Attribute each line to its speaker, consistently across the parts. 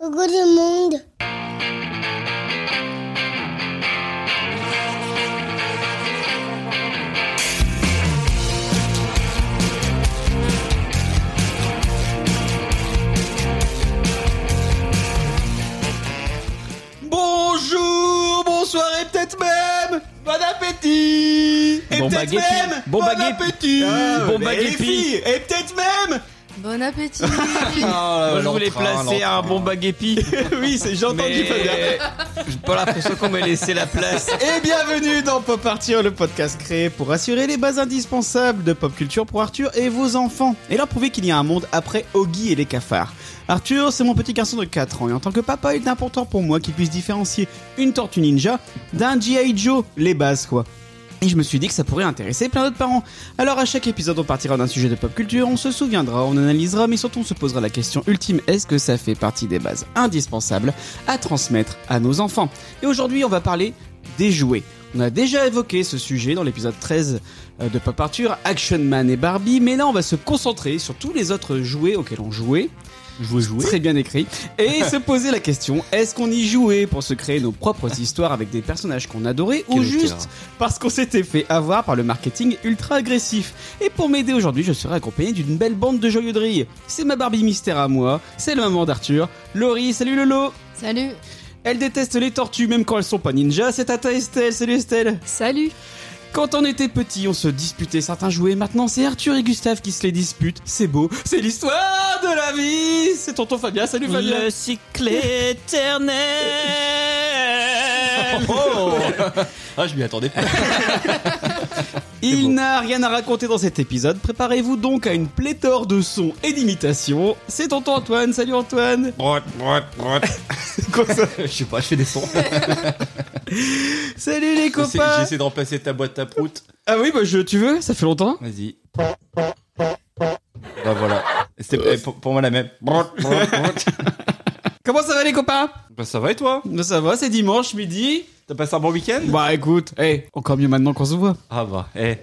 Speaker 1: Coucou le monde.
Speaker 2: Bonjour, bonsoir et peut-être même bon appétit Et
Speaker 3: Bon
Speaker 2: peut-être
Speaker 3: baguette.
Speaker 2: même
Speaker 3: Bon baguette.
Speaker 2: appétit
Speaker 3: Ah, bon
Speaker 2: Et
Speaker 3: baguette.
Speaker 2: les filles, Et peut-être même
Speaker 4: Bon appétit
Speaker 2: Ah,
Speaker 3: Moi, je voulais placer un bon baguépi.
Speaker 2: Oui, c'est j'ai entendu
Speaker 3: mais
Speaker 2: pas bien.
Speaker 3: J'ai pas l'impression qu'on m'ait laissé la place.
Speaker 2: Et bienvenue dans Pop Partir, le podcast créé pour assurer les bases indispensables de pop culture pour Arthur et vos enfants, et leur prouver qu'il y a un monde après Oggy et les cafards. Arthur, c'est mon petit garçon de 4 ans, et en tant que papa, il est important pour moi qu'il puisse différencier une tortue ninja d'un G.I. Joe, les bases quoi. Et je me suis dit que ça pourrait intéresser plein d'autres parents. Alors à chaque épisode, on partira d'un sujet de pop culture, on se souviendra, on analysera, mais surtout on se posera la question ultime, est-ce que ça fait partie des bases indispensables à transmettre à nos enfants Et aujourd'hui, on va parler des jouets. On a déjà évoqué ce sujet dans l'épisode 13 euh, de Pop Arthur, Action Man et Barbie, mais là on va se concentrer sur tous les autres jouets auxquels on jouait. Jouer, jouer. Très bien écrit. Et se poser la question, est-ce qu'on y jouait pour se créer nos propres histoires avec des personnages qu'on adorait ou
Speaker 3: Quel
Speaker 2: juste
Speaker 3: auteur.
Speaker 2: parce qu'on s'était fait avoir par le marketing ultra agressif. Et pour m'aider aujourd'hui, je serai accompagné d'une belle bande de joyeux de rire. C'est ma Barbie mystère à moi, c'est le maman d'Arthur. Laurie, salut Lolo
Speaker 4: Salut
Speaker 2: Elle déteste les tortues même quand elles sont pas ninjas, c'est Tata Estelle, salut Estelle
Speaker 4: Salut
Speaker 2: quand on était petit, on se disputait certains jouets. Maintenant, c'est Arthur et Gustave qui se les disputent. C'est beau, c'est l'histoire de la vie. C'est tonton Fabien. Salut Fabien.
Speaker 3: Le cycle éternel.
Speaker 2: Oh.
Speaker 3: Ah, je m'y attendais pas.
Speaker 2: Il n'a rien à raconter dans cet épisode. Préparez-vous donc à une pléthore de sons et d'imitations. C'est tonton Antoine. Salut Antoine. Quoi ça
Speaker 3: Je sais pas, je fais des sons.
Speaker 2: Salut
Speaker 5: J'essaie
Speaker 2: les copains.
Speaker 5: j'essaie de remplacer ta boîte à proutes.
Speaker 2: Ah oui, bah je, tu veux Ça fait longtemps.
Speaker 5: Vas-y. Bah voilà. C'était
Speaker 3: Euh,
Speaker 5: eh, pour, pour moi la même. bah
Speaker 2: Comment ça va les copains
Speaker 5: ça va et toi
Speaker 2: Bah, Ça va, c'est dimanche midi.
Speaker 5: T'as passé un bon week-end
Speaker 2: Bah écoute, eh, encore mieux maintenant qu'on se voit.
Speaker 5: Ah bah, eh.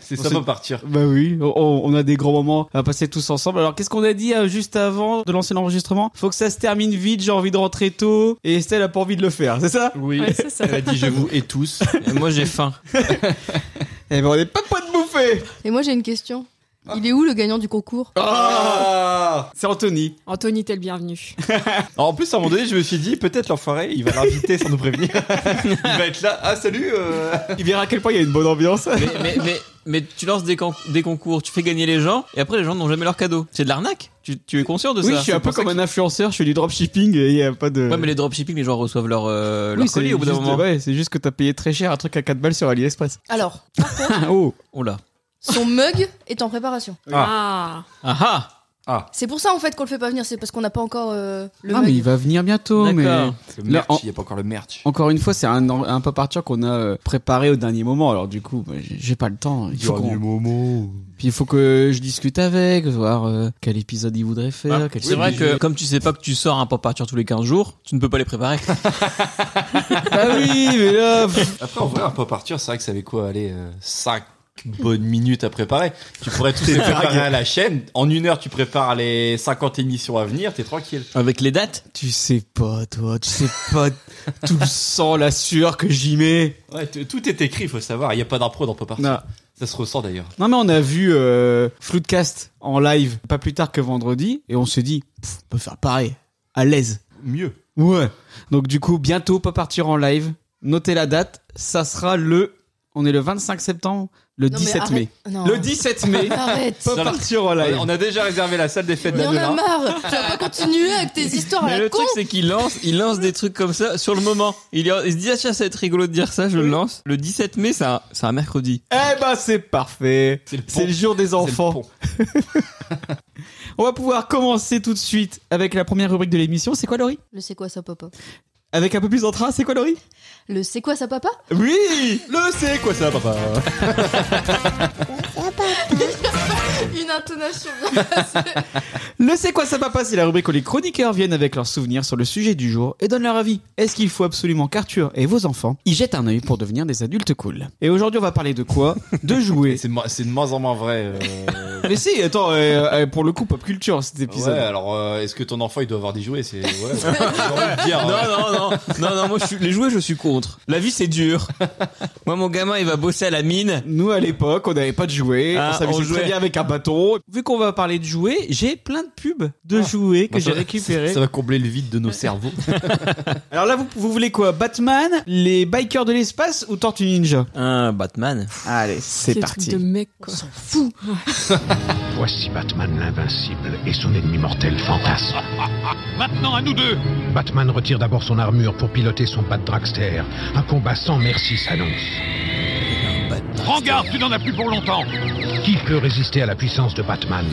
Speaker 5: C'est
Speaker 2: On
Speaker 5: ça
Speaker 2: s'est-
Speaker 5: va partir.
Speaker 2: Bah oui, on- on, on a des grands moments à passer tous ensemble. Alors qu'est-ce qu'on a dit euh, juste avant de lancer l'enregistrement Faut que ça se termine vite, j'ai envie de rentrer tôt et Estelle a pas envie de le faire, c'est ça
Speaker 5: Oui.
Speaker 4: Ouais, c'est ça.
Speaker 5: Elle a dit je vous et tous.
Speaker 3: Moi, j'ai faim.
Speaker 2: Eh ben on est pas pas de bouffer
Speaker 4: Et moi j'ai une question. Il est où le gagnant du concours
Speaker 5: Ah
Speaker 2: C'est Anthony.
Speaker 6: Anthony, t'es le bienvenu.
Speaker 5: Alors, en plus, à un moment donné, je me suis dit, peut-être l'enfoiré, il va l'inviter sans nous prévenir. il va être là. Ah, salut euh.
Speaker 2: Il verra à quel point il y a une bonne ambiance.
Speaker 3: Mais, mais, mais, mais tu lances des, con- des concours, tu fais gagner les gens, et après les gens n'ont jamais leur cadeau. C'est de l'arnaque. Tu, tu es conscient de ça
Speaker 2: oui, je suis un
Speaker 3: C'est
Speaker 2: peu
Speaker 3: pour ça
Speaker 2: comme un influenceur, je fais du dropshipping et il y a pas de...
Speaker 3: que- Ouais, mais les dropshipping, les gens reçoivent leur, euh,
Speaker 2: Oui,
Speaker 3: leur
Speaker 2: c'est
Speaker 3: colis au bout d'un
Speaker 2: juste-
Speaker 3: moment.
Speaker 2: ouais, c'est juste que t'as payé très cher un truc à 4 balles sur AliExpress.
Speaker 4: Alors,
Speaker 2: oh
Speaker 3: Oh là.
Speaker 4: son mug est en préparation.
Speaker 6: Ah,
Speaker 3: Ah ah
Speaker 4: C'est pour ça en fait qu'on le fait pas venir, c'est parce qu'on n'a pas encore euh, le
Speaker 2: Ah
Speaker 4: mug.
Speaker 2: mais il va venir bientôt, Oh, mais...
Speaker 3: D'accord.
Speaker 5: Le
Speaker 2: Là,
Speaker 5: merch,
Speaker 2: en-
Speaker 5: il n'y a pas encore le merch.
Speaker 2: Encore une fois, c'est un, un pop Arthur qu'on a euh, préparé au dernier moment. Alors du coup, bah, j'ai j'ai pas le temps. Il faut qu'on-
Speaker 5: moment.
Speaker 2: Puis il faut que je discute avec, voir euh, quel épisode il voudrait faire. quel
Speaker 3: Ah, C'est vrai que comme tu sais pas que tu sors un pop partir tous les 15 jours, tu ne peux pas les préparer.
Speaker 2: Ah oui, mais là. pff,
Speaker 5: Après, en vrai, un pop Arthur, c'est vrai que ça avait quoi aller 5 bonnes minutes à préparer. Tu pourrais tous les préparer à la chaîne. En une heure, tu prépares les 50 émissions à venir, t'es tranquille.
Speaker 3: Avec les dates
Speaker 2: tu sais pas, toi. Tu sais pas tout le sang, la sueur que j'y mets.
Speaker 5: Ouais, t- tout est écrit, faut savoir. Il n'y a pas d'impro dans Pop Arthur.
Speaker 2: Non.
Speaker 5: Ça se ressent d'ailleurs.
Speaker 2: Non, mais on a vu euh, Floodcast en live pas plus tard que vendredi et on se dit, pff, on peut faire pareil, à l'aise.
Speaker 5: Mieux.
Speaker 2: Ouais. Donc du coup, bientôt, pas partir en live. Notez la date. Ça sera le. On est le 25 septembre, le
Speaker 4: Non, mais
Speaker 2: 17 mai.
Speaker 4: arrête. Non.
Speaker 2: Le 17 mai.
Speaker 4: Arrête
Speaker 2: Pas
Speaker 5: Ça-
Speaker 2: partir en live.
Speaker 5: On a déjà réservé la salle des fêtes
Speaker 4: Mais on a
Speaker 5: d'Anola.
Speaker 4: marre Tu vas pas continuer avec tes histoires à
Speaker 3: Mais
Speaker 4: la
Speaker 3: le
Speaker 4: con
Speaker 3: truc c'est qu'il lance, il lance des trucs comme ça sur le moment. Il, il se dit ah tiens ça va être rigolo de dire ça, je le lance. Le 17 mai c'est un, c'est un mercredi.
Speaker 2: Eh ben c'est parfait.
Speaker 5: C'est le pont.
Speaker 2: C'est le jour des
Speaker 5: C'est le
Speaker 2: enfants.
Speaker 5: pont.
Speaker 2: On va pouvoir commencer tout de suite avec la première rubrique de l'émission. C'est quoi Laurie
Speaker 4: Le c'est quoi ça papa
Speaker 2: Avec un peu plus d'entrain, c'est quoi Laurie
Speaker 4: Le c'est quoi ça papa
Speaker 2: Oui
Speaker 5: Le c'est quoi ça, papa
Speaker 1: Ça papa.
Speaker 4: Une intonation bien passée.
Speaker 2: Le C'est quoi ça papa C'est la rubrique où les chroniqueurs viennent avec leurs souvenirs sur le sujet du jour et donnent leur avis. Est-ce qu'il faut absolument qu'Arthur et vos enfants y jettent un œil pour devenir des adultes cool Et aujourd'hui, on va parler de quoi De jouets.
Speaker 5: C'est de mo- c'est de moins en moins vrai. euh,
Speaker 2: Mais si, attends, euh, euh, pour le coup, pop culture cet
Speaker 5: Ouais,
Speaker 2: épisode.
Speaker 5: alors euh, est-ce que ton enfant il doit avoir des jouets C'est ouais, ouais, j'ai envie de dire,
Speaker 2: Ah,
Speaker 3: Non,
Speaker 5: euh,
Speaker 3: non, non, non, non, moi, je suis- les jouets, je suis contre. La vie, c'est dur. Moi, mon gamin, il va bosser à la mine.
Speaker 2: Nous, à l'époque, on n'avait pas de jouets,
Speaker 3: Ah,
Speaker 2: on s'amusait
Speaker 3: on
Speaker 2: très
Speaker 3: jouait.
Speaker 2: bien avec un bâton. Vu qu'on va parler de jouets, j'ai plein de pubs de jouets que
Speaker 5: bah,
Speaker 2: j'ai
Speaker 5: ça-
Speaker 2: récupérés.
Speaker 5: Ça va combler le vide de nos cerveaux.
Speaker 2: Alors là, vous, vous voulez quoi Batman, les bikers de l'espace ou Tortue Ninja
Speaker 3: Un Batman.
Speaker 2: Allez, c'est
Speaker 1: Quel
Speaker 2: parti.
Speaker 1: truc de mec, quoi.
Speaker 6: Voici Batman l'invincible et son ennemi mortel fantasme.
Speaker 7: Maintenant à nous deux
Speaker 6: Batman retire d'abord son armure pour piloter son Bat Dragster. Un combat sans merci s'annonce.
Speaker 7: Prends garde, tu n'en as plus pour longtemps
Speaker 6: Qui peut résister à la puissance de Batman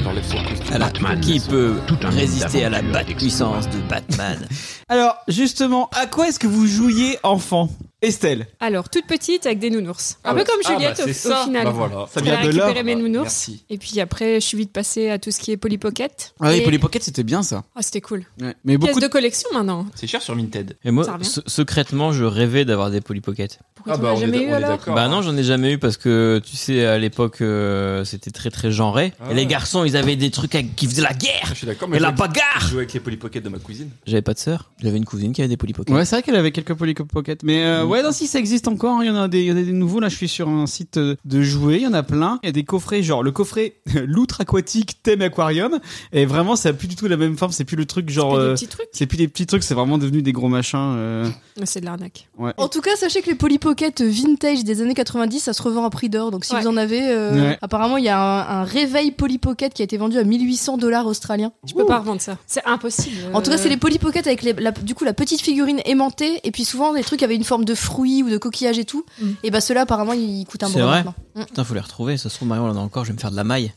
Speaker 3: À la-
Speaker 6: Batman.
Speaker 3: qui peut
Speaker 6: Tout un monde
Speaker 3: résister à la
Speaker 6: d'aventure et
Speaker 3: batte puissance de Batman
Speaker 2: Alors, justement, à quoi est-ce que vous jouiez enfant Estelle
Speaker 1: Alors, toute petite avec des nounours. Un
Speaker 5: Ah
Speaker 1: peu
Speaker 5: ouais.
Speaker 1: comme
Speaker 5: Ah,
Speaker 1: Juliette
Speaker 5: bah,
Speaker 1: au,
Speaker 5: c'est
Speaker 1: au
Speaker 5: ça.
Speaker 1: final.
Speaker 5: Bah, voilà.
Speaker 2: Ça vient
Speaker 1: Elle a
Speaker 2: de là.
Speaker 1: récupéré mes nounours.
Speaker 5: Merci.
Speaker 1: Et puis après, je suis vite passée à tout ce qui est Polly Pocket.
Speaker 2: Ah oui,
Speaker 1: Et-
Speaker 2: Polly Pocket, c'était bien ça.
Speaker 1: Ah, c'était cool.
Speaker 2: Mais
Speaker 1: Pièce
Speaker 2: beaucoup
Speaker 1: de collection maintenant.
Speaker 5: C'est cher sur Vinted.
Speaker 3: Et moi,
Speaker 1: Ça revient.
Speaker 3: se- secrètement, je rêvais d'avoir des Polly Pocket.
Speaker 5: Ah,
Speaker 1: Pourquoi tu n'en as jamais eu alors
Speaker 3: Bah non, j'en ai jamais eu parce que tu sais, à l'époque, euh, c'était très très genré.
Speaker 5: Ah
Speaker 3: Et les
Speaker 5: ouais.
Speaker 3: garçons, ils avaient des trucs à- qui faisaient la guerre
Speaker 5: Je suis d'accord, mais
Speaker 3: et
Speaker 5: je
Speaker 3: la
Speaker 5: jouais- je
Speaker 3: bagarre.
Speaker 5: jouais avec les polypockets de ma cousine.
Speaker 3: J'avais pas de sœur. J'avais une cousine qui avait des Polly Pocket.
Speaker 2: Ouais, c'est vrai qu'elle avait quelques Polly Pocket. Mais
Speaker 1: Mm.
Speaker 2: euh, ouais, non, si ça existe encore, hein, il y en a des, il y en a des nouveaux. Là, je suis sur un site euh, de jouets, il y en a plein. Il y a des coffrets, genre le coffret loutre aquatique thème aquarium. Et vraiment, ça a plus du tout la même forme. C'est plus le truc genre.
Speaker 1: Fais des
Speaker 2: euh,
Speaker 1: petits trucs.
Speaker 2: C'est plus des petits trucs, c'est vraiment devenu des gros machins. euh,
Speaker 1: Mais C'est de l'arnaque.
Speaker 2: ouais.
Speaker 4: En tout cas, sachez que les Polly Pocket vintage des années 90, ça se revend à prix d'or. Donc si
Speaker 1: Ouais.
Speaker 4: vous en avez, euh,
Speaker 2: Ouais.
Speaker 4: apparemment, il y a un, un réveil Polly Pocket qui a été vendu à 1800 dollars australiens.
Speaker 1: Je peux pas revendre ça. C'est impossible.
Speaker 4: En tout cas, c'est
Speaker 1: Euh,
Speaker 4: les Polly Pocket avec les- la, du coup la petite figurine aimantée et puis souvent des trucs avaient une forme de fruits ou de coquillage et tout.
Speaker 1: Mm.
Speaker 4: Et bah ceux-là apparemment ils coûtent un
Speaker 3: C'est
Speaker 4: bras
Speaker 3: vrai
Speaker 4: maintenant. Mm.
Speaker 3: Putain, faut les retrouver. Ça se trouve, Marion, on en a encore. Je vais me faire de la maille.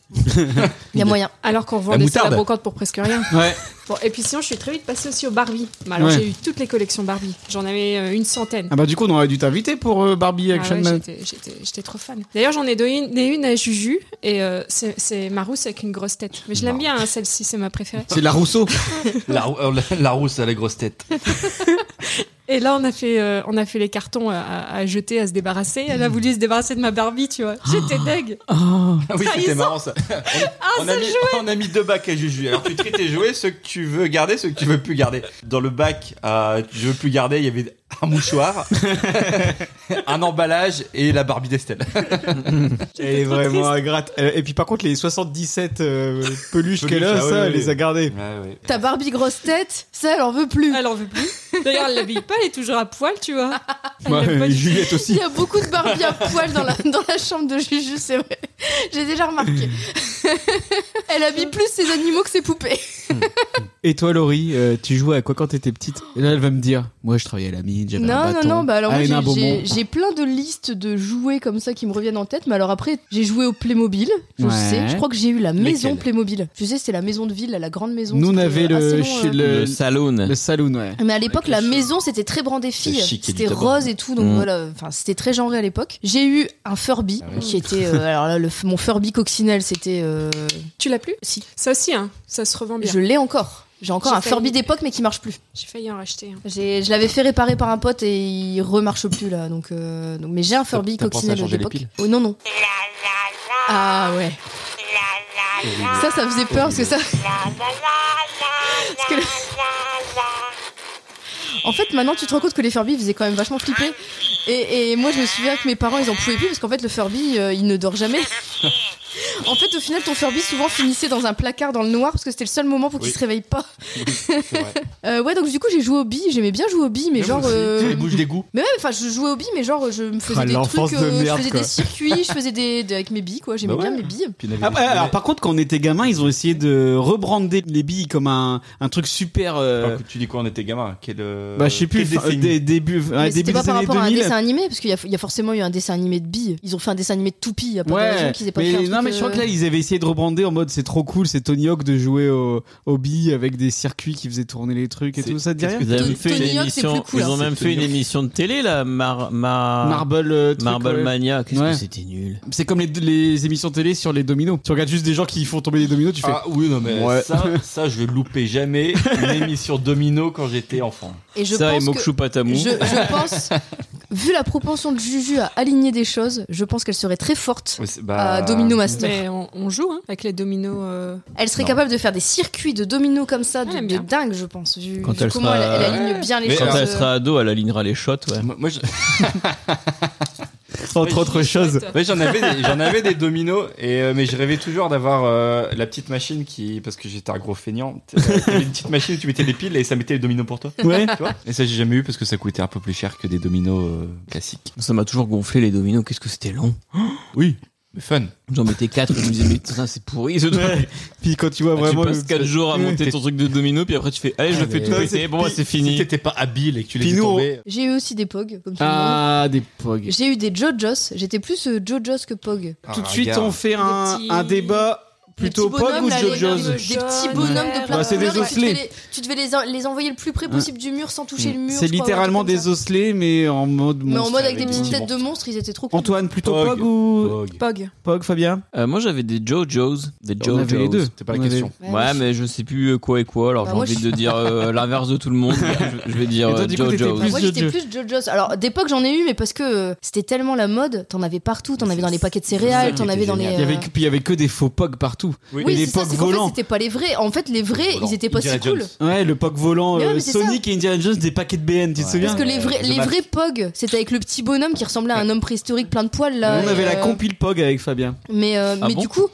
Speaker 4: Il y a moyen.
Speaker 1: euh, Alors qu'on
Speaker 3: La
Speaker 1: vendait ça à
Speaker 3: moutarde.
Speaker 1: la brocante pour presque rien.
Speaker 2: Ouais.
Speaker 1: Bon, et puis sinon, je suis très vite passée aussi aux Barbie. Mais alors,
Speaker 2: Ouais.
Speaker 1: j'ai eu toutes les collections Barbie. J'en avais euh, une centaine.
Speaker 2: Ah bah, du coup, on aurait dû t'inviter pour euh, Barbie
Speaker 1: Ah
Speaker 2: Action
Speaker 1: ouais,
Speaker 2: Man.
Speaker 1: j'étais- j'étais j'étais trop fan. D'ailleurs, j'en ai donné une à Juju et euh, c'est- c'est ma rousse avec une grosse tête. Mais je l'aime bien, hein, celle-ci, c'est ma préférée.
Speaker 2: C'est la Rousseau.
Speaker 5: La, euh, la- la rousse à la grosse tête.
Speaker 1: Et là, on a fait, euh, on a fait les cartons à, à- à jeter, à se débarrasser. Elle a voulu se débarrasser de ma Barbie, tu vois. J'étais deg.
Speaker 5: Ah oui, c'était
Speaker 1: Trahison.
Speaker 5: marrant ça. On, on a
Speaker 1: seul
Speaker 5: mis, on a mis deux bacs à Juju. Alors tu tries tes jouets, ceux que tu veux garder, ceux que tu veux plus garder. Dans le bac, euh, je veux plus garder, il y avait un mouchoir, un emballage et la Barbie d'Estelle.
Speaker 2: Elle est
Speaker 1: trop
Speaker 2: vraiment ingrate. Euh, Et puis par contre, les 77 euh, peluches qu'elle a,
Speaker 5: Peluches, ah
Speaker 2: ça,
Speaker 5: ouais, ouais,
Speaker 2: elle les
Speaker 5: Ah
Speaker 2: a
Speaker 5: ouais.
Speaker 2: gardées.
Speaker 4: Ta Barbie grosse tête, ça elle en veut plus.
Speaker 1: Elle en veut plus. D'ailleurs, elle l'habille pas, elle est toujours à poil, tu vois. Elle l'aime pas
Speaker 2: Ouais,
Speaker 1: du tout.
Speaker 2: Juliette
Speaker 4: Il
Speaker 2: aussi.
Speaker 4: y a beaucoup de Barbie à poil dans la, dans la chambre de Juju, c'est vrai. J'ai déjà remarqué. Elle habille plus ses animaux que ses poupées.
Speaker 2: Et toi, Laurie, euh, tu jouais à quoi quand t'étais petite Et là, elle va me dire Moi, je travaillais à la mine, j'avais un
Speaker 4: Non, non,
Speaker 2: bâton. Ah,
Speaker 4: non, bah alors moi
Speaker 2: Allez,
Speaker 4: j'ai-
Speaker 2: Nain Beaumont.
Speaker 4: j'ai j'ai plein de listes de jouets comme ça qui me reviennent en tête, mais alors après j'ai joué au Playmobil, je
Speaker 2: Ouais.
Speaker 4: sais, je crois que j'ai eu la maison
Speaker 5: Lesquels
Speaker 4: Playmobil. Je sais, c'était la maison de ville, là, la grande maison.
Speaker 2: Nous, on
Speaker 4: c'était
Speaker 2: avait le,
Speaker 4: assez long,
Speaker 2: chez
Speaker 4: euh.
Speaker 3: Le,
Speaker 2: le,
Speaker 3: saloon.
Speaker 2: le saloon, ouais.
Speaker 4: Mais à l'époque, la
Speaker 5: Avec le chic.
Speaker 4: maison, c'était très brandé
Speaker 5: Le
Speaker 4: fille.
Speaker 5: chic et du
Speaker 4: C'était
Speaker 5: tabac.
Speaker 4: rose et tout, donc
Speaker 3: Mm.
Speaker 4: voilà. Enfin, c'était très genré à l'époque. J'ai eu un Furby,
Speaker 5: Ah oui.
Speaker 4: qui était. euh, alors là, le f- mon Furby coccinelle, c'était. euh,
Speaker 1: Tu l'as plus
Speaker 4: Si.
Speaker 1: Ça aussi, hein, ça se revend bien.
Speaker 4: Je l'ai encore. J'ai encore
Speaker 1: J'ai
Speaker 4: un
Speaker 1: failli-
Speaker 4: Furby d'époque, mais qui marche plus.
Speaker 1: J'ai failli en racheter. hein.
Speaker 4: J'ai- Je l'avais fait réparer par un pote et il remarche plus là. Donc, euh, donc- mais j'ai un Furby
Speaker 5: t'as pensé à
Speaker 4: coccinelle
Speaker 5: changer les
Speaker 4: d'époque.
Speaker 5: piles
Speaker 4: Oh non non. Ah ouais. Ça, ça faisait peur parce que ça. Parce que le- En fait, maintenant, tu te rends compte que les Furby faisaient quand même vachement flipper. Et, et moi, je me souviens que mes parents, ils en pouvaient plus parce qu'en fait, le Furby, euh, il ne dort jamais. en fait, au final, ton Furby souvent finissait dans un placard dans le noir parce que c'était le seul moment pour qu'il
Speaker 5: Oui.
Speaker 4: se réveille pas.
Speaker 5: C'est vrai.
Speaker 4: Euh, ouais, donc du coup, j'ai joué au billes. J'aimais bien jouer au billes, mais genre. euh,
Speaker 5: les bouches d'égout.
Speaker 4: mais ouais, enfin, je jouais aux billes, mais genre, je me faisais
Speaker 2: Ah,
Speaker 4: des
Speaker 2: l'enfance
Speaker 4: trucs,
Speaker 2: de
Speaker 4: euh,
Speaker 2: merde,
Speaker 4: je faisais
Speaker 2: quoi.
Speaker 4: des circuits, je faisais des, des- avec mes billes, quoi. J'aimais
Speaker 5: Bah
Speaker 4: bien
Speaker 5: ouais.
Speaker 4: mes billes.
Speaker 5: Puis il y en avait
Speaker 2: Ah
Speaker 5: des-
Speaker 2: ouais, alors par contre, quand on était gamin, ils ont essayé de rebrander les billes comme un, un truc super. euh,
Speaker 5: Enfin, tu dis quoi on était gamin Quel euh,
Speaker 2: bah, je sais plus,
Speaker 5: quel
Speaker 2: fin-
Speaker 5: dessin
Speaker 2: des, début, ouais,
Speaker 4: mais
Speaker 2: début
Speaker 4: c'était pas
Speaker 2: des
Speaker 4: par
Speaker 2: années
Speaker 4: rapport à un
Speaker 2: 2000.
Speaker 4: dessin animé, parce qu'il y, a- il y a forcément eu un dessin animé de billes. Ils ont fait un dessin animé de toupie, il y a pas de raison
Speaker 2: Ouais,
Speaker 4: qu'ils aient pas fait un
Speaker 2: mais
Speaker 4: truc,
Speaker 2: non, mais je
Speaker 4: euh,
Speaker 2: suis crois que là, ils avaient essayé de rebrander en mode c'est trop cool, c'est Tony Hawk de jouer au hobby avec des circuits qui faisaient tourner les trucs et
Speaker 5: C'est-
Speaker 2: tout. Ça te dit
Speaker 5: qu'est-ce
Speaker 2: rien
Speaker 3: Ils ont
Speaker 4: Tony-
Speaker 3: même fait
Speaker 4: Tony
Speaker 3: une
Speaker 4: Hawk, c'est
Speaker 3: émission,
Speaker 4: plus cool,
Speaker 3: ils ont
Speaker 4: hein,
Speaker 2: c'est
Speaker 3: même fait
Speaker 2: Tony
Speaker 3: une
Speaker 2: Hawk.
Speaker 3: émission de télé là, Mar- Mar-
Speaker 2: Marble, euh, truc,
Speaker 3: Marble
Speaker 2: ouais.
Speaker 3: Mania. Qu'est-ce
Speaker 2: Ouais.
Speaker 3: que c'était nul.
Speaker 2: C'est comme les, les émissions télé sur les dominos. Tu regardes juste des gens qui font tomber des dominos, tu fais.
Speaker 5: Ah oui, non, mais
Speaker 2: Ouais.
Speaker 5: ça, ça, je loupais jamais une émission domino quand j'étais enfant.
Speaker 4: Et je
Speaker 3: ça et
Speaker 4: pense que-
Speaker 3: Mokshu
Speaker 4: je,
Speaker 3: Patamou.
Speaker 4: je pense, vu la propension de Juju à aligner des choses, je pense qu'elle serait très forte
Speaker 5: Ouais, c'est- bah,
Speaker 2: Ah,
Speaker 4: à Ah, Domino Master.
Speaker 1: Mais on, on joue hein, avec les dominos. euh.
Speaker 4: Elle serait
Speaker 5: Non.
Speaker 4: capable de faire des circuits de dominos comme ça, de,
Speaker 1: Elle aime
Speaker 4: de
Speaker 1: bien.
Speaker 4: dingue, je pense, vu,
Speaker 3: Quand
Speaker 4: vu
Speaker 3: elle
Speaker 4: comment
Speaker 3: sera-
Speaker 4: elle,
Speaker 2: euh,
Speaker 4: elle aligne bien les
Speaker 5: Mais
Speaker 3: Quand
Speaker 4: choses. euh,
Speaker 3: elle sera ado, elle alignera les shots. Ouais.
Speaker 5: Moi, moi, je-
Speaker 2: Entre autres choses.
Speaker 5: ouais, j'en avais, des- j'en avais des dominos, et, euh, mais je rêvais toujours d'avoir euh, la petite machine qui. Parce que j'étais un gros feignant. T'avais une petite machine où tu mettais des piles et ça mettait les dominos pour toi.
Speaker 2: Ouais.
Speaker 5: Tu vois et ça, j'ai jamais eu parce que ça coûtait un peu plus cher que des dominos euh, classiques.
Speaker 3: Ça m'a toujours gonflé les dominos. Qu'est-ce que c'était long.
Speaker 5: Oui. Mais fun.
Speaker 3: J'en mettais 4 je me disais mais putain, c'est pourri ce truc.
Speaker 2: Puis quand tu vois
Speaker 3: Ah,
Speaker 2: vraiment.
Speaker 3: tu passes
Speaker 2: le-
Speaker 3: 4 jours à
Speaker 2: Ouais.
Speaker 3: monter ton truc de domino puis après tu fais allez je
Speaker 5: Ah,
Speaker 3: le fais tout
Speaker 2: mais-
Speaker 3: péter bon bah, c'est
Speaker 5: Si
Speaker 3: fini
Speaker 5: t'étais pas habile et que tu les
Speaker 2: Puis
Speaker 5: fais
Speaker 2: nous, on-
Speaker 5: tomber.
Speaker 4: J'ai eu aussi des POG, comme tout le monde.
Speaker 2: Ah, des pogs.
Speaker 4: J'ai eu des JoJo's. J'étais plus euh, JoJo's que POG.
Speaker 2: Tout de
Speaker 5: Ah,
Speaker 2: suite,
Speaker 5: regarde.
Speaker 2: on fait un,
Speaker 1: petits-
Speaker 2: un débat plutôt
Speaker 4: Des petits
Speaker 2: pog
Speaker 4: bonhommes,
Speaker 2: ou
Speaker 4: là, les-
Speaker 2: JoJo's
Speaker 4: Des petits bonhommes de plein
Speaker 2: Bah,
Speaker 4: de
Speaker 2: c'est des
Speaker 4: couleurs, et Tu devais,
Speaker 2: osselets. Mm.
Speaker 4: les, tu devais les, en- les envoyer le plus près possible du mur sans toucher le mur.
Speaker 2: C'est
Speaker 4: je crois, ou un
Speaker 2: littéralement
Speaker 4: truc comme
Speaker 2: des osselets, mais en mode.
Speaker 4: ça. Mais en
Speaker 2: monstre.
Speaker 4: mode avec des
Speaker 5: avec des
Speaker 4: petites
Speaker 5: petits
Speaker 4: têtes de monstres, ils étaient trop cool.
Speaker 2: Antoine, plutôt
Speaker 5: Pog.
Speaker 2: pog ou.
Speaker 5: Vogue.
Speaker 4: POG.
Speaker 2: Pog, Fabien
Speaker 3: Euh, moi j'avais des JoJo's des
Speaker 2: On
Speaker 3: JoJo's
Speaker 2: avait les deux.
Speaker 5: C'est pas la
Speaker 2: On avait-
Speaker 5: question.
Speaker 4: Ouais,
Speaker 3: ouais mais je sais plus euh, quoi et quoi alors
Speaker 4: Bah,
Speaker 3: j'ai
Speaker 4: moi,
Speaker 3: envie
Speaker 4: je-
Speaker 3: de dire euh, l'inverse de tout le monde je, je vais dire
Speaker 2: Et toi,
Speaker 3: euh,
Speaker 2: du coup, t'étais
Speaker 3: JoJo's
Speaker 2: plus-
Speaker 4: Moi j'étais
Speaker 2: JoJo.
Speaker 4: plus JoJo's. Alors d'époque j'en ai eu, mais parce que euh, c'était tellement la mode, t'en avais partout, t'en avais dans les paquets de céréales,
Speaker 5: qui
Speaker 4: t'en
Speaker 5: était
Speaker 4: avais dans les.
Speaker 5: génial.
Speaker 2: Il y avait,
Speaker 4: euh,
Speaker 2: puis il y avait que des faux pogs partout.
Speaker 4: Oui,
Speaker 2: et les
Speaker 4: c'est ça,
Speaker 2: pogs
Speaker 4: c'est qu'en fait,
Speaker 2: volants.
Speaker 4: c'était pas les vrais. En fait, les vrais,
Speaker 5: Volant.
Speaker 4: ils étaient pas
Speaker 5: Indiana
Speaker 4: si cool.
Speaker 5: Jones.
Speaker 2: Ouais, le pog volant,
Speaker 4: Mais ouais,
Speaker 2: euh,
Speaker 4: mais c'est
Speaker 2: Sonic et Indiana Jones, des paquets de BN, tu te
Speaker 5: Ouais.
Speaker 2: souviens
Speaker 4: Parce que les vrais,
Speaker 5: Euh,
Speaker 4: les
Speaker 5: dommage.
Speaker 4: vrais POG, c'était avec le petit bonhomme qui ressemblait à un homme préhistorique plein de poils là.
Speaker 2: On
Speaker 4: et,
Speaker 2: avait la
Speaker 4: euh,
Speaker 2: compile pog avec Fabien.
Speaker 4: Mais, euh,
Speaker 3: Ah
Speaker 4: mais
Speaker 3: bon
Speaker 4: du coup,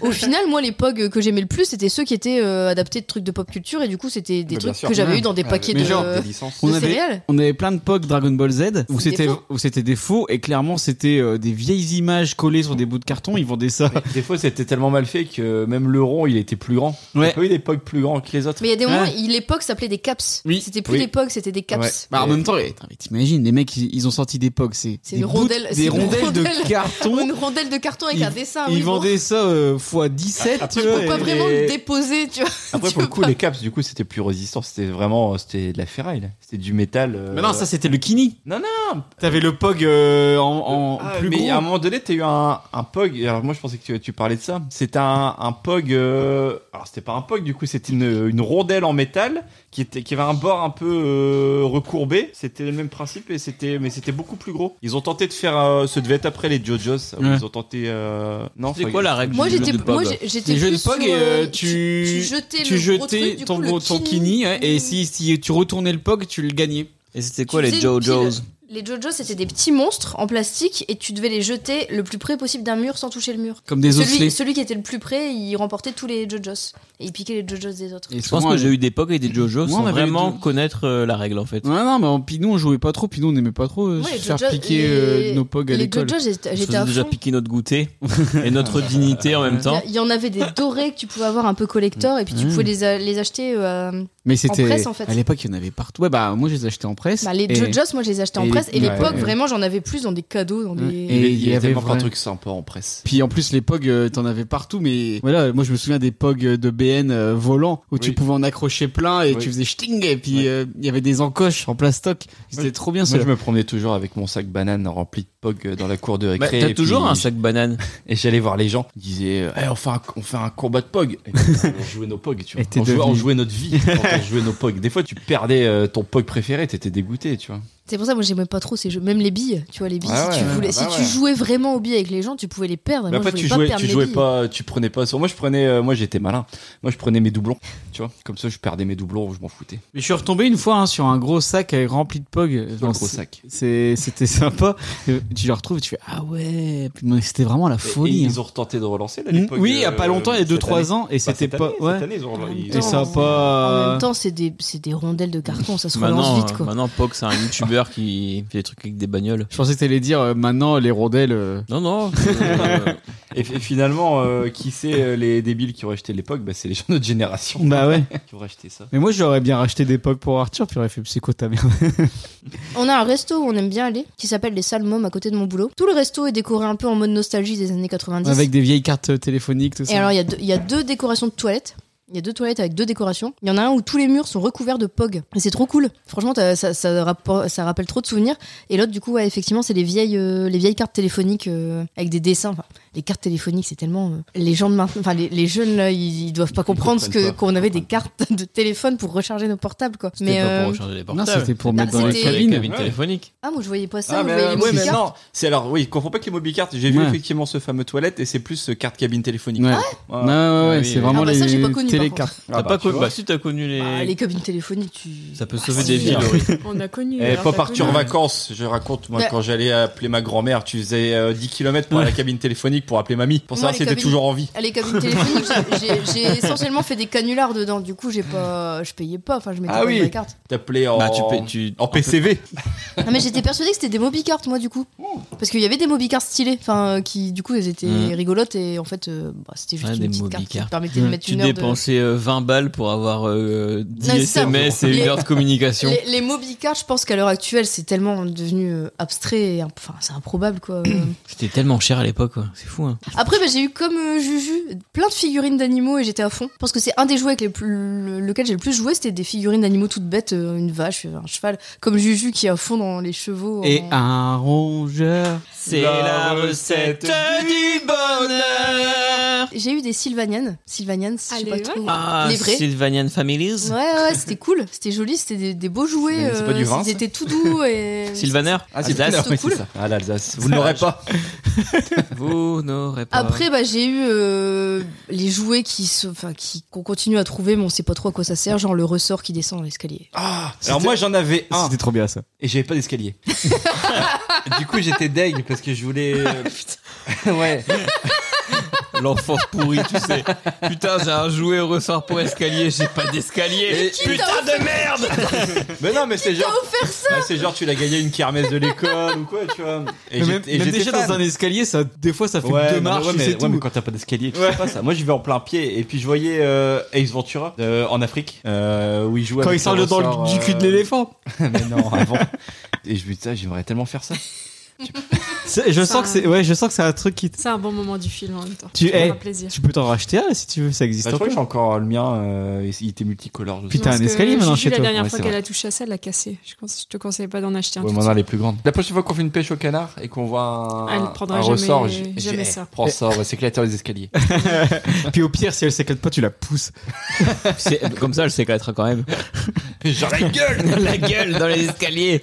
Speaker 4: au final, moi, les POG que j'aimais le plus, c'était ceux qui étaient euh, adaptés de trucs de pop culture et du coup, c'était des
Speaker 5: Mais bien
Speaker 4: trucs
Speaker 5: sûr.
Speaker 4: que j'avais
Speaker 2: Bah, Ouais.
Speaker 4: eu dans des
Speaker 5: Ah,
Speaker 4: paquets
Speaker 5: mais
Speaker 4: de,
Speaker 5: genre, des
Speaker 4: de
Speaker 5: licences.
Speaker 2: On avait-
Speaker 4: céréales.
Speaker 2: On avait plein de POG Dragon Ball Z où
Speaker 4: C'est des
Speaker 2: c'était
Speaker 4: faux.
Speaker 2: où c'était des faux et clairement c'était euh, des vieilles images collées sur des bouts de carton, ils vendaient ça.
Speaker 5: Mais Des fois, c'était tellement mal fait que même le rond, il était plus grand.
Speaker 2: Ouais.
Speaker 5: Il pas eu des pogs plus grands que les autres.
Speaker 4: Mais il y a des moments,
Speaker 2: Ouais.
Speaker 4: il- les POG s'appelaient des caps.
Speaker 2: Oui.
Speaker 4: C'était plus
Speaker 5: Oui.
Speaker 4: des POG, c'était des
Speaker 5: Ouais.
Speaker 4: caps.
Speaker 2: Bah, en
Speaker 5: Et-
Speaker 2: même temps, et- attends, mais t'imagines, les mecs ils, ils ont sorti des POG, c'est
Speaker 4: C'est
Speaker 2: des,
Speaker 4: une
Speaker 2: bouts-
Speaker 4: rondelle- c'est
Speaker 2: des
Speaker 4: une
Speaker 2: rondelles de
Speaker 4: rondelle.
Speaker 2: carton.
Speaker 4: Une rondelle de carton avec
Speaker 2: Ils-
Speaker 4: un dessin.
Speaker 2: Ils
Speaker 4: oui, bon.
Speaker 2: vendaient ça euh, fois 17,
Speaker 5: Après,
Speaker 2: tu vois,
Speaker 5: pourquoi
Speaker 4: Pas
Speaker 2: et-
Speaker 4: vraiment
Speaker 5: Et-
Speaker 4: le déposer, tu vois.
Speaker 5: Après,
Speaker 4: Tu
Speaker 5: pour le
Speaker 4: peux
Speaker 5: coup,
Speaker 4: pas.
Speaker 5: les caps, du coup, c'était plus résistant. C'était vraiment, c'était de la ferraille. là. C'était du métal. euh,
Speaker 2: Mais non, ça c'était le Kini.
Speaker 5: Non,
Speaker 2: non T'avais le POG euh, en, en
Speaker 5: Ah,
Speaker 2: plus
Speaker 5: mais
Speaker 2: gros.
Speaker 5: à un moment donné, t'as eu un, un POG. Alors, moi, je pensais que tu, tu parlais de ça. C'était un, un POG. euh, Alors, c'était pas un POG, du coup, c'était une, une rondelle en métal qui, était, qui avait un bord un peu euh, recourbé. C'était le même principe, et c'était, mais c'était beaucoup plus gros. Ils ont tenté de faire. euh, ce devait être après les JoJo's. ça, où
Speaker 2: Ouais.
Speaker 5: Ils ont tenté. euh, Non,
Speaker 3: c'est
Speaker 5: enfin,
Speaker 3: quoi la règle
Speaker 4: Moi,
Speaker 3: du jeu
Speaker 4: j'étais
Speaker 3: de
Speaker 4: moi,
Speaker 3: POG
Speaker 4: j'ai- j'étais
Speaker 2: Les jeux de
Speaker 4: plus
Speaker 2: POG,
Speaker 4: sur,
Speaker 2: et,
Speaker 4: euh,
Speaker 2: euh, tu,
Speaker 4: tu jetais,
Speaker 2: tu
Speaker 4: le gros
Speaker 2: jetais
Speaker 4: truc, du
Speaker 2: ton,
Speaker 4: coup, le
Speaker 2: gros- ton kini, hein, et si, si tu retournais le POG, tu le gagnais.
Speaker 3: et c'était quoi
Speaker 4: tu
Speaker 3: les
Speaker 4: faisais une
Speaker 3: JoJo's
Speaker 4: Les JoJo, c'était des petits monstres en plastique et tu devais les jeter le plus près possible d'un mur sans toucher le mur.
Speaker 2: Comme des osselets.
Speaker 4: Celui, celui qui était le plus près, il remportait tous les JoJo's et il piquait les JoJo's des autres.
Speaker 2: Et
Speaker 3: je pense
Speaker 2: souvent,
Speaker 3: que j'ai eu des POG et des JoJo's
Speaker 2: Moi, on
Speaker 3: sans
Speaker 2: avait les
Speaker 3: vraiment
Speaker 2: deux.
Speaker 3: connaître euh, la règle en fait
Speaker 2: Non, non, mais en Pinou, on jouait pas trop. Pinou, on n'aimait pas trop euh,
Speaker 4: Moi,
Speaker 2: se
Speaker 4: les
Speaker 2: faire
Speaker 4: JoJo-
Speaker 2: piquer
Speaker 4: les-
Speaker 2: euh, nos pogs à
Speaker 4: les
Speaker 2: l'école.
Speaker 4: JoJo, j'étais
Speaker 3: on se
Speaker 4: j'étais à
Speaker 3: faisait déjà
Speaker 4: fond.
Speaker 3: piquer notre goûter et notre dignité en même
Speaker 4: Il y
Speaker 3: temps
Speaker 4: a- il y en avait des dorés que tu pouvais avoir un peu collector et puis tu
Speaker 2: Mmh.
Speaker 4: pouvais les, a- les acheter. euh,
Speaker 2: Mais c'était.
Speaker 4: presse, en fait.
Speaker 2: À l'époque, il y en avait partout. Ouais, bah, moi, je les achetais en presse.
Speaker 4: bah, les
Speaker 2: et-
Speaker 4: JoJo's, moi, je les achetais en
Speaker 2: et-
Speaker 4: presse et les
Speaker 5: ouais,
Speaker 4: POG,
Speaker 5: ouais.
Speaker 4: vraiment, j'en avais plus dans des cadeaux. Dans des...
Speaker 2: Et
Speaker 5: Il,
Speaker 2: il y
Speaker 5: y,
Speaker 2: avait
Speaker 5: avait un
Speaker 2: vrai-
Speaker 5: truc sympa en presse.
Speaker 2: Puis en plus, les pogs, euh, t'en avais partout. Mais voilà, moi, je me souviens des pogs euh, de BN euh, volants où tu
Speaker 5: Oui.
Speaker 2: pouvais en accrocher plein et
Speaker 5: Oui.
Speaker 2: tu faisais sting. Et puis,
Speaker 5: Ouais.
Speaker 2: euh, il y avait des encoches en plastoc. C'était
Speaker 5: Moi,
Speaker 2: trop bien,
Speaker 5: Moi,
Speaker 2: ça.
Speaker 5: je me promenais toujours avec mon sac banane rempli de POG euh, dans la cour de
Speaker 3: Bah,
Speaker 5: récré.
Speaker 3: t'as
Speaker 5: et
Speaker 3: toujours
Speaker 5: puis-
Speaker 3: un sac banane
Speaker 5: Et j'allais voir les gens. Ils disaient, euh, Eh, on, fait un, on fait un combat de POG. Et puis, on jouait nos POG, tu vois.
Speaker 2: Et t'es
Speaker 5: on, jouait,
Speaker 2: devenu-
Speaker 5: on jouait notre vie quand on jouait nos POG. Des fois, tu perdais euh, ton POG préféré, t'étais dégoûté, tu vois.
Speaker 4: C'est pour ça, moi, j'aimais pas trop ces jeux. Même les billes, tu vois, les billes,
Speaker 5: Ah
Speaker 4: si, tu,
Speaker 5: ouais,
Speaker 4: voulais,
Speaker 5: bah
Speaker 4: si tu
Speaker 5: ouais.
Speaker 4: jouais vraiment aux billes avec les gens, tu pouvais les perdre. et
Speaker 5: Mais
Speaker 4: moi,
Speaker 5: après, tu
Speaker 4: je voulais pas
Speaker 5: jouais,
Speaker 4: perdre
Speaker 5: tu
Speaker 4: mes
Speaker 5: jouais
Speaker 4: billes.
Speaker 5: pas, tu prenais pas sur. Moi, je prenais, euh, moi, j'étais malin. Moi, je prenais mes doublons, tu vois. Comme ça, je perdais mes doublons, je m'en foutais.
Speaker 2: Mais je suis retombé une fois hein, sur un gros sac euh, rempli de pogs.
Speaker 5: Dans
Speaker 2: Enfin,
Speaker 5: le gros
Speaker 2: c'est-
Speaker 5: sac.
Speaker 2: c'est- C'était sympa. Euh, tu le retrouves, tu fais ah ouais. Puis, mais C'était vraiment la
Speaker 5: Et- et
Speaker 2: folie. hein.
Speaker 5: ils ont retenté de relancer, là, les
Speaker 2: Mm,
Speaker 5: POG.
Speaker 2: Oui, il y a
Speaker 5: euh,
Speaker 2: pas longtemps, il y a
Speaker 5: cette année.
Speaker 2: 2-3 ans, et
Speaker 5: Bah,
Speaker 2: c'était
Speaker 5: cette
Speaker 2: pas.
Speaker 5: année,
Speaker 2: ouais.
Speaker 5: Cette année, ils ont
Speaker 4: Et
Speaker 5: ils-
Speaker 2: Et ça a
Speaker 4: En
Speaker 2: pas. Euh,
Speaker 4: même temps, c'est des, c'est des rondelles de carton, ça se relance
Speaker 3: maintenant
Speaker 4: vite,
Speaker 3: euh,
Speaker 4: quoi.
Speaker 3: maintenant POG c'est un youtubeur driver qui fait des trucs avec des bagnoles.
Speaker 2: Je pensais que t'allais dire euh, maintenant les rondelles. euh,
Speaker 3: Non, non.
Speaker 4: Ah
Speaker 3: euh,
Speaker 5: Et, et finalement, euh, qui c'est euh, les débiles qui auraient acheté l'époque bah, C'est les gens de notre génération
Speaker 2: Bah ouais.
Speaker 5: qui auraient acheté ça.
Speaker 2: Mais moi j'aurais bien racheté des pogs pour Arthur, puis j'aurais fait psycho ta merde.
Speaker 4: On a un resto où on aime bien aller, qui s'appelle les Salmom à côté de mon boulot. Tout le resto est décoré un peu en mode nostalgie des années 90.
Speaker 2: Avec des vieilles cartes euh, téléphoniques, tout ça.
Speaker 4: Et alors, il y, a deux- il y a deux décorations de toilettes. Il y a deux toilettes avec deux décorations. Il y en a un où tous les murs sont recouverts de POG. Et c'est trop cool. Franchement, t'as- ça, ça, rappo- ça rappelle trop de souvenirs. Et l'autre, du coup, ouais, effectivement, c'est les vieilles, euh, les vieilles cartes téléphoniques euh, avec des dessins. Enfin, les cartes téléphoniques, c'est tellement. euh, les gens de maintenant, enfin, les, les jeunes, là, ils, ils doivent pas comprendre ce que
Speaker 5: comprennent pas,
Speaker 4: qu'on avait des
Speaker 5: comprennent
Speaker 4: cartes de téléphone pour recharger nos portables, quoi.
Speaker 3: C'était pas
Speaker 4: euh,
Speaker 3: pour recharger les
Speaker 2: Non,
Speaker 3: portables.
Speaker 2: c'était pour
Speaker 4: Ah,
Speaker 2: mettre dans les
Speaker 4: c'était-
Speaker 2: cabines.
Speaker 5: Ouais.
Speaker 3: téléphoniques.
Speaker 4: ah, moi, je voyais pas ça.
Speaker 5: ah,
Speaker 4: moi,
Speaker 5: mais,
Speaker 4: je voyais les
Speaker 5: ouais, mais
Speaker 4: mobiles cartes.
Speaker 5: non, c'est alors, oui, confond pas avec les mobicards. J'ai vu
Speaker 2: Ouais.
Speaker 5: effectivement ce fameux toilette et c'est plus euh, carte cabine téléphonique.
Speaker 2: Ouais.
Speaker 5: Ouais.
Speaker 2: Ouais, ouais, ouais,
Speaker 3: oui,
Speaker 2: c'est
Speaker 3: oui.
Speaker 2: vraiment
Speaker 4: Ah, bah, ça, j'ai pas
Speaker 2: les
Speaker 4: connu, par
Speaker 2: télécartes.
Speaker 5: Ah, bah,
Speaker 3: T'as pas
Speaker 5: tu
Speaker 3: connu.
Speaker 5: vois.
Speaker 3: Bah, si t'as connu les.
Speaker 4: Ah, les cabines téléphoniques, tu.
Speaker 3: Ça peut
Speaker 4: Ah,
Speaker 3: sauver
Speaker 4: si.
Speaker 3: des vies.
Speaker 5: bien.
Speaker 3: oui.
Speaker 1: On a connu.
Speaker 5: Eh,
Speaker 1: alors,
Speaker 5: pas
Speaker 1: t'as
Speaker 5: partir en
Speaker 1: connu.
Speaker 5: vacances. Je raconte, moi,
Speaker 4: Ouais.
Speaker 5: quand j'allais appeler ma grand-mère, tu faisais euh, 10 km pour aller à la cabine téléphonique pour appeler mamie. Pour
Speaker 4: Moi,
Speaker 5: savoir
Speaker 4: les
Speaker 5: si t'étais
Speaker 4: cabines-
Speaker 5: toujours en vie.
Speaker 4: Ah, Les cabines téléphoniques, j'ai- j'ai- j'ai essentiellement fait des canulars dedans. Du coup, j'ai pas, je payais pas. Enfin, je mettais
Speaker 5: Ah
Speaker 4: pas
Speaker 5: oui.
Speaker 4: de ma carte.
Speaker 5: T'appelais
Speaker 4: Oh.
Speaker 5: en,
Speaker 3: Bah, tu peux. Tu...
Speaker 5: en PCV.
Speaker 4: Non, mais j'étais persuadée que c'était des mobicartes, moi, du coup. Parce qu'il y avait des mobicartes stylées, enfin, euh, qui, du coup, elles étaient
Speaker 3: Mm.
Speaker 4: rigolotes et en fait, euh, bah, c'était juste
Speaker 3: Ouais, des
Speaker 4: une petite carte qui
Speaker 3: mobicartes.
Speaker 4: te permettait de
Speaker 2: Mm.
Speaker 4: mettre
Speaker 3: Tu
Speaker 4: une heure
Speaker 3: dépensais euh, 20 balles pour avoir euh, 10
Speaker 4: Non, c'est ça.
Speaker 3: SMS et
Speaker 4: Les-
Speaker 3: une heure de
Speaker 4: de.
Speaker 3: communication.
Speaker 4: Les, les mobicartes, je pense qu'à l'heure actuelle, c'est tellement devenu euh, abstrait, et imp- enfin, c'est improbable, quoi. Euh,
Speaker 3: C'était tellement cher à l'époque, quoi. c'est fou. Hein.
Speaker 4: Après, bah, j'ai eu comme euh, Juju plein de figurines d'animaux et j'étais à fond. Je pense que c'est un des jouets avec les plus- le- lequel j'ai le plus joué. C'était des figurines d'animaux toutes bêtes, euh, une vache, euh, un cheval. Comme Juju qui est à fond dans les chevaux.
Speaker 2: Et
Speaker 4: en-
Speaker 2: un rongeur.
Speaker 3: C'est
Speaker 5: la recette
Speaker 3: du bonheur.
Speaker 4: J'ai eu des Sylvanian. Sylvanian, je sais
Speaker 1: Allez,
Speaker 4: pas
Speaker 1: ouais.
Speaker 4: trop.
Speaker 3: Ah,
Speaker 4: les vrais.
Speaker 3: Sylvanian Families.
Speaker 4: Ouais, ouais, c'était cool. C'était joli. C'était des, des beaux jouets. euh,
Speaker 5: C'est pas du vin,
Speaker 4: Ils
Speaker 5: ça
Speaker 4: étaient tout doux et.
Speaker 3: Ah, Sylvaner, Alsace,
Speaker 5: oui,
Speaker 4: cool.
Speaker 5: c'est ça. Ah, l'Alsace. Vous ne l'aurez pas.
Speaker 3: vous n'aurez pas.
Speaker 4: Après, bah, j'ai eu euh, les jouets qui se, enfin, qui qu'on continue à trouver, mais on sait pas trop à quoi ça sert, genre le ressort qui descend dans l'escalier.
Speaker 5: Ah, alors moi, j'en avais un.
Speaker 2: Ah, C'était trop bien ça.
Speaker 5: et j'avais pas d'escalier. du coup, j'étais deg parce que je voulais. euh, ouais.
Speaker 3: l'enfant pourri, tu sais. Putain, j'ai un jouet au ressort pour escalier, j'ai pas d'escalier. Putain de merde.
Speaker 5: Mais non, mais c'est genre. Ah, c'est genre, tu l'as gagné à une kermesse de l'école ou quoi, tu vois. Et
Speaker 2: même
Speaker 5: j'étais- et
Speaker 2: même
Speaker 5: j'étais
Speaker 2: déjà
Speaker 5: fan.
Speaker 2: dans un escalier, ça, des fois ça fait
Speaker 5: Ouais,
Speaker 2: deux
Speaker 5: non,
Speaker 2: marches,
Speaker 5: mais ouais,
Speaker 2: et
Speaker 5: mais,
Speaker 2: c'est
Speaker 5: ouais,
Speaker 2: tout.
Speaker 5: mais quand t'as pas d'escalier, tu sais pas ça. Moi, je vais en plein pied. Et puis, je voyais euh, Ace Ventura euh, en Afrique, euh, où il jouait
Speaker 2: Quand
Speaker 5: avec
Speaker 2: il sort
Speaker 5: le
Speaker 2: le dans
Speaker 5: ressort,
Speaker 2: le- du cul
Speaker 5: euh,
Speaker 2: de l'éléphant.
Speaker 5: Mais non, avant. Et je me disais, j'aimerais tellement faire ça.
Speaker 2: C'est- Je
Speaker 1: Ça-
Speaker 2: sens que c'est, ouais, je sens que c'est un truc qui. t-
Speaker 1: C'est un bon moment du film en même temps.
Speaker 2: Tu-
Speaker 1: C'est
Speaker 2: eh,
Speaker 1: un plaisir.
Speaker 2: Tu peux t'en racheter un si tu veux, ça existe
Speaker 5: Bah, je crois que j'ai
Speaker 2: encore.
Speaker 5: encore le mien. euh, il était multicolore. Je sais
Speaker 2: Putain,
Speaker 1: Parce
Speaker 2: un
Speaker 1: que
Speaker 2: escalier maintenant
Speaker 1: Juju,
Speaker 2: chez
Speaker 1: la
Speaker 2: toi.
Speaker 1: dernière
Speaker 5: Ouais,
Speaker 1: fois
Speaker 5: c'est
Speaker 1: qu'elle a touché à ça, elle l'a cassé. Je, cons- je te conseille pas d'en acheter un.
Speaker 5: Ouais,
Speaker 1: tout
Speaker 5: mais
Speaker 1: de
Speaker 5: on
Speaker 1: suite.
Speaker 5: a les plus grandes. La prochaine fois qu'on fait une pêche au canard et qu'on voit un,
Speaker 1: Elle prendra
Speaker 5: un
Speaker 1: jamais-
Speaker 5: ressort, j'ai-
Speaker 1: jamais
Speaker 5: j'ai- eh,
Speaker 1: ça.
Speaker 5: Prends ça, on va s'éclater dans les escaliers.
Speaker 2: Puis au pire, si elle s'éclate pas, tu la pousses.
Speaker 3: C'est- Comme ça, elle s'éclatera quand même.
Speaker 5: Genre la gueule
Speaker 3: La gueule dans les escaliers.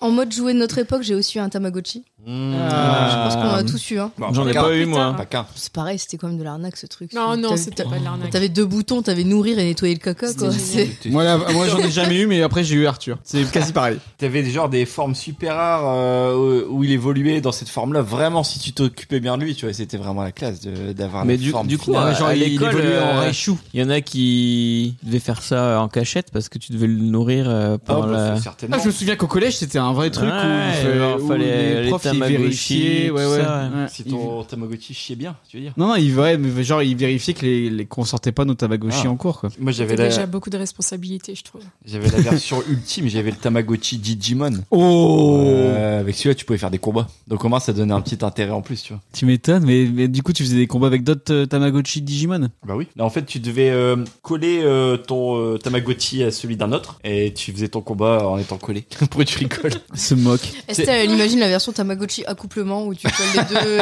Speaker 4: En mode jouet de notre époque, j'ai aussi eu un Tamagotchi.
Speaker 5: Mmh.
Speaker 3: Euh,
Speaker 2: Ah.
Speaker 4: Je pense qu'on en a tous eu, hein.
Speaker 5: Bon,
Speaker 3: J'en ai
Speaker 5: qu'un.
Speaker 3: pas eu, moi.
Speaker 5: Pas qu'un.
Speaker 4: C'est pareil, c'était quand même de l'arnaque ce truc.
Speaker 1: Non, non,
Speaker 4: T'avais-
Speaker 1: c'était pas de l'arnaque.
Speaker 4: T'avais deux boutons, t'avais nourrir et nettoyer le caca,
Speaker 1: C'était
Speaker 4: quoi.
Speaker 1: génial.
Speaker 4: C'est-
Speaker 2: Moi, là, moi j'en ai jamais eu, mais après j'ai eu Arthur. C'est quasi pareil.
Speaker 5: T'avais des- genre des formes super rares euh, où où il évoluait dans cette forme-là. Vraiment, si tu t'occupais bien de lui, tu vois, c'était vraiment la classe de- d'avoir
Speaker 3: Mais
Speaker 5: la
Speaker 3: du,
Speaker 5: forme
Speaker 3: du coup, euh,
Speaker 5: finale.
Speaker 3: à, à
Speaker 5: il- il
Speaker 3: l'école,
Speaker 5: évoluait en
Speaker 3: euh,
Speaker 5: Reich.
Speaker 3: il y en a qui devaient faire ça en cachette parce que tu devais le nourrir euh,
Speaker 5: Ah,
Speaker 3: pendant
Speaker 5: bah,
Speaker 3: la.
Speaker 5: c'est certainement.
Speaker 2: Ah, je me souviens qu'au collège, c'était un vrai truc
Speaker 3: Ouais,
Speaker 2: où, il
Speaker 3: alors, fallait
Speaker 2: les
Speaker 3: les
Speaker 2: profs ils
Speaker 3: Tamagotchi,
Speaker 2: vérifiaient.
Speaker 3: tout
Speaker 2: Ouais, ouais,
Speaker 3: ça, ouais.
Speaker 2: ouais.
Speaker 5: Si
Speaker 2: Ils-
Speaker 5: ton Tamagotchi chiait bien, tu veux dire.
Speaker 2: Non, non, ils, ouais, mais genre, ils vérifiaient que les, les- qu'on sortait pas nos Tamagotchi
Speaker 5: Ah.
Speaker 2: en cours, quoi.
Speaker 5: Moi, j'avais
Speaker 1: T'as
Speaker 5: la,
Speaker 1: déjà beaucoup de responsabilités, je trouve.
Speaker 5: j'avais la version ultime, j'avais le Tamagotchi Digimon.
Speaker 2: Oh!
Speaker 5: Euh, avec celui-là, tu pouvais faire des combats. Donc, au moins, ça donnait un petit intérêt en plus, tu vois.
Speaker 2: Tu m'étonnes, mais, mais du coup, tu faisais des combats avec d'autres euh, Tamagotchi Digimon.
Speaker 5: Bah oui. En fait, tu devais euh, coller euh, ton euh, Tamagotchi à celui d'un autre et tu faisais ton combat en étant collé. Pourquoi tu rigoles
Speaker 2: Se moque.
Speaker 4: Estelle, elle imagine la version Tamagotchi accouplement où tu colles les deux.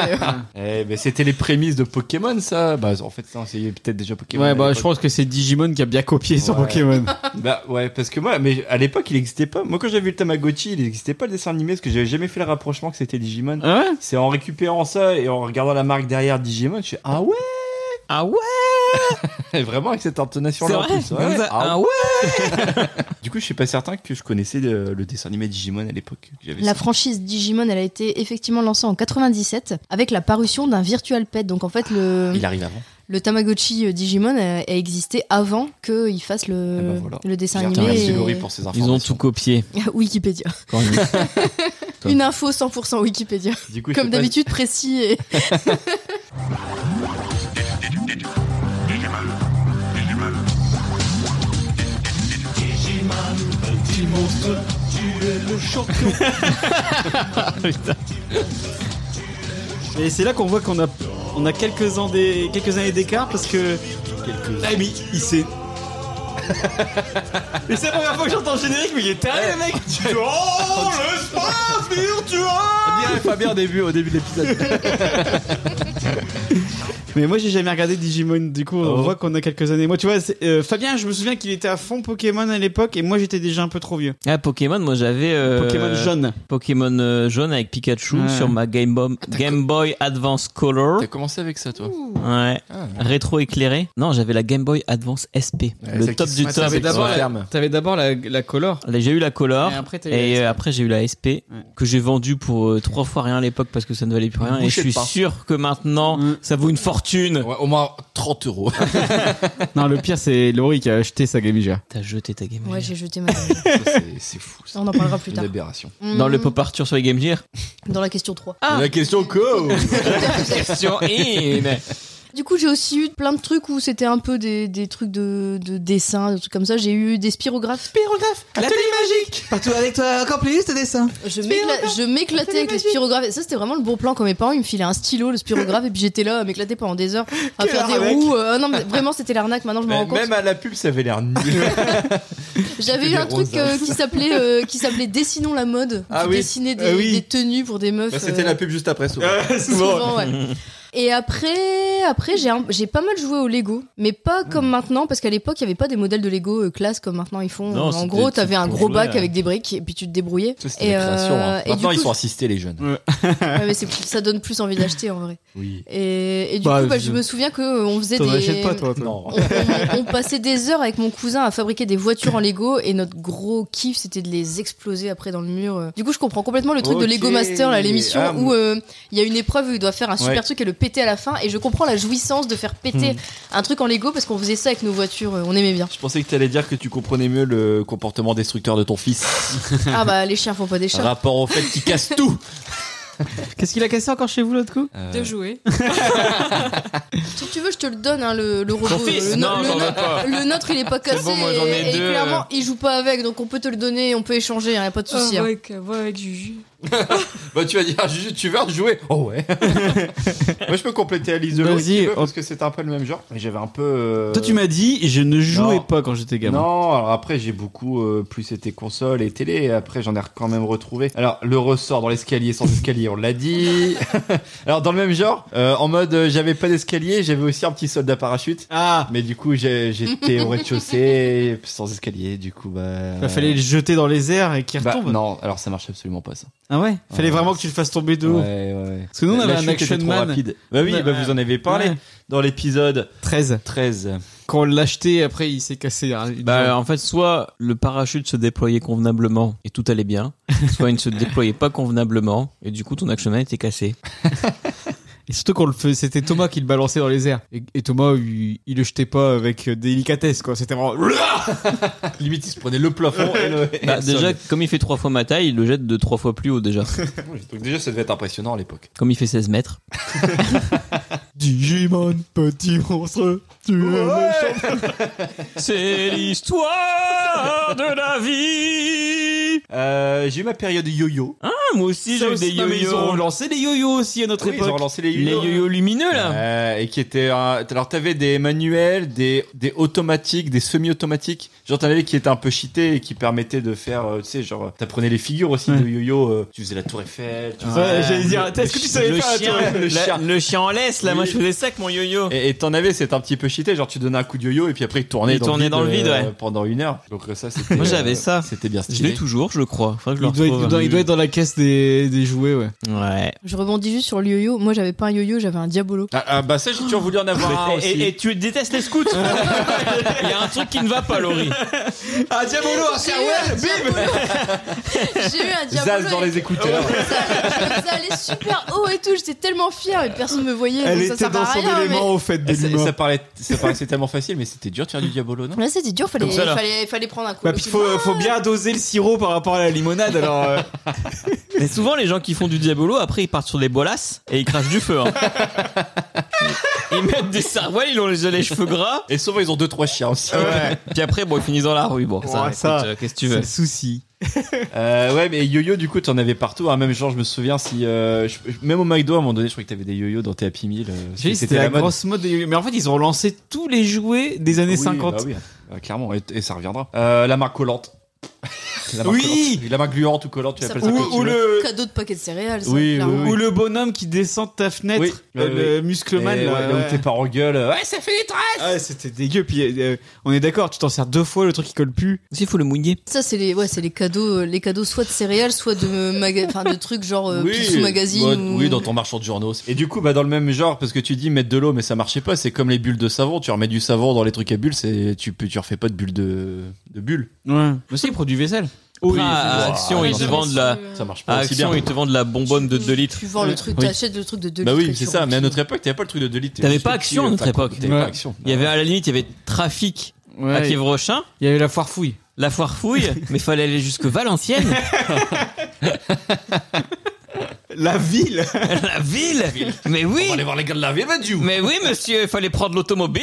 Speaker 4: et-
Speaker 5: Eh ben, c'était les prémices de Pokémon, ça. Bah en fait, non, c'est peut-être déjà Pokémon. à
Speaker 2: ouais, bah, je
Speaker 5: l'époque.
Speaker 2: pense que c'est Digimon qui a bien copié sur
Speaker 5: Ouais.
Speaker 2: Pokémon.
Speaker 5: Bah ouais, parce que moi, mais à l'époque, il n'existait pas. Moi, quand j'avais vu le Tamagotchi, il n'existait pas le dessin animé parce que j'avais jamais fait le rapprochement que c'était Digimon.
Speaker 2: Ah ouais?
Speaker 5: C'est en récupérant ça et en regardant la marque derrière Digimon, je suis ah ouais.
Speaker 3: Ah ouais
Speaker 5: Et vraiment avec cette intonation-là. en
Speaker 3: vrai
Speaker 5: plus, ouais.
Speaker 3: Comme ça,
Speaker 5: Ah
Speaker 3: un ouais
Speaker 5: Du coup, je suis pas certain que je connaissais euh, le dessin animé Digimon à l'époque. que j'avais
Speaker 4: La
Speaker 5: sorti.
Speaker 4: franchise Digimon, elle a été effectivement lancée en 97 avec la parution d'un Virtual Pet. Donc en fait, le,
Speaker 5: Il arrive avant.
Speaker 4: le Tamagotchi euh, Digimon a, a existé avant qu'il fasse le,
Speaker 5: Eh ben voilà.
Speaker 4: le dessin
Speaker 5: J'ai
Speaker 4: animé. euh,
Speaker 5: remercié
Speaker 4: et- Ah,
Speaker 5: Laurie pour ses
Speaker 3: Ils
Speaker 5: informations.
Speaker 3: ont tout copié.
Speaker 4: Wikipédia.
Speaker 3: Quand même.
Speaker 4: Une info 100% Wikipédia.
Speaker 5: Du coup, je
Speaker 4: Comme
Speaker 5: sais pas-
Speaker 4: d'habitude, précis et.
Speaker 2: Et c'est là qu'on voit qu'on a, on a quelques, ans des, quelques années d'écart parce que. Ah, mais il s'est. mais c'est la première fois que j'entends le générique, mais il est taré, le mec Oh, le sport, tu vois
Speaker 5: On dirait Fabien au début, au début de l'épisode.
Speaker 2: Mais moi, j'ai jamais regardé Digimon, du coup, on
Speaker 5: Oh.
Speaker 2: voit qu'on a quelques années. Moi, tu vois, c'est- euh, Fabien, je me souviens qu'il était à fond Pokémon à l'époque, et moi, j'étais déjà un peu trop vieux.
Speaker 3: Ah, Pokémon, moi j'avais. euh,
Speaker 2: Pokémon jaune.
Speaker 3: Pokémon euh, jaune avec Pikachu
Speaker 2: Ouais.
Speaker 3: sur ma Game, Boy- Game Boy Advance Color.
Speaker 5: T'as commencé avec ça, toi
Speaker 3: Ouais.
Speaker 5: Ah.
Speaker 3: Rétro éclairé. Non, j'avais la Game Boy Advance SP. le top du top.
Speaker 8: d'abord
Speaker 5: T'avais d'abord
Speaker 8: la-
Speaker 5: ferme.
Speaker 8: T'avais d'abord la, la color.
Speaker 3: Là, J'ai eu la Color.
Speaker 8: Et après, t'as eu la
Speaker 3: Et
Speaker 8: SP.
Speaker 3: euh, après, j'ai eu la SP que j'ai vendue pour euh, trois fois rien à l'époque parce que ça ne valait plus rien. Et
Speaker 5: bouchée
Speaker 3: je
Speaker 5: de
Speaker 3: suis
Speaker 5: pain. Mm.
Speaker 3: sûr que maintenant, ça vaut une fortune.
Speaker 5: Ouais, au moins 30 euros.
Speaker 8: non, le pire, c'est Laurie qui a acheté sa Game Gear.
Speaker 3: T'as jeté ta Game
Speaker 4: Ouais,
Speaker 3: Gear.
Speaker 4: j'ai jeté ma.
Speaker 5: Ça, c'est- c'est fou. ça.
Speaker 4: On en parlera plus
Speaker 5: Une
Speaker 4: tard.
Speaker 5: aberration.
Speaker 3: Dans le
Speaker 4: Hmm,
Speaker 3: pop Arthur sur les Game Gear.
Speaker 4: Dans la question 3.
Speaker 5: La question que
Speaker 3: Question in.
Speaker 4: Du coup, j'ai aussi eu plein de trucs où c'était un peu des, des trucs de, de dessin, des trucs comme ça. J'ai eu des spirographes.
Speaker 2: La télé magique Partout avec toi, encore plus de dessins
Speaker 4: Je m'écla- je m'éclatais avec les spirographes. Et ça, c'était vraiment le bon plan quand mes parents ils me filaient un stylo, le spirographe, et puis j'étais là à m'éclater pendant des heures, à
Speaker 2: Quelle
Speaker 4: faire des
Speaker 2: arnaque.
Speaker 4: roues. euh, non, mais vraiment, c'était l'arnaque. Maintenant, je me rends compte.
Speaker 5: Même à la pub, ça avait l'air nul.
Speaker 4: J'avais
Speaker 5: Des
Speaker 4: eu un truc
Speaker 5: rosaces.
Speaker 4: euh, qui s'appelait euh, qui s'appelait dessinons la mode.
Speaker 5: Ah
Speaker 4: Tu
Speaker 5: oui.
Speaker 4: dessinais des,
Speaker 5: Ah oui.
Speaker 4: des tenues pour des meufs.
Speaker 5: Bah, C'était
Speaker 4: euh,
Speaker 5: la pub juste après, souvent.
Speaker 4: souvent, ouais. Et après, après j'ai un- j'ai pas mal joué au Lego, mais pas comme maintenant, parce qu'à l'époque, il y avait pas des modèles de Lego euh, classe comme maintenant ils font.
Speaker 3: Non,
Speaker 4: en
Speaker 3: c'était-
Speaker 4: gros, t'avais un
Speaker 3: c'était
Speaker 4: gros
Speaker 3: pour
Speaker 4: bac
Speaker 3: jouer,
Speaker 4: avec des briques et puis tu te débrouillais.
Speaker 5: Ça, c'était
Speaker 4: Et,
Speaker 5: la création. hein.
Speaker 4: euh, et
Speaker 5: Maintenant,
Speaker 4: du
Speaker 5: ils
Speaker 4: coup,
Speaker 5: sont assistés, les jeunes.
Speaker 4: Ouais, mais c'est- ça donne plus envie d'acheter en vrai.
Speaker 5: Oui.
Speaker 4: Et, et du
Speaker 2: Bah,
Speaker 4: coup, bah,
Speaker 2: je-
Speaker 4: je me souviens que euh, on faisait
Speaker 2: T'en
Speaker 4: des.
Speaker 2: achètes pas, toi, toi.
Speaker 5: Non.
Speaker 4: On, on- on passait des heures avec mon cousin à fabriquer des voitures en Lego et notre gros kiff c'était de les exploser après dans le mur. Du coup, je comprends complètement le truc
Speaker 5: Ok.
Speaker 4: de Lego Master, là, l'émission
Speaker 5: Ah,
Speaker 4: où euh, il y a une épreuve où il doit faire un super
Speaker 5: Ouais.
Speaker 4: truc et le péter à la fin. Et je comprends la jouissance de faire péter
Speaker 3: Hmm.
Speaker 4: un truc en Lego parce qu'on faisait ça avec nos voitures, euh, on aimait bien.
Speaker 5: Je pensais que t'allais dire que tu comprenais mieux le comportement destructeur de ton fils.
Speaker 4: Ah bah, les chiens font pas des chats.
Speaker 5: Rapport au fait qu'il casse tout.
Speaker 4: Euh,
Speaker 2: Qu'est-ce qu'il a cassé encore chez vous, l'autre coup
Speaker 1: de jouer.
Speaker 4: Si tu veux, je te le donne, hein, le, le robot.
Speaker 3: fils
Speaker 4: le, no-
Speaker 3: Non,
Speaker 4: le
Speaker 3: j'en
Speaker 4: no-
Speaker 3: veux pas.
Speaker 4: le nôtre, il est pas cassé
Speaker 3: bon, moi, j'en ai
Speaker 4: et, et
Speaker 3: deux, euh.
Speaker 4: clairement, il joue pas avec donc on peut te le donner, on peut échanger, hein, y a pas de souci.
Speaker 1: Ah,
Speaker 4: hein.
Speaker 1: ouais, que- ouais, avec Juju.
Speaker 5: Bah, tu vas dire, ah, Juju, tu veux rejouer Oh ouais. Moi, je peux compléter à l'isolo
Speaker 2: Vas-y,
Speaker 5: si tu veux,
Speaker 2: on-
Speaker 5: parce que c'était un peu le même genre. Mais j'avais un peu. euh,
Speaker 2: Toi, tu m'as dit, je ne jouais
Speaker 5: non.
Speaker 2: pas quand j'étais gamin.
Speaker 5: Non, alors après j'ai beaucoup euh, plus été console et télé, et après j'en ai quand même retrouvé. Alors le ressort dans l'escalier sans escalier, on l'a dit. alors dans le même genre, euh, en mode euh, j'avais pas d'escalier, j'avais aussi un petit soldat parachute.
Speaker 2: Ah
Speaker 5: Mais du coup j'ai- j'étais au rez-de-chaussée sans escalier, du coup bah...
Speaker 2: Il fallait le jeter dans les airs et qu'il
Speaker 5: Bah,
Speaker 2: retombe.
Speaker 5: non, alors ça marche absolument pas ça.
Speaker 2: Ah ouais Fallait
Speaker 5: Ouais.
Speaker 2: vraiment que tu le fasses tomber de haut.
Speaker 5: Ouais, ouais.
Speaker 2: Parce que nous, on
Speaker 5: La-
Speaker 2: avait
Speaker 5: la
Speaker 2: un
Speaker 5: chute était
Speaker 2: Action
Speaker 5: trop
Speaker 2: Man.
Speaker 5: rapide. Bah oui,
Speaker 2: Ouais.
Speaker 5: bah, vous en avez parlé
Speaker 2: Ouais.
Speaker 5: dans l'épisode
Speaker 2: 13.
Speaker 5: 13.
Speaker 2: Quand on l'a acheté, après, il s'est cassé. hein, une jambe.
Speaker 3: Bah, en fait, soit le parachute se déployait convenablement et tout allait bien, soit il ne se déployait pas convenablement et du coup ton action man était cassé.
Speaker 2: Et surtout qu'on le fait, c'était Thomas qui le balançait dans les airs. Et, et Thomas, il, il le jetait pas avec euh, délicatesse, quoi. C'était vraiment.
Speaker 5: Limite il se prenait le plafond et le... et
Speaker 3: Bah,
Speaker 5: le
Speaker 3: déjà,
Speaker 5: sol.
Speaker 3: comme il fait trois fois ma taille, il le jette de trois fois plus haut déjà.
Speaker 5: Donc déjà ça devait être impressionnant à l'époque.
Speaker 3: Comme il fait 16 mètres.
Speaker 2: Digimon, petit monstre, tu es méchant.
Speaker 3: C'est l'histoire de la vie.
Speaker 5: Euh, j'ai eu ma période yo-yo.
Speaker 3: Ah, moi aussi
Speaker 2: Ça
Speaker 3: j'ai eu
Speaker 2: aussi,
Speaker 3: des
Speaker 2: non, mais Ils ont
Speaker 3: yo-yo.
Speaker 2: lancé les yo-yo aussi à notre
Speaker 5: Oui, ils ont
Speaker 2: époque.
Speaker 5: relancé les
Speaker 3: Les
Speaker 5: yo-yo.
Speaker 3: yo-yo lumineux
Speaker 2: Ah.
Speaker 3: là.
Speaker 5: Euh, et qui était euh, alors t'avais des manuels, des des automatiques, des semi-automatiques. Genre t'en avais qui étaient un peu cheatés et qui permettaient de faire, euh, tu sais, genre t'apprenais les figures aussi de yo-yo. euh, tu faisais la Tour Eiffel. Tu faisais
Speaker 2: Ouais, j'allais dire, est-ce que tu savais
Speaker 3: le
Speaker 2: faire la
Speaker 3: chien,
Speaker 2: tour
Speaker 5: Eiffel, le
Speaker 3: la-
Speaker 5: chien.
Speaker 3: le chien en laisse là.
Speaker 5: Oui.
Speaker 3: Moi je faisais ça avec mon yo-yo.
Speaker 5: Et et t'en avais, c'était un petit peu cheaté, genre tu donnais un coup de yo-yo et puis après il tournait,
Speaker 3: Il tournait dans le vide,
Speaker 5: euh,
Speaker 3: ouais.
Speaker 5: pendant une heure. Donc euh, ça, c'était.
Speaker 3: Moi, j'avais
Speaker 5: euh,
Speaker 3: ça.
Speaker 5: C'était bien
Speaker 3: Je
Speaker 5: stylé.
Speaker 3: l'ai toujours, je crois. Faudrait que je le
Speaker 2: Il doit, être,
Speaker 3: retrouve.
Speaker 2: il doit- il doit être dans la caisse des, des jouets, ouais.
Speaker 3: Ouais.
Speaker 4: Je rebondis juste sur le yo-yo. Moi, j'avais pas un yo-yo, j'avais un diabolo.
Speaker 5: Ah, ah, bah ça, j'ai toujours voulu en avoir un
Speaker 3: Et,
Speaker 5: aussi.
Speaker 3: et- et tu détestes les scouts Il y a un truc qui ne va pas, Laurie.
Speaker 7: Ah, Diabolo, un
Speaker 4: J'ai eu un diabolo. J'ai eu un diabolo.
Speaker 5: Zaz dans
Speaker 4: et-
Speaker 5: les écouteurs.
Speaker 4: ça, ça allait super haut et tout. J'étais tellement fière, mais personne me voyait.
Speaker 7: Elle
Speaker 4: donc ça
Speaker 7: était
Speaker 4: servait à
Speaker 7: dans son
Speaker 4: rien, mais-
Speaker 7: élément au fait
Speaker 5: Et
Speaker 7: des
Speaker 5: ça,
Speaker 7: humains.
Speaker 5: ça paraît, ça paraissait tellement facile, mais c'était dur de faire du diabolo, non
Speaker 4: Ouais, c'était dur, fallait,
Speaker 3: Comme ça, là.
Speaker 4: fallait, fallait prendre un coup.
Speaker 7: Bah, puis faut, euh, faut bien doser le sirop par rapport à la limonade, alors. euh,
Speaker 3: Mais souvent, les gens qui font du diabolo, après, ils partent sur des bolasses et ils crachent du feu. hein. Ils mettent des sarouels, ils ont les, les cheveux gras.
Speaker 5: Et souvent, ils ont deux trois chiens aussi.
Speaker 3: Ouais. Puis après, bon, ils finissent dans la rue. Bon,
Speaker 7: Ouais,
Speaker 3: ça,
Speaker 7: ça,
Speaker 3: écoute, euh, qu'est-ce que tu
Speaker 7: c'est
Speaker 3: veux
Speaker 7: le souci.
Speaker 5: Euh, ouais, mais yo-yo, du coup, t'en avais partout. Hein. Même genre, je me souviens, si euh, je- je- même au McDo, à un moment donné, je croyais que t'avais des yo-yo dans tes Happy Meal. euh, parce que
Speaker 2: J'ai dit, C'était la,
Speaker 5: mode.
Speaker 2: grosse mode. des- Mais en fait, ils ont relancé tous les jouets des années
Speaker 5: Oui,
Speaker 2: 50.
Speaker 5: bah oui, euh, clairement, et, et ça reviendra. Euh, la marque collante. La marque
Speaker 2: Oui.
Speaker 5: collante. La marque gluante ou collante, tu
Speaker 4: Ça
Speaker 5: appelles ça
Speaker 4: peut-
Speaker 5: comme tu veux.
Speaker 4: Ou-
Speaker 2: le,
Speaker 4: Cadeau de paquet de céréales, ça,
Speaker 5: bah Oui,
Speaker 4: clairement.
Speaker 2: ou le bonhomme qui descend de ta fenêtre,
Speaker 5: Oui, bah
Speaker 2: euh,
Speaker 5: oui,
Speaker 2: le muscleman.
Speaker 5: Et
Speaker 2: là,
Speaker 5: ouais, là où
Speaker 2: ouais.
Speaker 5: tes parents gueulent. euh, Ouais, c'est
Speaker 2: Ah, c'était dégueu. Puis euh, on est d'accord, tu t'en sers deux fois, le truc il colle plus.
Speaker 3: Aussi, il faut le mouiller.
Speaker 4: Ça, c'est les, ouais, c'est les cadeaux, euh, les cadeaux soit de céréales, soit de, maga- enfin, de trucs genre euh, Picsou magazine.
Speaker 5: ouais,
Speaker 4: ou-
Speaker 5: bah, oui, dans ton marchand de journaux. Et du coup, bah, dans le même genre, parce que tu dis mettre de l'eau, mais ça marchait pas. C'est comme les bulles de savon. Tu remets du savon dans les trucs à bulles, c'est tu peux, tu refais pas de bulles de, de bulles.
Speaker 2: Ouais. Mais c'est produits vaisselle.
Speaker 3: Après, à Action,
Speaker 5: Ouais,
Speaker 3: ils te
Speaker 5: j'avais
Speaker 3: vendent la.
Speaker 5: Ça marche
Speaker 3: à
Speaker 5: pas aussi
Speaker 3: Action,
Speaker 5: bien.
Speaker 3: ils te vendent la bonbonne de 2 litres.
Speaker 4: Tu vends le truc, t'achètes le truc de 2
Speaker 5: Bah
Speaker 4: litres.
Speaker 5: oui,
Speaker 4: et
Speaker 5: c'est
Speaker 4: tu
Speaker 5: ça. Mais à
Speaker 4: remplis.
Speaker 5: notre époque, t'avais pas le truc de 2 litres.
Speaker 3: T'avais
Speaker 5: Juste
Speaker 3: pas
Speaker 5: le
Speaker 3: Action
Speaker 5: petit,
Speaker 3: à
Speaker 5: euh,
Speaker 3: notre
Speaker 5: t'as-
Speaker 3: époque.
Speaker 5: T'avais pas
Speaker 2: Ouais.
Speaker 5: action.
Speaker 3: Il y avait à la limite, il y avait Trafic à
Speaker 2: Ouais, il
Speaker 3: Kivrochin,
Speaker 2: il y avait la foire fouille.
Speaker 3: la foire fouille, mais fallait aller jusque Valenciennes,
Speaker 7: La ville
Speaker 3: la ville. Mais oui,
Speaker 5: On va aller voir les gars de la ville, bah, du.
Speaker 3: mais oui, monsieur, il fallait prendre l'automobile,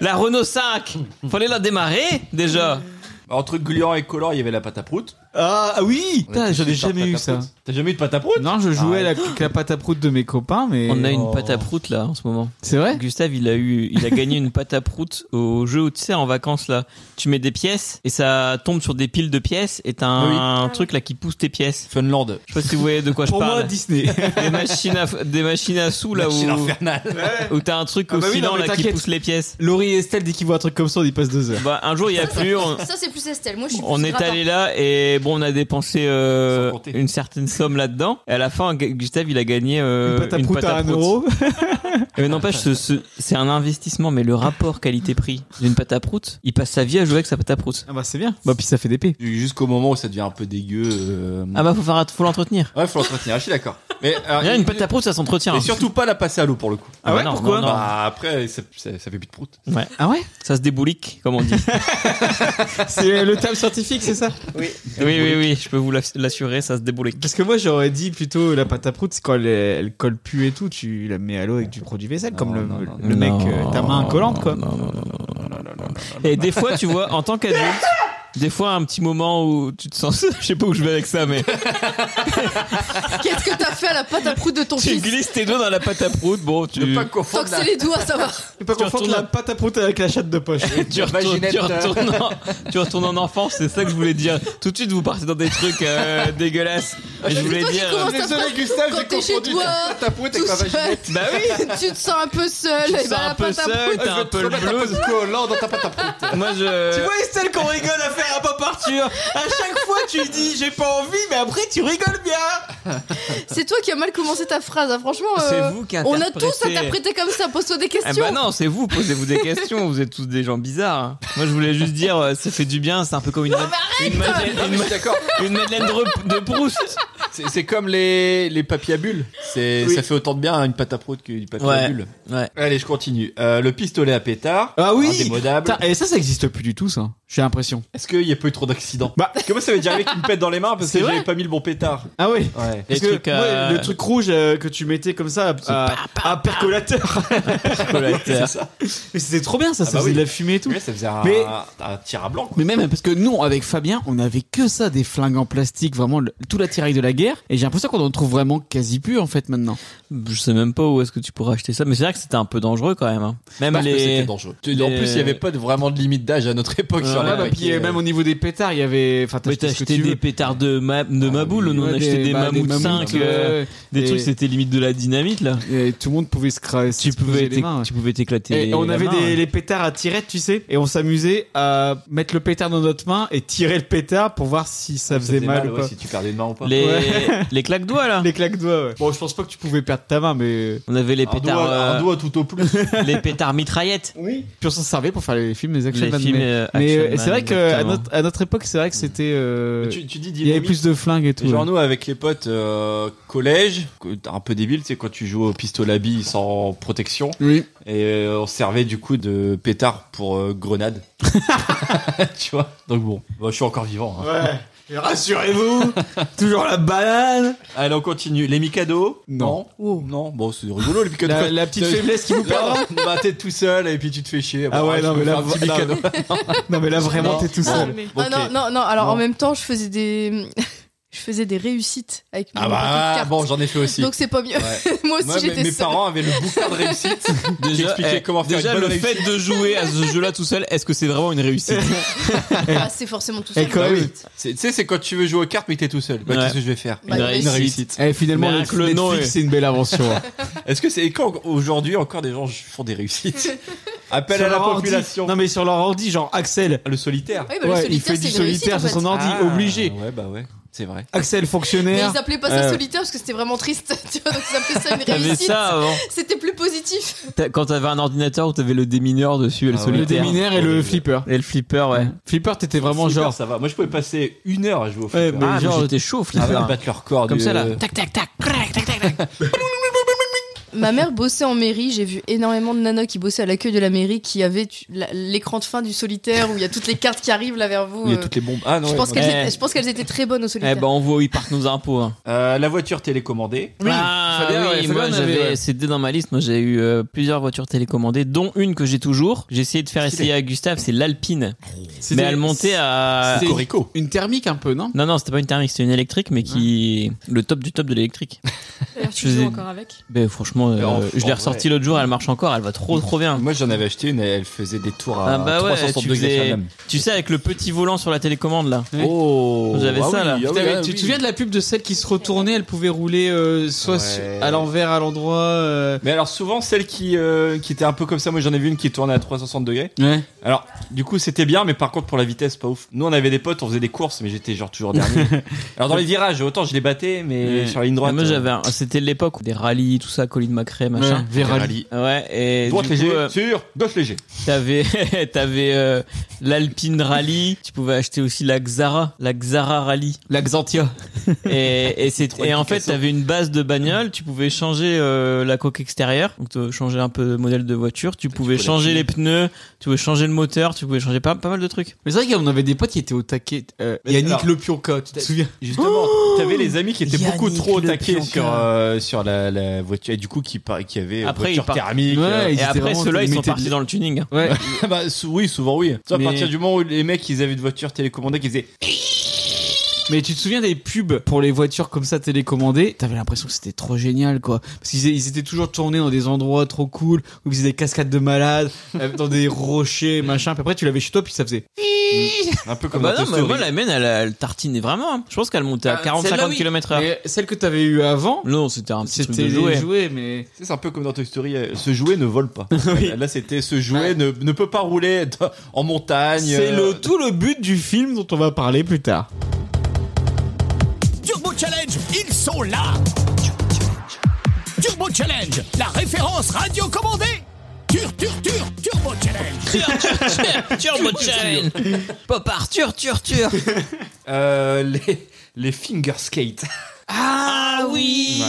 Speaker 3: la Renault 5, fallait la démarrer déjà.
Speaker 5: Bah, Entre gluant et collant, il y avait la pâte à prout.
Speaker 7: Ah ah oui
Speaker 5: On était
Speaker 2: j'en ai
Speaker 5: tous sur
Speaker 2: jamais
Speaker 5: pâte
Speaker 2: eu
Speaker 5: à
Speaker 2: ça.
Speaker 5: prout. T'as jamais eu de pâte à prout
Speaker 2: Non, je jouais avec la, avec la pâte à prout de mes copains, mais.
Speaker 3: On a une pâte à prout là en ce moment.
Speaker 2: C'est vrai
Speaker 3: Gustave, il a eu, il a gagné une pâte à prout au jeu où tu sais en vacances là, tu mets des pièces et ça tombe sur des piles de pièces et t'as un truc là qui pousse tes pièces.
Speaker 5: Funland.
Speaker 3: Je sais pas si vous voyez de quoi je
Speaker 2: Pour moi,
Speaker 3: parle.
Speaker 2: Disney.
Speaker 3: des machines à, f- des machines à sous là
Speaker 5: Machine
Speaker 3: où,
Speaker 5: infernale.
Speaker 3: où t'as un truc
Speaker 2: Ah
Speaker 3: au
Speaker 2: bah oui,
Speaker 3: silant
Speaker 2: non, mais
Speaker 3: là qui
Speaker 2: t'inquiète.
Speaker 3: pousse les pièces.
Speaker 2: Laurie et Estelle, dès qu'ils voient un truc comme ça, on y passe deux heures.
Speaker 3: Bah un jour il y a plus, on,
Speaker 4: Ça, c'est plus Estelle. Moi, je suis
Speaker 3: on
Speaker 4: plus
Speaker 3: est
Speaker 4: gratin.
Speaker 3: allé là et bon on a dépensé euh,
Speaker 5: Sans compter.
Speaker 3: une certaine somme là-dedans. Et à la fin Gu- Gustave il a gagné euh,
Speaker 2: une pâte à prout à un
Speaker 3: prout.
Speaker 2: euro.
Speaker 3: Mais n'empêche ce- ce- c'est un investissement mais le rapport qualité-prix d'une pâte à prout, il passe sa vie à jouer avec sa pâte à prout.
Speaker 2: Ah bah c'est bien. Bah puis ça fait des p.
Speaker 5: Jusqu'au moment où ça devient un peu dégueu. euh,
Speaker 3: Ah bah faut faire att- faut l'entretenir.
Speaker 5: Ouais, faut l'entretenir, je suis d'accord. Mais alors,
Speaker 3: Rien,
Speaker 5: il-
Speaker 3: une pâte à prout ça s'entretient.
Speaker 5: Ah, Et surtout pas la passer à l'eau pour le coup.
Speaker 3: Ah ouais, pourquoi
Speaker 5: Bah après, ça, ça- ça fait plus de prout.
Speaker 2: Ah ouais
Speaker 3: Ça se déboulique comme on dit.
Speaker 2: C'est le terme scientifique, c'est ça
Speaker 3: oui oui oui, je peux vous l'ass- l'assurer, ça se déboulique.
Speaker 2: Parce que moi j'aurais dit plutôt la pâte à prout, c'est quand elle, elle colle plus et tout, tu la mets à l'eau avec du produit vaisselle, comme le, le mec, euh, ta main collante quoi.
Speaker 3: Et des fois, tu vois, en tant qu'adulte, des fois, un petit moment où tu te sens. Je sais pas où je vais avec ça, mais.
Speaker 4: Qu'est-ce que t'as fait à la pâte à prout de ton
Speaker 3: Tu
Speaker 4: fils
Speaker 3: glisses tes doigts dans la pâte à prout, bon, tu.
Speaker 5: Ne pas
Speaker 4: Tant
Speaker 5: confondre
Speaker 4: que
Speaker 5: la-
Speaker 4: c'est les doigts, ça va.
Speaker 2: Et pas
Speaker 3: Tu
Speaker 2: confondre
Speaker 3: retournes
Speaker 2: la pâte à prout avec la chatte de poche.
Speaker 3: Tu retournes, tu, retournes
Speaker 7: euh.
Speaker 3: en, tu retournes en enfance, c'est ça que je voulais dire. Tout de suite, vous partez dans des trucs euh, dégueulasses. Et je voulais
Speaker 4: toi qui
Speaker 3: dire.
Speaker 4: commences à
Speaker 5: Désolé,
Speaker 4: prendre-
Speaker 5: Gustave,
Speaker 4: quand
Speaker 5: j'ai
Speaker 4: t'es chez
Speaker 5: confondu
Speaker 4: toi,
Speaker 5: ta pâte à prout avec
Speaker 4: tout
Speaker 5: ma
Speaker 4: seul,
Speaker 5: vaginette.
Speaker 3: Bah oui,
Speaker 4: tu te sens un peu seul.
Speaker 3: tu te
Speaker 4: et
Speaker 3: sens
Speaker 4: bah,
Speaker 3: un
Speaker 4: la
Speaker 3: peu
Speaker 4: pâte à
Speaker 3: seul,
Speaker 4: prout.
Speaker 3: t'as un peu le blues.
Speaker 5: collant dans ta pâte à prout.
Speaker 3: Moi, je.
Speaker 7: Tu vois Estelle qu'on rigole à faire un pop Arthur À chaque fois tu dis j'ai pas envie mais après tu rigoles bien
Speaker 4: C'est toi qui as mal commencé ta phrase, hein. franchement. euh,
Speaker 3: C'est vous qui
Speaker 4: On a
Speaker 3: interprétez.
Speaker 4: tous interprété comme ça, pose-toi des
Speaker 3: Ah
Speaker 4: questions.
Speaker 3: bah non, c'est vous, posez-vous des questions, vous êtes tous des gens bizarres. hein. Moi, je voulais juste dire, euh, ça fait du bien, c'est un peu comme une, ma- une, madeleine,
Speaker 5: Non, mais je suis d'accord.
Speaker 3: une- une madeleine de, de Proust.
Speaker 5: C'est c'est comme les, les papiers à bulles. C'est- Ça fait autant de bien à une pâte à prout qu'une papier
Speaker 3: Ouais.
Speaker 5: à bulles.
Speaker 3: Ouais.
Speaker 5: Allez, je continue. Euh, le pistolet à pétard.
Speaker 2: Ah oui
Speaker 5: Indémodable.
Speaker 2: Putain, Et ça, ça existe plus du tout, ça. J'ai l'impression.
Speaker 5: Est-ce qu'il y a pas eu trop d'accidents
Speaker 2: Bah.
Speaker 5: Comment ça veut dire mec qui me pète dans les mains parce que
Speaker 2: C'est vrai
Speaker 5: j'avais pas mis le bon pétard
Speaker 2: Ah oui.
Speaker 5: Ouais.
Speaker 3: Les
Speaker 2: Parce que
Speaker 3: trucs, euh,
Speaker 2: moi, le truc rouge euh, que tu mettais comme ça à, à- à percolateur. Ah
Speaker 5: C'est ça.
Speaker 2: Mais c'était trop bien, ça, ça
Speaker 5: bah
Speaker 2: faisait
Speaker 5: oui.
Speaker 2: de la fumée et tout.
Speaker 5: Ouais, ça faisait un,
Speaker 2: Mais-
Speaker 5: un tir à blanc. Quoi.
Speaker 2: Mais même parce que nous, avec Fabien, on avait que ça, des flingues en plastique, vraiment le- tout l'attirail de la guerre. Et j'ai l'impression qu'on en trouve vraiment quasi plus en fait maintenant.
Speaker 3: Je sais même pas où est-ce que tu pourrais acheter ça, mais c'est vrai que c'était un peu dangereux quand même. hein. Même
Speaker 5: Parce que
Speaker 3: les.
Speaker 5: c'était dangereux. En plus, il n'y avait pas de- vraiment de limite d'âge à notre époque sur
Speaker 3: ouais,
Speaker 2: là,
Speaker 3: ouais,
Speaker 2: puis euh,
Speaker 5: ouais. euh,
Speaker 2: même au niveau des pétards, il y avait. Enfin,
Speaker 3: Mais t'as
Speaker 2: ce que
Speaker 3: acheté
Speaker 2: tu
Speaker 3: des
Speaker 2: veux.
Speaker 3: pétards de, ma de maboule, nous on
Speaker 2: Ouais,
Speaker 3: achetait Ah des,
Speaker 2: bah,
Speaker 3: mammouths 5, euh,
Speaker 2: ouais.
Speaker 3: des
Speaker 2: Et-
Speaker 3: trucs c'était limite de la dynamite là.
Speaker 2: Et tout le monde pouvait se cra-
Speaker 3: euh, Tu
Speaker 2: se poser
Speaker 3: pouvais,
Speaker 2: les
Speaker 3: t'éc-
Speaker 2: mains, ouais.
Speaker 3: tu pouvais t'éclater.
Speaker 2: Et on
Speaker 3: la
Speaker 2: avait
Speaker 3: main,
Speaker 2: des,
Speaker 3: ouais.
Speaker 2: les pétards à tirette, tu sais, et on s'amusait à mettre le pétard dans notre main et tirer le pétard pour voir si ça faisait mal, ou
Speaker 5: ouais,
Speaker 2: pas.
Speaker 5: si tu perdais une main ou pas.
Speaker 3: les, hein. les claques doigts là.
Speaker 2: Les claques doigts, ouais. Bon, je pense pas que tu pouvais perdre ta main, mais
Speaker 3: On avait les
Speaker 5: Un
Speaker 3: pétards,
Speaker 5: doigt,
Speaker 3: euh,
Speaker 5: un doigt tout au plus.
Speaker 3: les pétards mitraillettes.
Speaker 2: puis on s'en servait pour faire les films, les action
Speaker 3: les
Speaker 2: man,
Speaker 3: films.
Speaker 2: mais-
Speaker 3: euh,
Speaker 2: Mais
Speaker 3: Action
Speaker 2: euh, c'est
Speaker 3: Man,
Speaker 2: vrai qu'à
Speaker 3: exactement.
Speaker 2: notre, à notre époque, c'est vrai que c'était. euh,
Speaker 5: tu, tu dis
Speaker 2: Il y avait
Speaker 5: dynamite.
Speaker 2: plus de flingues et tout.
Speaker 5: Et Genre
Speaker 2: ouais.
Speaker 5: nous avec les potes euh, collège, que t'es un peu débile, tu sais quand tu joues au pistolet à billes sans protection
Speaker 2: Oui.
Speaker 5: et euh, on servait du coup de pétard pour euh, grenade. tu vois. Donc bon, bah, je suis encore vivant. hein.
Speaker 2: Ouais. Rassurez-vous,
Speaker 3: Oh,
Speaker 2: toujours la banane.
Speaker 5: Allez, on continue. Les Mikado
Speaker 2: Non.
Speaker 5: Non, Non. Bon, c'est rigolo les Mikado.
Speaker 2: euh, La, la petite faiblesse qui vous
Speaker 5: Là,
Speaker 2: parle.
Speaker 5: bah t'es tout seul et puis tu te fais chier.
Speaker 2: Ah
Speaker 5: Bon,
Speaker 2: ouais,
Speaker 5: je
Speaker 2: non,
Speaker 5: peux
Speaker 2: mais là,
Speaker 5: faire un petit
Speaker 2: là-
Speaker 5: Mikado.
Speaker 2: Non mais là vraiment
Speaker 5: Non.
Speaker 2: t'es tout
Speaker 1: Ah,
Speaker 2: seul.
Speaker 1: mais-
Speaker 4: Ah
Speaker 5: Ok.
Speaker 4: non, non, non, alors
Speaker 2: Non.
Speaker 4: en même temps, je faisais des. je faisais des réussites avec mon
Speaker 5: Ah
Speaker 4: paquet de
Speaker 5: bah
Speaker 4: cartes.
Speaker 5: bon, j'en ai fait aussi.
Speaker 4: Donc c'est pas mieux.
Speaker 5: Ouais.
Speaker 4: Moi aussi
Speaker 5: Moi, mes-
Speaker 4: j'étais
Speaker 5: mes
Speaker 4: seule.
Speaker 5: parents avaient le bouquin de réussite qui
Speaker 3: Déjà,
Speaker 5: expliquait
Speaker 3: eh,
Speaker 5: comment faire
Speaker 3: déjà
Speaker 5: une
Speaker 3: le
Speaker 5: bonne réussite.
Speaker 3: fait de jouer à ce jeu-là tout seul, est-ce que c'est vraiment une réussite
Speaker 4: Ah, c'est forcément tout
Speaker 2: Et
Speaker 4: seul.
Speaker 2: quand
Speaker 4: Bah
Speaker 2: même-
Speaker 4: oui.
Speaker 5: C'est- Tu sais, c'est quand tu veux jouer aux cartes mais que t'es tout seul. Bah,
Speaker 3: Ouais.
Speaker 5: Qu'est-ce que je vais faire
Speaker 4: Bah,
Speaker 3: Une réussite.
Speaker 2: Eh, finalement
Speaker 3: Mais
Speaker 2: le
Speaker 3: avec le
Speaker 2: Netflix,
Speaker 3: nom, ouais.
Speaker 2: c'est une belle invention. hein.
Speaker 5: Est-ce que c'est quand aujourd'hui encore des gens font des réussites Appel
Speaker 2: Sur
Speaker 5: à la
Speaker 2: leur ordi.
Speaker 5: population. Ah,
Speaker 2: Non mais sur leur ordi genre Axel.
Speaker 5: Le solitaire.
Speaker 4: Oui, bah, le
Speaker 2: Ouais, il
Speaker 4: solitaire,
Speaker 2: fait
Speaker 4: c'est
Speaker 2: du
Speaker 4: une réussite.
Speaker 2: solitaire
Speaker 4: en
Speaker 2: sur
Speaker 4: fait.
Speaker 2: son ordi
Speaker 5: Ah,
Speaker 2: obligé.
Speaker 5: Ouais, bah ouais, c'est vrai.
Speaker 2: Axel
Speaker 4: Mais
Speaker 2: fonctionnaire.
Speaker 4: ils appelaient pas ça
Speaker 2: Euh.
Speaker 4: solitaire parce que c'était vraiment triste. Tu vois, donc ils appelaient ça une
Speaker 3: T'avais
Speaker 4: réussite.
Speaker 3: ça avant.
Speaker 4: C'était plus positif.
Speaker 3: T'as- Quand t'avais un ordinateur où t'avais le démineur dessus et le
Speaker 5: Ah ouais.
Speaker 2: Le
Speaker 3: solitaire.
Speaker 2: démineur Ah, et le flipper.
Speaker 3: Et le flipper, ouais.
Speaker 2: Flipper t'étais vraiment
Speaker 5: Flipper,
Speaker 2: genre
Speaker 5: ça va. Moi, je pouvais passer une heure à jouer au
Speaker 2: Ouais,
Speaker 5: flipper.
Speaker 2: mais
Speaker 3: Ah, mais
Speaker 2: genre-
Speaker 3: j'étais chaud, au
Speaker 5: Ah,
Speaker 3: flipper. Euh,
Speaker 5: ouais, battre leur corps euh,
Speaker 3: Comme
Speaker 5: du-
Speaker 3: ça, là.
Speaker 1: Tac, tac, tac, crac, tac, tac, tac.
Speaker 4: Ma mère bossait en mairie. J'ai vu énormément de nanas qui bossaient à l'accueil de la mairie qui avaient tu- la- l'écran de fin du solitaire où il y a toutes les cartes qui arrivent là vers vous.
Speaker 5: Il y a
Speaker 4: euh.
Speaker 5: toutes les bombes. Ah non.
Speaker 4: Je
Speaker 5: ouais,
Speaker 4: pense
Speaker 5: non.
Speaker 4: qu'elles
Speaker 3: Eh.
Speaker 4: étaient- je pense qu'elles étaient très bonnes au
Speaker 3: Eh
Speaker 4: solitaire.
Speaker 3: ben, on voit où ils partent nos impôts. hein.
Speaker 5: Euh, la voiture télécommandée.
Speaker 3: ah,
Speaker 2: Fabien, ouais,
Speaker 3: oui,
Speaker 2: Fabien
Speaker 3: moi
Speaker 2: en avait,
Speaker 3: j'avais,
Speaker 2: ouais.
Speaker 3: c'était dans ma liste. Moi j'ai eu euh, plusieurs voitures télécommandées, dont une que j'ai toujours. J'ai essayé de faire
Speaker 5: Stylé.
Speaker 3: essayer à Gustave, c'est l'Alpine.
Speaker 2: c'était-
Speaker 3: Mais elle montait
Speaker 5: Euh,
Speaker 3: à.
Speaker 2: c'était-
Speaker 5: Corico.
Speaker 2: une thermique un peu, non
Speaker 3: Non, non, c'était pas une thermique, c'était une électrique, mais qui. Le top du top de l'électrique.
Speaker 1: D'ailleurs, tu
Speaker 3: Je
Speaker 1: joues
Speaker 3: faisais-
Speaker 1: encore avec
Speaker 3: Ben, franchement, euh,
Speaker 5: Alors,
Speaker 3: je
Speaker 5: en
Speaker 3: l'ai
Speaker 5: vrai.
Speaker 3: ressortie l'autre jour, elle marche encore, elle va trop trop bien.
Speaker 5: Moi, j'en avais acheté une. Elle faisait des tours à
Speaker 3: Ah bah ouais,
Speaker 5: 360
Speaker 3: tu
Speaker 5: degrés.
Speaker 3: faisais-
Speaker 5: quand même.
Speaker 3: Tu sais, avec le petit volant sur la télécommande là.
Speaker 2: Ouais.
Speaker 5: Oh.
Speaker 3: J'avais
Speaker 5: ah
Speaker 3: ça,
Speaker 5: oui,
Speaker 3: là.
Speaker 5: ah oui,
Speaker 2: T'avais-
Speaker 5: ah
Speaker 2: tu te
Speaker 5: oui.
Speaker 2: souviens de la pub de celle qui se retournait, elle pouvait rouler euh, soit sur-
Speaker 5: Ouais.
Speaker 2: à l'envers, à l'endroit. euh,
Speaker 5: Mais alors souvent celle qui euh, qui était un peu comme ça, moi j'en ai vu une qui tournait à 360 degrés.
Speaker 2: Ouais.
Speaker 5: Alors, du coup, c'était bien, mais par contre, pour la vitesse, pas ouf. Nous, on avait des potes, on faisait des courses, mais j'étais genre toujours dernier. Alors, dans les virages, autant je les battais, mais
Speaker 3: Ouais.
Speaker 5: sur la ligne
Speaker 3: Ah,
Speaker 5: droite.
Speaker 3: moi
Speaker 5: euh,
Speaker 3: j'avais, un- c'était l'époque où des rallyes, tout ça, colis de macré, machin.
Speaker 5: Ferrari.
Speaker 3: Ouais, et
Speaker 5: Droite
Speaker 3: du coup,
Speaker 5: léger,
Speaker 3: euh,
Speaker 5: sur, gauche léger.
Speaker 3: T'avais, t'avais euh, l'Alpine Rally. Tu pouvais acheter aussi la Xara, la Xara Rally. La Xantia. Et, et, c'est, et en fait, t'avais une base de bagnole. Tu pouvais changer euh, la coque extérieure, donc euh, changer un peu le modèle de voiture. Tu pouvais
Speaker 5: pouvais
Speaker 3: changer
Speaker 5: l'affiner.
Speaker 3: les pneus. Tu pouvais changer le moteur. Tu pouvais changer pas, pas mal de trucs.
Speaker 2: Mais c'est vrai qu'on avait des potes qui étaient au taquet. euh,
Speaker 5: Mais
Speaker 2: Yannick
Speaker 5: alors-
Speaker 2: Le Pionca, tu te souviens
Speaker 5: Justement, t'avais les amis qui étaient
Speaker 3: Oh Yannick
Speaker 5: beaucoup trop
Speaker 3: Le
Speaker 5: attaqués
Speaker 3: Pionka.
Speaker 5: sur, euh, sur la, la voiture, et du coup, qui, par- qui avait voiture
Speaker 3: Après, ils partent.
Speaker 5: thermique.
Speaker 2: Ouais,
Speaker 5: euh,
Speaker 2: ils
Speaker 3: Et
Speaker 2: étaient
Speaker 3: après,
Speaker 2: vraiment-
Speaker 3: ceux-là,
Speaker 2: ils
Speaker 3: ils sont
Speaker 2: mettaient
Speaker 3: partis
Speaker 2: de-
Speaker 3: dans le tuning. hein.
Speaker 2: Ouais.
Speaker 5: bah, sou- oui, souvent, oui. Soit
Speaker 2: Mais-
Speaker 5: à partir du moment où les mecs, ils avaient une voiture télécommandée, qui faisaient
Speaker 2: Mais tu te souviens des pubs pour les voitures comme ça télécommandées T'avais l'impression que c'était trop génial, quoi. Parce qu'ils ils étaient toujours tournés dans des endroits trop cool, où ils faisaient des cascades de malades, euh, dans des rochers, machin. Puis après, tu l'avais chez toi, puis ça faisait.
Speaker 5: un peu
Speaker 3: Ah
Speaker 5: comme
Speaker 3: bah
Speaker 5: dans
Speaker 3: non,
Speaker 5: Toy
Speaker 3: mais
Speaker 5: Story.
Speaker 3: moi, la mienne, elle, elle tartinait vraiment. hein. Je pense qu'elle montait à
Speaker 2: Ah,
Speaker 3: 40-50
Speaker 2: celle-là, oui.
Speaker 3: km h
Speaker 2: Mais celle que t'avais eu avant,
Speaker 3: Non, c'était un petit truc
Speaker 2: c'était
Speaker 3: de jouet.
Speaker 2: les jouets, mais.
Speaker 5: Tu sais, C'est un peu comme dans Toy Story, euh, ce jouet ne vole pas. Là, c'était ce jouet
Speaker 2: Ouais.
Speaker 5: ne, ne peut pas rouler dans- en montagne.
Speaker 2: C'est
Speaker 5: euh,
Speaker 2: le, tout le but du film dont on va parler plus tard.
Speaker 9: Turbo Challenge, ils sont là Turbo Challenge, la référence radio commandée Tur, tur, tur, Turbo Challenge
Speaker 3: Turbo Chain Pop Art, tur, tur, tur
Speaker 5: Euh, les, les finger skate.
Speaker 3: Ah oui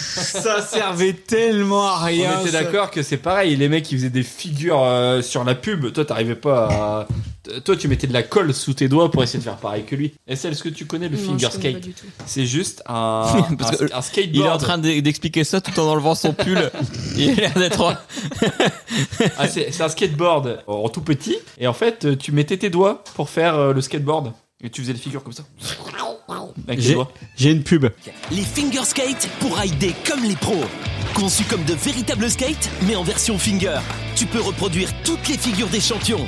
Speaker 2: ça servait tellement à
Speaker 5: On
Speaker 2: rien.
Speaker 5: était
Speaker 2: ça.
Speaker 5: d'accord que c'est pareil, les mecs ils faisaient des figures euh, sur la pub. Toi t'arrivais pas à. T- Toi tu mettais de la colle sous tes doigts pour essayer de faire pareil que lui. Et celle, est-ce que tu connais le
Speaker 1: Non,
Speaker 5: finger
Speaker 1: je connais pas
Speaker 5: skate
Speaker 1: du tout.
Speaker 5: C'est juste un,
Speaker 3: Parce
Speaker 5: un-
Speaker 3: que
Speaker 5: un skateboard.
Speaker 3: Il est en train d'e- d'expliquer ça tout en enlevant son pull. Il a l'air d'être.
Speaker 5: Ah, c'est c'est un skateboard en tout petit. Et en fait tu mettais tes doigts pour faire euh, le skateboard. Et tu faisais les figures comme ça. Avec tes
Speaker 2: J'ai-
Speaker 5: doigts.
Speaker 2: J'ai une pub.
Speaker 9: Les fingerskates pour rider comme les pros Conçus comme de véritables skates, mais en version finger. Tu peux reproduire toutes les figures des champions.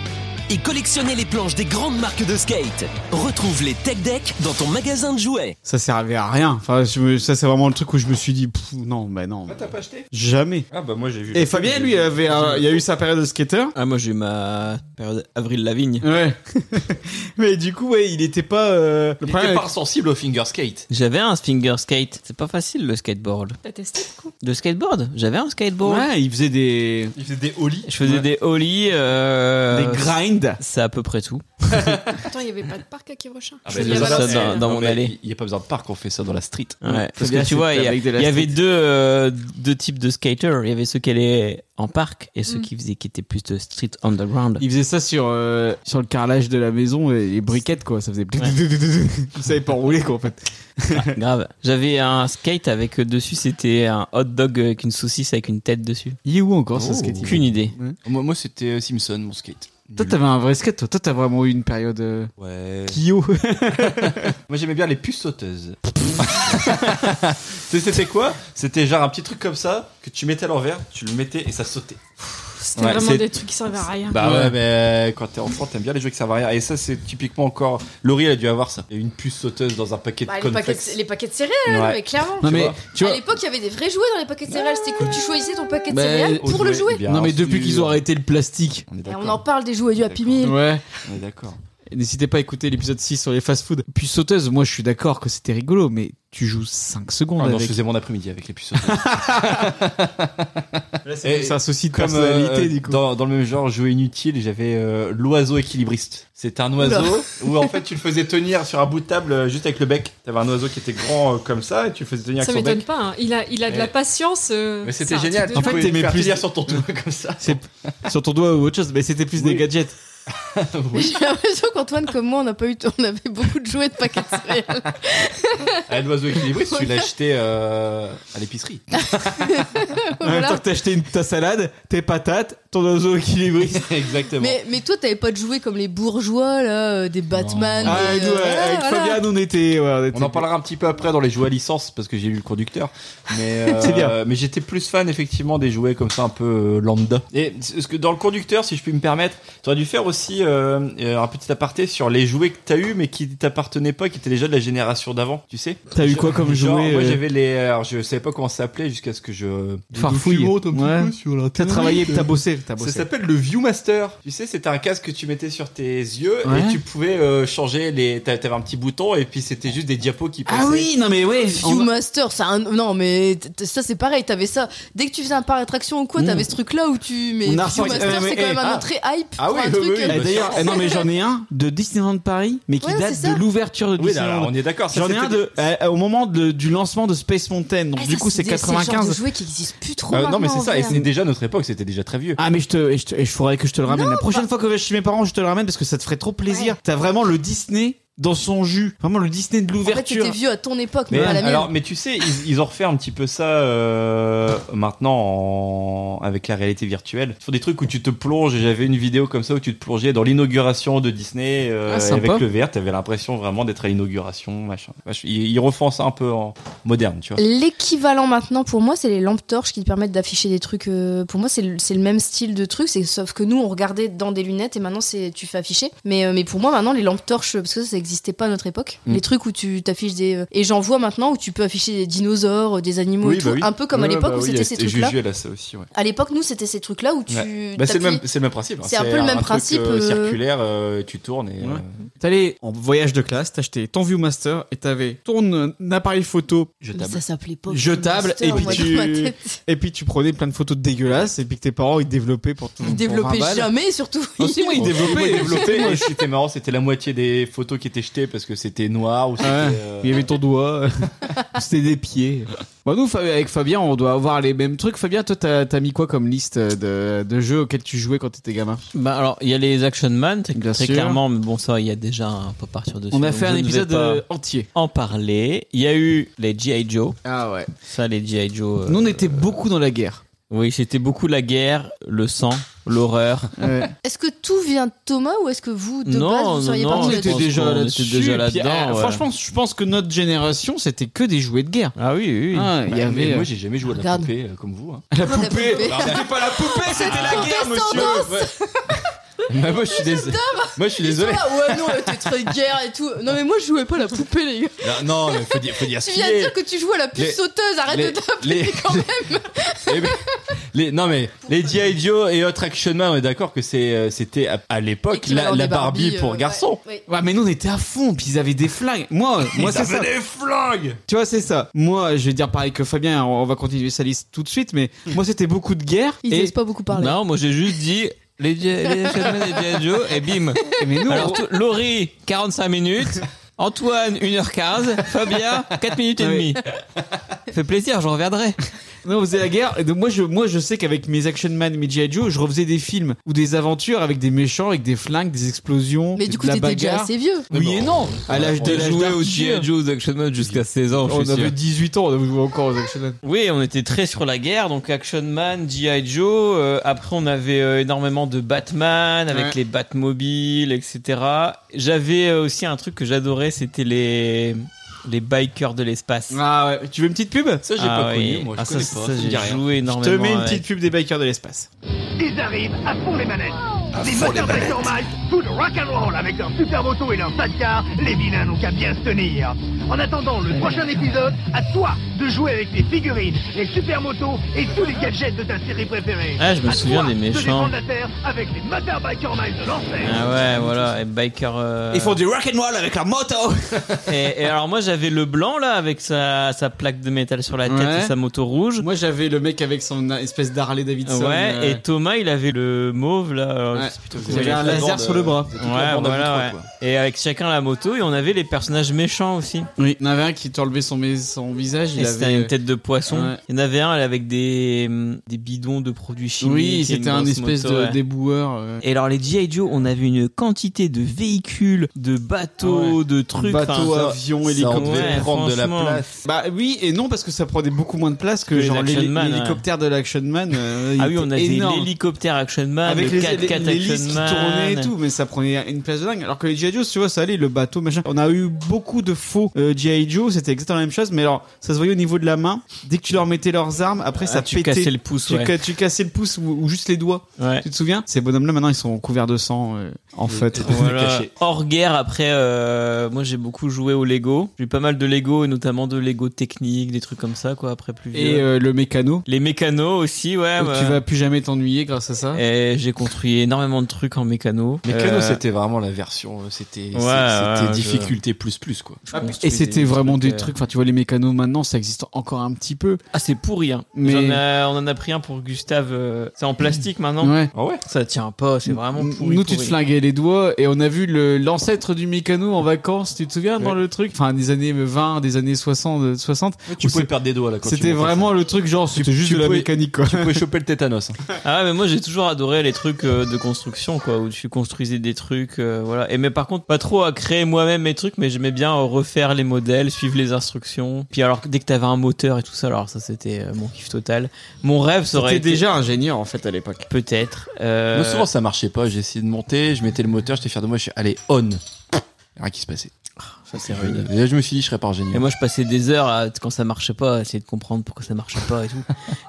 Speaker 9: et collectionnez les planches des grandes marques de skate. Retrouve les Tech Deck dans ton magasin de jouets.
Speaker 2: Ça servait à rien. Enfin, je me- ça c'est vraiment le truc où je me suis dit, pff, non, bah non,
Speaker 5: Ah, t'as pas acheté
Speaker 2: jamais.
Speaker 5: Ah, bah moi j'ai vu.
Speaker 2: Et Fabien, lui, euh, avait, un- il y a eu sa période de skater.
Speaker 3: Ah, moi j'ai eu ma période Avril Lavigne.
Speaker 2: Ouais. Mais du coup, ouais, il était pas. euh, Le
Speaker 5: Il
Speaker 2: problème
Speaker 5: était
Speaker 2: avec-
Speaker 5: pas sensible au finger skate.
Speaker 3: J'avais un finger skate. C'est pas facile le skateboard.
Speaker 1: T'as testé du coup
Speaker 3: Le skateboard J'avais un skateboard.
Speaker 2: Ouais, il faisait des.
Speaker 5: Il faisait des ollies.
Speaker 3: Je faisais des ollies.
Speaker 2: Des
Speaker 3: Euh...
Speaker 2: grinds.
Speaker 3: C'est à peu près tout.
Speaker 1: Attends, il n'y avait pas de parc à Kirochin
Speaker 5: Ah,
Speaker 1: Je
Speaker 5: bah,
Speaker 1: vis à
Speaker 3: ça,
Speaker 1: Valenciennes.
Speaker 3: dans- dans mon
Speaker 5: mais
Speaker 3: allée.
Speaker 5: Il n'y a pas besoin de parc, on fait ça dans la street.
Speaker 3: Ouais, parce
Speaker 2: bien,
Speaker 3: que tu vois, il y, a-
Speaker 2: avec de la
Speaker 3: il y avait
Speaker 2: street.
Speaker 3: deux, euh, deux types de skaters. Il y avait ceux qui allaient en parc et ceux
Speaker 1: Mm.
Speaker 3: qui faisaient qui étaient plus de street underground.
Speaker 2: Il faisait ça sur, euh, sur le carrelage de la maison et les briquettes, quoi. Ça faisait. Vous savez pas rouler, quoi, en fait.
Speaker 3: Ah, grave. J'avais un skate avec euh, dessus, c'était un hot dog avec une saucisse avec une tête dessus.
Speaker 2: Il est où encore, ça,
Speaker 5: Oh.
Speaker 2: skate
Speaker 3: Aucune idée.
Speaker 5: Moi, moi, c'était euh, Simpson, mon skate.
Speaker 2: Toi, t'avais un vrai skate, toi. Toi, t'as vraiment eu une période. euh,
Speaker 5: Ouais.
Speaker 2: Kyo.
Speaker 5: Moi, j'aimais bien les puces sauteuses. Tu sais, c'était quoi C'était genre un petit truc comme ça que tu mettais à l'envers, tu le mettais et ça sautait.
Speaker 1: C'était
Speaker 5: Ouais,
Speaker 1: vraiment
Speaker 5: c'est-
Speaker 1: des trucs qui servaient à rien.
Speaker 5: Bah ouais, mais quand t'es enfant, t'aimes bien les jeux qui servent à rien. Et ça, c'est typiquement encore. Laurie, elle a dû avoir ça. Et une puce sauteuse dans un paquet
Speaker 4: Bah,
Speaker 5: de
Speaker 4: les, paquets,
Speaker 5: cornflakes.
Speaker 4: de- les paquets de céréales,
Speaker 5: Ouais.
Speaker 4: non, mais clairement.
Speaker 2: Non, mais
Speaker 5: vois.
Speaker 2: tu vois. Bah,
Speaker 4: à l'époque, il y avait des vrais jouets dans les paquets de céréales. C'était cool. Tu choisissais ton paquet de
Speaker 2: Mais-
Speaker 4: céréales
Speaker 5: Au
Speaker 4: pour le jouer.
Speaker 5: bien
Speaker 2: Non, mais depuis
Speaker 5: sûr.
Speaker 2: qu'ils ont arrêté le plastique.
Speaker 5: On est
Speaker 4: Et
Speaker 5: d'accord.
Speaker 4: on en parle des jouets du Happy Meal.
Speaker 2: Ouais.
Speaker 5: On est d'accord.
Speaker 2: Et N'hésitez pas à écouter l'épisode 6 sur les fast-food. Puis sauteuse, moi je suis d'accord que c'était rigolo, mais tu joues 5 secondes
Speaker 5: Ah non, je
Speaker 2: avec.
Speaker 5: faisais mon après-midi avec les puces sauteuses. Et
Speaker 2: un souci de
Speaker 5: comme euh,
Speaker 2: personnalité
Speaker 5: euh,
Speaker 2: du coup.
Speaker 5: Dans, dans le même genre, jouer inutile, j'avais euh, l'oiseau équilibriste. C'est un oiseau où en fait tu le faisais tenir sur un bout de table euh, juste avec le bec. T'avais un oiseau qui était grand euh, comme ça et tu le faisais tenir
Speaker 1: Ça
Speaker 5: avec son
Speaker 1: m'étonne
Speaker 5: bec.
Speaker 1: pas. hein. Il a, il a de
Speaker 5: Mais-
Speaker 1: la patience. euh,
Speaker 5: Mais
Speaker 1: c'est
Speaker 5: c'était
Speaker 1: un truc
Speaker 5: génial.
Speaker 1: de
Speaker 5: Tu
Speaker 1: dingue.
Speaker 2: fait,
Speaker 5: pouvais
Speaker 2: t'aimais
Speaker 5: faire
Speaker 2: plus-
Speaker 5: tenir sur ton doigt comme ça.
Speaker 2: C'est- Sur ton doigt ou autre chose, mais c'était plus des
Speaker 5: Oui.
Speaker 2: gadgets.
Speaker 5: Oui.
Speaker 4: J'ai l'impression qu'Antoine, comme moi, on n'a pas eu, on avait beaucoup de jouets de paquets de céréales.
Speaker 5: Ah, l'oiseau équilibriste, tu l'as acheté euh, à l'épicerie.
Speaker 2: En même temps
Speaker 4: Voilà.
Speaker 2: que t'as acheté une, ta salade, tes patates, ton oiseau équilibré.
Speaker 5: Exactement.
Speaker 4: Mais, mais toi, t'avais pas de jouets comme les bourgeois, là, euh, des Batman.
Speaker 2: Ah,
Speaker 4: des,
Speaker 2: avec,
Speaker 4: euh,
Speaker 2: nous,
Speaker 4: voilà,
Speaker 2: avec
Speaker 4: voilà.
Speaker 2: Fabian, on était. ouais, on
Speaker 5: On
Speaker 2: était-
Speaker 5: en parlera un petit peu après dans les jouets à licence parce que j'ai lu le conducteur. Mais, euh,
Speaker 2: C'est bien.
Speaker 5: mais j'étais plus fan effectivement des jouets comme ça un peu euh, lambda. Et ce que dans le conducteur, si je puis me permettre, tu aurais dû faire aussi euh, euh, un petit aparté sur les jouets que t'as eu mais qui t'appartenaient pas, qui étaient déjà de la génération d'avant. Tu sais
Speaker 2: T'as eu quoi comme
Speaker 5: Genre,
Speaker 2: jouet
Speaker 5: Moi
Speaker 2: euh,
Speaker 5: j'avais les. Alors, je savais pas comment ça s'appelait jusqu'à ce que je.
Speaker 2: Farfouille. Ouais. T'as travaillé, t'as bossé, t'as
Speaker 5: Ça
Speaker 2: bossé.
Speaker 5: s'appelle le Viewmaster. Tu sais, c'était un casque que tu mettais sur tes yeux
Speaker 2: Ouais.
Speaker 5: et tu pouvais euh, changer les. t'a- T'avais un petit bouton et puis c'était juste des diapos qui passaient.
Speaker 2: Ah oui, non mais ouais. on-
Speaker 4: Viewmaster, ça, non mais t- t- ça c'est pareil, t'avais ça. Dès que tu faisais un parc d'attraction ou quoi, t'avais ce truc là où tu. Mais
Speaker 2: On a
Speaker 4: Viewmaster,
Speaker 2: ressorti- Hmm. euh, mais,
Speaker 4: c'est quand
Speaker 2: eh,
Speaker 4: même un
Speaker 5: ah.
Speaker 4: entrée hype
Speaker 5: Ah
Speaker 4: pour
Speaker 5: oui,
Speaker 4: un
Speaker 5: oui,
Speaker 4: truc.
Speaker 5: oui,
Speaker 4: euh,
Speaker 5: bah,
Speaker 2: Eh, D'ailleurs, eh, non mais j'en ai un de Disneyland Paris, mais qui
Speaker 4: Ouais,
Speaker 2: date
Speaker 4: c'est ça.
Speaker 2: de l'ouverture de
Speaker 5: Oui,
Speaker 2: Disneyland.
Speaker 5: alors, on est d'accord. Ah, ça,
Speaker 2: J'en ai un
Speaker 5: c'était-
Speaker 2: de, euh, au moment de- du lancement de Space Mountain, donc
Speaker 4: ah,
Speaker 2: du
Speaker 4: ça,
Speaker 2: coup c'est
Speaker 4: des- C'est le genre de
Speaker 2: 95.
Speaker 4: jouets qui existent plus trop.
Speaker 5: Bah, non, mais
Speaker 4: maintenant,
Speaker 5: c'est ça. Et
Speaker 4: en
Speaker 5: c'est
Speaker 4: vrai.
Speaker 5: déjà notre époque. C'était déjà très vieux.
Speaker 2: Ah mais je te, et je te, et je faudrait que je te le ramène. La prochaine fois que je vais chez mes parents, je te le ramène parce que ça te ferait trop plaisir. T'as vraiment le Disney dans son jus, vraiment le Disney de
Speaker 4: En fait,
Speaker 2: l'ouverture.
Speaker 4: c'était vieux à ton époque, mais
Speaker 5: Mais,
Speaker 4: pas à la mienne.
Speaker 5: alors, mais tu sais, ils, ils ont refait un petit peu ça euh, maintenant en- avec la réalité virtuelle. Ils font des trucs où tu te plonges. et J'avais une vidéo comme ça où tu te plongeais dans l'inauguration de Disney euh,
Speaker 2: Ah, sympa.
Speaker 5: avec le VR. T'avais l'impression vraiment d'être à l'inauguration, machin. Vache, Ils, ils refont ça un peu en moderne, tu vois.
Speaker 4: L'équivalent maintenant pour moi, c'est les lampes torches qui te permettent d'afficher des trucs. euh, pour moi, c'est le, c'est le même style de truc, c'est- sauf que nous, on regardait dans des lunettes et maintenant, c'est tu fais afficher. Mais, euh, mais pour moi, maintenant, les lampes torches, parce que ça, ça n'existait pas à notre époque.
Speaker 5: Mm.
Speaker 4: Les trucs où tu t'affiches des. euh, et j'en vois maintenant où tu peux afficher des dinosaures, euh, des animaux, et
Speaker 2: bah
Speaker 4: tout, un peu comme à l'époque où c'était ces trucs-là.
Speaker 5: elle a ça aussi, ouais.
Speaker 4: À l'époque, nous, c'était ces trucs-là où tu.
Speaker 5: Bah, c'est le
Speaker 4: t'appuies-
Speaker 5: même, c'est le même principe. hein.
Speaker 4: C'est un peu le même
Speaker 5: truc,
Speaker 4: principe,
Speaker 5: euh,
Speaker 4: euh,
Speaker 5: circulaire, euh, tu tournes et.
Speaker 2: Ouais.
Speaker 5: euh,
Speaker 2: T'allais en voyage de classe, t'achetais ton ViewMaster et t'avais ton euh, appareil photo
Speaker 4: Mais
Speaker 5: jetable.
Speaker 4: Ça s'appelait pas.
Speaker 2: Jetable,
Speaker 4: Master,
Speaker 2: et puis
Speaker 4: moi, dans
Speaker 2: tu-
Speaker 4: ma tête.
Speaker 2: et puis tu prenais plein de photos dégueulasses et puis que tes parents ils développaient pour tout.
Speaker 4: Ils développaient
Speaker 2: pour un bal.
Speaker 4: jamais, surtout.
Speaker 2: Non, si, moi, ils développaient.
Speaker 5: développé. C'était marrant, c'était la moitié des photos qui étaient jetées parce que c'était noir ou c'était.
Speaker 2: Ouais.
Speaker 5: euh,
Speaker 2: Il y avait ton doigt, c'était des pieds. Bon, nous, Fabi- avec Fabien, on doit avoir les mêmes trucs. Fabien, toi, t'as t'as mis quoi comme liste de, de jeux auxquels tu jouais quand t'étais gamin
Speaker 3: Bah, alors, il y a les Action Man, très,
Speaker 2: Bien
Speaker 3: très
Speaker 2: sûr.
Speaker 3: clairement, mais bon, ça, il y a déjà un pop art sur dessus.
Speaker 2: On a
Speaker 3: donc
Speaker 2: fait un
Speaker 3: je ne vais
Speaker 2: épisode
Speaker 3: pas
Speaker 2: euh, entier.
Speaker 3: En parler. Il y a eu les G.I. Joe.
Speaker 2: Ah ouais.
Speaker 3: Ça, les G.I. Joe. euh,
Speaker 2: Nous, on était beaucoup dans la guerre.
Speaker 3: Oui, c'était beaucoup la guerre, le sang, l'horreur.
Speaker 4: Est-ce que tout vient de Thomas ou est-ce que vous, de
Speaker 3: Non,
Speaker 4: base, vous
Speaker 3: non,
Speaker 4: seriez
Speaker 3: non,
Speaker 4: parti
Speaker 3: on
Speaker 4: de
Speaker 3: était pense déjà qu'on était là-dessus. déjà
Speaker 2: Et puis,
Speaker 3: là-dedans,
Speaker 2: euh,
Speaker 3: ouais.
Speaker 2: Franchement, je pense que notre génération, c'était que des jouets de guerre.
Speaker 3: Ah oui, oui,
Speaker 2: Ah, il
Speaker 5: bah,
Speaker 2: y
Speaker 5: mais
Speaker 2: avait
Speaker 5: Moi,
Speaker 2: euh,
Speaker 5: j'ai jamais joué à la
Speaker 4: Regarde.
Speaker 5: poupée euh, comme vous. hein.
Speaker 2: la
Speaker 4: Ah, La
Speaker 2: poupée.
Speaker 4: poupée. Ah,
Speaker 2: C'était pas la poupée, c'était la guerre, monsieur.
Speaker 4: Condescendance.
Speaker 5: Mais Bah, moi, je suis désolé. Moi, je suis désolé.
Speaker 4: Ah ouais, non, t'es très guerre et tout. Non, mais moi, je jouais pas à la poupée, les gars.
Speaker 5: Non, non, mais faut dire, faut dire ce
Speaker 4: Tu
Speaker 5: qui
Speaker 4: viens de
Speaker 5: est.
Speaker 4: dire que tu joues à la puce
Speaker 5: Les-
Speaker 4: sauteuse, arrête
Speaker 5: les-
Speaker 4: de taper
Speaker 5: les-
Speaker 4: quand même.
Speaker 5: Eh ben, les, non mais les G.I. Joe et autres Action Man, on est d'accord que c'est, euh, c'était à, à
Speaker 4: Et
Speaker 5: l'époque
Speaker 4: qui va
Speaker 5: la,
Speaker 4: avoir
Speaker 5: la
Speaker 4: des
Speaker 5: Barbie,
Speaker 4: Barbies, euh,
Speaker 5: pour
Speaker 4: ouais,
Speaker 5: garçons.
Speaker 4: ouais.
Speaker 2: Ouais, mais nous on était à fond, puis ils avaient des flingues. Moi, moi c'est ça.
Speaker 5: des flingues
Speaker 2: Tu vois, c'est ça. Moi, je vais dire pareil que Fabien, hein, on on va continuer sa liste tout de suite, mais moi c'était beaucoup de guerre.
Speaker 4: Ils
Speaker 2: et...
Speaker 4: n'osent pas beaucoup parler.
Speaker 3: Non, moi j'ai juste dit les G- les Action Man et G.I. Joe et bim.
Speaker 2: Mais nous,
Speaker 3: Alors, tout- Laurie, 45 minutes. Antoine, 1h15. Fabien, 4 minutes et
Speaker 2: Ah oui.
Speaker 3: demie. Ça fait plaisir, je reviendrai.
Speaker 2: Non, on faisait la guerre. Et donc, moi, je, moi, je sais qu'avec mes Action Man, mes G.I. Joe, je refaisais des films ou des aventures avec des méchants, avec des flingues, des explosions.
Speaker 4: Mais du coup,
Speaker 2: de la
Speaker 4: t'étais déjà
Speaker 2: bagarre.
Speaker 4: assez vieux.
Speaker 2: Oui et non. À l'âge de
Speaker 3: J'ai
Speaker 2: l'âge
Speaker 3: joué aux
Speaker 2: d'Arthur.
Speaker 3: G.I. Joe aux Action Man jusqu'à 16 ans, je
Speaker 2: On
Speaker 3: suis sûr.
Speaker 2: avait 18 ans, on avait joué encore aux Action Man.
Speaker 3: Oui, on était très sur la guerre, donc Action Man, G.I. Joe. euh, après, on avait euh, énormément de Batman avec
Speaker 2: Ouais.
Speaker 3: les Batmobiles, etc. J'avais euh, aussi un truc que j'adorais, c'était les les bikers de l'espace.
Speaker 2: Ah ouais. Tu veux une petite pub
Speaker 5: Ça j'ai
Speaker 3: Ah
Speaker 5: pas
Speaker 3: oui.
Speaker 5: connu, moi je
Speaker 3: Ah, ça,
Speaker 5: connais
Speaker 3: ça,
Speaker 5: pas.
Speaker 3: ça,
Speaker 5: ça me
Speaker 3: j'ai
Speaker 5: dit rien.
Speaker 3: joué
Speaker 2: Je
Speaker 3: énormément.
Speaker 2: te mets une
Speaker 3: avec.
Speaker 2: petite pub des bikers de l'espace.
Speaker 7: Ils arrivent à fond les manettes. Des moteurs Bechtelmeiss, tout le rock'n'roll avec leurs super motos et leurs sidecar, les vilains n'ont qu'à bien se tenir. En attendant le prochain épisode, à toi de jouer avec tes figurines, les super motos et tous les gadgets de ta série préférée.
Speaker 3: Ah, je me
Speaker 7: À
Speaker 3: souviens
Speaker 7: toi
Speaker 3: des
Speaker 7: de
Speaker 3: méchants.
Speaker 7: défendre la Terre avec les moteurs Bechtelmeiss de l'enfer.
Speaker 3: Ah ouais, voilà, et biker. euh,
Speaker 2: Ils font du rock'n'roll avec leur moto.
Speaker 3: et, et alors moi j'avais le blanc là avec sa, sa plaque de métal sur la tête
Speaker 2: Ouais.
Speaker 3: et sa moto rouge.
Speaker 2: Moi, j'avais le mec avec son espèce d'Harley Davidson.
Speaker 3: ouais,
Speaker 2: euh,
Speaker 3: et Thomas il avait le mauve là. alors, je
Speaker 2: Ouais.
Speaker 3: sais plus trop
Speaker 2: Vous
Speaker 3: comment
Speaker 2: avez
Speaker 3: il
Speaker 2: un
Speaker 3: s'appelle.
Speaker 2: laser sur le bras.
Speaker 5: Toute la
Speaker 3: Ouais,
Speaker 5: bande à
Speaker 3: voilà,
Speaker 5: vous
Speaker 3: ouais.
Speaker 5: trois, quoi.
Speaker 3: Et avec chacun la moto, et on avait les personnages méchants aussi.
Speaker 2: Oui. Il y en avait un qui t'enlevait son, mais- son visage. Il
Speaker 3: Et c'était
Speaker 2: avait euh,
Speaker 3: une tête de poisson.
Speaker 2: Ouais.
Speaker 3: Il y en avait un elle, avec des, hum, des bidons de produits chimiques. et
Speaker 2: Oui,
Speaker 3: une
Speaker 2: c'était un
Speaker 3: grosse
Speaker 2: espèce
Speaker 3: moto,
Speaker 2: de
Speaker 3: ouais.
Speaker 2: déboueur. euh,
Speaker 3: Et alors les G.I. Joe, on avait une quantité de véhicules, de
Speaker 2: Ah
Speaker 3: bateaux, de trucs.
Speaker 2: Bateau,
Speaker 3: enfin,
Speaker 2: avion,
Speaker 5: Ça
Speaker 2: hélicoptère.
Speaker 5: on devait
Speaker 3: Ouais,
Speaker 5: prendre de la
Speaker 3: franchement.
Speaker 5: place.
Speaker 2: Bah oui et non parce que ça prenait beaucoup moins de place que,
Speaker 3: Que les
Speaker 2: genre l'hé-
Speaker 3: Action Man,
Speaker 2: l'hélicoptère de l'Action Man. euh, il
Speaker 3: ah oui, on
Speaker 2: était
Speaker 3: avait
Speaker 2: énorme.
Speaker 3: l'hélicoptère Action Man,
Speaker 2: avec
Speaker 3: le
Speaker 2: les
Speaker 3: 4x4
Speaker 2: les- les
Speaker 3: Action
Speaker 2: listes qui
Speaker 3: Man.
Speaker 2: tournaient et tout, mais ça prenait une place de dingue. Alors que les G.I. Joe, tu vois, ça allait, le bateau, machin. On a eu beaucoup de faux euh, G.I. Joe, c'était exactement la même chose, mais alors ça se voyait au niveau de la main. Dès que tu leur mettais leurs armes, après
Speaker 3: Ah,
Speaker 2: ça
Speaker 3: tu
Speaker 2: pétait.
Speaker 3: cassais le pouce,
Speaker 2: tu,
Speaker 3: ouais.
Speaker 2: ca- tu cassais le pouce ou, ou juste les doigts.
Speaker 3: Ouais.
Speaker 2: Tu te souviens Ces bonhommes-là, maintenant, ils sont couverts de sang, euh, en fait.
Speaker 3: Voilà. Hors guerre, après, euh, moi j'ai beaucoup joué au Lego. J'ai eu pas mal de Lego, et notamment de Lego technique, des trucs comme ça, quoi, après plus vieux.
Speaker 2: Et euh, le mécano,
Speaker 3: Les mécanos aussi, ouais.
Speaker 2: où
Speaker 3: ouais.
Speaker 2: tu vas plus jamais t'ennuyer grâce à ça.
Speaker 3: Et j'ai construit énormément de trucs en mécano.
Speaker 5: Mais Cano
Speaker 3: Euh,
Speaker 5: c'était vraiment la version, euh, c'était c'est-
Speaker 3: Ouais, ouais,
Speaker 5: c'était
Speaker 3: je-
Speaker 5: difficulté plus plus quoi.
Speaker 3: je construisais
Speaker 2: Et c'était
Speaker 3: des
Speaker 2: vraiment des
Speaker 3: euh,
Speaker 2: trucs, enfin tu vois les mécanos maintenant ça existe encore un petit peu.
Speaker 3: Ah, c'est pourri, hein.
Speaker 2: Mais-
Speaker 3: J'en ai- on en a pris un pour Gustave. euh, C'est en plastique maintenant.
Speaker 2: ouais.
Speaker 5: Ah ouais
Speaker 3: Ça tient pas, c'est vraiment pourri.
Speaker 2: Nous, tu te
Speaker 3: pourri.
Speaker 2: flinguais les doigts et on a vu le- l'ancêtre du mécano en vacances, tu te souviens dans le truc Enfin, des années 20, des années 60, euh, 60.
Speaker 5: Tu
Speaker 2: où
Speaker 5: pouvais
Speaker 2: c'est-
Speaker 5: perdre des doigts là quand tu
Speaker 2: C'était
Speaker 5: montais ça.
Speaker 2: vraiment le truc genre, c'était juste
Speaker 5: tu
Speaker 2: de la
Speaker 5: pouvais-
Speaker 2: mécanique quoi.
Speaker 5: Tu pouvais choper le tétanos. hein.
Speaker 3: Ah ouais, mais moi j'ai toujours adoré les trucs euh, de construction quoi où tu construisais des trucs euh, voilà et mais par contre pas trop à créer moi-même mes trucs mais j'aimais bien euh, refaire les modèles suivre les instructions puis alors que dès que t'avais un moteur et tout ça alors ça c'était euh, mon kiff total mon rêve ça aurait
Speaker 2: T'étais
Speaker 3: été
Speaker 2: déjà ingénieur en fait à l'époque.
Speaker 3: peut-être euh,
Speaker 5: Moi, souvent, ça marchait pas. J'ai essayé de monter, je mettais le moteur, j'étais fier de moi, je suis allé on. Rien qui se passait.
Speaker 3: ça c'est rude
Speaker 5: Et là, je me suis dit, je serais pas ingénieur.
Speaker 3: et moi je passais des heures à- quand ça marchait pas à essayer de comprendre pourquoi ça marchait pas et tout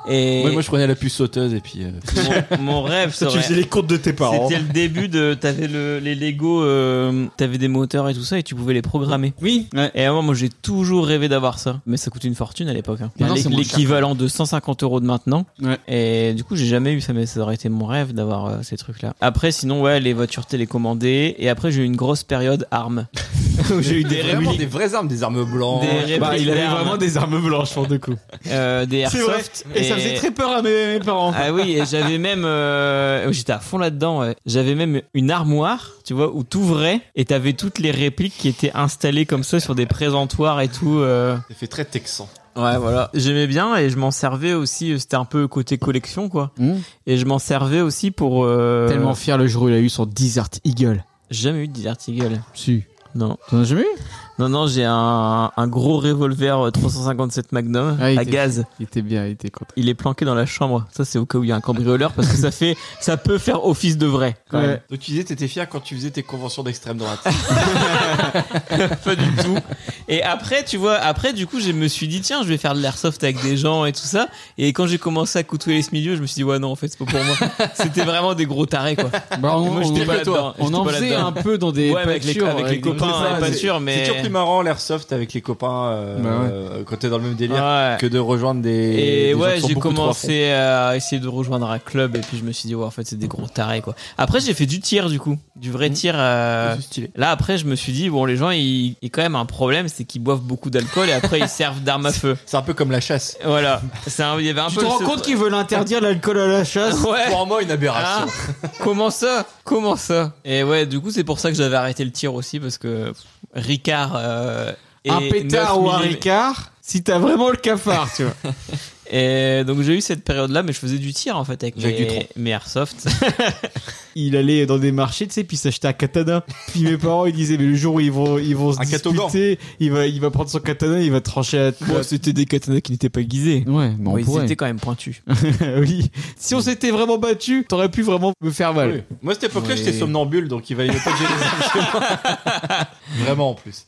Speaker 3: et
Speaker 5: Ouais, moi, je prenais la puce sauteuse et puis. euh,
Speaker 3: mon, mon rêve ça aurait-
Speaker 2: les comptes de tes
Speaker 3: c'était le début de t'avais le, les Lego euh, t'avais des moteurs et tout ça et tu pouvais les programmer
Speaker 2: Oui, ouais.
Speaker 3: Et moi, moi j'ai toujours rêvé d'avoir ça. Mais ça coûtait une fortune à l'époque. hein.
Speaker 2: Maintenant,
Speaker 3: L'é-
Speaker 2: c'est moins cher.
Speaker 3: L'équivalent de 150 euros de maintenant.
Speaker 2: Ouais.
Speaker 3: Et du coup, j'ai jamais eu ça, mais ça aurait été mon rêve d'avoir euh, ces trucs-là. Après, sinon, ouais, les voitures télécommandées. Et après, j'ai eu une grosse période armes. Où j'ai eu des,
Speaker 5: vraiment
Speaker 3: répliques-
Speaker 5: des vraies armes, des armes blanches.
Speaker 3: des
Speaker 2: Bah,
Speaker 3: répliques
Speaker 2: il avait
Speaker 3: d'armes,
Speaker 2: vraiment des armes blanches pour deux coups.
Speaker 3: euh, des
Speaker 2: C'est vrai.
Speaker 3: airsoft.
Speaker 2: Et, Euh. ça faisait très peur à mes, mes parents.
Speaker 3: Ah oui, et j'avais même, euh, j'étais à fond là-dedans. ouais. J'avais même une armoire, tu vois, où t'ouvrais et t'avais toutes les répliques qui étaient installées comme ça sur des présentoirs et tout. euh.
Speaker 5: Ça fait très texan.
Speaker 3: Ouais, voilà. J'aimais bien et je m'en servais aussi. euh, C'était un peu côté collection, quoi.
Speaker 2: Mmh.
Speaker 3: Et je m'en servais aussi pour. euh,
Speaker 2: Tellement fier le jour où il a eu son Desert Eagle.
Speaker 3: J'ai jamais eu de Desert Eagle.
Speaker 2: Si.
Speaker 3: Non.
Speaker 2: T'en as jamais eu
Speaker 3: Non, non, j'ai un, un gros revolver euh, 357 Magnum
Speaker 2: Ah, il
Speaker 3: à
Speaker 2: était-
Speaker 3: gaz.
Speaker 2: Il était bien, il était content.
Speaker 3: Il est planqué dans la chambre. Ça, c'est au cas où il y a un cambrioleur parce que ça fait, ça peut faire office de vrai. quand même.
Speaker 5: Donc tu disais t'étais fier quand tu faisais tes conventions d'extrême droite.
Speaker 3: pas du tout. Et après, tu vois, après, du coup, je me suis dit, tiens, je vais faire de l'airsoft avec des gens et tout ça. Et quand j'ai commencé à coutoyer ce milieu, je me suis dit, ouais, non, en fait, c'est pas pour moi. C'était vraiment des gros tarés, quoi.
Speaker 2: Bah, on,
Speaker 3: Moi, j'étais pas là-dedans.
Speaker 2: on
Speaker 3: J'étais
Speaker 2: en
Speaker 3: pas
Speaker 2: faisait
Speaker 3: là-dedans.
Speaker 2: un peu dans des euh,
Speaker 3: Ouais, avec les-
Speaker 2: pâtures,
Speaker 3: avec les
Speaker 2: des-
Speaker 3: copains,
Speaker 2: C'est ça,
Speaker 3: et pas
Speaker 2: c'est-
Speaker 3: sûr, mais-
Speaker 5: euh, C'est toujours plus marrant l'airsoft avec les copains euh,
Speaker 2: Bah ouais.
Speaker 5: euh, quand t'es dans le même délire
Speaker 3: Ouais.
Speaker 5: que de rejoindre des.
Speaker 3: Ah. Et,
Speaker 5: des gens
Speaker 3: ouais,
Speaker 5: qui sont
Speaker 3: j'ai
Speaker 5: beaucoup trop à fond.
Speaker 3: commencé à essayer de rejoindre un club et puis je me suis dit, ouais, en fait, c'est des gros tarés, quoi. Après, j'ai fait du tir, du coup. Du vrai
Speaker 5: Mmh.
Speaker 3: tir. euh,
Speaker 5: C'est stylé.
Speaker 3: Là, après, je me suis dit, bon, les gens, ils, ils ont quand même un problème, c'est qu'ils boivent beaucoup d'alcool et après, ils servent d'armes à feu.
Speaker 5: C'est un peu comme la chasse.
Speaker 3: Voilà. C'est un, il y avait un
Speaker 2: Tu
Speaker 3: peu
Speaker 2: te
Speaker 3: ce-
Speaker 2: rends compte qu'ils veulent interdire l'alcool à la chasse
Speaker 3: Ouais.
Speaker 5: Pour moi, une aberration.
Speaker 3: Ah, comment ça Comment ça Et ouais, du coup, c'est pour ça que j'avais arrêté le tir aussi parce que pff, Ricard. euh, et
Speaker 2: Un pétard
Speaker 3: 9
Speaker 2: ou un
Speaker 3: mm.
Speaker 2: ricard si t'as vraiment le cafard, tu vois.
Speaker 3: Et donc j'ai eu cette période-là, mais je faisais du tir en fait avec
Speaker 5: Avec du tronc.
Speaker 3: mes, mes airsoft.
Speaker 2: Il allait dans des marchés, tu sais, puis s'achetait un katana. Puis mes parents, ils disaient, mais le jour où ils vont, ils vont se
Speaker 5: Un katogan.
Speaker 2: disputer, il va, il va prendre son katana, il va trancher à
Speaker 3: C'était des katanas qui n'étaient pas aiguisés.
Speaker 2: Ouais, mais on
Speaker 3: ils
Speaker 2: pourrait.
Speaker 3: étaient quand même pointus.
Speaker 2: oui. Si on s'était vraiment battu, t'aurais pu vraiment me faire mal.
Speaker 5: Oui. Moi, à cette époque-là,
Speaker 3: Ah. Oui.
Speaker 5: j'étais somnambule, donc il valait mieux pas que j'ai des Vraiment, en plus.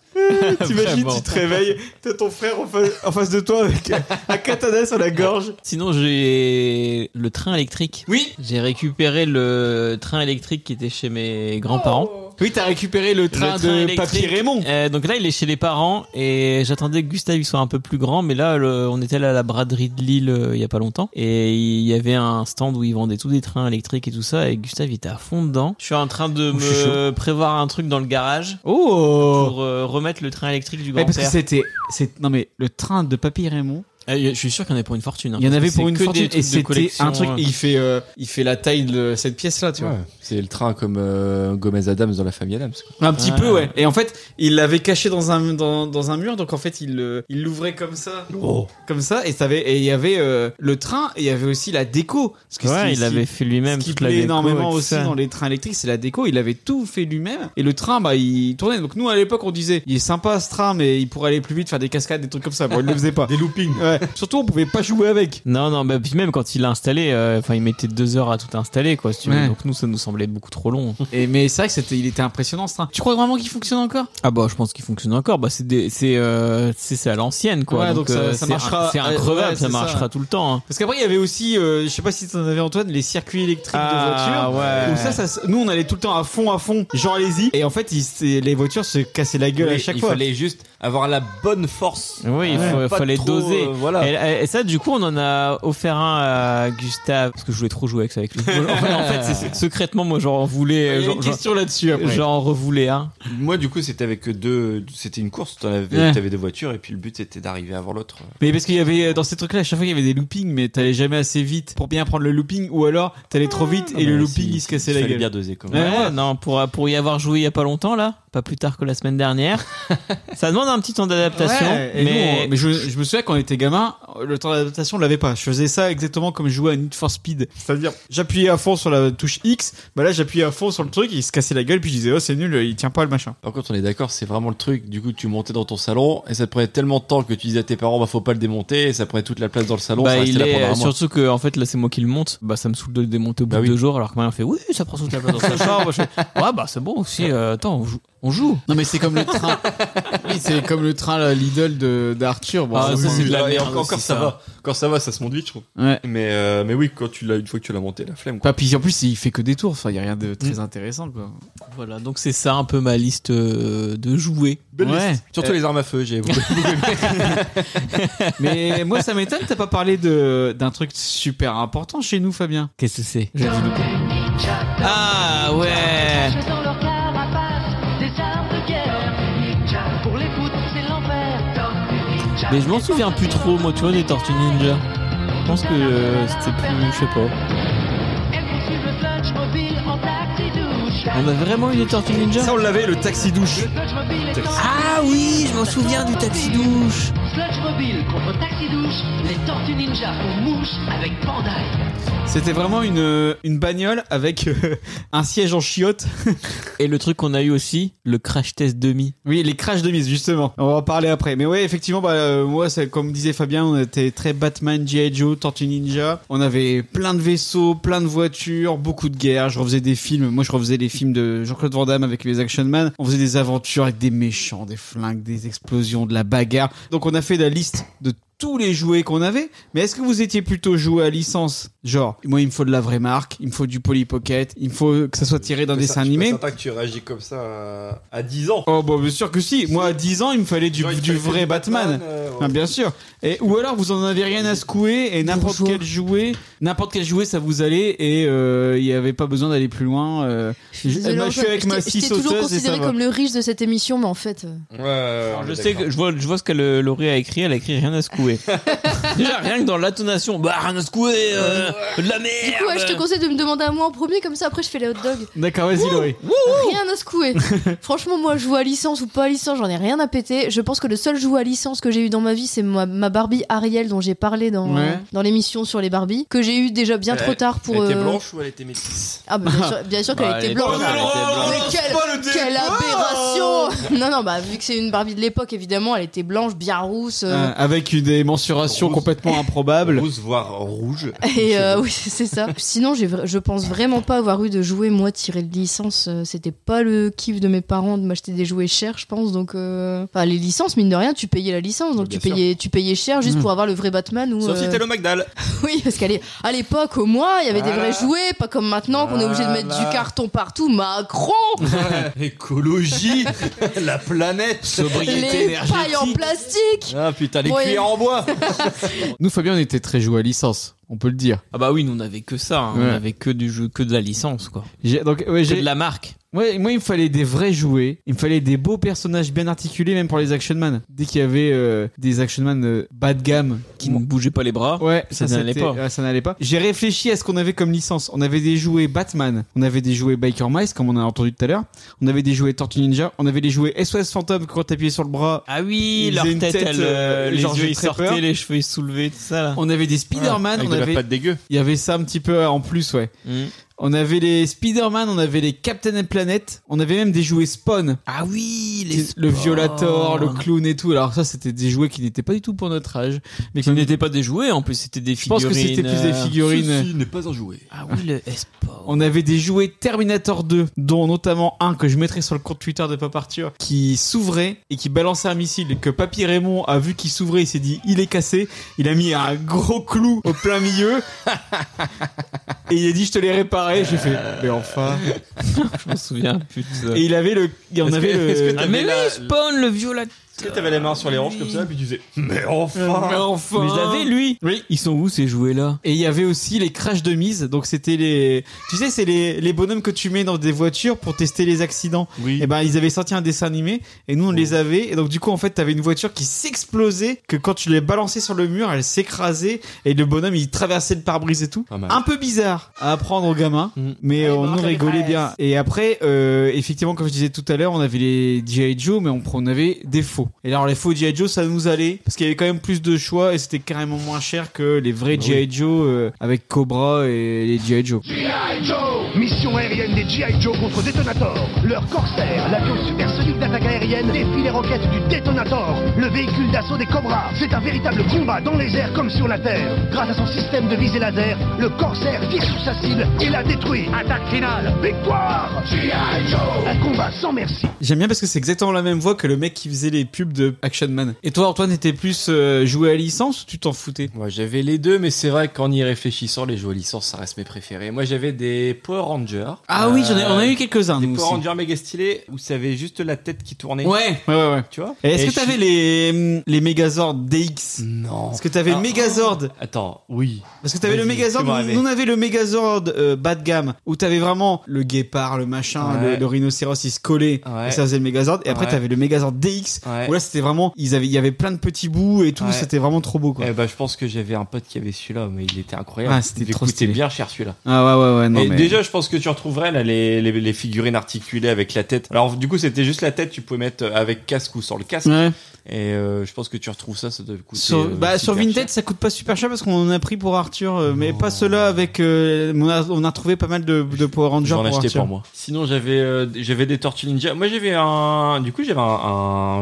Speaker 2: T'imagines,
Speaker 3: Vraiment.
Speaker 2: tu te réveilles, t'as ton frère en face, en face de toi avec un katana sur la gorge.
Speaker 3: Sinon j'ai le train électrique.
Speaker 5: Oui.
Speaker 3: J'ai récupéré le train électrique qui était chez mes grands-parents.
Speaker 2: Oui, t'as récupéré le train,
Speaker 3: Le train
Speaker 2: de
Speaker 3: électrique.
Speaker 2: Papy Raymond.
Speaker 3: Euh, donc là, il est chez les parents et j'attendais que Gustave il soit un peu plus grand, mais là, le- on était là à la braderie de Lille euh, il y a pas longtemps et il y avait un stand où ils vendaient tous des trains électriques et tout ça et Gustave il était à fond dedans. Je suis en train de
Speaker 2: Oh, je suis
Speaker 3: me prévoir un truc dans le garage
Speaker 2: Oh
Speaker 3: pour euh, remettre le train électrique du
Speaker 2: Ouais, parce que
Speaker 3: grand-père.
Speaker 2: c'était, c'est, non mais le train de Papy Raymond,
Speaker 3: Euh, je suis sûr qu'il y en avait pour une fortune. hein,
Speaker 2: il y en
Speaker 3: parce
Speaker 2: avait
Speaker 3: que c'est
Speaker 2: pour une
Speaker 3: que des
Speaker 2: fortune
Speaker 3: trucs
Speaker 2: et
Speaker 3: de
Speaker 2: c'était
Speaker 3: collection,
Speaker 2: un truc,
Speaker 3: hein.
Speaker 2: il fait, euh, il fait la taille de cette pièce là, tu vois.
Speaker 5: C'est le train comme euh, Gomez Adams dans la famille Adams. quoi.
Speaker 2: Un petit
Speaker 3: Ah.
Speaker 2: peu, ouais. Et en fait, il l'avait caché dans un, dans, dans un mur, donc en fait, il le- il l'ouvrait comme ça.
Speaker 3: Oh.
Speaker 2: Comme ça, et ça avait- et il y avait euh, le train, et il y avait aussi la déco. Parce que
Speaker 3: Ouais,
Speaker 2: c'est-
Speaker 3: il avait fait lui-même
Speaker 2: ce qui
Speaker 3: toute la
Speaker 2: plaît
Speaker 3: déco
Speaker 2: énormément
Speaker 3: et tout
Speaker 2: aussi
Speaker 3: ça.
Speaker 2: dans les trains électriques, c'est la déco. Il avait tout fait lui-même. Et le train, bah, il tournait. Donc nous, à l'époque, on disait, il est sympa ce train, mais il pourrait aller plus vite, faire des cascades, des trucs comme ça. Bon, il le faisait pas. des loopings. Ouais. Surtout, on pouvait pas jouer avec.
Speaker 3: Non, non, bah, puis même quand il l'a installé, euh, enfin, il mettait deux heures à tout installer, quoi, si tu veux.
Speaker 2: Ouais.
Speaker 3: Donc nous, ça nous semblait beaucoup trop long.
Speaker 2: Et, mais c'est vrai que c'était, il était impressionnant ce train. Tu crois vraiment qu'il fonctionne encore
Speaker 3: Ah bah je pense qu'il fonctionne encore. Bah c'est des- c'est euh, c'est c'est à l'ancienne quoi.
Speaker 2: Ouais, donc ça- ça
Speaker 3: c'est
Speaker 2: marchera.
Speaker 3: un- C'est
Speaker 2: Euh,
Speaker 3: increvable,
Speaker 2: ouais,
Speaker 3: ça
Speaker 2: c'est ça.
Speaker 3: marchera tout le temps. hein.
Speaker 2: Parce qu'après, il y avait aussi, euh, je sais pas si t'en avais Antoine, les circuits électriques de voitures.
Speaker 3: ouais.
Speaker 2: Où ça, ça se- nous on allait tout le temps à fond, à fond, genre allez-y. Et en fait, il s'est- les voitures se cassaient la gueule à
Speaker 5: Oui,
Speaker 2: chaque
Speaker 5: il
Speaker 2: fois.
Speaker 5: fallait juste avoir la bonne force.
Speaker 3: Oui, il
Speaker 5: Ouais.
Speaker 3: faut-
Speaker 5: Pas
Speaker 3: fallait
Speaker 5: trop,
Speaker 3: doser.
Speaker 5: euh, voilà.
Speaker 3: Et, et ça, du coup, on en a offert un à Gustave parce que je voulais trop jouer avec ça avec lui. en fait, en fait, c'est- secrètement, moi, j'en
Speaker 2: Il
Speaker 3: voulais,
Speaker 2: y a
Speaker 3: j'en-
Speaker 2: une
Speaker 3: j'en-
Speaker 2: question là-dessus après.
Speaker 3: j'en revoulais un.
Speaker 5: Moi, du coup, c'était avec deux. C'était une course. T'en avais,
Speaker 2: Ouais.
Speaker 5: t'avais deux voitures et puis le but c'était d'arriver avant l'autre.
Speaker 2: Mais parce qu'il y avait euh, dans ces trucs-là, à chaque fois il y avait des loopings, mais t'allais jamais assez vite pour bien prendre le looping, ou alors t'allais trop vite et le
Speaker 5: mais
Speaker 2: looping
Speaker 5: si-
Speaker 2: bah, il se cassait
Speaker 5: il
Speaker 2: la
Speaker 5: fallait
Speaker 2: gueule.
Speaker 5: bien doser quand
Speaker 3: Ouais,
Speaker 5: même.
Speaker 2: Ouais.
Speaker 3: non, pour, pour y avoir joué il y a pas longtemps là, pas plus tard que la semaine dernière. ça demande un petit temps d'adaptation,
Speaker 2: Ouais, et nous, on- mais
Speaker 3: mais
Speaker 2: je, je me souviens quand on était gamin, le temps d'adaptation on l'avait pas. Je faisais ça exactement comme je jouais à Need for Speed, c'est-à-dire j'appuyais à fond sur la touche X, bah là j'appuyais à fond sur le truc, il se cassait la gueule, puis je disais oh c'est nul, il tient pas le machin.
Speaker 5: Par contre, on est d'accord, c'est vraiment le truc. Du coup, tu montais dans ton salon et ça te prenait tellement de temps que tu disais à tes parents, bah faut pas le démonter. Et ça prenait toute la place dans le salon. ça
Speaker 3: Bah,
Speaker 5: restait
Speaker 3: il
Speaker 5: là
Speaker 3: est
Speaker 5: pendant un
Speaker 3: euh,
Speaker 5: mois.
Speaker 3: surtout que en fait là c'est moi qui le monte. Bah ça me saoule de le démonter au bout
Speaker 5: Bah
Speaker 3: de
Speaker 5: oui.
Speaker 3: deux jours alors que Marion fait oui ça prend toute la place dans sa chambre. Je fais, ouais bah c'est bon aussi. euh, attends on joue. On joue.
Speaker 2: Non mais c'est comme le train, oui c'est comme le train là, Lidl de d'Arthur. Bon,
Speaker 3: Ah,
Speaker 2: c'est
Speaker 3: ça,
Speaker 2: bon.
Speaker 3: c'est de la
Speaker 5: Ah, et
Speaker 3: merde
Speaker 5: Encore,
Speaker 3: aussi,
Speaker 5: encore, ça
Speaker 3: ça.
Speaker 5: va. Quand ça va, ça se monte vite, je trouve.
Speaker 2: Ouais.
Speaker 5: Mais, euh, mais oui, quand tu l'as, une fois que tu l'as monté, la flemme. Quoi.
Speaker 2: Bah, puis en plus il fait que des tours, enfin il y a rien de très intéressant quoi.
Speaker 3: Voilà donc c'est ça un peu ma liste euh, de jouets.
Speaker 2: ouais.
Speaker 5: Surtout les armes à feu, j'ai beaucoup
Speaker 2: Mais moi, ça m'étonne, t'as pas parlé de d'un truc super important chez nous, Fabien.
Speaker 3: Qu'est-ce que c'est Ah ouais.
Speaker 10: Dans leur carapace, des armes de guerre. Pour les foot, c'est l'enfer.
Speaker 3: Mais je m'en souviens plus trop moi tu vois des Tortues Ninja. Je pense que euh, c'était plus je sais pas.
Speaker 10: Elles poursuivent le flunch mobile en taxi douche.
Speaker 3: On a vraiment eu des Tortues Ninja
Speaker 2: on l'avait, le taxi douche.
Speaker 10: Le flunch mobile est en
Speaker 3: Ah oui je m'en souviens du taxi douche.
Speaker 10: Clutch Mobile contre Taxi Douche, les Tortues Ninja pour Mouche avec Bandai.
Speaker 2: C'était vraiment une, une bagnole avec euh, un siège en chiotte.
Speaker 3: Et le truc qu'on a eu aussi, le crash test demi.
Speaker 2: Oui, les crashs de mise, justement. On va en parler après. Mais ouais, effectivement, bah, euh, moi, c'est- comme disait Fabien, on était très Batman, G.I. Joe, Tortue Ninja. On avait plein de vaisseaux, plein de voitures, beaucoup de guerres. Je refaisais des films. Moi, je refaisais les films de Jean-Claude Van Damme avec les Action Man. On faisait des aventures avec des méchants, des flingues, des explosions, de la bagarre. Donc, on a fait la liste de tous les jouets qu'on avait, mais est-ce que vous étiez plutôt joué à licence Genre, moi il me faut de la vraie marque, il me faut du Polly Pocket, il me faut que ça soit tiré d'un
Speaker 11: Je suis
Speaker 2: dessin
Speaker 11: pas
Speaker 2: animé.
Speaker 11: certain que tu réagis comme ça à, à 10 ans.
Speaker 2: Oh, bah, bien sûr que si. Moi, à 10 ans, il me fallait du,
Speaker 11: Genre, il
Speaker 2: du
Speaker 11: fallait
Speaker 2: vrai
Speaker 11: du
Speaker 2: Batman.
Speaker 11: Batman, euh, ouais.
Speaker 2: Ah, bien sûr. Et, ou alors, vous en avez rien à secouer et n'importe quel jouet, n'importe quel jouet, ça vous allait et euh, il n'y avait pas besoin d'aller plus loin. euh. je,
Speaker 4: Désolée,
Speaker 2: moi, je
Speaker 4: Antoine,
Speaker 2: suis avec
Speaker 4: je
Speaker 2: ma
Speaker 4: t'ai- je t'ai
Speaker 2: scie
Speaker 4: toujours
Speaker 2: sauteuse et ça
Speaker 4: considéré
Speaker 2: va.
Speaker 4: comme le riche de cette émission, mais en fait. euh,
Speaker 3: Alors, je sais que je vois, je vois ce que Laurie a écrit. Elle a écrit rien à secouer. Déjà rien que dans l'intonation, bah rien à secouer, euh, de la merde.
Speaker 4: Du coup, ouais, je te conseille de me demander à moi en premier, comme ça après je fais les hot dogs.
Speaker 2: D'accord, vas-y, Laurie.
Speaker 4: Rien à secouer. Franchement, moi, joue à licence ou pas à licence, j'en ai rien à péter. Je pense que le seul jeu à licence que j'ai eu dans ma vie, c'est ma, ma Barbie Ariel dont j'ai parlé dans,
Speaker 11: Ouais.
Speaker 4: euh, dans l'émission sur les Barbies, que j'ai eu déjà bien trop tard pour.
Speaker 11: Elle était
Speaker 4: euh,
Speaker 11: blanche ou elle était métisse
Speaker 4: Ah bah bien sûr, bien sûr qu'elle
Speaker 11: Bah, elle
Speaker 4: était
Speaker 11: était
Speaker 4: blanche.
Speaker 11: blanche, elle était blanche.
Speaker 4: Mais
Speaker 11: Lance
Speaker 4: quelle,
Speaker 11: pas le
Speaker 4: quelle
Speaker 11: débat
Speaker 4: aberration Non non bah vu que c'est une Barbie de l'époque évidemment elle était blanche, bien rousse. euh,
Speaker 2: Euh, avec une- des mensurations complètement improbables.
Speaker 11: Rose, voire rouge.
Speaker 4: Et euh, oui, c'est ça. Sinon, j'ai vra- je pense vraiment pas avoir eu de jouets, moi, tiré de licence. Euh, C'était pas le kiff de mes parents de m'acheter des jouets chers, je pense. Donc, euh, enfin, les licences, mine de rien, tu payais la licence. Donc,
Speaker 11: Bah, Bien
Speaker 4: tu payais, tu payais cher juste
Speaker 11: Mm.
Speaker 4: pour avoir le vrai Batman. Ou,
Speaker 11: Sauf si
Speaker 4: euh,
Speaker 11: t'es le McDall.
Speaker 4: Oui, parce qu'à l'é- à l'époque, au moins, il y avait
Speaker 11: Voilà.
Speaker 4: des vrais jouets, pas comme maintenant qu'on est obligé de mettre
Speaker 11: Voilà.
Speaker 4: du carton partout. Macron
Speaker 11: Écologie, la planète,
Speaker 4: Les pailles en plastique
Speaker 11: Ah putain, les
Speaker 4: Ouais.
Speaker 11: cuillères en bois.
Speaker 2: Nous, Fabien, on était très joué à licence, on peut le dire.
Speaker 3: Ah bah oui, nous on avait que ça. hein.
Speaker 2: Ouais.
Speaker 3: On avait que du jeu, que de la licence quoi.
Speaker 2: J'ai- donc, ouais,
Speaker 3: Que
Speaker 2: j'ai-
Speaker 3: de la marque.
Speaker 2: Ouais, moi il me fallait des vrais jouets, il me fallait des beaux personnages bien articulés même pour les action man. Dès qu'il y avait euh, des action man euh, bas de gamme
Speaker 3: Qui ne bougeait pas les bras.
Speaker 2: Ouais,
Speaker 3: ça,
Speaker 2: ça,
Speaker 3: n'allait
Speaker 2: c'était-
Speaker 3: pas.
Speaker 2: ouais, ça n'allait pas. J'ai réfléchi à ce qu'on avait comme licence. On avait des jouets Batman, on avait des jouets Biker Mice, comme on a entendu tout à l'heure. On avait des jouets Tortue Ninja, on avait des jouets SOS Phantom que quand t'appuyais sur le bras.
Speaker 3: Ah oui,
Speaker 2: Ils
Speaker 3: leur
Speaker 2: faisaient une
Speaker 3: tête,
Speaker 2: tête,
Speaker 3: elle,
Speaker 2: euh,
Speaker 3: euh, les
Speaker 2: genre
Speaker 3: yeux
Speaker 2: j'ai
Speaker 3: ils
Speaker 2: très
Speaker 3: sortaient,
Speaker 2: peur.
Speaker 3: les cheveux ils se soulevaient, tout ça là.
Speaker 2: On avait des
Speaker 3: Ah,
Speaker 2: Spider-Man,
Speaker 11: Avec
Speaker 2: on
Speaker 11: de la
Speaker 2: avait.
Speaker 11: pâte dégueu.
Speaker 2: Il y avait ça un petit peu euh, en plus, ouais.
Speaker 3: Mm.
Speaker 2: On avait les Spider-Man, on avait les Captain Planet, on avait même des jouets Spawn.
Speaker 3: Ah oui, les
Speaker 2: Les- le
Speaker 3: Oh.
Speaker 2: violator, le clown et tout. Alors ça, c'était des jouets qui n'étaient pas du tout pour notre âge, mais
Speaker 3: Qui
Speaker 2: qui n'étaient.
Speaker 3: n'étaient pas des jouets en plus, c'était des
Speaker 2: Je
Speaker 3: figurines.
Speaker 2: pense que c'était plus des
Speaker 3: euh,
Speaker 2: figurines.
Speaker 11: Ceci n'est pas un jouet.
Speaker 3: Ah oui, le Esport.
Speaker 2: On avait des jouets Terminator 2, dont notamment un que je mettrai sur le compte Twitter de Pop Arthur, qui s'ouvrait et qui balançait un missile et que Papy Raymond a vu qu'il s'ouvrait, il s'est dit il est cassé, il a mis un gros clou au plein milieu et il a dit je te l'ai réparé. J'ai fait mais enfin.
Speaker 3: Je m'en souviens, putain.
Speaker 2: Et il avait le, il en
Speaker 11: Est-ce
Speaker 2: avait
Speaker 11: que-
Speaker 2: le.
Speaker 11: est-ce que t'as-
Speaker 3: Ah, mais
Speaker 11: Mais là,
Speaker 3: oui, Spawn, le violator.
Speaker 11: Tu sais, t'avais les mains sur les hanches comme ça, puis tu disais Mais
Speaker 2: Mais
Speaker 11: enfin
Speaker 2: enfin.
Speaker 3: Mais je l'avais, lui.
Speaker 2: Oui.
Speaker 3: Ils sont où ces jouets là
Speaker 2: Et il y avait aussi les crashs de mise. Donc c'était les, tu sais, c'est les, les bonhommes que tu mets dans des voitures pour tester les accidents.
Speaker 11: Oui. Oh.
Speaker 2: Et ben ils avaient sorti un dessin animé et nous on les avait. Et donc du coup en fait t'avais une voiture qui s'explosait que quand tu les balançais sur le mur elle s'écrasait et le bonhomme il traversait le pare-brise et tout.
Speaker 11: Pas mal. Mm.
Speaker 2: Un peu bizarre à apprendre aux gamins, mais euh, on nous rigolait bien. Et après euh, effectivement comme je disais tout à l'heure on avait les GI Joe mais on, on avait des faux. Et alors les faux GI Joe ça nous allait parce qu'il y avait quand même plus de choix et c'était carrément moins cher que les vrais
Speaker 11: Bah
Speaker 2: GI Joe euh, avec Cobra et les GI Joe.
Speaker 7: G.I. Joe Mission aérienne des G.I. Joe contre Detonator. Leur corsaire, l'avion supersonique d'attaque aérienne défie les roquettes du Detonator, le véhicule d'assaut des Cobras. C'est un véritable combat dans les airs comme sur la Terre. Grâce à son système de visée laser, le corsaire tire sur sa cible et la détruit. Attaque finale, victoire G.I. Joe Un combat sans merci.
Speaker 2: J'aime bien parce que c'est exactement la même voix que le mec qui faisait les pubs de Action Man. Et toi, Antoine, t'étais plus euh, joué à licence ou tu t'en foutais
Speaker 11: ben, Moi j'avais les deux, mais c'est vrai qu'en y réfléchissant, les jeux à licence ça reste mes préférés. Moi j'avais des Power Rangers.
Speaker 2: Ah oui, j'en ai, on a eu
Speaker 11: quelques
Speaker 2: quelques-uns,
Speaker 11: Euh, Des
Speaker 2: nous
Speaker 11: Power
Speaker 2: aussi.
Speaker 11: Rangers méga stylés où ça avait juste la tête qui tournait.
Speaker 2: Ouais, ouais, ouais. ouais.
Speaker 11: Tu vois
Speaker 2: Et est-ce
Speaker 11: Et
Speaker 2: que
Speaker 11: je
Speaker 2: t'avais
Speaker 11: suis-
Speaker 2: les, hum, les Megazord DX
Speaker 11: Non.
Speaker 2: Parce que t'avais
Speaker 11: Ah.
Speaker 2: Megazord.
Speaker 11: Attends, oui.
Speaker 2: Parce que t'avais le
Speaker 11: Vas-y,
Speaker 2: Megazord,
Speaker 11: fais-moi rêver.
Speaker 2: nous on avait le Megazord euh, bas de gamme, où t'avais vraiment le guépard, le machin,
Speaker 11: Ouais.
Speaker 2: le, le rhinocéros, il se collait,
Speaker 11: Ouais.
Speaker 2: et ça faisait le Megazord. Et après
Speaker 11: Ouais.
Speaker 2: t'avais le Megazord DX,
Speaker 11: Ouais.
Speaker 2: où là c'était vraiment, ils avaient, il y avait plein de petits bouts et tout,
Speaker 11: Ouais.
Speaker 2: c'était vraiment trop beau quoi.
Speaker 11: Eh ben, je pense que j'avais un pote qui avait celui-là, mais il était incroyable.
Speaker 2: Ah, c'était
Speaker 11: Il
Speaker 2: trop
Speaker 11: coûtait
Speaker 2: stylé.
Speaker 11: bien cher celui-là.
Speaker 2: Ah ouais, ouais, ouais, non
Speaker 11: Et
Speaker 2: mais...
Speaker 11: déjà, je pense que tu retrouverais là les, les, les figurines articulées avec la tête. Alors, du coup, c'était juste la tête, tu pouvais mettre euh, avec casque ou sans le casque.
Speaker 2: Ouais.
Speaker 5: Et euh, je pense que tu retrouves ça, ça doit coûter.
Speaker 2: Mm. Sur,
Speaker 5: euh,
Speaker 2: bah, sur
Speaker 5: super cher.
Speaker 2: Vinted, ça coûte pas super cher parce qu'on en a pris pour Arthur, euh, mais pas ceux-là avec. euh, on, a, on a retrouvé pas mal de, de Power Rangers
Speaker 5: J'en
Speaker 2: pour
Speaker 5: achetais
Speaker 2: Arthur.
Speaker 5: pour moi. Sinon, j'avais euh, j'avais des Tortues Ninja. Moi, j'avais un du coup, j'avais un,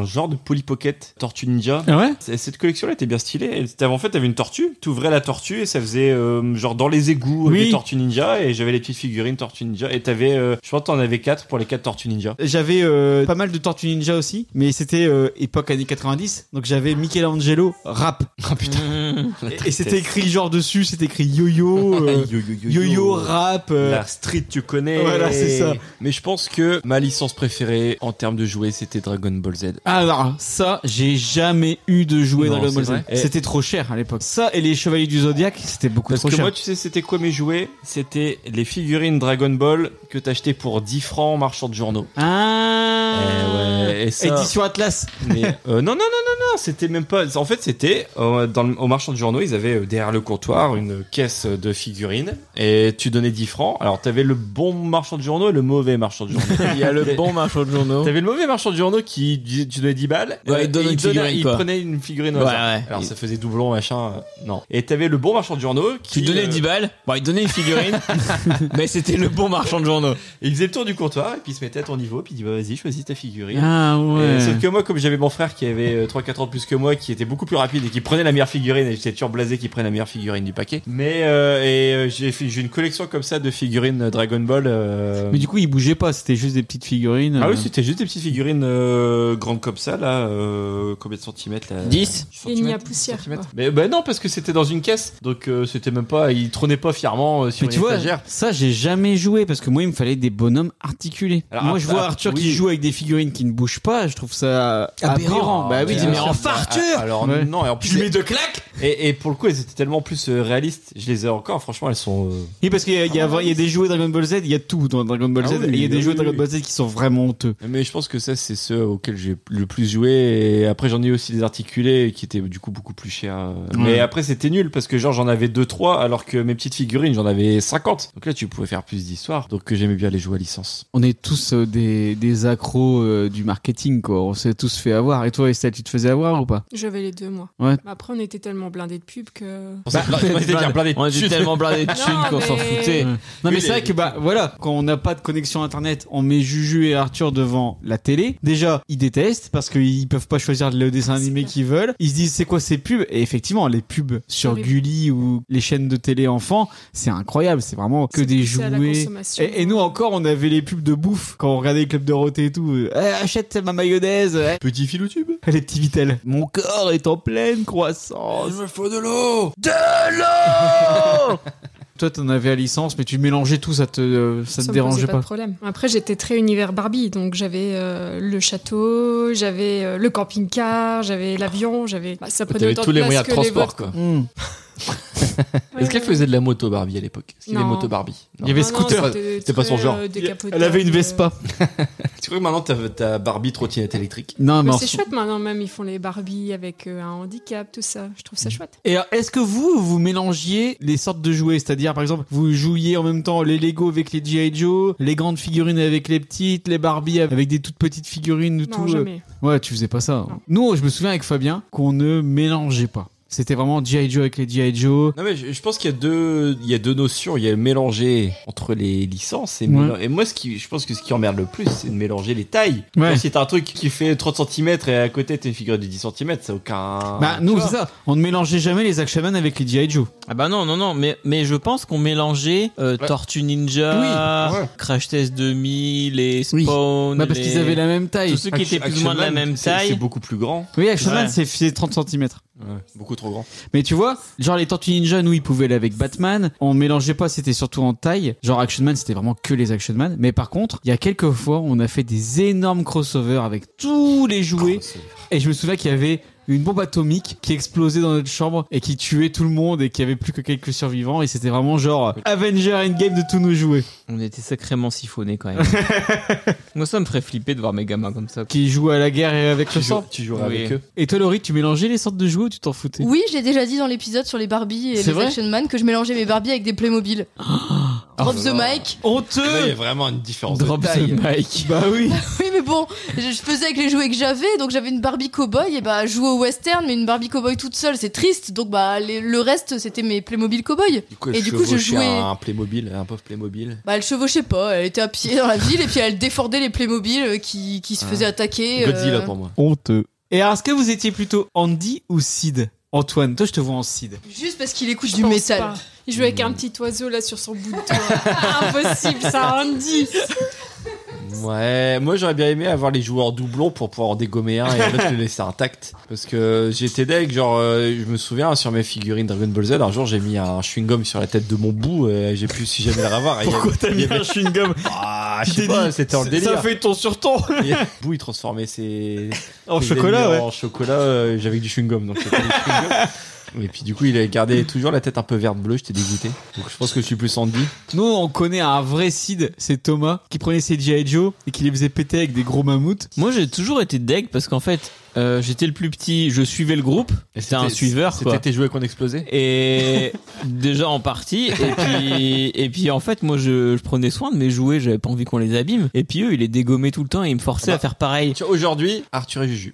Speaker 5: un genre de Polly Pocket Tortue Ninja.
Speaker 2: Ah ouais
Speaker 5: C- Cette collection là était bien stylée. Et c'était- en fait, t'avais une tortue, t'ouvrais la tortue et ça faisait euh, genre dans les égouts
Speaker 2: Oui.
Speaker 5: des Tortues Ninja et j'avais les petites figurines Tortues Ninja et t'avais euh, je crois que t'en avais 4 pour les 4 Tortues Ninja.
Speaker 2: J'avais euh, pas mal de Tortues Ninja aussi, mais c'était euh, époque années 90, donc j'avais Michelangelo rap.
Speaker 5: Oh,
Speaker 2: Ah putain.
Speaker 5: La
Speaker 2: Et- et
Speaker 5: tristesse.
Speaker 2: c'était écrit genre dessus, c'était écrit yo-yo, euh, yo-yo, rap. euh,
Speaker 5: La street, tu connais.
Speaker 2: Voilà, c'est ça.
Speaker 5: Mais je pense que ma licence préférée en termes de jouets, c'était Dragon Ball Z.
Speaker 2: Alors ça, j'ai jamais eu de jouer
Speaker 5: Non,
Speaker 2: Dragon Ball
Speaker 5: c'est
Speaker 2: Z.
Speaker 5: vrai. Et-
Speaker 2: C'était trop cher à l'époque. Ça et les Chevaliers du Zodiaque, c'était beaucoup
Speaker 5: Parce
Speaker 2: trop
Speaker 5: que
Speaker 2: cher.
Speaker 5: moi, tu sais, c'était quoi mes jouets C'était les figurines Dragon Ball que t'achetais pour 10 francs en marchand de journaux.
Speaker 2: Ah.
Speaker 5: Eh ouais, et ça-
Speaker 2: Édition Atlas.
Speaker 5: Mais, euh, non, non, non, non, non, c'était même pas. En fait, c'était euh, dans le- au marchand de journaux, ils avaient euh, derrière le comptoir une caisse de figurines et tu donnais 10 francs. Alors, t'avais le bon marchand de journaux et le mauvais marchand de journaux.
Speaker 3: Il y a le bon marchand de journaux.
Speaker 5: T'avais le mauvais marchand de journaux qui disait tu donnais 10 balles.
Speaker 3: Ouais,
Speaker 5: euh,
Speaker 3: il donne
Speaker 5: et
Speaker 3: une
Speaker 5: donnait-
Speaker 3: figurine,
Speaker 5: il
Speaker 3: quoi.
Speaker 5: prenait une figurine. au
Speaker 3: Ouais,
Speaker 5: hasard.
Speaker 3: ouais.
Speaker 5: Alors
Speaker 3: Il-
Speaker 5: ça faisait doublon machin. euh, non. Et t'avais le bon marchand de journaux qui euh,
Speaker 3: Tu donnais 10 balles, bon, il donnait une figurine, mais c'était le bon marchand de journaux.
Speaker 5: Et il faisait le tour du comptoir et puis il se mettait à ton niveau puis il dit bah vas-y choisis ta figurine.
Speaker 2: Ah ouais.
Speaker 5: Et sauf que moi comme j'avais mon frère qui avait euh, 3 4 ans de plus que moi qui était beaucoup plus rapide et qui prenait la meilleure figurine et j'étais toujours blasé qu'il prenne la meilleure figurine du paquet. Mais euh, et euh, j'ai fait- j'ai une collection comme ça de figurines Dragon Ball euh,
Speaker 2: Mais du coup, il bougeait pas, c'était juste des petites figurines.
Speaker 5: Ah
Speaker 2: euh.
Speaker 5: oui, c'était juste des petites figurines euh, grandes comme ça là, euh, combien de centimètres là
Speaker 3: 10
Speaker 1: Il n'y a poussière. quoi.
Speaker 5: Mais bah non parce que c'était dans une caisse. Donc euh, c'était même pas il trônait pas fièrement euh, sur
Speaker 2: Mais tu
Speaker 5: une
Speaker 2: vois,
Speaker 5: étagère.
Speaker 2: ça j'ai jamais joué parce que moi il me fallait des bonhommes articulés.
Speaker 5: Alors,
Speaker 2: moi
Speaker 5: ah,
Speaker 2: je vois
Speaker 5: ah,
Speaker 2: Arthur
Speaker 5: oui.
Speaker 2: qui joue avec des figurines qui ne bougent pas, je trouve ça aberrant. Bah oui,
Speaker 5: Ah,
Speaker 2: dis, mais
Speaker 5: bien sûr.
Speaker 2: enfin
Speaker 5: Ah,
Speaker 2: Arthur
Speaker 5: Alors
Speaker 2: Ouais.
Speaker 5: non, et en
Speaker 2: Je
Speaker 5: plus
Speaker 2: lui mets deux claques
Speaker 5: Et, et pour le coup, elles étaient tellement plus euh, réalistes. Je les ai encore. Franchement, elles sont. euh,
Speaker 2: Oui, parce qu'il y, a- il y a vra- il y a des jouets Dragon Ball Z, il y a tout dans Dragon Ball
Speaker 5: Ah
Speaker 2: Z,
Speaker 5: oui,
Speaker 2: et il y a des
Speaker 5: ah
Speaker 2: jouets
Speaker 5: oui,
Speaker 2: Dragon
Speaker 5: oui.
Speaker 2: Ball Z qui sont vraiment honteux.
Speaker 5: Mais je pense que ça, c'est ceux auxquels j'ai le plus joué. Et après, j'en ai aussi des articulés qui étaient du coup beaucoup plus chers. euh. Mais après, c'était nul parce que genre, j'en avais 2-3 alors que mes petites figurines, j'en avais 50. Donc là, tu pouvais faire plus d'histoires. Donc euh, j'aimais bien les jouer à licence.
Speaker 2: On est tous euh, des, des accros euh, du marketing, quoi. On s'est tous fait avoir. Et toi, Estelle, tu te faisais avoir ou pas
Speaker 1: J'avais les deux, moi.
Speaker 2: Ouais.
Speaker 1: Mais après, on était tellement blindés de pubs que.
Speaker 5: on était bien blindés de
Speaker 3: on était
Speaker 5: thunes.
Speaker 3: tellement blindés de
Speaker 1: Non,
Speaker 3: thunes qu'on s'en
Speaker 1: mais-
Speaker 3: foutait.
Speaker 2: Non,
Speaker 5: Oui,
Speaker 2: Mmh. mais
Speaker 5: les-
Speaker 2: c'est vrai que, bah, voilà, quand on n'a pas de connexion internet, on met Juju et Arthur devant la télé. Déjà, ils détestent parce qu'ils peuvent pas choisir le dessin animé qu'ils veulent. Ils se disent, c'est quoi ces pubs? Et effectivement, les pubs sur
Speaker 1: les-
Speaker 2: Gulli ou les chaînes de télé enfants, c'est incroyable. C'est vraiment que
Speaker 1: C'est
Speaker 2: des
Speaker 1: poussé à la
Speaker 2: jouets.
Speaker 1: consommation.
Speaker 2: Et, et nous encore, on avait les pubs de bouffe quand on regardait les clubs de Roté et tout. euh, Eh, achète ma mayonnaise, eh,
Speaker 5: Petit fil au tube.
Speaker 2: les petits vitels. Mon corps est en pleine croissance.
Speaker 5: me faut de l'eau.
Speaker 2: Toi, t'en avais à licence, mais tu mélangeais tout, ça te, euh, ça te
Speaker 1: me
Speaker 2: dérangeait
Speaker 1: posait pas,
Speaker 2: pas.
Speaker 1: de problème. Après, j'étais très univers Barbie, donc j'avais euh, le château, j'avais euh, le camping-car, j'avais l'avion, j'avais. bah, ça prenait
Speaker 5: T'avais
Speaker 1: autant
Speaker 5: tous
Speaker 1: de
Speaker 5: les
Speaker 1: place
Speaker 5: moyens de
Speaker 1: que les
Speaker 5: transport,
Speaker 1: vôtres.
Speaker 5: quoi.
Speaker 2: Hmm.
Speaker 1: Ouais,
Speaker 5: Est-ce qu'elle
Speaker 1: ouais.
Speaker 5: faisait de la moto Barbie à l'époque Est-ce qu'il y avait
Speaker 1: Non.
Speaker 5: moto Barbie Non.
Speaker 2: Il y avait
Speaker 1: Ah Non, non,
Speaker 2: scooter.
Speaker 5: C'était pas son
Speaker 1: très,
Speaker 5: genre.
Speaker 1: euh, décapotable,
Speaker 2: Elle avait une
Speaker 1: euh.
Speaker 2: Vespa.
Speaker 5: Tu crois que maintenant, t'as t'as Barbie trottinette électrique
Speaker 2: Non,
Speaker 1: Mais
Speaker 2: en-
Speaker 1: c'est chouette maintenant même, ils font les Barbie avec euh, un handicap, tout ça. Je trouve ça chouette.
Speaker 2: Et alors, est-ce que vous, vous mélangiez les sortes de jouets C'est-à-dire, par exemple, vous jouiez en même temps les Lego avec les G.I. Joe, les grandes figurines avec les petites, les Barbie avec des toutes petites figurines,
Speaker 1: Non,
Speaker 2: tout. euh,
Speaker 1: jamais.
Speaker 2: Ouais, tu faisais pas ça. hein. Nous, je me souviens avec Fabien qu'on ne mélangeait pas. C'était vraiment G.I. Joe avec les G.I. Joe.
Speaker 5: Non mais je, je pense qu'il y a deux il y a deux notions, il y a le mélanger entre les licences et,
Speaker 2: Ouais.
Speaker 5: mélan- et moi ce qui je pense que ce qui emmerde le plus c'est de mélanger les tailles.
Speaker 2: Ouais.
Speaker 5: Genre, si t'as un truc qui fait 30 cm et à côté t'as une figure de 10 cm, ça a aucun
Speaker 2: bah,
Speaker 5: Tu
Speaker 2: nous,
Speaker 5: vois.
Speaker 2: c'est ça. On ne mélangeait jamais les Action Man avec les G.I. Joe.
Speaker 3: Ah bah non, non, non, mais, mais je pense qu'on mélangeait euh, Tortue Ninja, Crash Test 2000, les
Speaker 2: Oui.
Speaker 3: Spawn,
Speaker 2: Bah, parce
Speaker 3: les-
Speaker 2: qu'ils avaient la même taille.
Speaker 3: tous ceux qui étaient plus ou
Speaker 5: Action
Speaker 3: moins de la
Speaker 5: Man,
Speaker 3: même
Speaker 5: c'est- C'est
Speaker 3: taille.
Speaker 5: beaucoup plus grand,
Speaker 2: Oui, Action Man,
Speaker 3: Ouais.
Speaker 2: c'est- c'est 30 cm.
Speaker 5: beaucoup trop grand.
Speaker 2: Mais tu vois, genre les Tortues Ninja, nous ils pouvaient aller avec Batman. On mélangeait pas, c'était surtout en taille. Genre Action Man, c'était vraiment que les Action Man. Mais par contre, il y a quelques fois, on a fait des énormes crossovers avec tous les jouets. Et je me souviens qu'il y avait une bombe atomique qui explosait dans notre chambre et qui tuait tout le monde et qu'il y avait plus que quelques survivants. Et c'était vraiment genre Avenger Endgame de tous nos jouets.
Speaker 3: On était sacrément siphonnés quand même. Moi ça me ferait flipper de voir mes gamins comme ça.
Speaker 2: Qui jouaient à la guerre et avec le
Speaker 5: Tu,
Speaker 2: sang.
Speaker 5: joues- tu joueras
Speaker 3: Oui.
Speaker 5: avec eux.
Speaker 2: Et toi, Laurie, tu mélangeais les sortes de jouets ou tu t'en foutais
Speaker 4: Oui, j'ai déjà dit dans l'épisode sur les Barbie et
Speaker 2: C'est
Speaker 4: les
Speaker 2: vrai
Speaker 11: Ah.
Speaker 4: Action Man que je mélangeais mes Barbie avec des Playmobil.
Speaker 11: Oh
Speaker 4: Drop the mic.
Speaker 5: Eh
Speaker 3: Honteux
Speaker 5: ben, Il y a vraiment une différence
Speaker 3: Drop
Speaker 5: de
Speaker 3: the
Speaker 5: taille.
Speaker 3: mic. Bah oui.
Speaker 4: Oui, mais bon, je je faisais avec les jouets que j'avais, donc j'avais une Barbie Cowboy, et bah, jouer au western, mais une Barbie Cowboy toute seule, c'est triste, donc bah, les- le reste, c'était mes Playmobil Cowboy. et du coup, je jouais.
Speaker 5: un Playmobil, un pauvre Playmobil.
Speaker 4: Bah, elle chevauchait pas, elle était à pied dans la ville, et puis elle défendait les Playmobil euh, qui, qui se faisaient attaquer. euh.
Speaker 5: moi.
Speaker 2: Honteux. Et alors, est-ce que vous étiez plutôt Andy ou Sid Antoine, toi, je te vois en Sid.
Speaker 4: Juste parce qu'il écoute
Speaker 1: Je
Speaker 4: du
Speaker 1: pense
Speaker 4: métal.
Speaker 1: pas. Il joue avec un petit oiseau là sur son bout de doigt. Impossible, ça, Andy.
Speaker 5: Ouais, moi j'aurais bien aimé avoir les joueurs doublons pour pouvoir en dégommer un et après le laisser intact. Parce que j'étais deg, genre, euh, je me souviens sur mes figurines Dragon Ball Z, un jour j'ai mis un chewing-gum sur la tête de mon bout et j'ai plus si jamais le revoir.
Speaker 12: Pourquoi t'as mis un
Speaker 5: chewing-gum Ah, je
Speaker 12: Tu t'es
Speaker 5: sais pas,
Speaker 12: dit,
Speaker 5: c'était en
Speaker 12: ça
Speaker 5: délire.
Speaker 12: fait ton sur ton.
Speaker 5: Et bout, il transformait ses.
Speaker 12: En
Speaker 5: ses
Speaker 12: chocolat,
Speaker 5: ennemis
Speaker 12: ouais.
Speaker 5: En chocolat, euh, j'avais du chewing-gum, donc c'était du chewing-gum. Et puis du coup, il avait gardé toujours la tête un peu verte-bleue, j'étais dégoûté. Donc je pense que je suis plus Andy.
Speaker 2: Nous, on connaît un vrai Sid, c'est Thomas, qui prenait ses G.I. Joe et qui les faisait péter avec des gros mammouths.
Speaker 3: Moi, j'ai toujours été deg parce qu'en fait, euh, j'étais le plus petit, je suivais le groupe, j'étais un suiveur.
Speaker 5: C'était
Speaker 3: quoi.
Speaker 5: tes jouets qu'on explosait
Speaker 3: Et déjà en partie, et puis, et puis en fait, moi je, je prenais soin de mes jouets, j'avais pas envie qu'on les abîme. Et puis eux, ils les dégommaient tout le temps et ils me forçaient à
Speaker 2: Bah.
Speaker 3: faire pareil.
Speaker 5: Aujourd'hui, Arthur et Juju.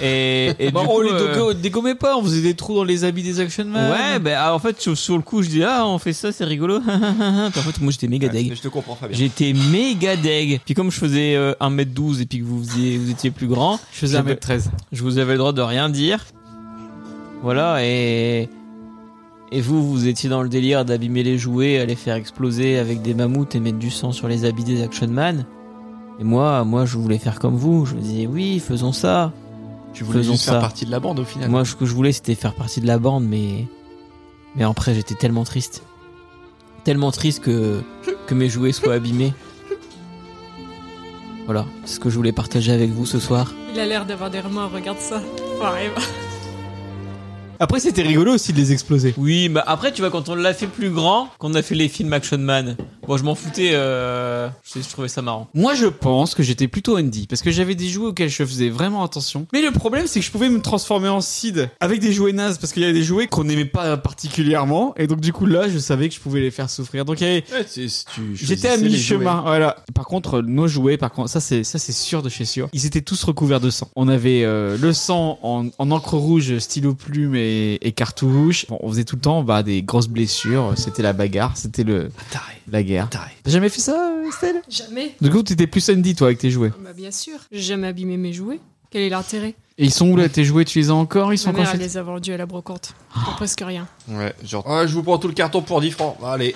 Speaker 3: Et, et
Speaker 2: Bah,
Speaker 3: du
Speaker 2: on
Speaker 3: coup,
Speaker 2: les
Speaker 3: euh,
Speaker 2: dégo- dégommait pas, on faisait des trous dans les habits des Action Man.
Speaker 3: Ouais, ben en fait, sur, sur le coup, je dis ah, on fait ça, c'est rigolo. Puis en fait, moi j'étais méga deg.
Speaker 5: Je te comprends, Fabien.
Speaker 3: J'étais méga deg. Puis comme je faisais euh, 1m12 et puis que vous, faisiez- vous étiez plus grand,
Speaker 2: Je faisais
Speaker 3: j'avais-
Speaker 2: 1m13.
Speaker 3: Je vous avais le droit de rien dire. Voilà, et. Et vous, vous étiez dans le délire d'abîmer les jouets, à les faire exploser avec des mammouths et mettre du sang sur les habits des Action Man. Et moi, moi, je voulais faire comme vous. Je me disais, oui, faisons ça.
Speaker 5: Tu voulais
Speaker 3: faisons
Speaker 5: juste faire
Speaker 3: ça.
Speaker 5: partie de la bande au final.
Speaker 3: Moi, ce que je voulais, c'était faire partie de la bande, mais. Mais après, j'étais tellement triste. Tellement triste que. que mes jouets soient abîmés. Voilà, c'est ce que je voulais partager avec vous ce soir.
Speaker 1: Il a l'air d'avoir des remords, regarde ça. Ouais, bah.
Speaker 2: Après, c'était rigolo aussi de les exploser.
Speaker 3: Oui, bah après, tu vois, quand on l'a fait plus grand, qu'on a fait les films Action Man, moi je m'en foutais, euh, je, sais, je trouvais ça marrant.
Speaker 2: Moi, je pense que j'étais plutôt Andy parce que j'avais des jouets auxquels je faisais vraiment attention. Mais le problème, c'est que je pouvais me transformer en Sid avec des jouets nazes parce qu'il y avait des jouets qu'on n'aimait pas particulièrement. Et donc, du coup, là, je savais que je pouvais les faire souffrir. Donc, il y avait- J'étais à mi-chemin, voilà. Par contre, euh, nos jouets, par contre, ça c'est ça c'est sûr de chez sûr. Ils étaient tous recouverts de sang. On avait euh, le sang en, en encre rouge, stylo plume et, et cartouche. Bon, on faisait tout le temps bah, des grosses blessures. C'était la bagarre, c'était le la guerre. T'as jamais fait ça, euh, Estelle
Speaker 1: Jamais.
Speaker 2: Du coup, t'étais plus Andy toi avec tes jouets.
Speaker 1: Bah, bien sûr. J'ai jamais abîmé mes jouets. Quel est l'intérêt
Speaker 2: Et ils sont où là tes jouets Tu les as encore Ils sont
Speaker 1: Ma
Speaker 2: encore
Speaker 1: mère, elle
Speaker 2: chez
Speaker 1: les a vendus à la brocante. Pour presque rien.
Speaker 5: Ouais, genre, Ah, je vous prends tout le carton pour 10 francs. Bah, allez.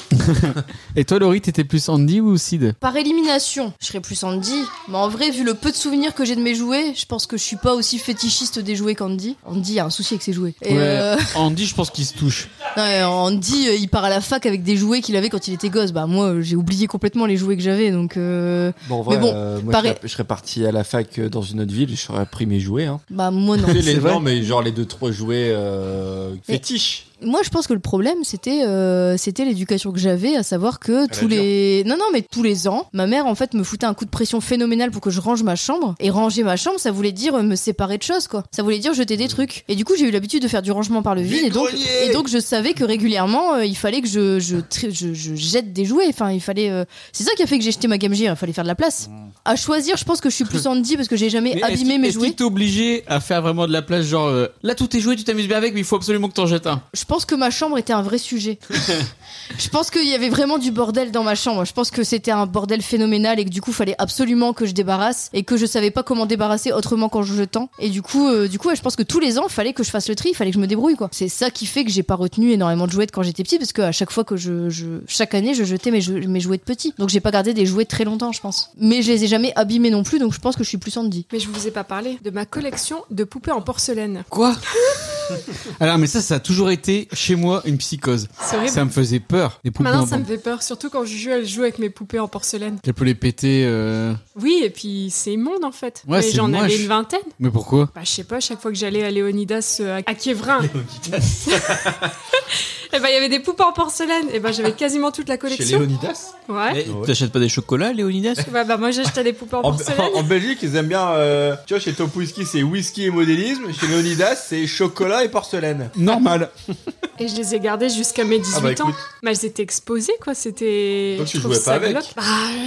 Speaker 2: Et toi, Laurie, t'étais plus Andy ou Sid
Speaker 4: Par élimination, je serais plus Andy, mais en vrai, vu le peu de souvenirs que j'ai de mes jouets, je pense que je suis pas aussi fétichiste des jouets qu'Andy. Andy a un souci avec ses jouets. Et
Speaker 2: Ouais.
Speaker 4: euh,
Speaker 2: Andy, je pense qu'il se touche.
Speaker 4: non, mais Andy, euh, il part à la fac avec des jouets qu'il avait quand il était gosse. Bah moi, euh, j'ai oublié complètement les jouets que j'avais, donc. euh,
Speaker 5: Bon, en vrai,
Speaker 4: mais bon,
Speaker 5: euh, moi,
Speaker 4: pareil-
Speaker 5: je, serais, je serais parti à la fac euh, dans une autre ville, j'aurais pris mes jouets. Hein.
Speaker 4: Bah moi non.
Speaker 5: Tu sais, les, non, mais genre les deux trois jouets euh, fétiches.
Speaker 4: Moi, je pense que le problème, c'était euh, c'était l'éducation que j'avais, à savoir que tous
Speaker 2: hein.
Speaker 4: les non non mais tous les ans, ma mère en fait me foutait un coup de pression phénoménal pour que je range ma chambre. Et ranger ma chambre, ça voulait dire euh, me séparer de choses quoi. Ça voulait dire jeter
Speaker 2: Mm.
Speaker 4: des trucs. Et du coup, j'ai eu l'habitude de faire du rangement par le vide. Et donc, et donc, je savais que régulièrement, euh, il fallait que je je, tri- je je jette des jouets. Enfin, il fallait. euh, C'est ça qui a fait que j'ai jeté ma Game Gear. Il fallait faire de la place. À choisir, je pense que je suis plus Andy parce que j'ai jamais
Speaker 2: Mm. Mais est-ce
Speaker 4: abîmé
Speaker 2: qu'il-
Speaker 4: mes
Speaker 2: est-ce
Speaker 4: jouets.
Speaker 2: qu'il t'est obligé à faire vraiment de la place, genre euh, là tout est joué, tu t'amuses bien avec, mais il faut absolument que t'en jettes un.
Speaker 4: Je pense que ma chambre était un vrai sujet. je pense qu'il y avait vraiment du bordel dans ma chambre. Je pense que c'était un bordel phénoménal et que du coup, fallait absolument que je débarrasse et que je savais pas comment débarrasser autrement qu'en jetant. Et du coup, euh, du coup, ouais, je pense que tous les ans, fallait que je fasse le tri, fallait que je me débrouille quoi. C'est ça qui fait que j'ai pas retenu énormément de jouets de quand j'étais petit parce que à chaque fois que je, je- chaque année, je jetais mes, jeux- mes jouets de petit. Donc j'ai pas gardé des jouets très longtemps, je pense. Mais je les ai jamais abîmés non plus, donc je pense que je suis plus Andy.
Speaker 1: Mais je vous ai pas parlé de ma collection de poupées en porcelaine.
Speaker 2: Quoi Alors mais ça, ça a toujours été chez moi une psychose.
Speaker 1: C'est horrible.
Speaker 2: Ça me faisait peur. Les poupées
Speaker 1: Eh Maintenant,
Speaker 2: en-
Speaker 1: ça me fait peur, surtout quand je joue, elle joue avec mes poupées en porcelaine.
Speaker 2: Qu'elle peut les péter. euh,
Speaker 1: Oui, et puis c'est immonde en fait.
Speaker 2: Ouais,
Speaker 1: Mais
Speaker 2: c'est
Speaker 1: j'en avais
Speaker 2: moche.
Speaker 1: une vingtaine.
Speaker 2: Mais pourquoi
Speaker 1: Bah, je sais pas, chaque fois que j'allais à Léonidas euh, à Kievrin, et bah, il y avait des poupées en porcelaine. Et bah, j'avais quasiment toute la collection.
Speaker 5: Léonidas
Speaker 2: Ah
Speaker 1: Ouais.
Speaker 5: Ah,
Speaker 3: T'achètes pas des chocolats, Léonidas
Speaker 1: Bah, bah, moi, j'achetais des poupées en
Speaker 5: En,
Speaker 1: porcelaine.
Speaker 5: en- en Belgique, ils aiment bien. euh, tu vois, chez Top Whisky, c'est whisky et modélisme. Chez Leonidas, c'est chocolat et porcelaine.
Speaker 2: Normal.
Speaker 1: Et je les ai gardées jusqu'à mes 18
Speaker 13: Ah bah, écoute.
Speaker 1: ans. Mais elles étaient exposées, quoi. C'était.
Speaker 13: Donc, tu
Speaker 1: je trouve
Speaker 13: jouais pas
Speaker 1: ça
Speaker 13: avec.
Speaker 1: glauque. Bah,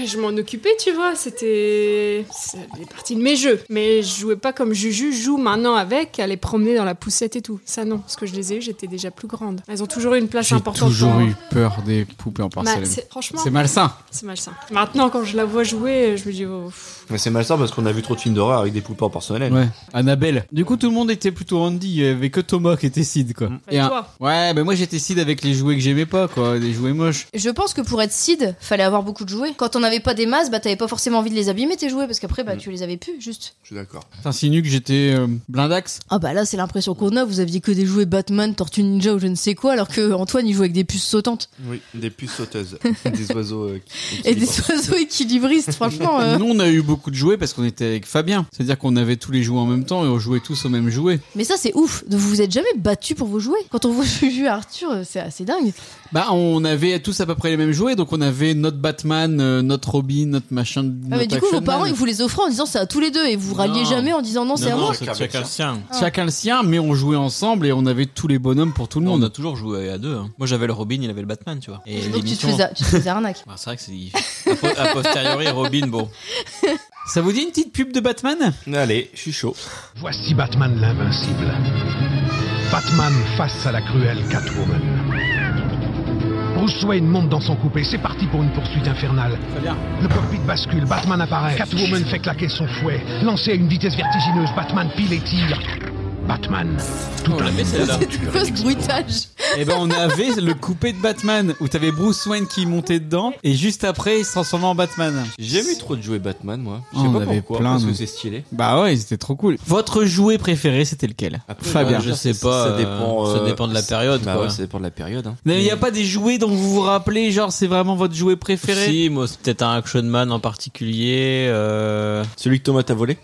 Speaker 1: je m'en occupais, tu vois. C'était. Ça faisait partie de mes jeux. Mais je jouais pas comme Juju joue maintenant avec, à les promener dans la poussette et tout. Ça, non. Parce que je les ai eues, j'étais déjà plus grande. Elles ont toujours eu une place
Speaker 2: J'ai
Speaker 1: importante. dans-
Speaker 2: toujours eu peur des poupées en porcelaine.
Speaker 1: Bah, c'est- franchement,
Speaker 2: C'est malsain.
Speaker 1: C'est malsain. Maintenant, quand je la vois jouer, je me dis, oh, pff,
Speaker 5: Mais c'est malsain parce qu'on a vu trop de films d'horreur avec des poupées en porcelaine.
Speaker 2: Ouais. Annabelle. Du coup, tout le monde était plutôt Andy. Il y avait que Thomas qui était Sid, quoi.
Speaker 1: Et toi.
Speaker 2: Ouais, mais moi j'étais Sid avec les jouets que j'aimais pas, quoi. Des jouets moches.
Speaker 4: Je pense que pour être seed, fallait avoir beaucoup de jouets. Quand on n'avait pas des masses, bah t'avais pas forcément envie de les abîmer tes jouets parce qu'après bah
Speaker 2: Mm.
Speaker 4: tu les avais plus juste.
Speaker 5: Je suis d'accord.
Speaker 2: T'insinues que j'étais euh, blindax
Speaker 4: Ah bah là c'est l'impression qu'on a, vous aviez que des jouets Batman, Tortue Ninja ou je ne sais quoi alors que Antoine il jouait avec des puces sautantes
Speaker 5: Oui, des puces sauteuses, des oiseaux. euh, qui-
Speaker 4: et des
Speaker 5: qui-
Speaker 4: oiseaux équilibristes franchement. euh.
Speaker 2: Nous, on a eu beaucoup de jouets parce qu'on était avec Fabien. C'est-à-dire qu'on avait tous les jouets en même temps et on jouait tous au même jouet.
Speaker 4: Mais ça c'est ouf, vous vous êtes jamais battu pour vos jouets. Quand on voit Juju et Arthur, euh, c'est assez dingue.
Speaker 2: Bah, on avait tous à peu près les mêmes jouets. Donc, on avait notre Batman, euh, notre Robin, notre machin.
Speaker 4: Ah, mais
Speaker 2: notre
Speaker 4: du coup vos
Speaker 2: Action
Speaker 4: parents
Speaker 2: Man.
Speaker 4: ils vous les offraient en disant c'est à tous les deux et vous vous ralliez
Speaker 2: Non.
Speaker 4: jamais en disant non, c'est à moi.
Speaker 2: chacun le sien.
Speaker 4: Ah.
Speaker 2: Chacun le sien, mais on jouait ensemble et on avait tous les bonhommes pour tout le monde.
Speaker 3: On a toujours joué à deux. hein. Moi j'avais le Robin, il avait le Batman, tu vois. Et
Speaker 4: Donc tu te
Speaker 3: l'émission-
Speaker 4: faisais, tu te faisais arnaque.
Speaker 3: Bah, c'est vrai que c'est. A, po- a posteriori, Robin, bon.
Speaker 2: Ça vous dit une petite pub de Batman
Speaker 5: Allez, je suis chaud.
Speaker 7: Voici Batman l'invincible. Batman face à la cruelle Catwoman. Bruce Wayne monte dans son coupé, c'est parti pour une poursuite infernale. Le cockpit bascule, Batman apparaît, Catwoman fait claquer son fouet, lancé à une vitesse vertigineuse, Batman pile et tire. Batman, toute la
Speaker 2: celle-là.
Speaker 4: C'est quoi ce bruitage
Speaker 2: Et ben on avait le coupé de Batman où t'avais Bruce Wayne qui montait dedans et juste après il se transformait en Batman.
Speaker 5: J'ai jamais eu trop de jouets Batman, moi. Je
Speaker 2: Ah,
Speaker 5: sais
Speaker 2: on
Speaker 5: pas
Speaker 2: avait
Speaker 5: pourquoi,
Speaker 2: plein,
Speaker 5: parce que
Speaker 2: nous.
Speaker 5: c'est stylé.
Speaker 2: Bah ouais, c'était trop cool. Votre jouet préféré c'était lequel Fabien.
Speaker 3: euh, je sais pas,
Speaker 5: Ça dépend,
Speaker 3: euh,
Speaker 5: euh,
Speaker 3: ça dépend de la période.
Speaker 5: Bah
Speaker 3: quoi.
Speaker 5: ouais, ça dépend de la période. hein.
Speaker 2: Mais il n'y a pas des jouets dont vous vous rappelez, genre c'est vraiment votre jouet préféré
Speaker 3: Si, moi c'est peut-être un Action Man en particulier. euh,
Speaker 5: Celui que Thomas t'a volé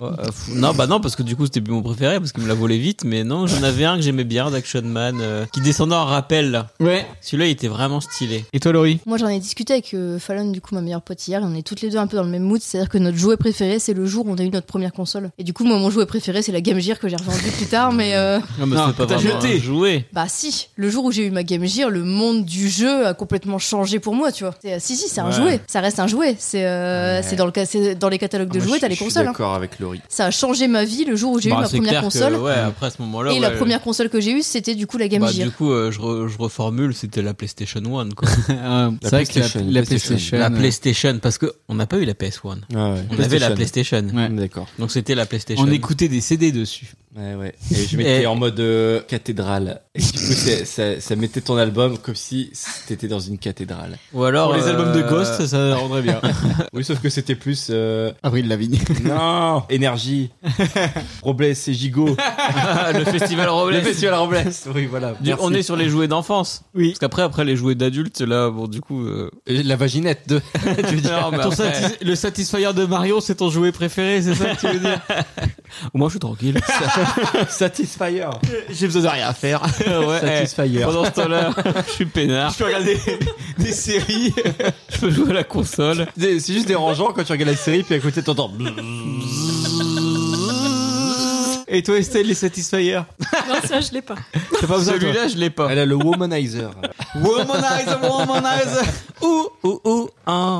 Speaker 3: Non, bah non, parce que du coup c'était plus mon préféré, parce qu'il me l'a volé vite, mais non, j'en avais un que j'aimais bien d'Action Man, euh, qui descendait en rappel là.
Speaker 2: Ouais.
Speaker 3: Celui-là il était vraiment stylé.
Speaker 2: Et toi Laurie
Speaker 4: Moi, j'en ai discuté avec euh, Fallon, du coup, ma meilleure pote hier, et on est toutes les deux un peu dans le même mood. C'est-à-dire que notre jouet préféré, c'est le jour où on a eu notre première console. Et du coup, moi, mon jouet préféré, c'est la Game Gear que j'ai revendue plus tard, mais. euh,
Speaker 2: Ah, bah,
Speaker 3: Non, mais c'est pas
Speaker 2: t'as
Speaker 3: vraiment
Speaker 2: jeté.
Speaker 3: un jouet.
Speaker 4: Bah, si, le jour où j'ai eu ma Game Gear, le monde du jeu a complètement changé pour moi, tu vois. C'est- euh, si, si, c'est un
Speaker 3: Ouais.
Speaker 4: jouet. Ça reste un jouet. C'est euh,
Speaker 5: Ouais.
Speaker 4: c'est dans, le ca- c'est dans les catalogues de
Speaker 3: Ah,
Speaker 5: Moi,
Speaker 4: jouets,
Speaker 5: je-
Speaker 4: t'as les
Speaker 5: je suis
Speaker 4: consoles. hein.
Speaker 5: d'accord avec Laurie.
Speaker 4: Ça a changé ma vie le jour où j'ai
Speaker 3: Bah,
Speaker 4: eu ma
Speaker 3: c'est
Speaker 4: première
Speaker 3: clair
Speaker 4: console.
Speaker 3: Que, ouais, après à ce moment-là.
Speaker 4: et la
Speaker 3: ouais,
Speaker 4: première console que j'ai eue, c'était du coup la Game
Speaker 3: bah,
Speaker 4: Gear.
Speaker 3: du coup, euh, je, re- je reformule, c'était la PlayStation 1 quoi.
Speaker 2: Euh, C'est vrai que la, la PlayStation.
Speaker 3: La PlayStation, parce que on n'a pas eu la PS1.
Speaker 5: Ah ouais. Mm,
Speaker 3: On avait la PlayStation.
Speaker 2: Ouais.
Speaker 5: D'accord.
Speaker 3: Donc c'était la PlayStation.
Speaker 2: On écoutait des CD dessus.
Speaker 5: Ouais, ouais. Et je mettais
Speaker 3: Et-
Speaker 5: en mode euh, cathédrale. Et du coup, c'est- ça, ça mettait ton album comme si t'étais dans une cathédrale.
Speaker 3: Ou alors
Speaker 2: Pour les
Speaker 3: euh,
Speaker 2: albums de Ghost, ça rendrait bien.
Speaker 5: Oui, sauf que c'était plus. euh,
Speaker 2: Avril Lavigne.
Speaker 5: Non Énergie Robles et Gigot
Speaker 3: le festival Robles.
Speaker 5: Le festival Robles Oui, voilà.
Speaker 3: Du- on
Speaker 5: Merci.
Speaker 3: est sur les jouets d'enfance.
Speaker 2: Oui.
Speaker 3: Parce qu'après, après les jouets d'adultes, là, bon, du coup. euh,
Speaker 5: Et La vaginette de. tu veux dire
Speaker 3: non, mais
Speaker 2: Ton
Speaker 3: après-
Speaker 2: satis- le Satisfyer de Mario, c'est ton jouet préféré, c'est ça que tu veux dire
Speaker 3: Au moins, je suis tranquille.
Speaker 5: Satisfyer
Speaker 2: J'ai besoin de rien à faire.
Speaker 3: Ouais, eh,
Speaker 5: Satisfyer
Speaker 3: pendant ce temps-là, je suis peinard. Je peux regarder des séries. je peux jouer à la console.
Speaker 5: C'est c'est juste dérangeant quand tu regardes la série, puis à côté t'entends.
Speaker 2: Et toi Estelle, les Satisfyer
Speaker 1: non, ça, je l'ai pas.
Speaker 2: T'as Ah, pas besoin de
Speaker 3: Celui-là, je l'ai pas.
Speaker 5: Elle a le womanizer.
Speaker 2: Womanize, womanize
Speaker 3: Ouh, ouh, ouh, un.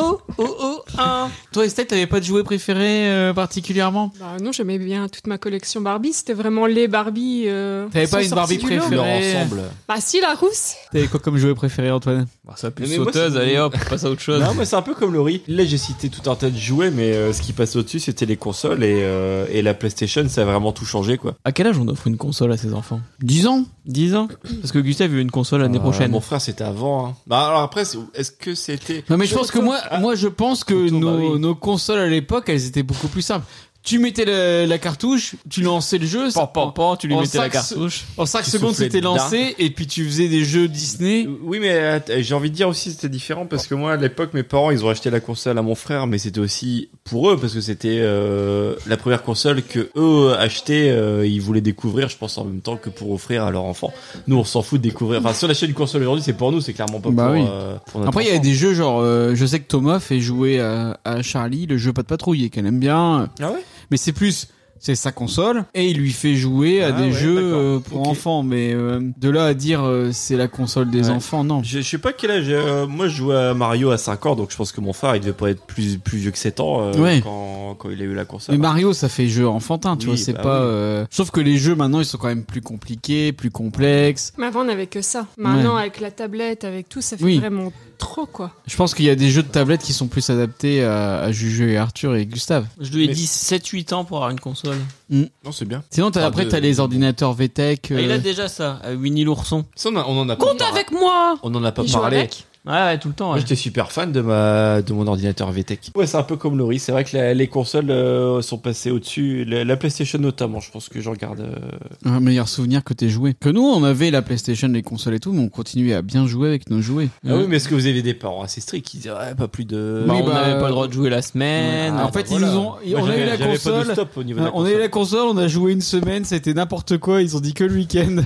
Speaker 3: Ouh, ouh, ouh, un.
Speaker 2: Toi Estelle, t'avais pas de jouet préféré euh, particulièrement
Speaker 1: Bah, non, j'aimais bien toute ma collection Barbie. C'était vraiment les Barbie. euh,
Speaker 2: T'avais
Speaker 1: qui
Speaker 2: pas
Speaker 1: sont
Speaker 2: une Barbie
Speaker 1: sorties du lot.
Speaker 2: préférée
Speaker 5: Leur ensemble.
Speaker 1: Bah, si, la rousse.
Speaker 2: T'avais quoi comme jouet préféré Antoine
Speaker 3: Bah, ça pue
Speaker 5: Mais moi,
Speaker 3: sauteuse,
Speaker 5: c'est-
Speaker 3: allez hop, on passe à autre chose.
Speaker 5: Non, mais c'est un peu comme Laurie. Là, j'ai cité tout un tas de jouets, mais euh, ce qui passait au-dessus, c'était les consoles et, euh, et la PlayStation, ça a vraiment tout changé, quoi.
Speaker 3: À quel âge on offre une console à ses enfants
Speaker 2: 10 ans
Speaker 3: 10 ans Ah, Parce que Gustave veut une console l'année
Speaker 5: Euh,
Speaker 3: prochaine.
Speaker 5: Mon frère, c'était avant. hein. Bah, alors après, c'est- est-ce que c'était.
Speaker 2: Non mais je pense que moi, moi je pense que
Speaker 5: Autour, bah
Speaker 2: nos,
Speaker 5: oui.
Speaker 2: nos consoles à l'époque, elles étaient beaucoup plus simples. Tu mettais le- la cartouche, tu lançais le jeu,
Speaker 3: Pan, pan, pan, tu lui
Speaker 2: En
Speaker 3: mettais la
Speaker 2: cinq
Speaker 3: cartouche.
Speaker 2: en 5
Speaker 5: Tu
Speaker 2: secondes
Speaker 5: soufflais
Speaker 2: c'était
Speaker 5: dedans.
Speaker 2: lancé, et puis tu faisais des jeux Disney.
Speaker 5: Oui, mais euh, j'ai envie de dire aussi c'était différent parce que moi à l'époque mes parents ils ont acheté la console à mon frère, mais c'était aussi pour eux parce que c'était euh, la première console que eux achetaient, euh, ils voulaient découvrir, je pense en même temps que pour offrir à leur enfant. Nous on s'en fout de découvrir. Enfin si on achète une console aujourd'hui c'est pour nous, c'est clairement pas
Speaker 2: Bah
Speaker 5: pour,
Speaker 2: oui.
Speaker 5: euh, pour notre
Speaker 2: Après, il y a
Speaker 5: enfant.
Speaker 2: des jeux genre, euh, je sais que Thomas fait jouer à, à Charlie le jeu pas de patrouille et qu'elle aime bien.
Speaker 5: Ah ouais
Speaker 2: Mais c'est plus, c'est sa console et il lui fait jouer à
Speaker 5: Ah
Speaker 2: des
Speaker 5: ouais,
Speaker 2: jeux
Speaker 5: d'accord.
Speaker 2: euh, pour
Speaker 5: Ok.
Speaker 2: enfants. Mais euh, de là à dire euh, c'est la console des
Speaker 5: Ouais.
Speaker 2: enfants, non.
Speaker 5: Je, je sais pas quel âge. euh, moi, je jouais à Mario à 5 ans, donc je pense que mon frère, il devait pas être plus, plus vieux que 7 ans euh,
Speaker 2: Ouais.
Speaker 5: quand, quand il a eu la console.
Speaker 2: Mais bah Mario, ça fait jeu enfantin, tu
Speaker 5: Oui,
Speaker 2: vois, c'est
Speaker 5: bah
Speaker 2: pas.
Speaker 5: oui.
Speaker 2: euh, Sauf que les jeux maintenant, ils sont quand même plus compliqués, plus complexes.
Speaker 1: Mais avant, on n'avait que ça. Maintenant, avec la tablette, avec tout, ça fait
Speaker 2: Oui.
Speaker 1: vraiment trop, quoi.
Speaker 2: Je pense qu'il y a des jeux de tablette qui sont plus adaptés à, à Juju et Arthur et Gustave.
Speaker 3: Je lui ai
Speaker 5: Mais-
Speaker 3: dit 7-8 ans pour avoir une console.
Speaker 2: Mm.
Speaker 5: Non, c'est bien.
Speaker 2: Sinon, t'as-
Speaker 5: Ah,
Speaker 2: après,
Speaker 5: de-
Speaker 2: t'as les ordinateurs VTech.
Speaker 3: Ah, il a
Speaker 2: euh,
Speaker 3: déjà ça, euh, Winnie l'ourson.
Speaker 5: Ça, on, a- on en a
Speaker 3: Compte
Speaker 5: pas parlé.
Speaker 3: avec moi
Speaker 5: On en a pas
Speaker 1: Il joue
Speaker 5: parlé.
Speaker 1: avec
Speaker 3: Ouais, ouais, tout le temps.
Speaker 5: Moi,
Speaker 3: ouais.
Speaker 5: j'étais super fan de ma de mon ordinateur VTech. Ouais, c'est un peu comme Laurie. C'est vrai que la- les consoles euh, sont passées au-dessus. La, la PlayStation notamment. Je pense que je regarde. euh,
Speaker 2: Un meilleur souvenir que tes jouets. Que nous, on avait la PlayStation, les consoles et tout, mais on continuait à bien jouer avec nos jouets.
Speaker 5: Ah oui, mais est-ce que vous avez des parents assez stricts qui disaient ouais, pas plus de.
Speaker 3: Bah,
Speaker 2: Oui,
Speaker 3: on
Speaker 2: bah,
Speaker 3: n'avait
Speaker 2: euh,
Speaker 3: pas le droit de jouer la semaine.
Speaker 2: en
Speaker 5: Ah,
Speaker 2: fait,
Speaker 5: bah,
Speaker 2: ils
Speaker 5: voilà.
Speaker 2: nous ont-
Speaker 5: Moi,
Speaker 2: on a
Speaker 5: j'avais-
Speaker 2: eu la
Speaker 5: j'avais pas de
Speaker 2: console.
Speaker 5: stop au niveau de
Speaker 2: Euh,
Speaker 5: Ah, la
Speaker 2: on a eu la console, on a joué une semaine, c'était n'importe quoi, ils ont dit que le week-end.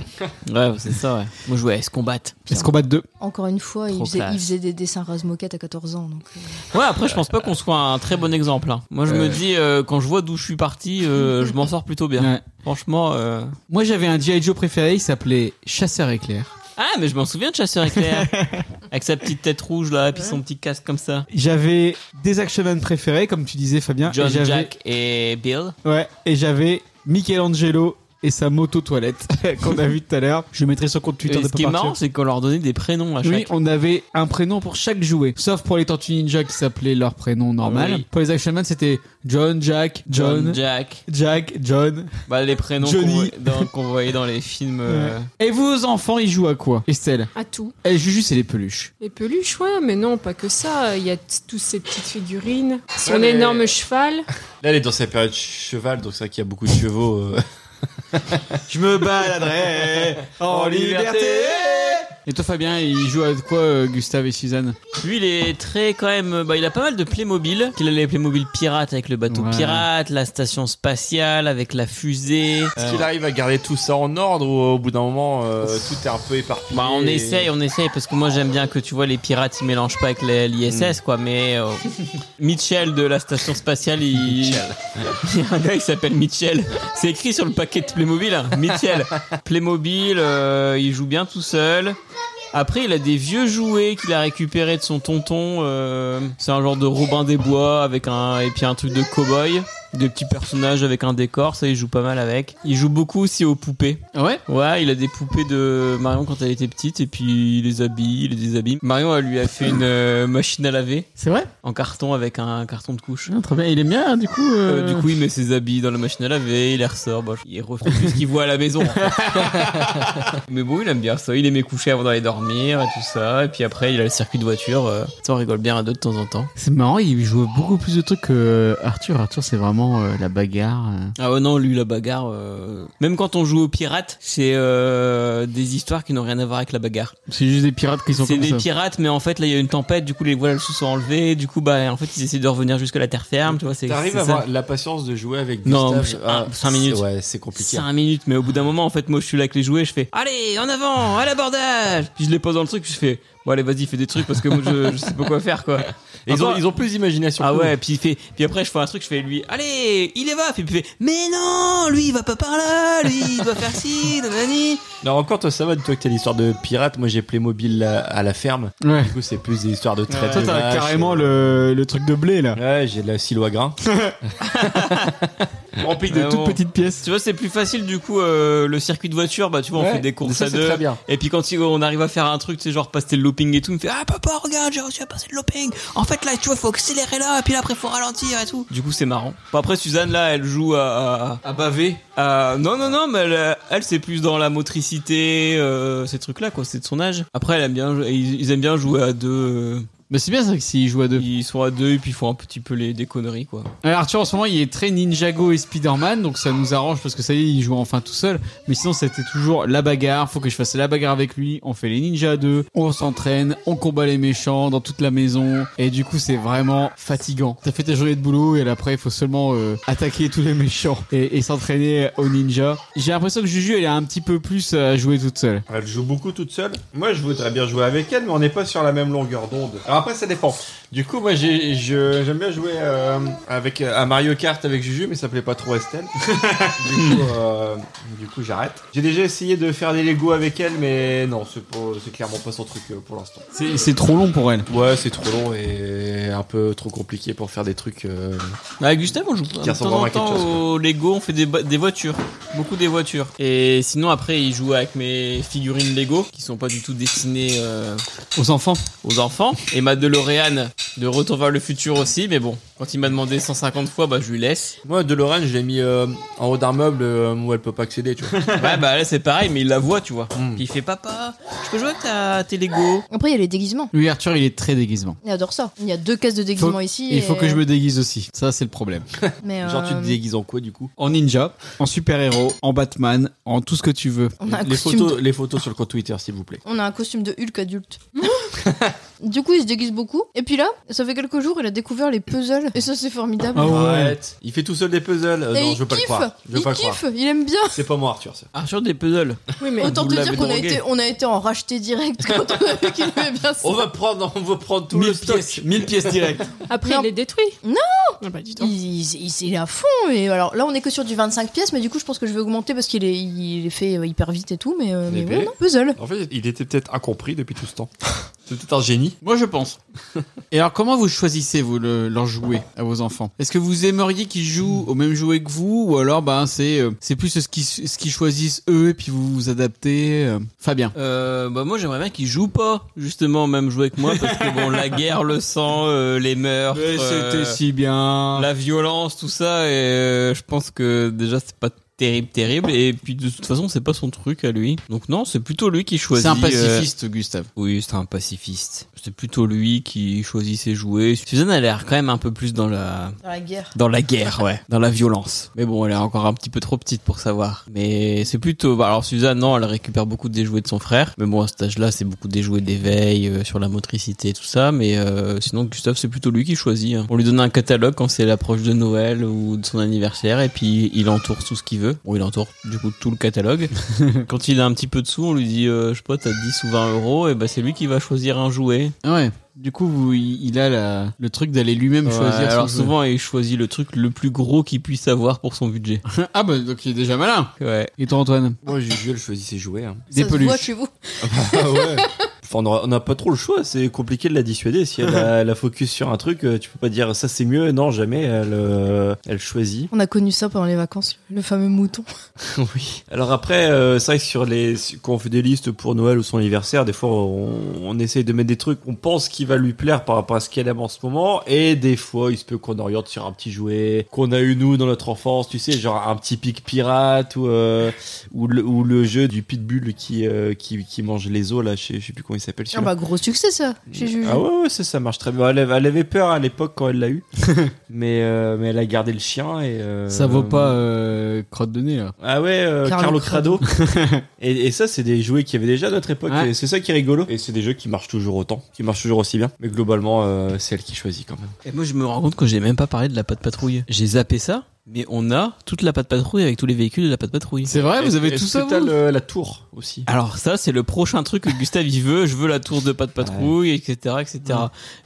Speaker 3: Ouais, c'est ça, ouais. Moi, je jouais à S-Combat.
Speaker 2: Est-ce qu'on bat deux
Speaker 4: Encore une fois, il
Speaker 3: Trop
Speaker 4: faisait, il
Speaker 3: classe.
Speaker 4: faisait des dessins Razmoket à 14 ans. Donc, euh,
Speaker 3: Ouais, après, je pense pas qu'on soit un très bon exemple. hein. Moi, je me
Speaker 2: Euh.
Speaker 3: dis, euh, quand je vois d'où je suis parti, euh, je m'en sors plutôt bien.
Speaker 2: Ouais.
Speaker 3: Franchement. euh,
Speaker 2: Moi j'avais un G.I. Joe préféré, il s'appelait Chasseur éclair.
Speaker 3: Ah, mais je m'en souviens de Chasseur Éclair. Avec sa petite tête rouge, là, puis son petit casque comme ça.
Speaker 2: J'avais des Action Man préférés, comme tu disais Fabien.
Speaker 3: John,
Speaker 2: et Ah, j'avais-
Speaker 3: Jack et Bill.
Speaker 2: Ouais, et j'avais Michelangelo et sa moto toilette qu'on a vu tout à l'heure. Je mettrai son compte Twitter
Speaker 3: Et
Speaker 2: de
Speaker 3: Euh, ce qui est
Speaker 2: Pop
Speaker 3: marrant,
Speaker 2: Arthur.
Speaker 3: c'est qu'on leur donnait des prénoms à chaque.
Speaker 2: Oui, on avait un prénom pour chaque jouet, sauf pour les Tortues Ninja qui s'appelaient leur prénom normal.
Speaker 3: Oui.
Speaker 2: Pour les Action Man, c'était John, Jack, John,
Speaker 3: Jack.
Speaker 2: Jack, John.
Speaker 3: Bah, les prénoms qu'on
Speaker 2: Johnny.
Speaker 3: voit- dans- qu'on voyait dans les films. euh,
Speaker 2: Et vos enfants, ils jouent à quoi Estelle
Speaker 1: À tout.
Speaker 2: Eh, Juju, c'est les peluches.
Speaker 1: Les peluches, ouais, mais non, pas que ça. Il y a t- toutes ces petites figurines, son
Speaker 5: Ouais, mais-
Speaker 1: énorme cheval.
Speaker 5: Là, elle est dans sa période cheval, donc c'est vrai qu'il y a beaucoup de chevaux. euh.
Speaker 2: Je me baladerai en liberté
Speaker 5: Euh,
Speaker 2: Et toi, Fabien, ils jouent à quoi, euh, Gustave et Suzanne
Speaker 3: Lui, il est très quand même. Bah, il a pas mal de Playmobil. Il a les Playmobil pirates avec le bateau
Speaker 2: Ouais.
Speaker 3: pirate, la station spatiale avec la fusée.
Speaker 5: Est-ce qu'il arrive à garder tout ça en ordre ou au bout d'un moment euh, tout est un peu éparpillé
Speaker 3: Bah, on
Speaker 5: et-
Speaker 3: essaye, on essaye, parce que moi j'aime bien que tu vois les pirates ils mélangent pas avec les- l'ISS quoi, mais euh, Mitchell de la station spatiale, il. Il y a un gars qui s'appelle Mitchell. C'est écrit sur le paquet de Playmobil, hein. Mitchell. Playmobil, euh, il joue bien tout seul. Après, il a des vieux jouets qu'il a récupérés de son tonton. euh, c'est un genre de Robin des Bois avec un et puis un truc de cowboy. Des petits personnages avec un décor, ça il joue pas mal avec. Il joue beaucoup aussi aux poupées.
Speaker 2: Ah ouais
Speaker 3: Ouais, il a des poupées de Marion quand elle était petite et puis il les habille, il les déshabille. Marion, elle lui a fait une euh, machine à laver
Speaker 2: C'est vrai
Speaker 3: en carton avec un carton de couche.
Speaker 2: Très bien, il est bien, du coup.
Speaker 3: Euh, du coup, il met ses habits dans la machine à laver, il les ressort. Bon, il refait tout ce qu'il voit à la maison. en fait. Mais bon, il aime bien ça. Il aimait coucher avant d'aller dormir et tout ça. Et puis après, il a le circuit de voiture. euh, Ça, on rigole bien à deux de temps en temps.
Speaker 2: C'est marrant, il joue beaucoup plus de trucs que euh, Arthur. Arthur, c'est vraiment euh, la bagarre. euh.
Speaker 3: Ah ouais, non, lui, la bagarre. euh, Même quand on joue aux pirates, c'est euh, des histoires qui n'ont rien à voir avec la bagarre.
Speaker 2: C'est juste des pirates qui sont
Speaker 3: C'est
Speaker 2: comme
Speaker 3: des
Speaker 2: ça.
Speaker 3: pirates, mais en fait, là, il y a une tempête. Du coup, les voiles sous sont enlevées. Du coup, bah, en fait, ils essaient de revenir jusqu'à la terre ferme. Tu vois, c'est.
Speaker 5: T'arrives
Speaker 3: c'est
Speaker 5: à
Speaker 3: ça.
Speaker 5: avoir la patience de jouer avec
Speaker 3: Non,
Speaker 5: Gustave
Speaker 3: un- cinq minutes.
Speaker 5: c'est- Ouais, c'est compliqué.
Speaker 3: 5 minutes, mais au bout d'un moment, en fait, moi, je suis là avec les jouets, je fais Allez, en avant, à l'abordage Puis je les pose dans le truc, puis je fais Bon, allez, vas-y, fais des trucs parce que moi, je, je sais pas quoi faire, quoi.
Speaker 5: Et ils, ont,
Speaker 3: Après-
Speaker 5: ils ont plus d'imagination.
Speaker 3: Ah
Speaker 5: que nous.
Speaker 3: ouais, puis, il fait, puis après, je fais un truc, je fais lui Allez, il y va Puis il fait Mais non, lui, il va pas par là, lui, il doit faire ci, nanani
Speaker 5: Non, encore, toi, ça va, toi que t'as l'histoire de pirate. Moi, j'ai Playmobil à, à la ferme.
Speaker 2: Ouais.
Speaker 5: Du coup, c'est plus des histoires de traite.
Speaker 2: Ah, Toi,
Speaker 5: de
Speaker 2: t'as
Speaker 5: vaches,
Speaker 2: carrément
Speaker 5: et-
Speaker 2: le, le truc de blé, là.
Speaker 5: Ouais, j'ai de la silo à grain.
Speaker 3: Rempli
Speaker 2: De toutes petites pièces.
Speaker 3: Tu vois, c'est plus facile, du coup, euh, le circuit de voiture, bah, tu vois, on
Speaker 5: Ouais,
Speaker 3: fait des courses
Speaker 5: ça,
Speaker 3: à
Speaker 5: c'est
Speaker 3: deux.
Speaker 5: très bien.
Speaker 3: Et puis quand il- on arrive à faire un truc, tu sais, genre passer le looping et tout, il me fait Ah papa, regarde, j'ai réussi à passer le looping. En fait, là, tu vois, faut accélérer là, et puis là, après, faut ralentir et tout. Du coup, c'est marrant. Bon, après, Suzanne, là, elle joue à. à, à baver. À- Non, non, non, mais elle, elle, c'est plus dans la motricité, euh, ces trucs-là, quoi, c'est de son âge. Après, elle aime bien, jou- ils, ils aiment bien jouer à deux. euh,
Speaker 2: Mais c'est bien ça que s'ils jouent à deux.
Speaker 3: Ils sont à deux, et puis ils font un petit peu les, des conneries, quoi.
Speaker 2: Euh, Arthur, en ce moment, il est très Ninjago et Spider-Man, donc ça nous arrange parce que ça y est, il joue enfin tout seul. Mais sinon, c'était toujours la bagarre. Faut que je fasse la bagarre avec lui. On fait les ninjas à deux. On s'entraîne. On combat les méchants dans toute la maison. Et du coup, c'est vraiment fatigant. T'as fait ta journée de boulot et là, après, il faut seulement euh, attaquer tous les méchants et, et s'entraîner au ninja. J'ai l'impression que Juju, elle a un petit peu plus à jouer toute seule.
Speaker 5: Elle joue beaucoup toute seule. Moi, je voudrais bien jouer avec elle, mais on n'est pas sur la même longueur d'onde. Alors, Alors après, ça dépend. Du coup, moi, j'ai- je- j'aime bien jouer euh, avec, euh, à Mario Kart avec Juju, mais ça plaît pas trop à Estelle. du coup, euh, du coup, j'arrête. J'ai déjà essayé de faire des Lego avec elle, mais non, c'est pas- c'est clairement pas son truc euh, pour l'instant.
Speaker 8: C'est c'est trop long pour elle.
Speaker 5: Ouais, c'est trop long et un peu trop compliqué pour faire des trucs. euh,
Speaker 3: Avec Gustave, Bah, on joue de
Speaker 5: Qui ressemble
Speaker 3: temps en
Speaker 5: à quelque
Speaker 3: temps
Speaker 5: chose, quoi.
Speaker 3: au Lego, on fait des, ba- des voitures, beaucoup des voitures. Et sinon, après, il joue avec mes figurines Lego qui sont pas du tout destinées euh,
Speaker 8: Aux enfants.
Speaker 3: aux enfants. Et ma DeLorean de Retour vers le futur aussi, mais bon, quand il m'a demandé 150 fois, bah je lui laisse.
Speaker 11: Moi, DeLorean, je l'ai mis euh, en haut d'un meuble euh, où elle peut pas accéder, tu vois.
Speaker 3: Ouais, bah là c'est pareil, mais il la voit, tu vois. Puis il fait papa, je peux jouer avec ta, tes Lego.
Speaker 4: Après, il y a les déguisements.
Speaker 8: Lui, Arthur, il est très déguisement.
Speaker 4: Il adore ça. Il y a deux cases de déguisement ici.
Speaker 8: Il faut
Speaker 4: et-
Speaker 8: que je me déguise aussi. Ça, c'est le problème.
Speaker 4: Mais, euh,
Speaker 11: déguises en quoi, du coup
Speaker 8: En ninja, en super-héros, en Batman, en tout ce que tu veux.
Speaker 4: On a un
Speaker 11: les
Speaker 4: costume
Speaker 11: photos,
Speaker 4: de-
Speaker 11: les photos sur le compte Twitter, s'il vous plaît.
Speaker 4: On a un costume de Hulk adulte. du coup, il se déguise beaucoup. Et puis là, ça fait quelques jours, il a découvert les puzzles. Et ça, c'est formidable.
Speaker 5: Ah
Speaker 11: Ah, Arrête.
Speaker 5: Il fait tout seul des puzzles. Euh,
Speaker 4: Et
Speaker 5: non,
Speaker 4: il
Speaker 5: je veux pas le
Speaker 4: kiffe.
Speaker 5: croire. Je veux
Speaker 4: il
Speaker 5: pas le croire.
Speaker 4: kiffe. Il aime bien.
Speaker 5: C'est pas moi, Arthur. Ça.
Speaker 3: Arthur Ah, des puzzles.
Speaker 1: Oui, mais
Speaker 4: Autant
Speaker 3: vous
Speaker 4: te
Speaker 3: l'avez
Speaker 4: dire qu'on a
Speaker 3: drogué.
Speaker 4: été, on a été en racheté direct quand on a vu qu'il aimait bien ça.
Speaker 11: On va prendre, on va prendre tout le
Speaker 3: 1000
Speaker 11: stock.
Speaker 3: pièces, 1000 pièces direct.
Speaker 1: après
Speaker 4: Non.
Speaker 1: il est détruit.
Speaker 4: Non.
Speaker 1: Ah bah, dis donc.
Speaker 4: Il, il- il- il est à fond. Et alors là, on est que sur du 25 pièces, mais du coup, je pense que je vais augmenter parce qu'il est, il est fait euh, hyper vite et tout. Mais, euh, mais
Speaker 5: est
Speaker 4: ouais,
Speaker 5: payé
Speaker 4: non, puzzle.
Speaker 5: En fait, il était peut-être incompris depuis tout ce temps. C'est peut-être un génie.
Speaker 8: Moi, je pense. Et alors, comment vous choisissez vous le, leur jouet à vos enfants Est-ce que vous aimeriez qu'ils jouent au même jouet que vous, ou alors, ben, c'est euh, c'est plus ce qu'ils ce qu'ils choisissent eux, et puis vous vous adaptez. euh. Fabien.
Speaker 3: Euh, bah moi j'aimerais bien qu'il joue pas justement au même jouer que moi parce que bon la guerre, le sang, euh, les meurtres, euh,
Speaker 8: si bien.
Speaker 3: la violence, tout ça et euh, je pense que déjà c'est pas terrible terrible et puis de toute façon c'est pas son truc à lui. Donc non, c'est plutôt lui qui choisit.
Speaker 8: C'est un
Speaker 3: euh,
Speaker 8: pacifiste, Gustave.
Speaker 3: oui, c'est un pacifiste. C'est plutôt lui qui choisit ses jouets. Suzanne elle a l'air quand même un peu plus dans la
Speaker 4: Dans la guerre.
Speaker 3: dans la guerre, ouais, dans la violence. Mais bon, elle est encore un petit peu trop petite pour savoir. Mais c'est plutôt. bah, alors Suzanne, non, elle récupère beaucoup des jouets de son frère. Mais bon, à cet âge-là, c'est beaucoup des jouets d'éveil euh, sur la motricité, tout ça. Mais euh, sinon, Gustave, c'est plutôt lui qui choisit. hein. On lui donne un catalogue quand c'est l'approche de Noël ou de son anniversaire, et puis il entoure tout ce qu'il veut. Bon, il entoure du coup tout le catalogue. quand il a un petit peu de sous, on lui dit, euh, je sais pas, t'as 10 ou 20 euros, et bah c'est lui qui va choisir un jouet.
Speaker 8: Ouais. Du coup, vous- il il a la- le truc d'aller lui-même
Speaker 3: Ouais,
Speaker 8: choisir. son
Speaker 3: alors
Speaker 8: jouet.
Speaker 3: souvent, il choisit le truc le plus gros qu'il puisse avoir pour son budget.
Speaker 8: ah bah donc il est déjà malin.
Speaker 3: Ouais.
Speaker 8: Et toi, Antoine
Speaker 11: Moi, Juju, elle choisit ses jouets. hein.
Speaker 8: Des
Speaker 4: ça se
Speaker 8: peluches.
Speaker 4: voit chez vous.
Speaker 11: Ah ouais.
Speaker 5: Enfin, on aura- on n'a pas trop le choix. C'est compliqué de la dissuader. Si elle a la focus sur un truc, euh, tu peux pas dire ça c'est mieux. Non, jamais. Elle, euh, elle choisit.
Speaker 4: On a connu ça pendant les vacances, le fameux mouton.
Speaker 5: oui. Alors après, euh, c'est vrai que sur les, quand on fait des listes pour Noël ou son anniversaire, des fois on, on essaye de mettre des trucs qu'on pense qu'il va lui plaire par rapport à ce qu'elle aime en ce moment. Et des fois, il se peut qu'on oriente sur un petit jouet qu'on a eu nous dans notre enfance. Tu sais, genre un petit pic pirate ou euh, ou, le, ou le jeu du pitbull qui euh, qui, qui mange les os là. Je sais, je sais plus comment il s'appelle.
Speaker 4: Ah
Speaker 5: celui-là.
Speaker 4: bah gros succès ça, chez Juju.
Speaker 5: Ah ouais, ouais, ça, ça marche très bien. Elle, elle avait peur hein, à l'époque quand elle l'a eu, mais, euh, mais elle a gardé le chien et. euh,
Speaker 8: Ça vaut pas euh, crotte de nez là.
Speaker 5: Ah ouais, euh, Carlo
Speaker 4: Carlo
Speaker 5: Crado. et, et ça, c'est des jouets qu'il y avait déjà à notre époque.
Speaker 8: Ouais.
Speaker 5: et C'est ça qui est rigolo. Et c'est des jeux qui marchent toujours autant, qui marchent toujours aussi bien. Mais globalement, euh, c'est elle qui choisit quand même.
Speaker 3: Et moi, je me rends compte que j'ai même pas parlé de la patte patrouille. J'ai zappé ça, mais on a toute la patte patrouille avec tous les véhicules de la patte patrouille.
Speaker 8: C'est
Speaker 2: Ah,
Speaker 8: vrai, vous avez
Speaker 5: Est-ce
Speaker 8: tout
Speaker 5: que
Speaker 8: ça
Speaker 5: t'as
Speaker 8: vous
Speaker 5: le- la tour aussi.
Speaker 3: Alors ça, c'est le prochain truc que Gustave il veut. Je veux la tour de patte patrouille, etc., etc.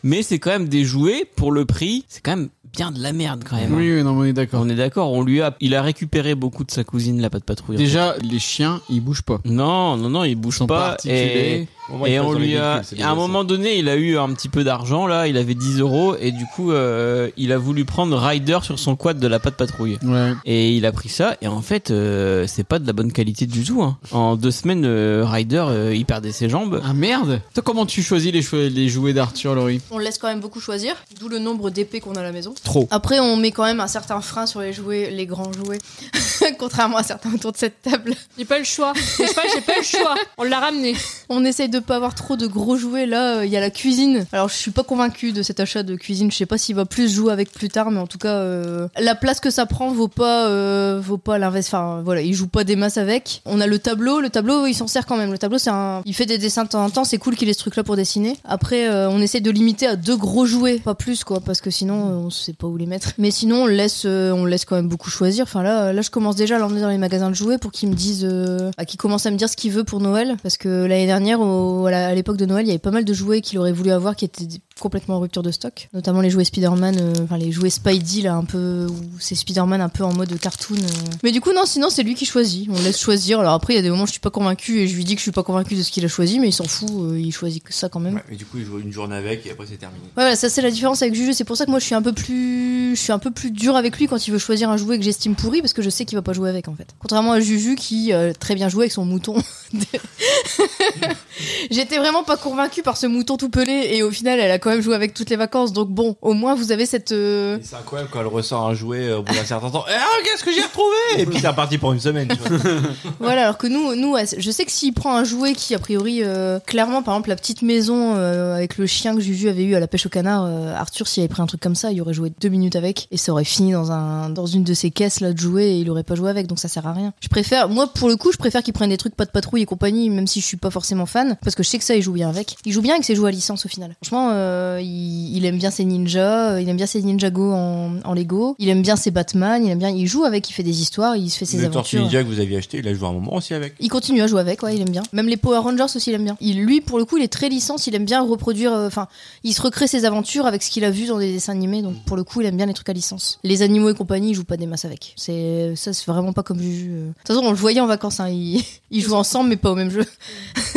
Speaker 3: Mais c'est quand même des jouets pour le prix. C'est quand même bien de la merde quand même.
Speaker 8: Ah, Oui, oui, non, mais on est d'accord.
Speaker 3: On est d'accord. On lui a, il a récupéré beaucoup de sa cousine la patte patrouille. en
Speaker 8: Déjà, les chiens, ils bougent pas.
Speaker 3: fait. Non, non, non, il bouge
Speaker 8: Ils sont
Speaker 3: pas. Et-
Speaker 8: particuliers.
Speaker 5: Au moins, il
Speaker 3: et
Speaker 5: passe
Speaker 3: on
Speaker 5: dans les
Speaker 3: lui a
Speaker 5: véhicules, c'est
Speaker 3: à
Speaker 5: déjà
Speaker 3: un
Speaker 5: ça.
Speaker 3: moment donné il a eu un petit peu d'argent là il avait 10 euros et du coup euh, il a voulu prendre Ryder sur son quad de la patte patrouille
Speaker 8: Ouais.
Speaker 3: et il a pris ça et en fait euh, c'est pas de la bonne qualité du tout hein. en deux semaines euh, Ryder euh, il perdait ses jambes
Speaker 8: Ah merde Toi, comment tu choisis les, chou- les jouets d'Arthur, Laurie
Speaker 4: On le laisse quand même beaucoup choisir, d'où le nombre d'épées qu'on a à la maison.
Speaker 8: Trop.
Speaker 4: Après, on met quand même un certain frein sur les jouets, les grands jouets, contrairement à certains autour de cette table.
Speaker 1: J'ai pas le choix. Le cheval, j'ai pas le choix. On l'a ramené.
Speaker 4: On essaye de pas avoir trop de gros jouets. Là, euh, il y a la cuisine. Alors, je suis pas convaincue de cet achat de cuisine. Je sais pas s'il va plus jouer avec plus tard, mais en tout cas, euh, la place que ça prend vaut pas, euh, vaut pas l'invest. Enfin, voilà, il joue pas des masses avec. On a le tableau. Le tableau, il s'en sert quand même. Le tableau, c'est un. Il fait des dessins de temps en temps. C'est cool qu'il ait ce truc-là pour dessiner. Après, euh, on essaye de limiter à deux gros jouets, pas plus, quoi, parce que sinon, euh, on sait pas où les mettre. Mais sinon, on le laisse, euh, on le laisse quand même beaucoup choisir. Enfin là, euh, là, je commence déjà à l'emmener dans les magasins de jouets pour qu'il me dise, euh, à qu'il commence à me dire ce qu'il veut pour Noël, parce que l'année dernière, au- à la- à l'époque de Noël, il y avait pas mal de jouets qu'il aurait voulu avoir qui étaient complètement en rupture de stock, notamment les jouets Spider-Man, euh, enfin les jouets Spidey là un peu où c'est Spider-Man un peu en mode cartoon. euh. Mais du coup non, sinon c'est lui qui choisit. On le laisse choisir. Alors après il y a des moments où je suis pas convaincu et je lui dis que je suis pas convaincu de ce qu'il a choisi, mais il s'en fout, euh, il choisit que ça quand même.
Speaker 5: Mais du coup, il joue une journée avec et après, c'est terminé.
Speaker 4: Ouais, voilà, ça c'est la différence avec Juju. C'est pour ça que moi je suis un peu plus, je suis un peu plus dur avec lui quand il veut choisir un jouet que j'estime pourri parce que je sais qu'il va pas jouer avec en fait. Contrairement à Juju qui euh, très bien joué avec son mouton. J'étais vraiment pas convaincue par ce mouton tout pelé et au final elle a quand même joué avec toutes les vacances. Donc bon, au moins vous avez cette. euh,
Speaker 5: C'est incroyable quand elle ressort un jouet euh, au bout d'un certain temps. Eh, ah, qu'est-ce que j'ai retrouvé Et puis, c'est reparti pour une semaine. Tu vois.
Speaker 4: Voilà, alors que nous, nous, à- je sais que s'il prend un jouet qui, a priori, euh, clairement, par exemple, la petite maison euh, avec le chien que Juju avait eu à la pêche au canard, euh, Arthur, s'il avait pris un truc comme ça, il aurait joué deux minutes avec et ça aurait fini dans, un, dans une de ses caisses là de jouets et il aurait pas joué avec, donc ça sert à rien. Je préfère, moi, pour le coup, je préfère qu'il prenne des trucs pas de patrouille et compagnie, même si je suis pas forcément fan, parce que je sais que ça, il joue bien avec. Il joue bien avec ses jouets à licence au final. Franchement, euh, il, il aime bien ses ninjas, euh, il aime bien ses Ninjago en, en Lego, il aime bien ses Batman, il aime bien, il joue avec, il fait des histoires, il se fait ses
Speaker 5: Le Tortue
Speaker 4: aventures.
Speaker 5: Ninja que vous aviez acheté, il a joué un moment aussi avec.
Speaker 4: Il continue à jouer avec, ouais, il aime bien. Même les Power Rangers aussi, il aime bien. Il, lui, pour le coup, il est très licence, il aime bien reproduire, euh, enfin, il se recrée ses aventures avec ce qu'il a vu dans des dessins animés, donc pour le coup, il aime bien les trucs à licence. Les animaux et compagnie, il joue pas des masses avec. C'est, ça, c'est vraiment pas comme Juju. euh. De toute façon, on le voyait en vacances, hein, ils, ils jouent ensemble, mais pas au même jeu.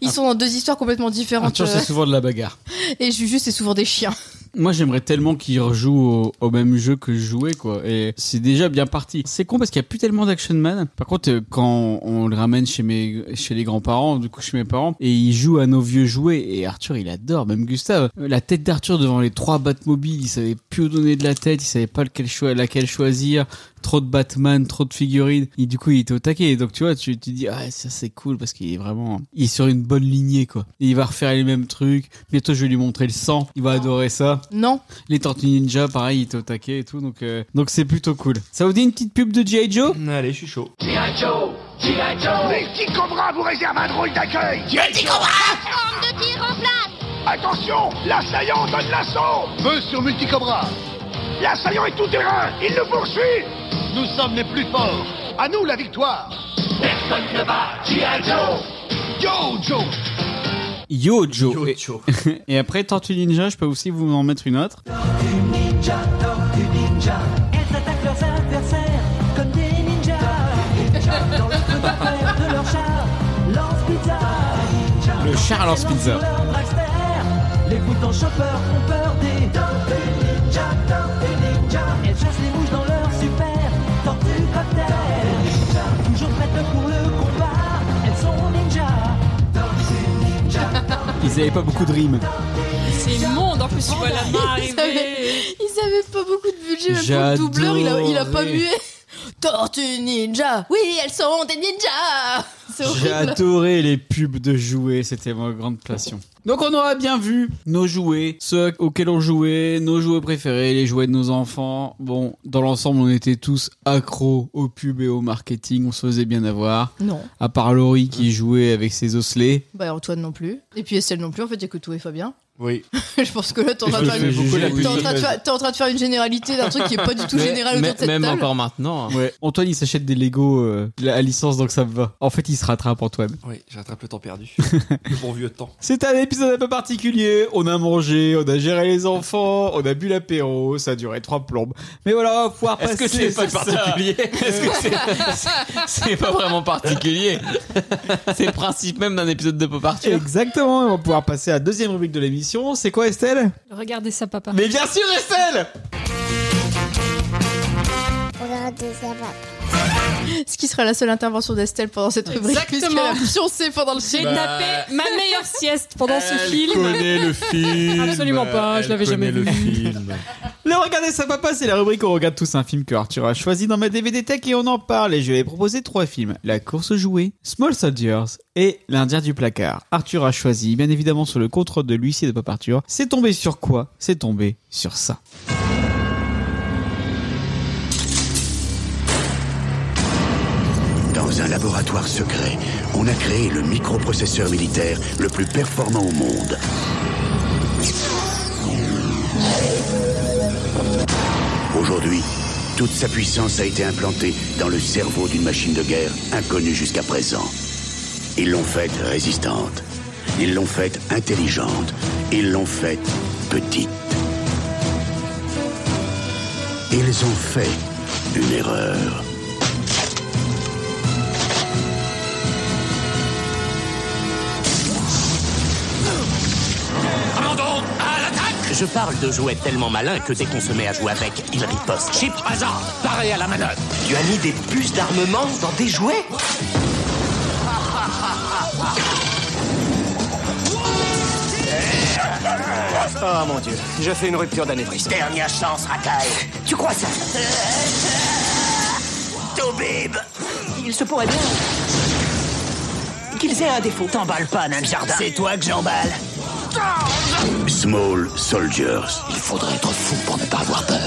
Speaker 4: ils sont dans deux histoires complètement différentes.
Speaker 2: Arthur,
Speaker 4: euh,
Speaker 2: c'est souvent de la bagarre.
Speaker 4: et Juju, c'est souvent des chiens.
Speaker 2: Moi, j'aimerais tellement qu'il rejoue au, au même jeu que je jouais, quoi. Et c'est déjà bien parti. C'est con parce qu'il n'y a plus tellement d'Action Man. Par contre, euh, quand on le ramène chez mes, chez les grands-parents, du coup, chez mes parents, et il joue à nos vieux jouets, et Arthur, il adore, même Gustave. Euh, La tête d'Arthur devant les trois Batmobiles, il savait plus où donner de la tête, il savait pas lequel choi- laquelle choisir. Trop de Batman, trop de figurines. Et du coup, il était au taquet. Et donc, tu vois, tu, tu dis, ah, ça, c'est cool parce qu'il est vraiment, il est sur une bonne lignée, quoi. Et il va refaire les mêmes trucs. Bientôt, je vais lui montrer le sang. Il va adorer ça.
Speaker 4: Non.
Speaker 2: Les Tortues Ninja, pareil, il était au taquet et tout, donc euh, donc c'est plutôt cool. Ça vous dit une petite pub de G.I. Joe
Speaker 5: Allez, je suis chaud.
Speaker 7: G.I. Joe G.I. Joe Les petits cobras vous réservent un drôle d'accueil Les petits cobras Arme de tir en place Attention L'assaillant donne l'assaut Feu sur multicobra L'assaillant est tout terrain Il nous poursuit Nous sommes les plus forts À nous la victoire Personne ne bat G.I. Joe Yo Joe
Speaker 2: Yo Joe. et, et après Tortues Ninja, je peux aussi vous en mettre une autre.
Speaker 10: Ninja, tortue ninja. Elles attaquent leurs adversaires comme des ninjas. Ninja, dans le feu d'affaires de leur char, lance pizza. Ninja,
Speaker 2: Le char lance pizza.
Speaker 10: leur dragster. Les boutons chopper ont peur des tortues ninja, tortues ninja. Elles chassent les mouches dans leur super tortue cocktail. Ninja, toujours prêtes pour le combat. Elles sont ninja. Tortues ninja,
Speaker 2: Ils avaient pas beaucoup de rimes.
Speaker 1: C'est immonde, en plus, tu vois la main
Speaker 4: Ils avaient,
Speaker 1: arriver.
Speaker 4: ils avaient pas beaucoup de budget, même pour le doubleur, il a, il a pas
Speaker 2: J'adorais.
Speaker 4: mué. Tortue ninja Oui, elles sont des ninjas C'est
Speaker 2: J'ai
Speaker 4: horrible.
Speaker 2: adoré les pubs de jouets, c'était ma grande passion. Donc on aura bien vu nos jouets, ceux auxquels on jouait, nos jouets préférés, les jouets de nos enfants. Bon, dans l'ensemble, on était tous accros aux pubs et au marketing, on se faisait bien avoir.
Speaker 4: Non.
Speaker 2: À part Laurie qui jouait avec ses osselets.
Speaker 4: Bah Antoine non plus. Et puis Estelle non plus, en fait, il y a que toi et Fabien.
Speaker 5: Oui.
Speaker 4: Je pense que là, t'es en, train de faire
Speaker 2: Je fais
Speaker 4: une-
Speaker 2: beaucoup la
Speaker 4: t'es en
Speaker 2: pub.
Speaker 4: train de faire- t'es en train de faire une généralité d'un truc qui est pas du tout
Speaker 3: Mais-
Speaker 4: général autour
Speaker 3: mais-
Speaker 4: de cette
Speaker 3: Même
Speaker 4: table.
Speaker 3: encore maintenant. hein.
Speaker 2: Ouais. Antoine, il s'achète des Lego euh, à licence, donc ça me va. En fait, il se rattrape, Antoine.
Speaker 5: Oui, je rattrape le temps perdu. le bon vieux temps.
Speaker 2: C'était un épisode un peu particulier. On a mangé, on a géré les enfants, on a bu l'apéro, ça a duré trois plombes. Mais voilà, on va pouvoir passer.
Speaker 3: Est-ce que c'est pas
Speaker 2: sur ça.
Speaker 3: particulier Est-ce que c'est c'est pas vraiment particulier C'est le principe même d'un épisode de Pop Arthur.
Speaker 2: Exactement, on va pouvoir passer à la deuxième rubrique de l'émission. C'est quoi, Estelle
Speaker 1: Regardez ça, papa.
Speaker 2: Mais bien sûr, Estelle
Speaker 4: Ce qui sera la seule intervention d'Estelle pendant cette rubrique,
Speaker 1: Exactement.
Speaker 4: puisqu'elle a pioncé pendant le
Speaker 1: J'ai
Speaker 4: film.
Speaker 1: tapé
Speaker 5: Bah.
Speaker 1: ma meilleure sieste pendant ce film.
Speaker 5: le film.
Speaker 1: Absolument pas, je l'avais jamais vu.
Speaker 5: film.
Speaker 2: Le Regardez ça papa, c'est la rubrique où on regarde tous un film que Arthur a choisi dans ma DVD Tech et on en parle. Et je vais proposer trois films. La course aux jouets, Small Soldiers et L'Indien du placard. Arthur a choisi, bien évidemment, sur le contrôle de l'huissier de Pop Arthur. C'est tombé sur quoi C'est tombé sur ça.
Speaker 7: Dans un laboratoire secret, on a créé le microprocesseur militaire le plus performant au monde. Aujourd'hui, toute sa puissance a été implantée dans le cerveau d'une machine de guerre inconnue jusqu'à présent. Ils l'ont faite résistante.
Speaker 14: Ils l'ont faite intelligente. Ils l'ont faite petite. Ils ont fait une erreur.
Speaker 15: Commandant, à l'attaque
Speaker 16: Je parle de jouets tellement malins que dès qu'on se met à jouer avec, ils ripostent.
Speaker 15: Chip Hazard, paré à la manœuvre
Speaker 16: Tu as mis des puces d'armement dans des jouets
Speaker 15: Oh mon dieu, je fais une rupture d'anévrisme.
Speaker 16: Dernière chance, Rakai Tu crois ça Tobib Il se pourrait bien qu'ils aient un défaut. T'emballe pas, Jardin. C'est toi que j'emballe
Speaker 14: Small Soldiers.
Speaker 16: Il faudrait être fou pour ne pas avoir peur.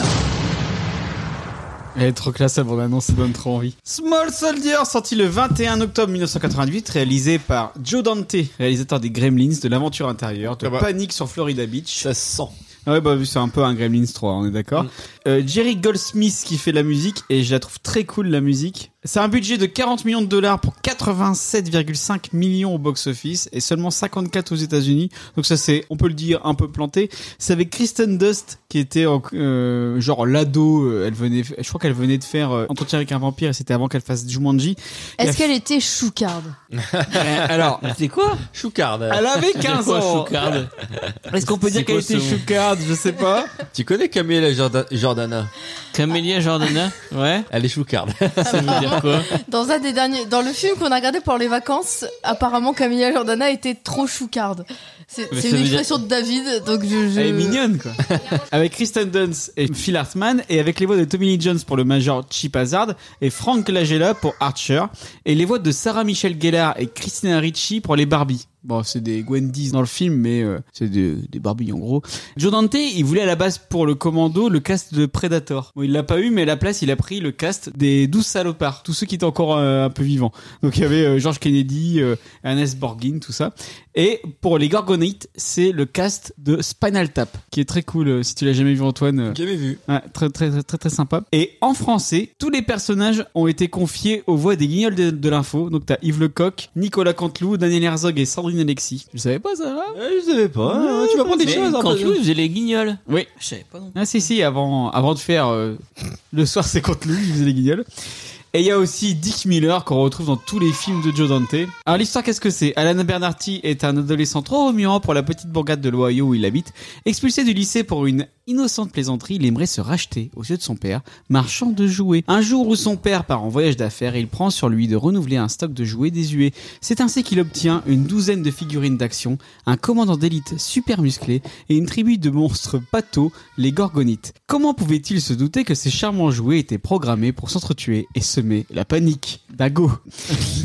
Speaker 8: Elle est trop classe, la bande-annonce, ça donne trop envie.
Speaker 2: Small Soldier, sorti le 21 octobre 1988, réalisé par Joe Dante, réalisateur des Gremlins, de l'aventure intérieure, de
Speaker 8: Ah bah.
Speaker 2: Panique sur Florida Beach.
Speaker 11: Ça se sent. Mm.
Speaker 2: Ouais, bah c'est un peu un Gremlins 3, on est d'accord. Euh, Jerry Goldsmith qui fait la musique, et je la trouve très cool la musique. C'est un budget de 40 millions de dollars pour 87,5 millions au box-office, et seulement 54 aux États-Unis. Donc ça c'est, on peut le dire, un peu planté. C'est avec Kristen Dust qui était en- euh, genre l'ado, euh, elle venait, je crois qu'elle venait de faire euh, Entretien avec un vampire, et c'était avant qu'elle fasse Jumanji. Et
Speaker 4: Est-ce
Speaker 2: elle-
Speaker 4: qu'elle était choucarde
Speaker 2: Alors,
Speaker 3: c'est quoi
Speaker 11: Choucarde.
Speaker 2: Elle avait 15 ans.
Speaker 3: Choucarde.
Speaker 2: Est-ce qu'on peut
Speaker 3: C'est
Speaker 2: dire qu'elle
Speaker 3: quoi
Speaker 2: était
Speaker 3: ce mot
Speaker 2: choucarde Je sais pas.
Speaker 11: Tu connais Camélia Jorda- Jordana
Speaker 3: Camélia Jordana Ouais.
Speaker 11: Elle est choucarde.
Speaker 4: Ah,
Speaker 3: Ça veut dire quoi
Speaker 4: Dans un des derniers, dans le film qu'on a regardé pour les vacances, apparemment Camilla Jordana était trop choucarde. C'est
Speaker 2: Mais
Speaker 4: c'est
Speaker 2: ça
Speaker 4: une
Speaker 2: veut dire-
Speaker 4: expression de David, donc je. je-
Speaker 2: Elle est mignonne, quoi. avec Kristen Dunst et Phil Hartman, et avec les voix de Tommy Lee Jones pour le Major Chip Hazard, et Frank Lagella pour Archer, et les voix de Sarah Michelle Gellar et Christina Ricci pour les Barbie. Bon, c'est des Gwendys dans le film, mais euh, c'est des, des Barbie en gros. Joe Dante, il voulait à la base pour le commando le cast de Predator. Bon, il l'a pas eu, mais à la place, il a pris le cast des 12 salopards, tous ceux qui étaient encore euh, un peu vivants. Donc il y avait euh, George Kennedy, euh, Ernest Borgnine, tout ça. Et pour les Gorgonites, c'est le cast de Spinal Tap, qui est très cool. euh, si tu l'as jamais vu, Antoine. euh,
Speaker 11: Jamais vu.
Speaker 2: Ouais, très, très, très, très, très sympa. Et en français, tous les personnages ont été confiés aux voix des guignols de, de l'info. Donc t'as Yves Lecoq, Nicolas Canteloup, Daniel Herzog et Sandrine Alexis. Je le savais pas ça, là
Speaker 11: Euh, Je savais pas.
Speaker 2: hein, tu m'apprends des
Speaker 3: Mais
Speaker 2: choses, hein,
Speaker 3: Quand
Speaker 2: parce
Speaker 3: tu
Speaker 2: que-
Speaker 3: faisais les guignols.
Speaker 2: Oui.
Speaker 3: Je savais pas non.
Speaker 2: Ah si si, avant, avant de faire euh, le soir c'est contre lui, il faisait les guignols. Et il y a aussi Dick Miller qu'on retrouve dans tous les films de Joe Dante. Alors l'histoire qu'est-ce que c'est Alan Bernardi est un adolescent trop remuant pour la petite bourgade de l'Ohio où il habite. Expulsé du lycée pour une innocente plaisanterie, il aimerait se racheter aux yeux de son père, marchand de jouets. Un jour où son père part en voyage d'affaires, il prend sur lui de renouveler un stock de jouets désuets. C'est ainsi qu'il obtient une douzaine de figurines d'action, un commandant d'élite super musclé et une tribu de monstres patos, les Gorgonites. Comment pouvait-il se douter que ces charmants jouets étaient programmés pour s'entretuer et semer la panique Dago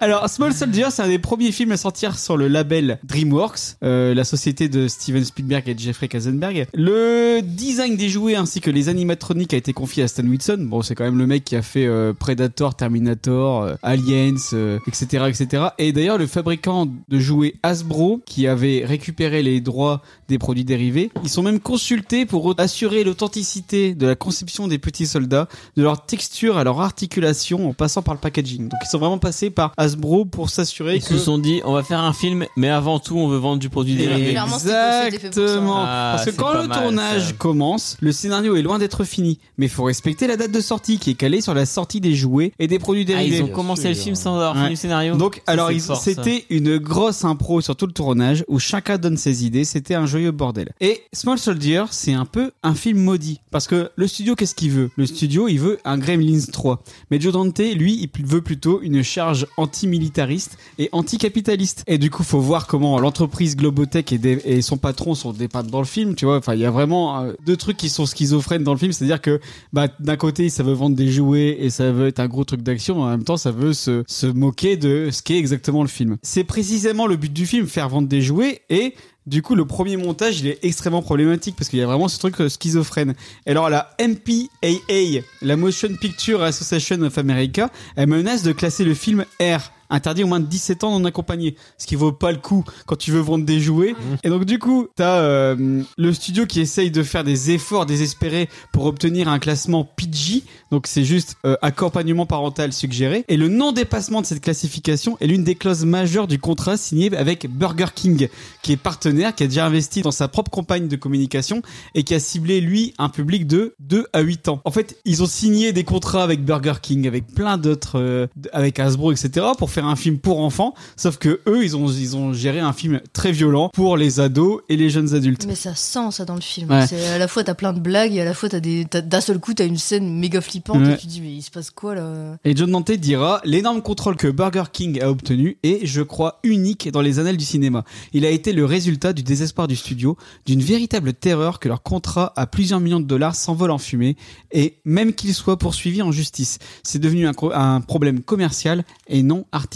Speaker 2: Alors, Small Soldier, c'est un des premiers films à sortir sur le label DreamWorks, euh, la société de Steven Spielberg et Jeffrey Katzenberg. Le design des jouets ainsi que les animatroniques a été confié à Stan Whitson. Bon, c'est quand même le mec qui a fait euh, Predator, Terminator, euh, Aliens, euh, etc., etc. Et d'ailleurs, le fabricant de jouets Hasbro, qui avait récupéré les droits des produits dérivés, ils sont même consultés pour assurer l'authenticité de la conception des petits soldats, de leur texture à leur articulation en passant par le packaging. Donc ils sont vraiment passés par Hasbro pour s'assurer
Speaker 3: Ils
Speaker 2: que...
Speaker 3: se sont dit, on va faire un film, mais avant tout, on veut vendre du produit dérivé.
Speaker 4: Clairement, c'est possible, c'est fait pour ça.
Speaker 2: Exactement.
Speaker 3: Ah,
Speaker 2: Parce que
Speaker 3: c'est
Speaker 2: quand
Speaker 3: pas
Speaker 2: le
Speaker 3: mal,
Speaker 2: tournage
Speaker 3: ça.
Speaker 2: commence, le scénario est loin d'être fini. Mais il faut respecter la date de sortie qui est calée sur la sortie des jouets et des produits
Speaker 3: Ah,
Speaker 2: dérivés.
Speaker 3: ils ont commencé le film sans avoir
Speaker 2: Ouais.
Speaker 3: fini le scénario.
Speaker 2: Donc,
Speaker 3: Ça,
Speaker 2: alors,
Speaker 3: c'est
Speaker 2: ils-
Speaker 3: fort, ça.
Speaker 2: c'était une grosse impro sur tout le tournage où chacun donne ses idées. C'était un joyeux bordel. Et Small Soldier, c'est un peu un film maudit. Parce que le studio, qu'est-ce qu'il veut Le studio, il veut un Gremlins 3. Mais Joe Dante, lui, il pl- veut plutôt une charge antimilitariste et anticapitaliste. Et du coup, faut voir comment l'entreprise Globotech et, des- et son patron sont des pattes dans le film. Tu vois, enfin, il y a vraiment euh, deux trucs qui sont schizophrènes dans le film. C'est-à-dire que bah, d'un côté, ça veut vendre des jouets et ça veut être un gros truc d'action, en même temps, ça veut se, se moquer de ce qu'est exactement le film. C'est précisément le but du film, faire vendre des jouets et. Du coup, le premier montage, il est extrêmement problématique parce qu'il y a vraiment ce truc euh, schizophrène. Et alors, la MPAA, la Motion Picture Association of America, elle menace de classer le film R interdit au moins de 17 ans non accompagné, ce qui vaut pas le coup quand tu veux vendre des jouets. Et donc du coup, t'as euh, le studio qui essaye de faire des efforts désespérés pour obtenir un classement PG, donc c'est juste euh, accompagnement parental suggéré. Et le non dépassement de cette classification est l'une des clauses majeures du contrat signé avec Burger King, qui est partenaire, qui a déjà investi dans sa propre campagne de communication et qui a ciblé lui un public de 2 à 8 ans. En fait, ils ont signé des contrats avec Burger King, avec plein d'autres, euh, avec Hasbro, etc., pour faire un film pour enfants. Sauf que eux, ils ont, ils ont géré un film très violent pour les ados et les jeunes adultes.
Speaker 4: Mais ça sent ça dans le film.
Speaker 2: Ouais.
Speaker 4: C'est à la fois t'as plein de blagues et à la fois t'as des t'as- d'un seul coup t'as une scène méga flippante
Speaker 2: Ouais.
Speaker 4: et tu te dis mais il se passe quoi là
Speaker 2: Et John Dante dira l'énorme contrôle que Burger King a obtenu est, je crois, unique dans les annales du cinéma. Il a été le résultat du désespoir du studio, d'une véritable terreur que leur contrat à plusieurs millions de dollars s'envole en fumée, et même qu'il soit poursuivi en justice, c'est devenu un, cro- un problème commercial et non artistique.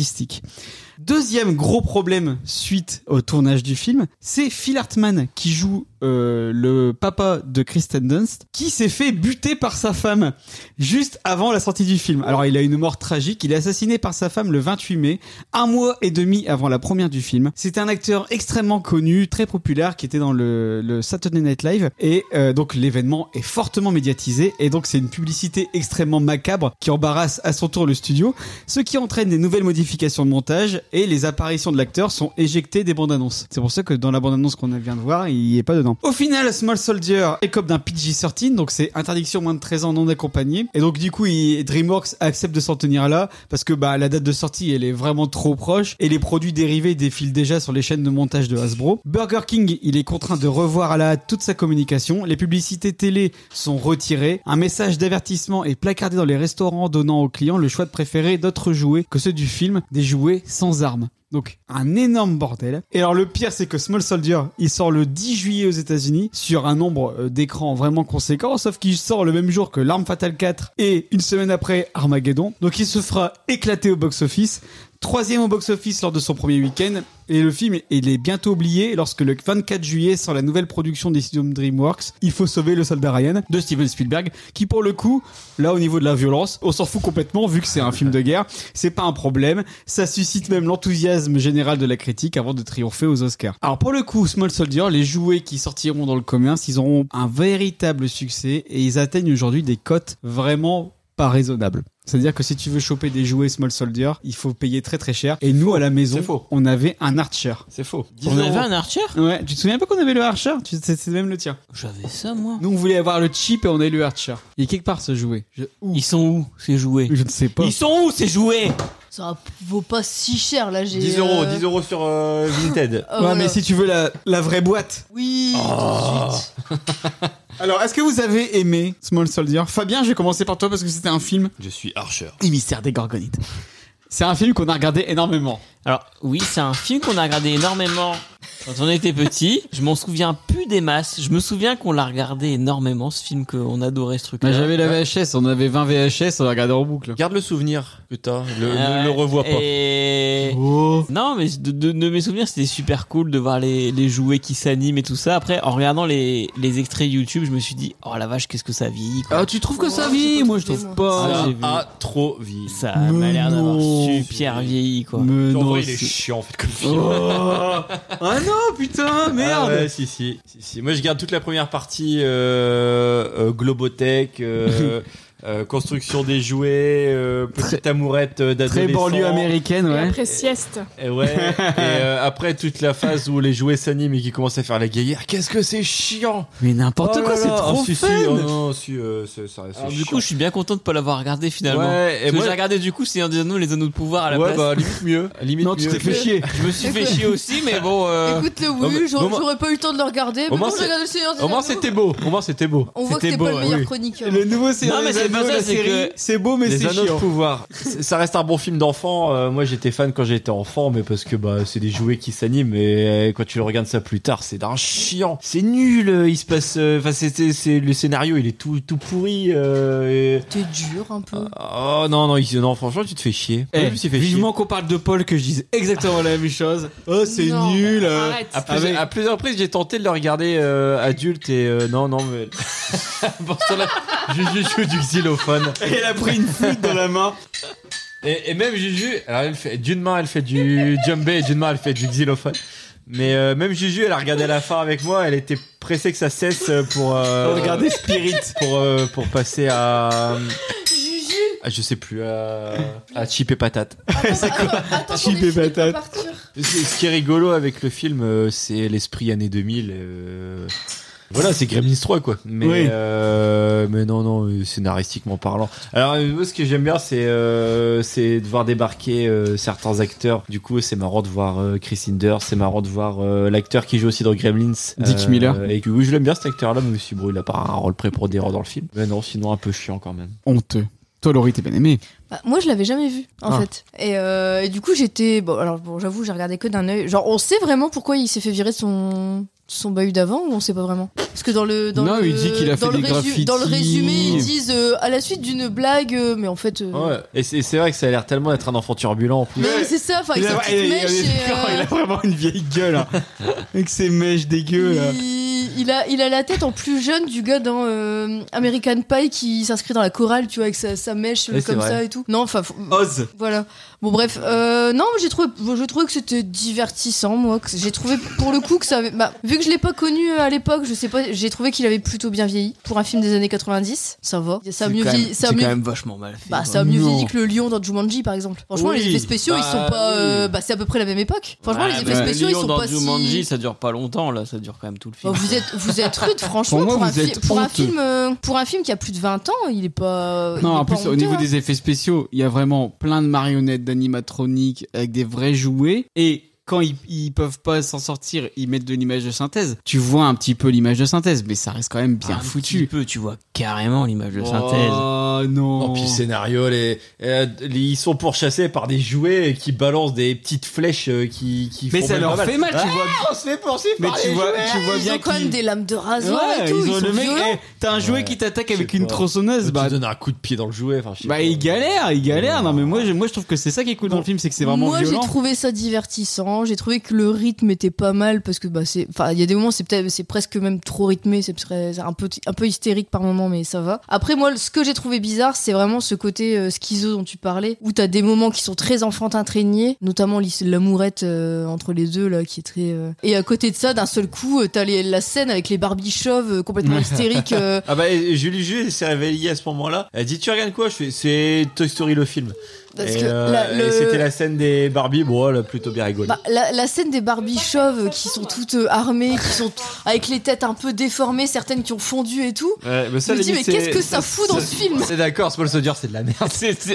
Speaker 2: Deuxième gros problème suite au tournage du film, c'est Phil Hartman qui joue euh, le papa de Kristen Dunst, qui s'est fait buter par sa femme juste avant la sortie du film. Alors il a une mort tragique, il est assassiné par sa femme le 28 mai, un mois et demi avant la première du film. C'est un acteur extrêmement connu, très populaire, qui était dans le, le Saturday Night Live, et euh, donc l'événement est fortement médiatisé, et donc c'est une publicité extrêmement macabre qui embarrasse à son tour le studio, ce qui entraîne des nouvelles modifications de montage, et les apparitions de l'acteur sont éjectées des bandes annonces. C'est pour ça que dans la bande annonce qu'on vient de voir, il n'y est pas dedans. Au final, Small Soldier écope d'un PG-13, donc c'est interdiction moins de 13 ans non accompagnée. Et donc du coup, il- DreamWorks accepte de s'en tenir là parce que bah la date de sortie elle est vraiment trop proche et les produits dérivés défilent déjà sur les chaînes de montage de Hasbro. Burger King, il est contraint de revoir à la hâte toute sa communication. Les publicités télé sont retirées. Un message d'avertissement est placardé dans les restaurants donnant aux clients le choix de préférer d'autres jouets que ceux du film, des jouets sans armes. Donc un énorme bordel. Et alors le pire c'est que Small Soldier, il sort le 10 juillet aux États-Unis sur un nombre euh, d'écrans vraiment conséquent, sauf qu'il sort le même jour que L'Arme Fatale 4 et une semaine après Armageddon. Donc il se fera éclater au box-office. Troisième au box-office lors de son premier week-end. Et le film, il est bientôt oublié lorsque le 24 juillet sort la nouvelle production des studios DreamWorks, Il faut sauver le soldat Ryan de Steven Spielberg, qui pour le coup, là au niveau de la violence, on s'en fout complètement vu que c'est un film de guerre. C'est pas un problème. Ça suscite même l'enthousiasme général de la critique avant de triompher aux Oscars. Alors pour le coup, Small Soldier, les jouets qui sortiront dans le commerce, ils auront un véritable succès et ils atteignent aujourd'hui des cotes vraiment pas raisonnables. C'est-à-dire que si tu veux choper des jouets Small Soldier, il faut payer très très cher. Et nous, à la maison, on avait un Archer. C'est faux.
Speaker 3: On avait un Archer
Speaker 2: Ouais, tu te souviens pas qu'on avait le Archer Tu- C'est c'est même le tien.
Speaker 3: J'avais ça, moi.
Speaker 2: Nous, on voulait avoir le chip et on a eu le Archer. Il est quelque part ce jouet. Ils sont où ces jouets Je ne sais pas.
Speaker 3: Ils sont où ces jouets
Speaker 4: Ça vaut pas si cher là j'ai
Speaker 5: 10 euros,
Speaker 4: euh,
Speaker 5: 10 euros sur euh, Vinted.
Speaker 4: Ah, voilà.
Speaker 2: Ouais, mais si tu veux la, la vraie boîte.
Speaker 4: Oui.
Speaker 5: Oh.
Speaker 2: Alors, est-ce que vous avez aimé Small Soldier Fabien, je vais commencer par toi parce que c'était un film.
Speaker 5: Je suis archer.
Speaker 2: Les mystères des Gorgonites. C'est un film qu'on a regardé énormément.
Speaker 3: Alors oui, c'est un film qu'on a regardé énormément quand on était petit. Je m'en souviens plus des masses. Je me souviens qu'on l'a regardé énormément, ce film qu'on adorait, ce truc-là.
Speaker 8: Bah, j'avais la VHS, on avait 20 VHS, on l'a regardé en boucle.
Speaker 5: Garde le souvenir que t'as, le,
Speaker 3: Ah
Speaker 5: ne le
Speaker 3: ouais.
Speaker 5: revois pas.
Speaker 3: Et-
Speaker 8: Oh.
Speaker 3: Non, mais de, de- de mes souvenirs, c'était super cool de voir les, les jouets qui s'animent et tout ça. Après, en regardant les, les extraits YouTube, je me suis dit, oh la vache, qu'est-ce que ça vieillit. quoi.
Speaker 8: Ah, tu trouves que ça vit Moi, je trouve pas.
Speaker 3: Ça
Speaker 5: a Ah, trop vieilli.
Speaker 3: Ça m'a l'air d'avoir super vieilli, quoi. Mais
Speaker 5: En vrai, il est chiant en fait comme film.
Speaker 8: Oh.
Speaker 2: Ah non, putain, merde
Speaker 5: Ah ouais, si, si, si, si. Moi, je garde toute la première partie euh, euh, Globotech, euh, euh, construction des jouets, euh, petite amourette euh,
Speaker 2: Très
Speaker 5: d'adolescent.
Speaker 2: banlieue américaine,
Speaker 1: Et
Speaker 2: ouais.
Speaker 1: après sieste.
Speaker 5: Et ouais. et euh, après toute la phase où les jouets s'animent et qui commencent à faire la guéguerre. Qu'est-ce que c'est chiant
Speaker 2: Mais n'importe
Speaker 5: Oh
Speaker 2: quoi,
Speaker 5: là
Speaker 2: c'est
Speaker 5: là,
Speaker 2: trop
Speaker 5: oh, si, si,
Speaker 2: fun
Speaker 5: oh non, si, euh, c'est- ça- c'est
Speaker 3: Alors, du
Speaker 5: chiant.
Speaker 3: coup, je suis bien content de pas l'avoir regardé finalement.
Speaker 5: Ouais, et
Speaker 3: Parce que
Speaker 5: moi-
Speaker 3: j'ai regardé du coup, c'est en disant nous les anneaux de pouvoir à la
Speaker 5: Ouais,
Speaker 3: place.
Speaker 5: bah, limite mieux. Limite
Speaker 2: Non, tu
Speaker 5: mieux.
Speaker 2: t'es fait chier.
Speaker 3: Je me suis fait chier aussi, mais bon. euh,
Speaker 4: Écoute le
Speaker 5: Non, mais-
Speaker 4: oui, j'aurais
Speaker 5: non, mais-
Speaker 4: j'aurais pas eu le temps de le regarder.
Speaker 5: Au
Speaker 4: Mais
Speaker 5: moins,
Speaker 4: bon, j'ai
Speaker 5: c'est-
Speaker 4: regardé le Seigneur des
Speaker 5: Au moins,
Speaker 4: Anneaux.
Speaker 5: c'était beau. Au moins, c'était beau.
Speaker 4: On voit que
Speaker 5: C'était
Speaker 4: t'es pas
Speaker 5: beau,
Speaker 4: le
Speaker 5: ouais.
Speaker 4: meilleur
Speaker 5: Oui.
Speaker 4: chroniqueur.
Speaker 2: Le nouveau
Speaker 3: Non, mais c'est pas ça, c'est que-
Speaker 2: c'est beau, mais
Speaker 5: Les
Speaker 2: c'est
Speaker 5: anneaux de
Speaker 2: chiant.
Speaker 5: pouvoir. C'est- Ça reste un bon film d'enfant. Euh, moi, j'étais fan quand j'étais enfant, mais parce que bah, c'est des jouets qui s'animent. Et euh, quand tu le regardes ça plus tard, c'est d'un chiant. C'est nul. euh, Il se passe. euh, Enfin, c'est- c'est c'est- le scénario, il est tout tout pourri. euh, et-
Speaker 4: T'es dur un peu.
Speaker 5: Oh non non, il- non franchement, tu te fais chier. En
Speaker 2: Eh,
Speaker 5: plus, il fait chier.
Speaker 2: vivement qu'on parle de Paul que je dise exactement la même chose. Oh, c'est
Speaker 1: Non,
Speaker 2: nul. euh.
Speaker 1: arrête.
Speaker 5: À, plusieurs-
Speaker 2: Avec-
Speaker 5: à plusieurs reprises, j'ai tenté de le regarder euh, adulte et euh, non, non, mais. Pour cela, je joue du xylophone.
Speaker 2: Et elle a pris une flûte dans la main.
Speaker 5: Et, et même Juju, alors elle fait, d'une main elle fait du djembé et d'une main elle fait du xylophone. Mais euh, même Juju, elle a regardé la fin avec moi, elle était pressée que ça cesse euh, pour euh,
Speaker 2: Regarder
Speaker 5: Spirit pour euh, pour passer à
Speaker 4: Juju
Speaker 5: à- je sais plus à à Chip et patate.
Speaker 4: Attends,
Speaker 5: Chip
Speaker 4: attendez,
Speaker 5: et
Speaker 4: je vais pas
Speaker 5: patate.
Speaker 4: partir.
Speaker 5: Ce ce qui est rigolo avec le film, euh, c'est l'esprit années 2000. euh, Voilà, c'est Gremlins 3 quoi. Mais,
Speaker 2: Oui.
Speaker 5: euh, mais non, non, euh, scénaristiquement parlant. Alors, euh, moi, ce que j'aime bien, c'est euh, c'est de voir débarquer euh, certains acteurs. Du coup, c'est marrant de voir euh, Chris Hinder, c'est marrant de voir euh, l'acteur qui joue aussi dans Gremlins.
Speaker 8: Dick
Speaker 5: euh,
Speaker 8: Miller.
Speaker 5: Et que, oui, je l'aime bien cet acteur-là, mais aussi, bon, il a pas un rôle prépondérant dans le film. Mais non, sinon, un peu chiant quand même.
Speaker 8: Honteux. Toi, Laurie, t'es bien aimé.
Speaker 4: Bah, moi, je l'avais jamais vu, en
Speaker 8: Ah.
Speaker 4: fait. Et, euh, et du coup, j'étais. Bon, alors, bon, j'avoue, j'ai regardé que d'un œil. Genre, on sait vraiment pourquoi il s'est fait virer son son bahut d'avant ou on sait pas vraiment Parce que dans le dans
Speaker 8: Non,
Speaker 4: le-
Speaker 8: il dit qu'il a
Speaker 4: dans
Speaker 8: fait
Speaker 4: le
Speaker 8: des
Speaker 4: résu- dans le
Speaker 8: graffitis.
Speaker 4: résumé ils disent euh, à la suite d'une blague euh, mais en fait euh,
Speaker 5: Ouais. Et c'est c'est vrai que ça a l'air tellement d'être un enfant turbulent en plus.
Speaker 4: mais c'est ça enfin avec
Speaker 5: Il a-
Speaker 4: sa petite
Speaker 5: il a- il a-
Speaker 4: mèche et, euh,
Speaker 5: il a vraiment une vieille gueule. hein.
Speaker 8: Avec ses mèches dégueu, là.
Speaker 4: il, il a il a la tête en plus jeune du gars dans euh, American Pie qui s'inscrit dans la chorale tu vois avec sa, sa mèche euh,
Speaker 8: Ouais, c'est
Speaker 4: comme
Speaker 8: vrai.
Speaker 4: ça et tout non enfin faut-
Speaker 8: Oz.
Speaker 4: Voilà. Bon bref, euh, non, j'ai trouvé, je trouvais que c'était divertissant, moi. que J'ai trouvé pour le coup que ça, avait, bah, vu que je l'ai pas connu euh, à l'époque, je sais pas, j'ai trouvé qu'il avait plutôt bien vieilli pour un film des années 90. Ça va. Ça a mieux vieilli. Ça a mieux-
Speaker 11: vachement mal fait.
Speaker 4: bah, ça a mieux vieilli que le lion dans Jumanji, par exemple. Franchement,
Speaker 11: Oui,
Speaker 4: les effets spéciaux, ils sont
Speaker 11: bah
Speaker 4: pas. euh, bah, c'est à peu près la même époque. Franchement, les effets spéciaux, ils sont
Speaker 3: dans
Speaker 4: pas
Speaker 3: Jumanji,
Speaker 4: si.
Speaker 3: ça dure pas longtemps là, ça dure quand même tout le
Speaker 4: Bah,
Speaker 3: film.
Speaker 4: vous êtes, vous êtes rude, franchement,
Speaker 3: Pour
Speaker 4: pour,
Speaker 3: moi,
Speaker 4: un,
Speaker 3: vous
Speaker 4: fi-
Speaker 3: êtes
Speaker 4: pour un
Speaker 3: honteux.
Speaker 4: film, euh, pour un film qui a plus de 20 ans, il est pas. il
Speaker 8: Non,
Speaker 4: est
Speaker 8: en
Speaker 4: pas
Speaker 8: plus, au
Speaker 4: honteux,
Speaker 8: niveau
Speaker 4: hein.
Speaker 8: des effets spéciaux, il y a vraiment plein de marionnettes d'animatroniques avec des vrais jouets. Et quand ils, ils peuvent pas s'en sortir, ils mettent de l'image de synthèse. Tu vois un petit peu l'image de synthèse, mais ça reste quand même bien
Speaker 3: Un
Speaker 8: foutu.
Speaker 3: petit peu, tu vois carrément l'image de synthèse.
Speaker 8: Oh non.
Speaker 5: Oh, puis le scénario, les, euh, les- ils sont pourchassés par des jouets qui balancent des petites flèches euh, qui, qui
Speaker 8: Mais
Speaker 5: font
Speaker 8: ça
Speaker 5: même
Speaker 8: leur
Speaker 5: pas Ah,
Speaker 8: fait mal, tu vois.
Speaker 5: on se fait penser
Speaker 8: Mais
Speaker 5: par
Speaker 8: tu
Speaker 5: les
Speaker 8: vois,
Speaker 5: jouets.
Speaker 8: tu vois
Speaker 4: Ah, Ils
Speaker 8: bien
Speaker 4: ont quand même
Speaker 8: qu'ils-
Speaker 4: des lames de rasoir
Speaker 8: Ouais,
Speaker 4: et tout.
Speaker 8: ils
Speaker 4: Ils
Speaker 8: ont
Speaker 4: sont
Speaker 8: le mec,
Speaker 4: violents.
Speaker 8: eh, t'as un jouet qui t'attaque avec une tronçonneuse,
Speaker 5: bah. Tu donnes un coup de pied dans le jouet, enfin, je sais
Speaker 8: Bah, il galère, il galère. Non, mais moi, je, moi, je trouve que c'est ça qui est cool dans le film, c'est que c'est vraiment
Speaker 4: Moi, j'ai
Speaker 8: violent.
Speaker 4: trouvé ça divertissant. J'ai trouvé que le rythme était pas mal parce que bah c'est, enfin, il y a des moments c'est peut-être, c'est presque même trop rythmé, c'est serait un peu, un peu hystérique par moment, mais ça va. Après, moi, ce que j'ai trouvé bizarre, c'est vraiment ce côté euh, schizo dont tu parlais, où t'as des moments qui sont très enfantins, traînés, notamment l'is- l'amourette euh, entre les deux là, qui est très. euh, Et à côté de ça, d'un seul coup, euh, t'as les- la scène avec les Barbie chauves euh, complètement hystériques. euh,
Speaker 5: Ah bah et Julie Jules s'est réveillée à ce moment-là. Elle dit tu regardes quoi Je fais c'est Toy Story le film.
Speaker 4: Parce
Speaker 5: et
Speaker 4: que
Speaker 5: euh,
Speaker 4: la-
Speaker 5: et
Speaker 4: le-
Speaker 5: c'était la scène des Barbie. Bon, elle a plutôt bien rigolé.
Speaker 4: Bah, la, la scène des Barbie chauves qui sont toutes euh, armées, qui sont t- avec les têtes un peu déformées, certaines qui ont fondu et tout.
Speaker 5: Ouais, mais
Speaker 4: Je me dis,
Speaker 5: limite,
Speaker 4: mais qu'est-ce
Speaker 5: c'est-
Speaker 4: que ça fout dans
Speaker 5: c'est-
Speaker 4: ce film
Speaker 5: C'est d'accord, Small Soldier, c'est de la merde.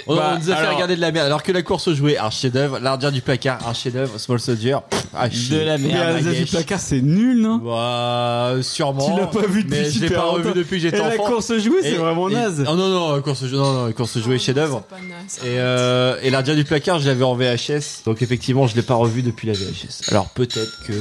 Speaker 5: on,
Speaker 11: bah,
Speaker 5: on nous a fait
Speaker 11: alors-
Speaker 5: regarder de la merde. Alors que la course aux jouets, un chef-d'œuvre. L'ardien du placard, un chef-d'œuvre. Small Soldier, pff, ah, à chier.
Speaker 3: De la
Speaker 8: Mais
Speaker 3: merde.
Speaker 8: Alsace du placard, c'est nul, non
Speaker 5: Bah, sûrement.
Speaker 8: Tu l'as pas vu depuis
Speaker 5: mais je l'ai
Speaker 8: super
Speaker 5: pas revu
Speaker 8: longtemps.
Speaker 5: depuis que j'étais
Speaker 8: Et
Speaker 5: enfant.
Speaker 8: la course aux jouets, c'est
Speaker 5: Et-
Speaker 8: vraiment
Speaker 5: et-
Speaker 8: naze.
Speaker 5: Oh non, non, la course aux jouets, non, non, la course aux jouets,
Speaker 1: Ah,
Speaker 5: chef-d'œuvre.
Speaker 1: naze.
Speaker 5: Et, euh, et l'ardien du placard, je l'avais en VHS. Donc effectivement, je l'ai pas revu depuis la VHS. Alors peut-être que,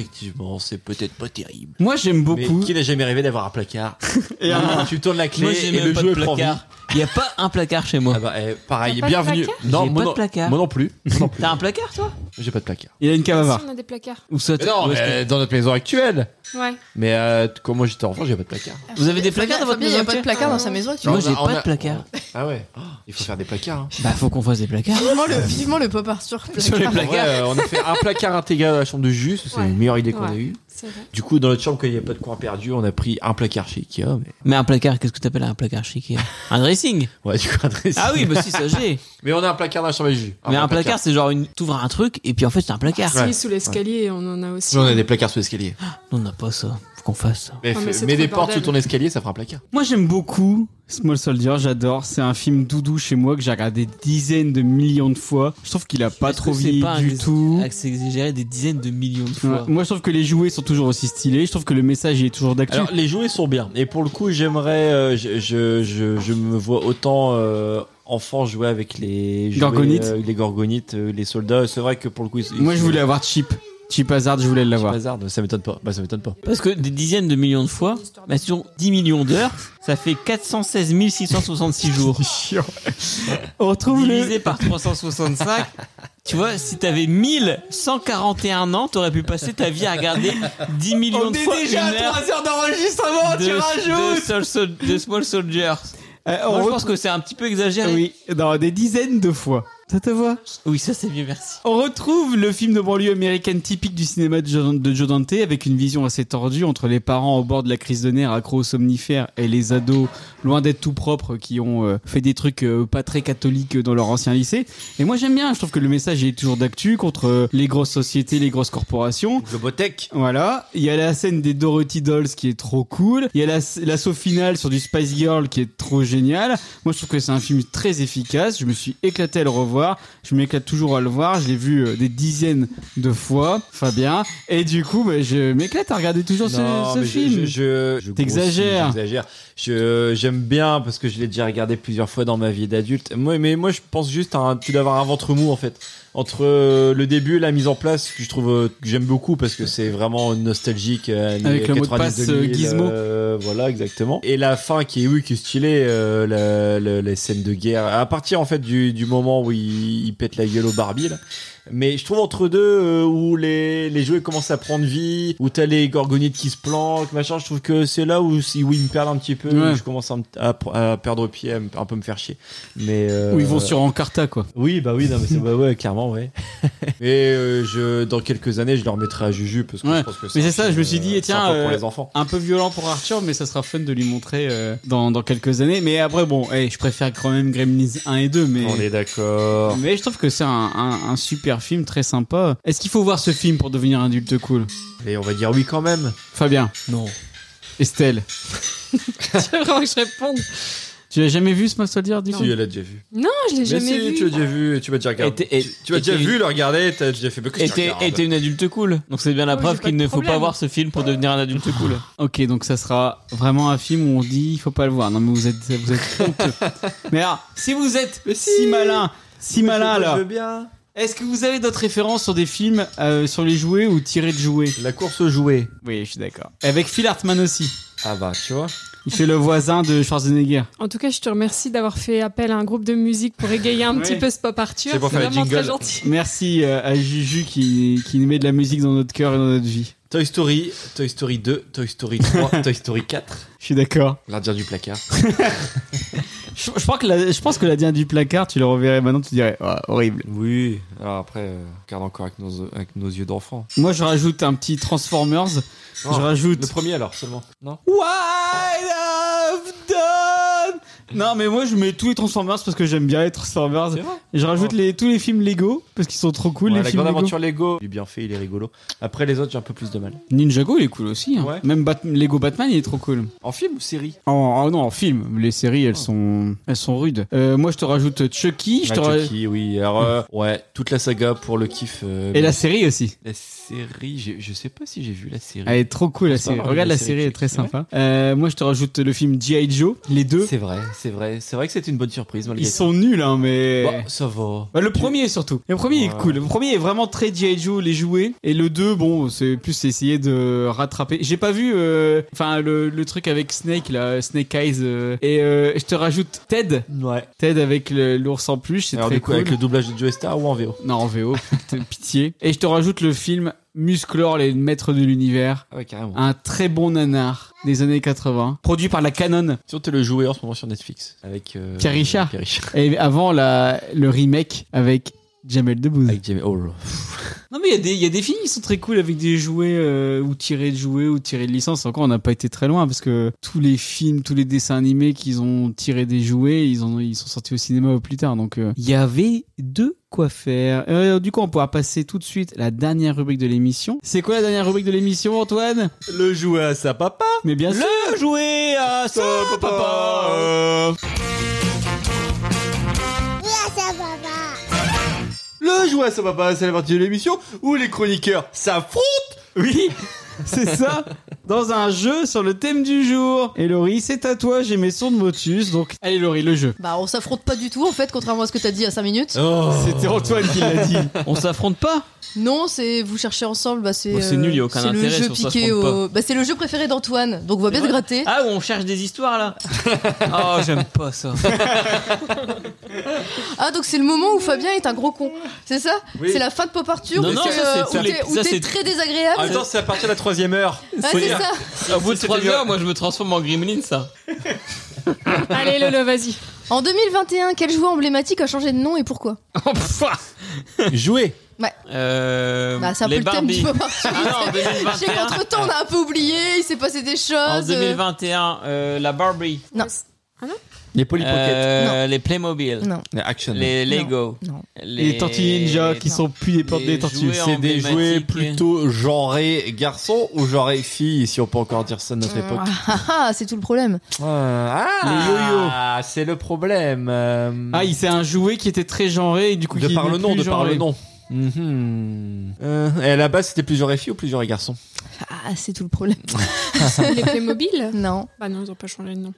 Speaker 5: effectivement, c'est peut-être pas terrible.
Speaker 8: Moi, j'aime beaucoup.
Speaker 5: Mais qui n'a jamais rêvé d'avoir un placard
Speaker 8: Et
Speaker 5: Non,
Speaker 8: un-
Speaker 5: Tu tournes la clé
Speaker 3: Moi, j'ai
Speaker 5: et
Speaker 3: même
Speaker 5: le
Speaker 3: pas
Speaker 5: jeu
Speaker 3: de
Speaker 5: prend vie.
Speaker 3: placard. Il y a pas un placard chez moi.
Speaker 5: Ah bah, eh, pareil,
Speaker 1: T'as pas de
Speaker 5: bienvenue.
Speaker 1: placard
Speaker 5: Non,
Speaker 3: J'ai
Speaker 5: moi
Speaker 3: pas de
Speaker 5: non-
Speaker 3: placard.
Speaker 5: Moi non plus. Moi non plus.
Speaker 3: T'as un placard toi
Speaker 5: J'ai pas de placard.
Speaker 8: Il a une cave
Speaker 1: Si, on a des placards.
Speaker 3: Ou ça
Speaker 5: Mais non,
Speaker 3: ou
Speaker 5: mais
Speaker 3: est-ce que-
Speaker 5: dans notre maison actuelle.
Speaker 1: Ouais.
Speaker 5: Mais euh, quand moi j'étais enfant, j'avais pas de placard.
Speaker 1: Ah.
Speaker 3: Vous avez des
Speaker 4: Fabien,
Speaker 3: placards dans votre
Speaker 4: Fabien, il n'y
Speaker 3: maison
Speaker 4: a pas de
Speaker 3: entière
Speaker 4: placard dans sa maison actuellement.
Speaker 3: Moi,
Speaker 5: On
Speaker 3: j'ai
Speaker 5: a- on
Speaker 3: pas
Speaker 5: a-
Speaker 3: de placard.
Speaker 5: Ah ouais. Oh, il faut faire des placards. hein.
Speaker 3: Bah, faut qu'on fasse des placards.
Speaker 4: Vivement le, vivement le pop art sur
Speaker 3: les
Speaker 4: placard.
Speaker 5: En vrai, euh, on a fait un placard intégral à la chambre de jus, c'est
Speaker 1: Ouais.
Speaker 5: une meilleure idée qu'on
Speaker 1: Ouais.
Speaker 5: a eue.
Speaker 1: C'est vrai.
Speaker 5: Du coup, dans notre chambre, quand il n'y a pas de coin perdu, on a pris un placard chez Ikea. Mais...
Speaker 3: Mais un placard, qu'est-ce que t'appelles un placard chic Un dressing
Speaker 5: Ouais, du coup, un dressing.
Speaker 3: Ah oui, bah si, ça j'ai.
Speaker 5: Mais on a un placard dans la chambre de jus.
Speaker 3: Mais un placard, c'est genre une. T'ouvres un truc et puis en fait, c'est un placard.
Speaker 1: Si, sous l'escalier, on en a aussi.
Speaker 5: Nous, on a des placards sous l'escalier.
Speaker 3: Non, on n'a pas ça. Faut qu'on fasse ça.
Speaker 5: Mais,
Speaker 1: Ah,
Speaker 5: fait-
Speaker 1: mais c'est
Speaker 5: mets
Speaker 1: trop
Speaker 5: des
Speaker 1: le
Speaker 5: portes sous
Speaker 1: bordel.
Speaker 5: ton escalier, ça fera un placard.
Speaker 8: Moi j'aime beaucoup Small Soldier, j'adore. C'est un film doudou chez moi que j'ai regardé des dizaines de millions de fois. Je trouve qu'il a pas
Speaker 3: Est-ce que
Speaker 8: trop
Speaker 3: c'est
Speaker 8: vieilli
Speaker 3: pas
Speaker 8: du
Speaker 3: un-
Speaker 8: tout.
Speaker 3: ah, C'est exagéré des dizaines de millions de
Speaker 8: Ouais.
Speaker 3: fois.
Speaker 8: Moi je trouve que les jouets sont toujours aussi stylés. Je trouve que le message il est toujours d'actu.
Speaker 5: Alors, les jouets sont bien. Et pour le coup, j'aimerais. euh, je, je, je, je me vois autant. euh, enfant jouer avec les jouets,
Speaker 8: Gorgonites.
Speaker 5: euh, les gorgonites euh, les soldats c'est vrai que pour le coup ils-
Speaker 8: Moi je
Speaker 5: ils-
Speaker 8: voulais avoir Chip. Chip Hazard, je voulais l'avoir.
Speaker 5: Hazard, ça m'étonne pas bah ça m'étonne pas
Speaker 3: Parce que des dizaines de millions de fois, bah, sur 10 millions d'heures, ça fait 416 666 jours.
Speaker 8: On retrouve le.
Speaker 3: Divisé par 365. Tu vois, si t'avais 1141 ans, t'aurais pu passer ta vie à regarder 10 millions de fois une heure
Speaker 8: heures d'enregistrement,
Speaker 3: de, de, Sol- Sol- de Small Soldiers.
Speaker 8: Eh,
Speaker 3: Moi, je pense que c'est un petit peu exagéré.
Speaker 2: Oui, dans des dizaines de fois. Ça te voit
Speaker 3: Oui, ça c'est mieux, merci.
Speaker 2: On retrouve le film de banlieue américaine typique du cinéma de Joe, de Joe Dante avec une vision assez tordue entre les parents au bord de la crise de nerfs accro aux somnifères et les ados loin d'être tout propres qui ont euh, fait des trucs euh, pas très catholiques dans leur ancien lycée. Et moi j'aime bien, je trouve que le message est toujours d'actu contre euh, les grosses sociétés, les grosses corporations.
Speaker 5: Globotech.
Speaker 2: Voilà. Il y a la scène des Dorothy Dolls qui est trop cool. Il y a la- l'assaut final sur du Spice Girl qui est trop génial. Moi je trouve que c'est un film très efficace. Je me suis éclaté à le revoir. Je m'éclate toujours à le voir. Je l'ai vu euh, des dizaines de fois, Fabien. Et du coup, bah, je m'éclate à regarder toujours ce-
Speaker 5: Non,
Speaker 2: ce,
Speaker 5: mais je-
Speaker 2: film.
Speaker 5: je- je- je
Speaker 2: T'exagères.
Speaker 5: grossis, J'exagère. Je- J'aime bien parce que je l'ai déjà regardé plusieurs fois dans ma vie d'adulte. Moi, mais moi, je pense juste à un, tu dois avoir un ventre mou en fait. Entre euh, le début et la mise en place, que je trouve euh, que j'aime beaucoup parce que c'est vraiment nostalgique. euh, années
Speaker 2: Avec le mot de
Speaker 5: 90,
Speaker 2: passe,
Speaker 5: 2000,
Speaker 2: euh, Gizmo.
Speaker 5: euh, voilà, exactement. Et la fin qui est oui, qui est stylée, euh, la- la- les scènes de guerre. À partir en fait du, du moment où il, il pète la gueule au Barbie là. Mais je trouve entre deux euh, où les, les jouets commencent à prendre vie, où t'as les gorgonites qui se planquent, machin. Je trouve que c'est là où, si- où ils me perdent un petit peu,
Speaker 2: Ouais.
Speaker 5: où je commence à, me- à- à perdre pied, à me- un peu me faire chier. Mais euh,
Speaker 2: Où ils vont sur Encarta, quoi.
Speaker 5: Oui, bah oui, non, mais c'est bah ouais, clairement, ouais. Mais euh, je, dans quelques années, je le remettrai à Juju parce que
Speaker 2: Ouais.
Speaker 5: je pense que
Speaker 2: mais
Speaker 5: un
Speaker 2: c'est ça,
Speaker 5: film,
Speaker 2: je me suis dit,
Speaker 5: euh,
Speaker 2: eh, tiens,
Speaker 5: sympa pour
Speaker 2: euh,
Speaker 5: les enfants.
Speaker 2: un peu violent pour Arthur, mais ça sera fun de lui montrer euh, dans, dans quelques années. Mais après, bon, eh, je préfère quand même Gremlins 1 et 2. Mais...
Speaker 5: On est d'accord.
Speaker 2: Mais je trouve que c'est un, un- un super film très sympa. Est-ce qu'il faut voir ce film pour devenir un adulte cool
Speaker 5: Et on va dire oui quand même.
Speaker 2: Fabien
Speaker 5: Non.
Speaker 2: Estelle
Speaker 1: C'est vraiment que je réponde.
Speaker 2: Tu l'as jamais vu, ce Small Soldier, du coup
Speaker 5: Tu l'as déjà vu.
Speaker 1: Non, je l'ai
Speaker 5: Mais
Speaker 1: jamais
Speaker 5: si,
Speaker 1: vu.
Speaker 5: tu l'as déjà vu, tu m'as déjà regardé.
Speaker 3: Et t'es- et-
Speaker 5: Tu- tu m'as
Speaker 3: et
Speaker 5: déjà
Speaker 3: t'es-
Speaker 5: vu le regarder, t'as déjà fait. Bah, qu'est-ce que
Speaker 3: Et
Speaker 5: tu
Speaker 3: t'es
Speaker 5: regardes
Speaker 3: et t'es une adulte cool. Donc c'est bien la
Speaker 1: Oui,
Speaker 3: preuve
Speaker 1: j'ai pas
Speaker 3: qu'il
Speaker 1: de
Speaker 3: ne faut pas
Speaker 1: problème.
Speaker 3: voir ce film pour devenir un adulte cool.
Speaker 2: Ok, donc ça sera vraiment un film où on dit il faut pas le voir. Non, mais vous êtes, vous êtes honteux. mais alors, si vous êtes si, malin, si
Speaker 5: Moi, je-
Speaker 2: malin
Speaker 5: moi,
Speaker 2: là,
Speaker 5: Je veux bien.
Speaker 2: est-ce que vous avez d'autres références sur des films euh, sur les jouets ou tirés de jouets
Speaker 5: La course aux jouets.
Speaker 2: Oui, je suis d'accord. Avec Phil Hartman aussi.
Speaker 5: Ah bah, tu vois.
Speaker 2: Il fait le voisin de Schwarzenegger.
Speaker 1: En tout cas, je te remercie d'avoir fait appel à un groupe de musique pour égayer un petit peu ce pop Arthur.
Speaker 2: C'est pour faire les
Speaker 1: vraiment très
Speaker 2: jingles.
Speaker 1: gentil.
Speaker 2: Merci euh, à Juju qui, qui nous met de la musique dans notre cœur et dans notre vie.
Speaker 5: Toy Story, Toy Story 2, Toy Story 3, Toy Story 4.
Speaker 2: Je suis d'accord.
Speaker 5: Gardien du placard.
Speaker 2: Je, je crois que la- je pense que la dienne du placard, tu le reverrais maintenant, tu dirais Ah, horrible.
Speaker 5: Oui. Alors après, euh, regarde encore avec nos, avec nos yeux d'enfant.
Speaker 2: Moi, je rajoute un petit Transformers.
Speaker 5: Non,
Speaker 2: je rajoute.
Speaker 5: Le premier alors seulement. Non
Speaker 2: Why love done Non, mais moi je mets tous les Transformers parce que j'aime bien les Transformers.
Speaker 5: C'est vrai
Speaker 2: Je rajoute les, tous les films Lego parce qu'ils sont trop cool.
Speaker 5: Ouais,
Speaker 2: les
Speaker 5: la
Speaker 2: films
Speaker 5: grande
Speaker 2: Lego.
Speaker 5: aventure Lego. Il est bien fait, il est rigolo. Après les autres, j'ai un peu plus de mal.
Speaker 2: Ninjago, il est cool aussi. hein.
Speaker 5: Ouais.
Speaker 2: Même Bat- Lego Batman, il est trop cool.
Speaker 5: En film ou série
Speaker 2: Oh, oh non, en film, les séries, elles sont, elles sont rudes. Euh, moi, je te rajoute Chucky. Je te ra-
Speaker 5: Ah, Chucky, oui. Alors, euh, ouais, toute la saga pour le kiff. euh,
Speaker 2: Et la série aussi.
Speaker 5: La série, j'ai- je sais pas si j'ai vu la série.
Speaker 2: Elle est trop cool la
Speaker 5: Je pense pas
Speaker 2: série.
Speaker 5: avoir vu
Speaker 2: Regarde la série, elle est très sympa. Euh, moi, je te rajoute le film G.I. Joe, les deux.
Speaker 5: C'est vrai, c'est vrai. C'est vrai que c'était une bonne surprise malgré
Speaker 2: Ils
Speaker 5: tout.
Speaker 2: sont nuls, hein, mais.
Speaker 5: Bah, ça va.
Speaker 2: Bah, le premier surtout. Le premier est
Speaker 5: Ouais.
Speaker 2: cool. Le premier est vraiment très G.I. Joe, les jouets. Et le 2, bon, c'est plus essayer de rattraper. J'ai pas vu euh, enfin le, le truc avec Snake, là, Snake Eyes. euh, et euh, je te rajoute Ted.
Speaker 5: Ouais.
Speaker 2: Ted avec le- l'ours en peluche, c'est
Speaker 5: Alors
Speaker 2: très
Speaker 5: du coup,
Speaker 2: cool.
Speaker 5: avec le doublage de Joe Star ou en VO
Speaker 2: Non, en VO, putain, pitié. Et je te rajoute le film Musclor, les maîtres de l'univers.
Speaker 5: Ah ouais, carrément.
Speaker 2: Un très bon nanar des années 80, produit par la Canon.
Speaker 5: Surtout t'es le joueur en ce moment sur Netflix avec euh,
Speaker 2: Pierre Richard.
Speaker 5: Pierre Richard.
Speaker 2: Et avant la, le remake avec Jamel Debbouze.
Speaker 5: Avec Jamel. Oh.
Speaker 2: Non mais il y a des- il y, a des films qui sont très cool avec des jouets euh, ou tirés de jouets ou tirés de licences. Encore on n'a pas été très loin parce que tous les films, tous les dessins animés qu'ils ont tirés des jouets, ils, en, ont- ils sont sortis au cinéma au plus tard. Donc euh, il y avait de quoi faire. Euh, du coup on pourra passer tout de suite à la dernière rubrique de l'émission. C'est quoi la dernière rubrique de l'émission Antoine
Speaker 5: Le jouet à sa papa.
Speaker 2: Mais bien sûr
Speaker 5: Le jouet à Ah, sa papa.
Speaker 1: Ah,
Speaker 5: Le jouet à sa papa, c'est la partie de l'émission où les chroniqueurs s'affrontent.
Speaker 2: Oui c'est ça, dans un jeu sur le thème du jour. Et Laurie, c'est à toi, j'ai mes sons de motus, donc allez Laurie, le jeu.
Speaker 4: Bah, on s'affronte pas du tout en fait, contrairement à ce que t'as dit à 5 minutes.
Speaker 5: Oh.
Speaker 2: C'était Antoine qui l'a dit.
Speaker 3: On s'affronte pas
Speaker 4: Non, c'est vous cherchez ensemble, bah c'est.
Speaker 3: Bon, c'est
Speaker 4: euh,
Speaker 3: nul, y a aucun
Speaker 4: c'est le
Speaker 3: intérêt,
Speaker 4: jeu
Speaker 3: sur ça,
Speaker 4: piqué
Speaker 3: je compte
Speaker 4: au- Bah, c'est le jeu préféré d'Antoine, donc on va bien se gratter.
Speaker 3: Ah, on cherche des histoires là Oh, j'aime pas ça.
Speaker 4: Ah, donc c'est le moment où Fabien est un gros con, c'est ça
Speaker 5: Oui.
Speaker 4: C'est la fin de Pop Arthur
Speaker 3: Non,
Speaker 4: où
Speaker 3: non,
Speaker 4: t'es,
Speaker 3: ça,
Speaker 4: euh,
Speaker 3: c'est-
Speaker 4: où
Speaker 3: ça,
Speaker 4: t'es- où
Speaker 3: ça,
Speaker 4: t'es
Speaker 3: c'est- Ah,
Speaker 4: très
Speaker 5: En même
Speaker 4: désagréable.
Speaker 5: temps, Ah, c'est à partir de la troisième heure.
Speaker 4: Ah, c'est ça
Speaker 3: Au bout de 3 heures, moi je me transforme en gremlin ça.
Speaker 1: Allez, Lolo, vas-y.
Speaker 4: En 2021, quel joueur emblématique a changé de nom et pourquoi
Speaker 5: Jouer.
Speaker 4: Ouais.
Speaker 3: Euh,
Speaker 4: Bah, c'est un peu
Speaker 3: les
Speaker 4: le thème du
Speaker 3: Barbies.
Speaker 4: moment.
Speaker 3: Ah non, en 2021.
Speaker 4: J'ai qu'entre temps, on a un peu oublié, il s'est passé des choses.
Speaker 3: En
Speaker 4: euh,
Speaker 3: 2021, euh, la Barbie.
Speaker 4: Non.
Speaker 5: Les Polly Pocket.
Speaker 3: Euh, les Playmobil.
Speaker 4: Non.
Speaker 5: Les Action.
Speaker 3: Les Lego.
Speaker 5: Les Tortues Ninja qui sont
Speaker 2: plus des portes
Speaker 3: des
Speaker 2: tortues.
Speaker 5: C'est des jouets
Speaker 3: emblématiques.
Speaker 5: plutôt genrés garçon ou genrés fille, si on peut encore dire ça de notre époque.
Speaker 4: Ah, ah, c'est tout le problème.
Speaker 5: Ah, les yo c'est le problème. Euh,
Speaker 2: Ah, il c'est un jouet qui était très genré et du coup
Speaker 5: De
Speaker 2: qui
Speaker 5: par
Speaker 2: n'est
Speaker 5: le nom,
Speaker 2: plus
Speaker 5: de par
Speaker 2: genré.
Speaker 5: le nom. Mhm. Euh, et à la base, c'était plusieurs filles ou plusieurs garçons
Speaker 4: Ah, c'est tout le problème.
Speaker 1: Les Playmobil
Speaker 4: Non.
Speaker 1: Bah non, ils ont pas changé de nom.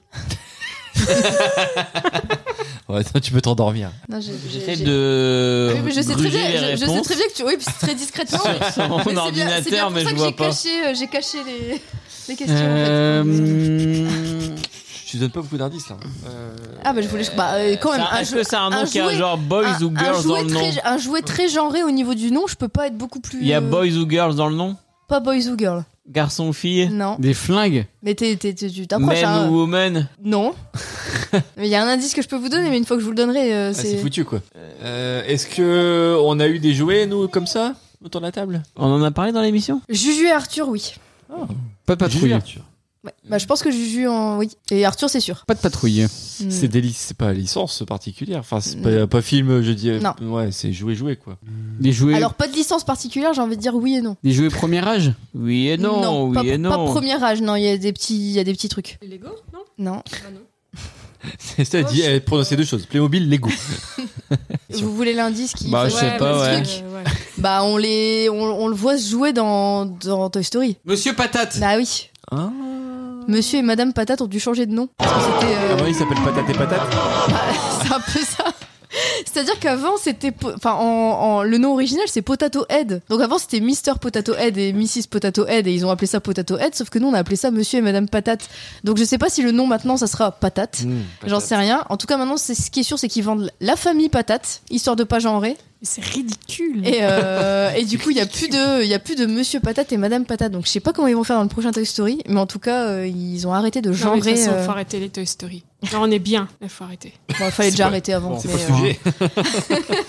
Speaker 5: Ouais, toi, tu peux t'endormir.
Speaker 4: Non, j'ai- j'ai-
Speaker 3: J'essaie
Speaker 4: j'ai- Ah
Speaker 3: de.
Speaker 4: Oui, mais je sais très
Speaker 3: gruger
Speaker 4: bien,
Speaker 3: les
Speaker 4: je- je, sais
Speaker 3: réponses.
Speaker 4: très bien que tu. Oui, puis c'est très discrètement.
Speaker 3: Sur-
Speaker 4: mais-
Speaker 3: sur mon
Speaker 4: mais c'est bien-
Speaker 3: ordinateur,
Speaker 4: c'est bien pour
Speaker 3: mais
Speaker 4: ça
Speaker 3: je
Speaker 4: que
Speaker 3: vois
Speaker 4: j'ai
Speaker 3: pas.
Speaker 4: caché, euh, J'ai caché les, les questions.
Speaker 5: Euh... Je te donne pas beaucoup d'indices là.
Speaker 4: en fait. Ah, bah je voulais. Bah, euh, quand même.
Speaker 3: Ça- Est-ce
Speaker 4: jeu-
Speaker 3: que c'est un nom qui a
Speaker 4: jouet-
Speaker 3: genre boys
Speaker 4: un-
Speaker 3: ou
Speaker 4: un
Speaker 3: girls
Speaker 4: jouet
Speaker 3: dans le nom
Speaker 4: très- Un jouet très genré au niveau du nom, je peux pas être beaucoup plus.
Speaker 3: Il y a
Speaker 4: euh,
Speaker 3: boys ou girls dans le nom
Speaker 4: Pas boys ou girls.
Speaker 3: Garçon ou fille
Speaker 4: Non.
Speaker 2: Des flingues
Speaker 4: Mais t'es- t'es- t'es- tu t'approches.
Speaker 3: Men
Speaker 4: hein.
Speaker 3: ou woman
Speaker 4: Non. Mais il y a un indice que je peux vous donner, mais une fois que je vous le donnerai, euh,
Speaker 5: Ah, c'est
Speaker 4: c'est.
Speaker 5: foutu quoi. Euh, Est-ce que on a eu des jouets nous comme ça autour de la table
Speaker 3: On en a parlé dans l'émission
Speaker 4: Juju et Arthur, oui.
Speaker 2: Pas de patrouille.
Speaker 4: Ouais. Bah, je pense que Juju en. Oui. Et Arthur, c'est sûr. Hmm.
Speaker 2: Pas de patrouille.
Speaker 5: C'est des lic- c'est pas licence particulière. Enfin, c'est pas, pas film, je dis.
Speaker 4: Non.
Speaker 5: Ouais, c'est jouer jouer quoi.
Speaker 2: Des jouets.
Speaker 4: Alors, pas de licence particulière, j'ai envie de dire oui et non.
Speaker 2: Des jouets premier âge
Speaker 3: Oui
Speaker 5: Eh
Speaker 3: et non, oui
Speaker 4: pas,
Speaker 3: et non.
Speaker 4: pas premier âge, non, il y, a des petits- il y a des petits trucs.
Speaker 1: Les Lego Non.
Speaker 4: Non.
Speaker 5: C'est dit, elle prononçait deux choses. Playmobil, Lego.
Speaker 4: Vous voulez l'indice qui.
Speaker 2: Ah,
Speaker 5: Bah, je sais pas,
Speaker 4: le
Speaker 5: ouais.
Speaker 4: truc
Speaker 1: Euh,
Speaker 4: Bah, on, les, on, on le voit se jouer dans, dans Toy Story.
Speaker 3: Monsieur Patate
Speaker 4: Bah oui.
Speaker 5: Ah.
Speaker 4: Monsieur et Madame Patate ont dû changer de nom. Parce que c'était.
Speaker 11: Ah
Speaker 4: euh,
Speaker 11: bah
Speaker 5: Avant, il s'appelle Patate et Patate.
Speaker 4: c'est un peu ça. C'est-à-dire qu'avant, c'était. po- Enfin, en, en- le nom original, c'est Potato Head. Donc avant, c'était Mr. Potato Head et Mrs. Potato Head, et ils ont appelé ça Potato Head, sauf que nous, on a appelé ça Monsieur et Madame Patate. Donc je sais pas si le nom maintenant, ça sera Patate.
Speaker 11: Mmh,
Speaker 5: Mmh,
Speaker 4: J'en sais rien. En tout cas, maintenant, c'est ce qui est sûr, c'est qu'ils vendent la famille Patate, histoire de pas genrer.
Speaker 1: C'est ridicule.
Speaker 4: Et, euh, et du coup, il y a plus de, il y a plus de Monsieur Patate et Madame Patate. Donc je sais pas comment ils vont faire dans le prochain Toy Story, mais en tout cas, euh, ils ont arrêté de
Speaker 1: Non, mais de toute
Speaker 4: genrer.
Speaker 1: façon,
Speaker 4: euh,
Speaker 1: faut arrêter les Toy Story. Là, on est bien. Il faut arrêter.
Speaker 4: Bon, il fallait déjà arrêter avant. mais, euh,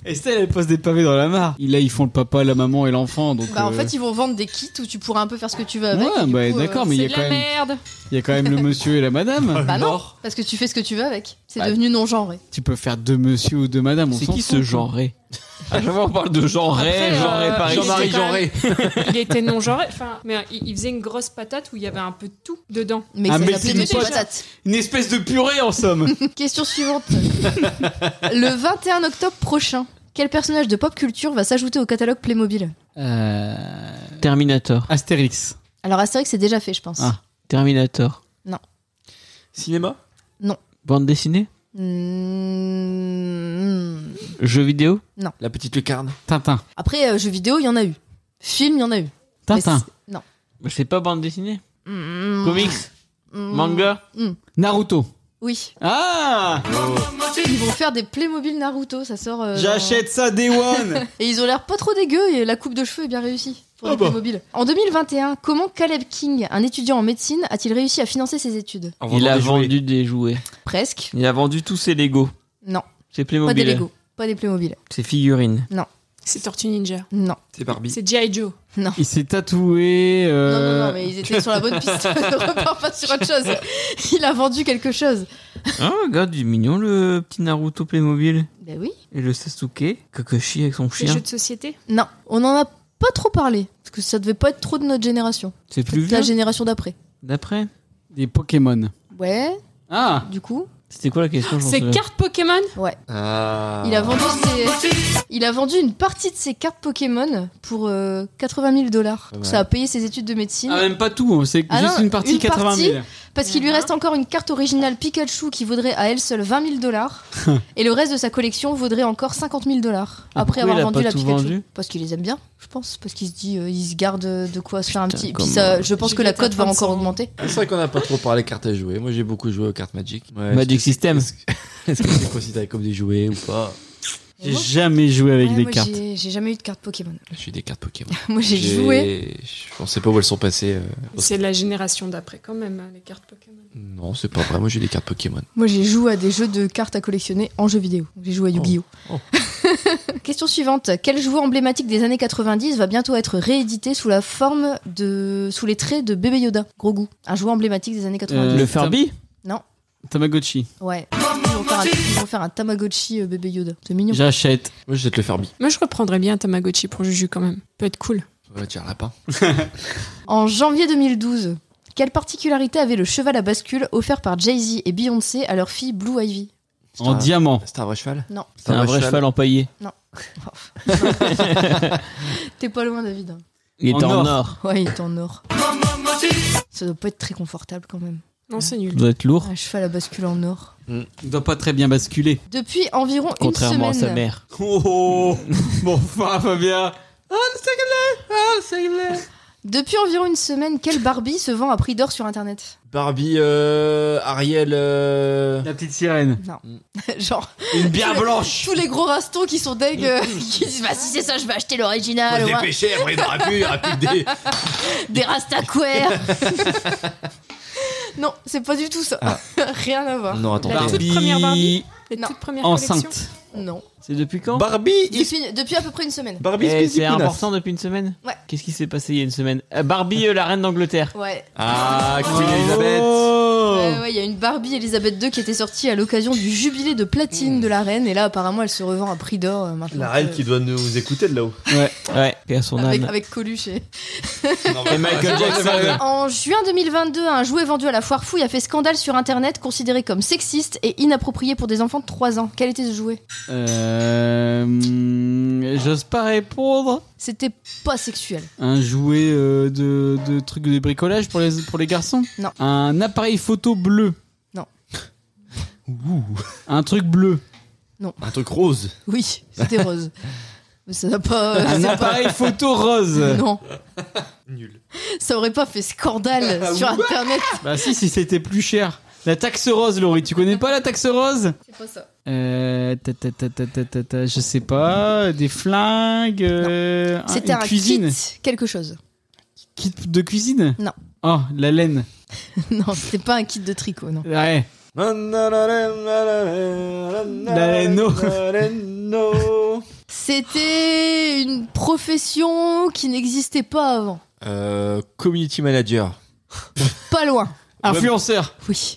Speaker 2: Estelle, elle pose des pavés dans la mare. Et Là, ils font le papa, la maman et l'enfant. Donc,
Speaker 4: Bah, en
Speaker 2: euh,
Speaker 4: fait, ils vont vendre des kits où tu pourras un peu faire ce que tu veux avec.
Speaker 2: Ouais,
Speaker 4: et du
Speaker 2: bah,
Speaker 4: coup,
Speaker 2: d'accord, mais il y a
Speaker 4: c'est
Speaker 2: quand
Speaker 4: de la
Speaker 2: même-
Speaker 4: merde.
Speaker 2: il y a quand même le monsieur et la madame.
Speaker 4: Bah non, parce que tu fais ce que tu veux avec. C'est
Speaker 2: Bah,
Speaker 4: devenu non genré.
Speaker 2: Tu peux faire deux monsieur ou deux madame.
Speaker 3: C'est qui ce genré À chaque fois, on parle de genré,
Speaker 1: Après,
Speaker 3: genré
Speaker 1: euh,
Speaker 3: par
Speaker 1: il
Speaker 3: exemple.
Speaker 1: était quand même- Il était non genré. Enfin, mais euh, il il faisait une grosse patate où il y avait un peu de tout dedans.
Speaker 4: Mais
Speaker 2: Ah,
Speaker 4: ça
Speaker 2: mais
Speaker 4: s'appelle
Speaker 2: c'est une
Speaker 4: Monsieur
Speaker 2: pote.
Speaker 4: Patate.
Speaker 2: Une espèce de purée en somme.
Speaker 4: Question suivante. le 21 octobre prochain, quel personnage de pop culture va s'ajouter au catalogue Playmobil
Speaker 2: Euh,
Speaker 3: Terminator.
Speaker 2: Ah, Astérix.
Speaker 4: Alors Astérix, c'est déjà fait, je pense.
Speaker 2: Ah.
Speaker 3: Terminator.
Speaker 5: Cinéma
Speaker 4: Non.
Speaker 3: Bande dessinée
Speaker 4: Mmh.
Speaker 3: Jeux vidéo
Speaker 4: Non.
Speaker 5: La petite lucarne.
Speaker 2: Tintin.
Speaker 4: Après, euh, jeux vidéo, il y en a eu. Film, il y en a eu.
Speaker 2: Tintin.
Speaker 4: Mais c'est- Non.
Speaker 3: C'est pas bande dessinée
Speaker 4: Mmh.
Speaker 3: Comics
Speaker 4: Mmh.
Speaker 3: Manga
Speaker 4: Mmh.
Speaker 2: Naruto.
Speaker 4: Oui.
Speaker 2: Ah
Speaker 4: Ils vont faire des Playmobil Naruto, ça sort. euh, dans-
Speaker 2: J'achète ça Day One
Speaker 4: Et ils ont l'air pas trop dégueux et la coupe de cheveux est bien réussie pour
Speaker 2: Ah
Speaker 4: les
Speaker 2: bah.
Speaker 4: Playmobil. En 2021, comment Caleb King, un étudiant en médecine, a-t-il réussi à financer ses études
Speaker 3: Il a vendu des jouets.
Speaker 4: Presque.
Speaker 3: Il a vendu tous ses Lego.
Speaker 4: Non.
Speaker 3: Ses
Speaker 4: Pas
Speaker 3: Playmobil.
Speaker 4: des Lego, pas des Playmobil.
Speaker 3: Ses figurines.
Speaker 4: Non.
Speaker 1: C'est Tortue Ninja.
Speaker 4: Non.
Speaker 5: C'est Barbie.
Speaker 1: C'est G.I. Joe.
Speaker 4: Non.
Speaker 2: Il s'est tatoué.
Speaker 4: Non,
Speaker 2: euh,
Speaker 4: non, non, mais ils étaient sur la bonne piste. ne repars pas sur autre chose. Il a vendu quelque chose.
Speaker 3: Ah, regarde, il est mignon le petit Naruto Playmobil.
Speaker 4: Ben oui.
Speaker 3: Et le Sasuke, Kakashi avec son
Speaker 1: Des
Speaker 3: chien.
Speaker 1: jeux de société
Speaker 4: Non, on n'en a pas trop parlé. Parce que ça devait pas être trop de notre génération.
Speaker 3: C'est plus
Speaker 4: Peut-être la
Speaker 3: vieux
Speaker 4: génération d'après.
Speaker 3: D'après
Speaker 2: Des Pokémon.
Speaker 4: Ouais,
Speaker 2: Ah
Speaker 4: du coup.
Speaker 3: C'était quoi la question je m'en
Speaker 1: C'est
Speaker 3: souviens.
Speaker 1: cartes Pokémon
Speaker 4: Ouais.
Speaker 5: Ah.
Speaker 4: Il a vendu ses- il a vendu une partie de ses cartes Pokémon pour euh, 80 000 dollars.
Speaker 2: Ouais.
Speaker 4: Ça a payé ses études de médecine.
Speaker 2: Ah, même pas tout, hein, c'est
Speaker 4: Ah
Speaker 2: juste
Speaker 4: non,
Speaker 2: une partie
Speaker 4: une
Speaker 2: 80 000.
Speaker 4: partie. Parce qu'il lui reste encore une carte originale Pikachu qui vaudrait à elle seule 20 000 dollars. et le reste de sa collection vaudrait encore 50 000 dollars.
Speaker 3: Et
Speaker 4: Après avoir
Speaker 3: pourquoi il a
Speaker 4: vendu
Speaker 3: pas
Speaker 4: la
Speaker 3: tout
Speaker 4: Pikachu.
Speaker 3: vendu
Speaker 4: Parce qu'il les aime bien, je pense. Parce qu'il se dit, euh, il se garde de quoi se faire un petit. Puis
Speaker 3: comme,
Speaker 4: ça,
Speaker 3: euh,
Speaker 4: je pense
Speaker 1: j'ai
Speaker 4: que la
Speaker 1: dû être à
Speaker 4: cote va
Speaker 1: 35.
Speaker 4: encore augmenter.
Speaker 5: C'est vrai qu'on n'a pas trop parlé cartes à jouer. Moi, j'ai beaucoup joué aux cartes Magic. Ouais,
Speaker 3: Magic
Speaker 5: est-ce que-
Speaker 3: System.
Speaker 5: Est-ce que est-ce que c'est considéré comme des jouets ou pas
Speaker 2: J'ai jamais joué avec
Speaker 4: Ouais,
Speaker 2: des
Speaker 4: moi,
Speaker 2: cartes.
Speaker 4: j'ai- J'ai jamais eu de carte Pokémon.
Speaker 11: J'ai des cartes Pokémon.
Speaker 4: Moi, j'ai joué.
Speaker 11: On sait pas où elles sont passées. euh, au-
Speaker 1: C'est de la génération d'après quand même, hein, les cartes Pokémon.
Speaker 11: Non, c'est pas vrai. Moi, j'ai des cartes Pokémon.
Speaker 4: Moi, j'ai joué à des jeux de cartes à collectionner en jeux vidéo. J'ai joué à Yu-Gi-Oh!
Speaker 11: Oh.
Speaker 4: Question suivante. Quel joueur emblématique des années 90 va bientôt être réédité sous la forme de. sous les traits de Bébé Yoda? Gros goût. Un joueur emblématique des années 90.
Speaker 2: Euh, le Furby
Speaker 4: Non.
Speaker 2: Tamagotchi.
Speaker 4: Ouais. Ils vont faire un, ils vont faire un Tamagotchi euh, Bébé Yoda. C'est mignon.
Speaker 2: J'achète.
Speaker 11: Moi, j'achète le Furby.
Speaker 1: Moi, je reprendrais bien un Tamagotchi pour Juju quand même. Peut être cool.
Speaker 11: Ouais, tiens, lapin.
Speaker 4: En janvier 2012, quelle particularité avait le cheval à bascule offert par Jay-Z et Beyoncé à leur fille Blue Ivy
Speaker 2: En diamant.
Speaker 11: C'est un vrai cheval
Speaker 4: Non.
Speaker 3: C'est un vrai cheval empaillé.
Speaker 4: Non. T'es pas loin, David. hein.
Speaker 3: Il était en, or.
Speaker 4: Ouais, il est en or. Ça doit pas être très confortable quand même.
Speaker 1: Non, c'est nul.
Speaker 2: Ça doit être lourd.
Speaker 4: Un cheval à bascule en or.
Speaker 2: Il doit pas très bien basculer.
Speaker 4: Depuis environ une semaine.
Speaker 2: Contrairement à sa mère. Oh Bon, enfin, Fabien
Speaker 4: Depuis environ une semaine, quelle Barbie se vend à prix d'or sur internet
Speaker 11: Barbie, euh, Ariel.
Speaker 5: euh.
Speaker 2: La petite sirène.
Speaker 4: Non. Genre.
Speaker 11: Une bière
Speaker 4: tous les-
Speaker 11: blanche.
Speaker 4: Tous les gros rastons qui sont deg euh, qui disent bah si c'est ça, je vais acheter l'original.
Speaker 11: Faut se
Speaker 4: ouais.
Speaker 11: dépêcher, après, il y aura plus- il y aura plus que des-
Speaker 4: Des rastaquaires. non, c'est pas du tout ça.
Speaker 2: Ah.
Speaker 4: Rien à voir.
Speaker 2: Non, attends,
Speaker 4: La
Speaker 2: Barbie-
Speaker 4: toute première Barbie.
Speaker 1: La
Speaker 4: toute
Speaker 1: première
Speaker 2: Enceinte.
Speaker 4: Non.
Speaker 3: C'est depuis quand
Speaker 11: Barbie
Speaker 4: Depuis, depuis à peu près une semaine.
Speaker 3: Eh, C'est important depuis une semaine
Speaker 4: Ouais.
Speaker 3: Qu'est-ce qui s'est passé il y a une semaine Euh, Barbie, euh, la reine
Speaker 11: Bah.
Speaker 3: d'Angleterre.
Speaker 4: Ouais.
Speaker 11: Ah,
Speaker 3: Queen
Speaker 5: Oh.
Speaker 3: Oh.
Speaker 4: Ouais, ouais, il y a une Barbie Elisabeth II qui était sortie à l'occasion du jubilé de platine de la reine et là apparemment elle se revend à prix d'or euh, maintenant.
Speaker 11: La reine qui doit nous écouter de là-haut.
Speaker 2: Ouais.
Speaker 3: Ouais, et à son
Speaker 4: Avec,
Speaker 3: âme.
Speaker 4: avec Coluche et...
Speaker 11: mais- Et Michael Jackson.
Speaker 4: En juin 2022, un jouet vendu à la foire fouille a fait scandale sur internet, considéré comme sexiste et inapproprié pour des enfants de 3 ans. Quel était ce jouet
Speaker 2: Euh, hum, J'ose pas répondre.
Speaker 4: C'était pas sexuel.
Speaker 2: Un jouet euh, de, de trucs de bricolage pour les, pour les garçons
Speaker 4: Non.
Speaker 2: Un appareil photo bleu.
Speaker 4: Non.
Speaker 2: Un truc bleu.
Speaker 4: Non.
Speaker 11: Un truc rose.
Speaker 4: Oui, c'était rose. Mais ça n'a pas. euh,
Speaker 2: Un
Speaker 4: c'est pas-
Speaker 2: appareil photo rose.
Speaker 4: Non. Ça aurait pas fait scandale sur internet.
Speaker 2: Bah si, si c'était plus cher. La taxe rose, Laurie, tu connais pas la taxe rose
Speaker 4: C'est pas ça.
Speaker 2: euh, ta, ta, ta, ta, ta, ta, ta, je sais pas, des flingues, euh, un-
Speaker 4: C'était
Speaker 2: une
Speaker 4: un
Speaker 2: cuisine,
Speaker 4: kit quelque chose.
Speaker 2: kit de cuisine.
Speaker 4: Non.
Speaker 2: Oh, la laine. Ah,
Speaker 4: non, c'était pas un kit de tricot, non.
Speaker 2: Ouais.
Speaker 11: La
Speaker 2: laine, non.
Speaker 4: C'était une profession qui n'existait pas avant.
Speaker 11: Euh, community manager.
Speaker 4: Pas loin.
Speaker 2: Influenceur.
Speaker 4: Oui.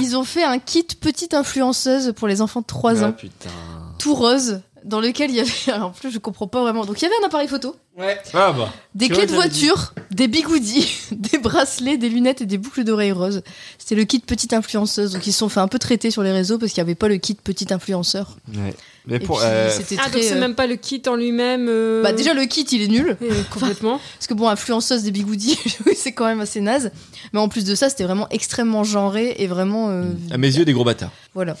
Speaker 4: Ils ont fait un kit petite influenceuse pour les enfants de 3 ans,
Speaker 11: Ah, putain.
Speaker 4: tout rose, dans lequel il y avait. alors, en plus, je comprends pas vraiment. Donc, il y avait un appareil photo,
Speaker 2: Ouais.
Speaker 11: Ah bah.
Speaker 4: des clés de voiture, des bigoudis, des bracelets, des lunettes et des boucles d'oreilles roses. C'était le kit petite influenceuse. Donc, ils se sont fait un peu traiter sur les réseaux parce qu'il n'y avait pas le kit petit influenceur.
Speaker 11: Ouais. Mais
Speaker 4: Et
Speaker 11: pour.
Speaker 4: puis,
Speaker 11: euh,
Speaker 4: c'était
Speaker 1: Ah,
Speaker 4: très,
Speaker 1: donc c'est
Speaker 4: euh,
Speaker 1: même pas le kit en lui-même. euh,
Speaker 4: Bah, déjà, le kit, il est nul.
Speaker 1: complètement.
Speaker 4: Parce que bon, influenceuse des bigoudis, c'est quand même assez naze. Mais en plus de ça, c'était vraiment extrêmement genré et vraiment. euh,
Speaker 5: Mm.
Speaker 11: À mes yeux, des gros bâtards.
Speaker 4: Voilà.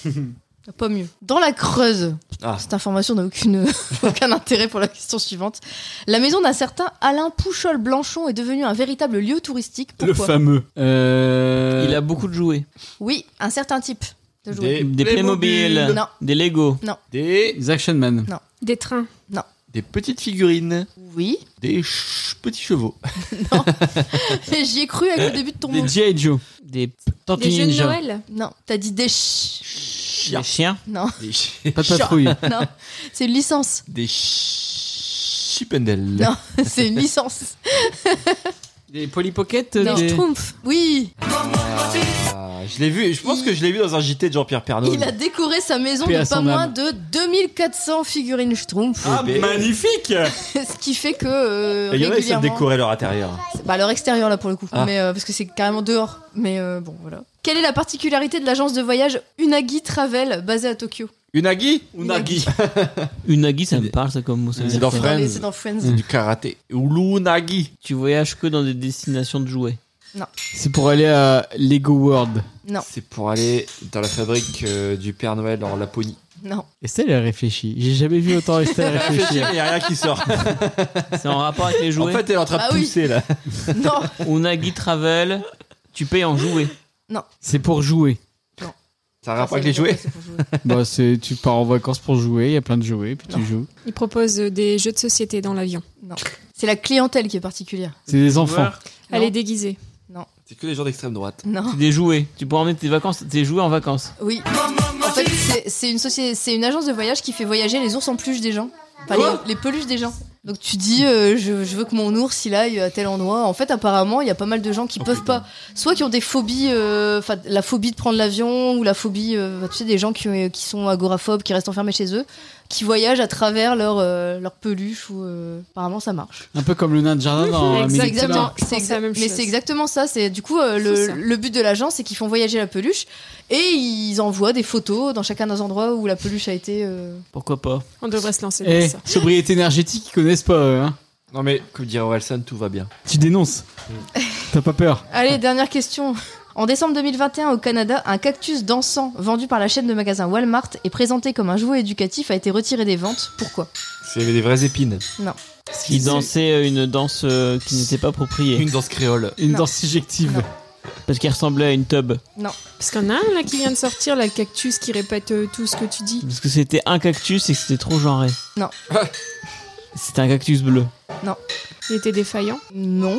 Speaker 4: Pas mieux. Dans la Creuse,
Speaker 11: Ah.
Speaker 4: cette information n'a aucune, aucun intérêt pour la question suivante. La maison d'un certain Alain Pouchol-Blanchon est devenue un véritable lieu touristique.
Speaker 2: Le
Speaker 4: Pourquoi
Speaker 2: fameux. Euh,
Speaker 3: Il a beaucoup de jouets.
Speaker 4: Oui, un certain type de jouet.
Speaker 3: Des, Playmobil.
Speaker 4: Non.
Speaker 3: Des Lego.
Speaker 4: Non.
Speaker 11: Des
Speaker 2: Action Man.
Speaker 4: Non.
Speaker 1: Des trains.
Speaker 4: Non.
Speaker 11: Des petites figurines.
Speaker 4: Oui.
Speaker 11: Des ch- petits chevaux.
Speaker 4: J'y ai cru avec le début de ton mot.
Speaker 2: G.I. Joe.
Speaker 3: Des
Speaker 4: Des
Speaker 3: Tortues
Speaker 4: jeux de
Speaker 3: Ninja.
Speaker 4: Noël Non, t'as dit des ch...
Speaker 3: Des chiens.
Speaker 4: Non.
Speaker 2: Pas de patrouille.
Speaker 4: Non, c'est une licence.
Speaker 11: Des ch- Chipendel.
Speaker 4: Non, c'est une licence.
Speaker 2: Des Polly Pocket.
Speaker 4: Non.
Speaker 2: des-
Speaker 4: Schtroumpf. Oui,
Speaker 11: Ah, je l'ai vu. Je pense que je l'ai vu dans un JT de Jean-Pierre Pernaut.
Speaker 4: il a décoré sa maison
Speaker 11: Ah Paix à
Speaker 4: de pas
Speaker 11: son
Speaker 4: moins
Speaker 11: âme.
Speaker 4: de 2400 figurines Schtroumpf.
Speaker 11: Ah, magnifique Ah,
Speaker 4: Ce qui fait que euh,
Speaker 11: Il y en a qui savent
Speaker 4: régulièrement...
Speaker 11: décorer leur intérieur.
Speaker 4: Bah leur extérieur là pour le coup,
Speaker 11: Ah.
Speaker 4: mais euh, parce que c'est carrément dehors. Mais euh, bon voilà. Quelle est la particularité de l'agence de voyage Unagi Travel basée à Tokyo
Speaker 11: Unagi Unagi.
Speaker 3: Unagi, ça me parle, ça comme mot. ça veut
Speaker 11: C'est
Speaker 3: dire
Speaker 11: dans
Speaker 3: quoi.
Speaker 11: Friends. Mm.
Speaker 4: C'est dans Friends.
Speaker 5: Mm.
Speaker 11: C'est du karaté. Ulunagi.
Speaker 3: Tu voyages que dans des destinations de jouets.
Speaker 4: Non.
Speaker 2: C'est pour aller à Lego World.
Speaker 4: Non.
Speaker 11: C'est pour aller dans la fabrique euh, du Père Noël en Laponie.
Speaker 4: Non.
Speaker 2: Estelle a réfléchi. J'ai jamais vu autant Estelle
Speaker 5: Ah,
Speaker 11: Réfléchis,
Speaker 2: réfléchir.
Speaker 11: mais y a rien qui sort.
Speaker 3: C'est en rapport avec les
Speaker 11: en
Speaker 3: jouets.
Speaker 11: fait, elle est en train
Speaker 4: Bah
Speaker 11: de
Speaker 4: oui.
Speaker 11: pousser là.
Speaker 4: Non,
Speaker 3: Unagi Travel, tu payes en jouets.
Speaker 4: non,
Speaker 2: C'est pour jouer.
Speaker 4: Non.
Speaker 17: Ça a rien à voir avec les jouets
Speaker 2: bah, c'est, tu pars en vacances pour jouer, il y a plein de jouets, puis tu joues.
Speaker 1: Ils proposent euh, des jeux de société dans l'avion.
Speaker 4: Non. C'est la clientèle qui est particulière.
Speaker 2: C'est des enfants.
Speaker 1: Elle est déguisée.
Speaker 5: C'est que les gens d'extrême droite.
Speaker 4: Non.
Speaker 3: C'est des jouets. Tu pourras emmener tes vacances, tes jouets en vacances.
Speaker 4: Oui. En fait, c'est- c'est une, société- c'est une agence de voyage qui fait voyager les ours en peluche des gens. Enfin, les, les peluches des gens. Donc tu dis, euh, je, je veux que mon ours il aille à tel endroit. En fait, apparemment, il y a pas mal de gens qui peuvent pas. Soit qui ont des phobies, euh, enfin, la phobie de prendre l'avion, ou la phobie, euh, tu sais, des gens qui, euh, qui sont agoraphobes, qui restent enfermés chez eux, qui voyagent à travers leur, euh, leur peluche. Ou, euh, apparemment, ça marche.
Speaker 2: Un peu comme le nain de jardin dans Amélie
Speaker 4: C'est
Speaker 2: Poulain.
Speaker 4: exactement,
Speaker 1: Je
Speaker 4: c'est
Speaker 1: pense à la
Speaker 4: exa-
Speaker 1: même
Speaker 4: mais
Speaker 1: chose.
Speaker 4: c'est exactement ça. C'est du coup euh, le,
Speaker 1: Fou, ça.
Speaker 4: le but de l'agence, c'est qu'ils font voyager la peluche et ils envoient des photos dans chacun des endroits où la peluche a été. euh,
Speaker 3: Pourquoi pas
Speaker 1: On devrait se lancer
Speaker 2: Eh,
Speaker 1: dans ça.
Speaker 2: sobriété énergétique, ils connaissent pas, eux, hein.
Speaker 5: Non mais, comme dirait Orelsan, tout va bien.
Speaker 2: Tu dénonces. T'as pas peur.
Speaker 4: Allez, dernière question. En décembre 2021, au Canada, un cactus dansant vendu par la chaîne de magasins Walmart et présenté comme un jouet éducatif a été retiré des ventes. Pourquoi
Speaker 5: C'est des vraies épines.
Speaker 4: Non.
Speaker 3: Ils dansaient une danse euh, qui n'était pas appropriée. Une
Speaker 5: danse créole.
Speaker 3: Une
Speaker 4: Non.
Speaker 3: danse
Speaker 2: subjective.
Speaker 3: Parce qu'elle ressemblait à une tub.
Speaker 4: Non.
Speaker 1: Parce qu'on a un là qui vient de sortir, là, le cactus qui répète euh, tout ce que tu dis.
Speaker 3: Parce que c'était un cactus et que c'était trop genré.
Speaker 4: Non.
Speaker 3: C'était un cactus bleu.
Speaker 4: Non.
Speaker 1: Il était défaillant
Speaker 4: Non.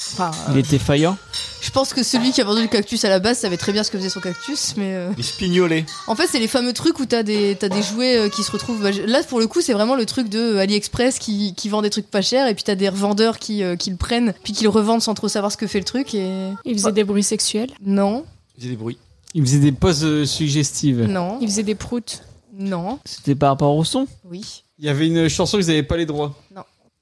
Speaker 4: Enfin,
Speaker 3: Il
Speaker 4: euh,
Speaker 3: était faillant.
Speaker 4: Je pense que celui qui a vendu le cactus à la base savait très bien ce que faisait son cactus, mais. euh,
Speaker 5: Les spignolés.
Speaker 4: En fait, c'est les fameux trucs où t'as des, t'as des jouets euh, qui se retrouvent. bah, je- là, pour le coup, c'est vraiment le truc de euh, AliExpress qui, qui vend des trucs pas chers et puis t'as des revendeurs qui, euh, qui le prennent puis qui le revendent sans trop savoir ce que fait le truc. Et...
Speaker 1: Il faisait des bruits sexuels
Speaker 4: Non,
Speaker 5: J'ai des bruits.
Speaker 2: Ils faisaient des poses euh, suggestives.
Speaker 4: non,
Speaker 1: Il faisait des proutes
Speaker 4: non,
Speaker 3: C'était par rapport au son.
Speaker 4: oui,
Speaker 2: Il y avait une chanson, ils avaient pas les droits.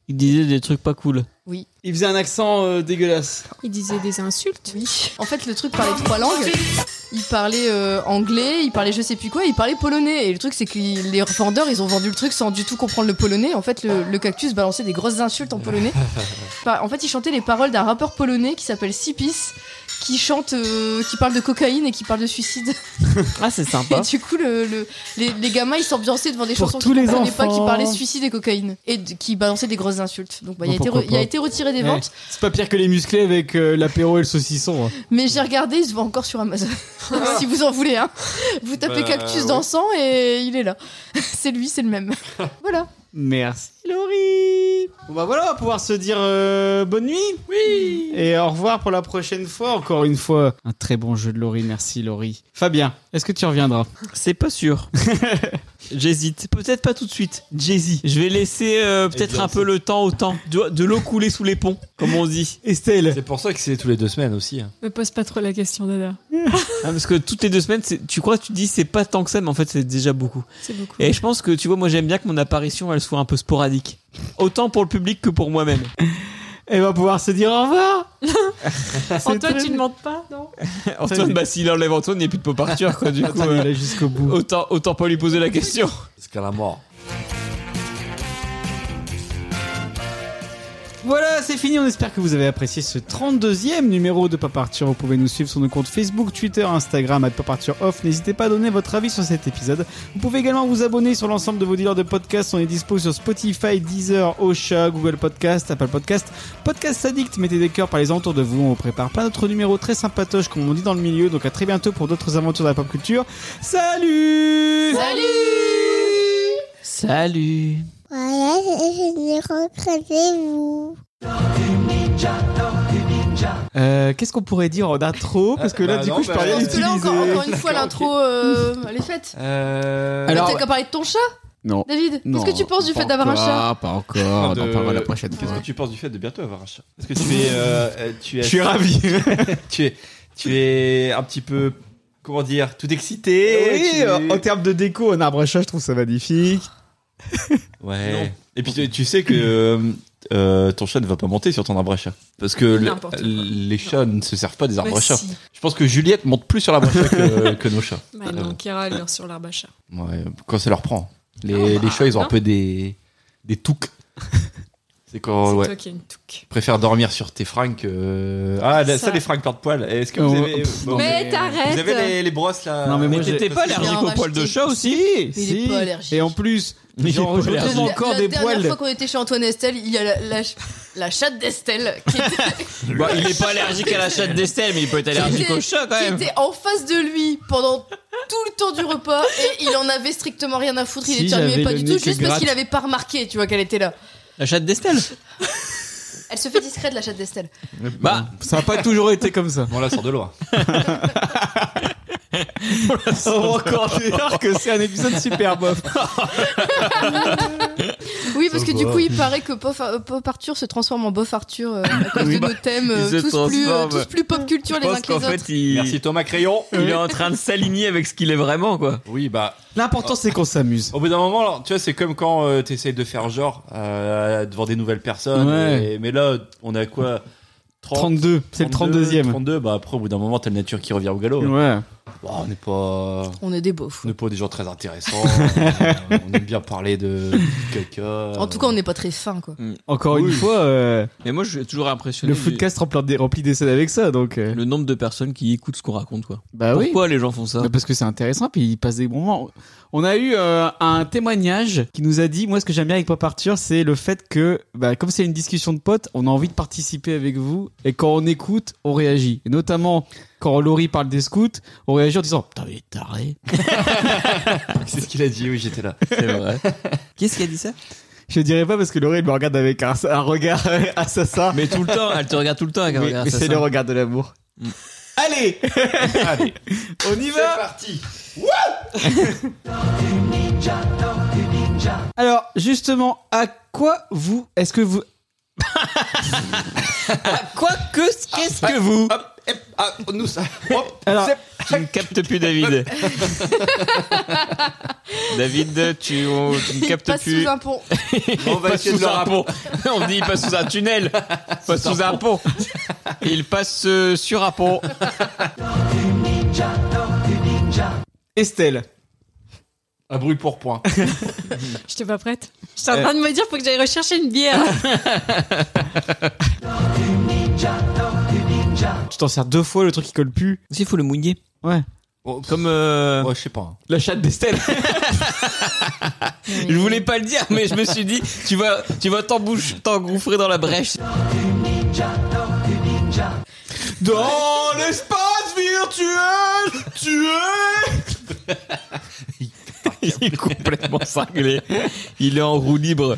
Speaker 3: Il disait des trucs pas cool.
Speaker 4: oui,
Speaker 2: Ils faisaient un accent euh, dégueulasse.
Speaker 1: Il disait des insultes
Speaker 4: oui. En fait, le truc parlait trois langues. Il parlait euh, anglais, il parlait je sais plus quoi, il parlait polonais. Et le truc, c'est que les revendeurs, ils ont vendu le truc sans du tout comprendre le polonais. En fait, le, le cactus balançait des grosses insultes en polonais. Par- En fait, il chantait les paroles d'un rappeur polonais qui s'appelle Sipis, qui chante, euh, qui parle de cocaïne et qui parle de suicide.
Speaker 3: Ah, c'est
Speaker 4: Et
Speaker 3: sympa.
Speaker 4: du coup, le, le- les, les gamins, ils s'ambiançaient devant des
Speaker 2: Pour
Speaker 4: chansons
Speaker 2: tous
Speaker 4: qu'ils
Speaker 2: les
Speaker 4: comprenaient pas, qui
Speaker 2: enfants.
Speaker 4: parlaient suicide et cocaïne, et d- qui balançaient des grosses insultes. Donc, bah, il, a
Speaker 2: Bon,
Speaker 4: été re-
Speaker 2: pourquoi
Speaker 4: il a
Speaker 2: pas.
Speaker 4: été retiré des
Speaker 2: Eh,
Speaker 4: ventes.
Speaker 2: C'est pas pire que les musclés avec euh, l'apéro et le saucisson. hein.
Speaker 4: Mais j'ai regardé, il se vend encore sur Amazon.
Speaker 1: Ah.
Speaker 4: si vous en voulez, hein. Vous tapez
Speaker 2: Bah,
Speaker 4: cactus
Speaker 2: ouais.
Speaker 4: dansant et il est là. c'est lui, c'est le même. voilà.
Speaker 2: Merci Laurie Bon bah voilà, on va pouvoir se dire euh, bonne nuit Oui Et au revoir pour la prochaine fois, encore une fois. Un très bon jeu de Laurie, merci Laurie. Fabien, est-ce que tu reviendras
Speaker 3: C'est pas sûr. J'hésite. Peut-être pas tout de suite. J'hésite. Je vais laisser euh, peut-être un peu le temps au temps. De, de l'eau couler sous les ponts, comme on dit.
Speaker 2: Estelle
Speaker 5: C'est pour ça que c'est tous les deux semaines aussi. hein.
Speaker 1: Me pose pas trop la question, Dada.
Speaker 3: Ah, parce que toutes les deux semaines, c'est- tu crois, tu dis c'est pas tant que ça, mais en fait c'est déjà beaucoup.
Speaker 1: C'est beaucoup.
Speaker 3: Et je pense que tu vois, moi j'aime bien que mon apparition elle soit un peu sporadique. Autant pour le public que pour moi-même.
Speaker 2: Et on va pouvoir se dire au revoir
Speaker 1: Bah, Antoine, tu ne demandes pas, non
Speaker 3: Antoine, bah s'il enlève Antoine, il n'y a plus de Poparture quoi, du coup.
Speaker 2: Attends, il
Speaker 3: euh,
Speaker 2: est jusqu'au bout.
Speaker 3: autant, autant pas lui poser la question.
Speaker 5: Jusqu'à la mort.
Speaker 2: Voilà, c'est fini. On espère que vous avez apprécié ce 32e numéro de Pas Partir. Vous pouvez nous suivre sur nos comptes Facebook, Twitter, Instagram, à Pas Partir Off. N'hésitez pas à donner votre avis sur cet épisode. Vous pouvez également vous abonner sur l'ensemble de vos dealers de podcasts. On est dispo sur Spotify, Deezer, Ocha, Google Podcast, Apple Podcast, Podcast Addict. Mettez des cœurs par les entours de vous. On prépare plein d'autres numéros très sympatoches, comme on dit dans le milieu. Donc à très bientôt pour d'autres aventures de la pop culture. Salut
Speaker 18: Salut
Speaker 3: Salut
Speaker 18: Voilà, je vous
Speaker 2: Euh, Qu'est-ce qu'on pourrait dire en intro Parce que là,
Speaker 5: bah
Speaker 2: du
Speaker 5: non,
Speaker 2: coup, je
Speaker 5: bah
Speaker 2: parlais
Speaker 5: non.
Speaker 4: Parce que là, encore, encore une fois, l'intro, euh, elle est faite.
Speaker 5: Euh...
Speaker 4: Alors, t'as qu'à parler de ton chat
Speaker 2: Non.
Speaker 4: David, qu'est-ce que tu penses du fait d'avoir un chat
Speaker 2: Pas encore,
Speaker 5: De-
Speaker 2: on en parlera la prochaine
Speaker 5: Qu'est-ce
Speaker 2: fois.
Speaker 5: que tu penses du fait de bientôt avoir un chat Est-ce que tu es, euh, euh, tu es,
Speaker 2: Je suis ravi.
Speaker 5: tu es, tu es un petit peu, comment dire, tout excité.
Speaker 2: Oui,
Speaker 4: Oh,
Speaker 5: tu-
Speaker 2: euh, en termes de déco, un arbre à chat, je trouve ça magnifique.
Speaker 5: Ouais. Et puis tu- tu sais que euh, euh, ton chat ne va pas monter sur ton arbre à chat. Parce que le-
Speaker 1: N'importe quoi.
Speaker 5: les chats ne se servent pas des arbres
Speaker 1: Mais
Speaker 5: à chat.
Speaker 1: Bah, si.
Speaker 5: Je pense que Juliette monte plus sur l'arbre à chat que, que nos chats.
Speaker 1: Bah
Speaker 5: Euh.
Speaker 1: non, Kira, elle vient sur l'arbre à chat.
Speaker 5: Ouais, quand ça leur prend. Les, les chats, ils ont un
Speaker 1: non.
Speaker 5: peu des, des touques. C'est quand,
Speaker 1: C'est
Speaker 5: ouais.
Speaker 1: toi qui as une touque.
Speaker 5: Préfère dormir sur tes fringues que. Ah, là, ça,
Speaker 1: Ça.
Speaker 5: les fringues porte-poil. Est-ce que
Speaker 2: Oh,
Speaker 5: vous avez.
Speaker 2: pff,
Speaker 5: bon,
Speaker 1: mais
Speaker 5: Vous
Speaker 1: t'arrêtes
Speaker 5: avez les, les brosses là
Speaker 2: Non, mais moi,
Speaker 3: Mais
Speaker 2: j'ai-
Speaker 3: t'étais pas
Speaker 5: parce que-
Speaker 3: allergique
Speaker 4: j'ai en
Speaker 3: aux poils de
Speaker 4: racheté.
Speaker 3: chat aussi
Speaker 4: Il est
Speaker 2: Si.
Speaker 4: pas allergique.
Speaker 2: Et en plus, Genre, je
Speaker 4: La-
Speaker 2: retrouve encore
Speaker 4: la
Speaker 2: des
Speaker 4: dernière
Speaker 2: poils.
Speaker 4: fois qu'on était chez Antoine Estelle, il y a la, la ch- la chatte d'Estelle qui était,
Speaker 3: Bah, il est pas allergique à la chatte d'Estelle, mais il peut être
Speaker 4: qui
Speaker 3: allergique
Speaker 4: était-
Speaker 3: au chat quand
Speaker 4: qui
Speaker 3: même.
Speaker 4: était en face de lui pendant tout le temps du repas et il en avait strictement rien à foutre. Il
Speaker 3: Si,
Speaker 4: les terminait
Speaker 3: j'avais
Speaker 4: pas
Speaker 3: le
Speaker 4: du
Speaker 3: nez
Speaker 4: tout
Speaker 3: qui
Speaker 4: juste parce
Speaker 3: gratte.
Speaker 4: qu'il avait pas remarqué, tu vois, qu'elle était là.
Speaker 3: La chatte d'Estelle
Speaker 4: Elle se fait discrète, la chatte d'Estelle.
Speaker 3: Bah,
Speaker 2: Ah, ça n'a pas toujours été comme ça.
Speaker 5: On la sort de loi.
Speaker 2: On va encore dire que c'est un épisode super bof.
Speaker 4: Oui, parce
Speaker 2: Ça
Speaker 4: que du
Speaker 2: va.
Speaker 4: coup, il paraît que Pop, euh, Pop Arthur se transforme en Bof Arthur euh, à cause
Speaker 3: Oui,
Speaker 4: de
Speaker 3: bah,
Speaker 4: nos thèmes
Speaker 3: il
Speaker 4: euh,
Speaker 3: se
Speaker 4: tous, plus, euh,
Speaker 3: transforme.
Speaker 4: tous plus pop culture les uns que les autres.
Speaker 3: il...
Speaker 5: Merci Thomas Crayon.
Speaker 3: Il est en train de s'aligner avec ce qu'il est vraiment, quoi.
Speaker 5: Oui, bah.
Speaker 2: L'important, c'est qu'on s'amuse.
Speaker 5: Au bout d'un moment, alors, tu vois, c'est comme quand euh, t'essayes de faire genre euh, devant des nouvelles personnes.
Speaker 2: Ouais.
Speaker 5: et- mais là, on a quoi
Speaker 2: Oh,
Speaker 5: 30,
Speaker 2: 32, c'est le 32e.
Speaker 5: 32, bah après, au bout d'un moment, t'as la nature qui revient au galop.
Speaker 2: Ouais.
Speaker 5: Bah, on n'est pas.
Speaker 4: On est des beaufs.
Speaker 5: On n'est pas des gens très intéressants. euh, on aime bien parler de de
Speaker 3: Euh,
Speaker 5: caca.
Speaker 4: En tout cas, on n'est pas très fin, quoi.
Speaker 2: Encore une fois, euh,
Speaker 3: Mais moi, je suis toujours impressionné.
Speaker 2: le
Speaker 3: du-
Speaker 2: footcast rempli des- rempli d'essais avec ça, donc. euh,
Speaker 3: Le nombre de personnes qui écoutent ce qu'on raconte, quoi.
Speaker 2: Bah oui.
Speaker 3: Pourquoi les gens font ça
Speaker 2: Bah, Parce que c'est intéressant, puis ils passent des bons moments. On a eu euh, un témoignage qui nous a dit, moi ce que j'aime bien avec Pop Arthur, c'est le fait que, bah, comme c'est une discussion de potes, on a envie de participer avec vous, et quand on écoute, on réagit. Et notamment, quand Laurie parle des scouts, on réagit en disant, putain mais taré.
Speaker 5: C'est ce qu'il a dit, oui, j'étais là.
Speaker 3: C'est vrai. Qui est-ce qui a dit ça
Speaker 2: Je dirais pas parce que Laurie elle me regarde avec un, un regard euh, assassin.
Speaker 3: Mais tout le temps, elle te regarde tout le temps avec un
Speaker 2: Oui,
Speaker 3: regard
Speaker 2: mais c'est
Speaker 3: assassin. Mm.
Speaker 2: le regard de l'amour. Allez
Speaker 5: Allez
Speaker 2: On y va
Speaker 5: C'est parti
Speaker 2: Alors, justement, à quoi vous. Est-ce que vous.
Speaker 3: Quoi que, qu'est-ce que vous
Speaker 5: nous ça.
Speaker 2: Alors,
Speaker 3: tu ne captes plus David. David, tu, on- tu ne
Speaker 4: Il
Speaker 3: captes
Speaker 4: passe
Speaker 3: plus.
Speaker 4: sous un pont.
Speaker 5: On va
Speaker 3: Il passe
Speaker 5: essayer de
Speaker 3: sous
Speaker 5: le
Speaker 3: un
Speaker 5: rapp-
Speaker 3: pont. On me dit il passe sous un tunnel. Il passe sous un pont. Il passe euh, sur un pont.
Speaker 2: Estelle.
Speaker 5: Un bruit pour point.
Speaker 1: J'étais pas prête. J'étais
Speaker 5: Eh.
Speaker 1: en train de me dire, faut que j'aille rechercher une bière.
Speaker 2: Tu t'en sers deux fois, le truc qui colle plus.
Speaker 3: Si, il faut le mouiller.
Speaker 2: Ouais.
Speaker 3: Comme. euh,
Speaker 5: Ouais, je sais pas. hein.
Speaker 2: La chatte d'Estelle.
Speaker 3: Je voulais pas le dire, mais je me suis dit, tu vas, tu vas t'embouche- t'engouffrer dans la brèche.
Speaker 2: Dans l'espace virtuel, tu es.
Speaker 3: Il est complètement cinglé. Il est en roue libre.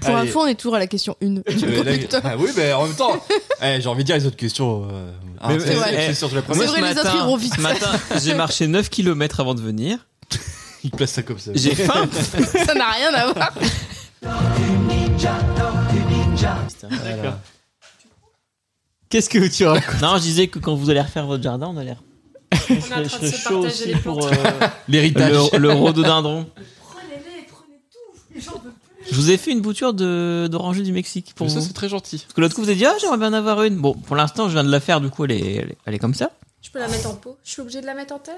Speaker 4: Pour
Speaker 5: Allez.
Speaker 4: info, on est toujours à la question 1.
Speaker 5: Euh, là, ah oui, mais en même temps, eh, j'ai envie de dire les autres questions. euh, ah,
Speaker 3: Mais-
Speaker 5: c'est-
Speaker 3: mais-
Speaker 5: c'est-
Speaker 3: eh,
Speaker 5: c'est sur la
Speaker 4: C'est
Speaker 5: première.
Speaker 4: vrai, les autres iront vite.
Speaker 3: Ce matin, j'ai marché 9 km avant de venir.
Speaker 5: Il place ça comme ça.
Speaker 3: J'ai faim.
Speaker 4: Ça n'a rien à voir.
Speaker 5: Voilà.
Speaker 2: Qu'est-ce que tu racontes
Speaker 3: Non, je disais que quand vous allez refaire votre jardin, on a l'air.
Speaker 1: On est en train de se partager les plantes.
Speaker 5: L'héritage.
Speaker 3: euh, Le, le rhododendron. Je vous ai fait une bouture de- d'oranger du Mexique pour
Speaker 11: Mais ça,
Speaker 3: vous.
Speaker 11: c'est très gentil.
Speaker 3: Parce que l'autre coup, vous avez dit, ah, j'aimerais bien en avoir une. Bon, pour l'instant, je viens de la faire, du coup, elle est, elle est, elle est comme ça.
Speaker 1: Je peux la mettre en pot Je suis obligée de la mettre en terre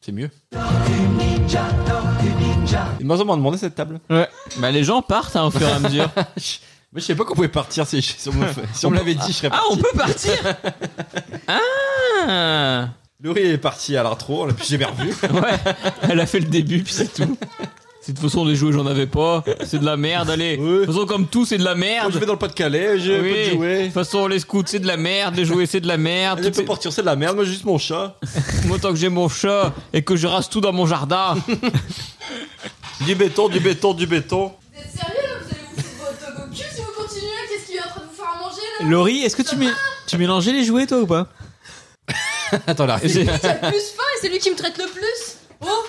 Speaker 5: C'est mieux. De moins en moins demandé cette table.
Speaker 2: Ouais.
Speaker 3: Bah, les gens partent hein, au fur et à mesure.
Speaker 5: Mais je sais pas qu'on pouvait partir si, si on me, si on me l'avait dit, je serais
Speaker 3: Ah, on
Speaker 5: parti.
Speaker 3: peut partir Ah
Speaker 5: Laurie est partie à l'intro, puis j'ai bien revu.
Speaker 3: Ouais, elle a fait le début, puis c'est tout. C'est de toute façon, les jouets, j'en avais pas. C'est de la merde, allez. De toute façon, comme tout, c'est de la
Speaker 5: Moi, je
Speaker 3: merde.
Speaker 5: vais dans le Pas-de-Calais, j'ai
Speaker 3: Oui.
Speaker 5: pas de
Speaker 3: De
Speaker 5: jouets.
Speaker 3: toute façon, les scouts, c'est de la merde. Les jouets, c'est de la merde.
Speaker 5: Je
Speaker 3: Tout
Speaker 5: peux
Speaker 3: est-
Speaker 5: partir, c'est de la merde, moi juste mon chat.
Speaker 3: Moi, tant que j'ai mon chat et que je rase tout dans mon jardin.
Speaker 5: Du béton, du béton, du béton.
Speaker 4: Vous êtes sérieux là Vous allez vous foutre votre cul si vous continuez Qu'est-ce qu'il est en train de vous faire à manger là
Speaker 2: Laurie, est-ce que tu, mets- tu mélangeais les jouets, toi, ou pas
Speaker 5: Attends, là.
Speaker 3: J'ai-
Speaker 4: Qui a le plus faim et c'est lui qui me traite le plus Oh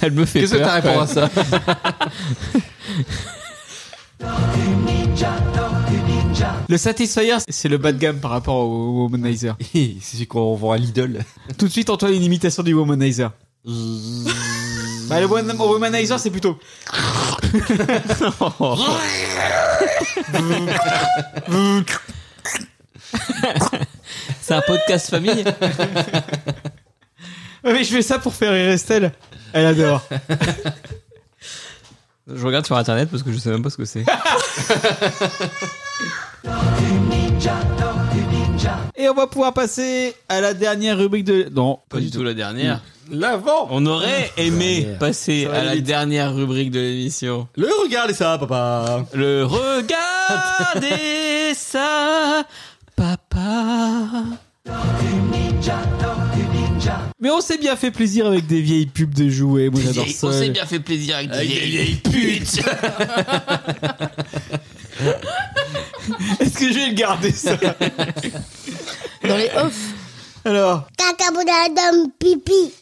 Speaker 3: Elle me fait
Speaker 5: Qu'est-ce que
Speaker 3: peur.
Speaker 5: t'as à répondre à ça
Speaker 2: Le Satisfyer, c'est le bas de gamme par rapport au au Womanizer.
Speaker 5: Hi, C'est celui qu'on vend à Lidl.
Speaker 2: Tout de suite, Antoine, une imitation du Womanizer. bah, le Wom- Womanizer, c'est plutôt.
Speaker 3: C'est un podcast famille.
Speaker 2: Ouais, Mais je fais ça pour faire rire Estelle. Elle adore.
Speaker 3: Je regarde sur internet parce que je sais même pas ce que c'est.
Speaker 2: Et on va pouvoir passer à la dernière rubrique de. Non,
Speaker 3: Pas du tout la dernière.
Speaker 5: L'avant
Speaker 3: On aurait aimé
Speaker 5: Dernière.
Speaker 3: passer
Speaker 5: Ça va
Speaker 3: à
Speaker 5: aller
Speaker 3: la
Speaker 5: vite.
Speaker 3: dernière rubrique de l'émission.
Speaker 5: Le regardez ça, papa
Speaker 3: Le regardez ça, papa
Speaker 2: Mais on s'est bien fait plaisir avec des vieilles pubs de jouets. Moi, j'adore ça.
Speaker 3: On s'est bien fait plaisir avec,
Speaker 2: Avec
Speaker 3: des
Speaker 2: des
Speaker 3: vieilles putes
Speaker 2: Est-ce que je vais le garder ça
Speaker 4: Dans les off.
Speaker 2: Alors.
Speaker 18: Cacaboudadum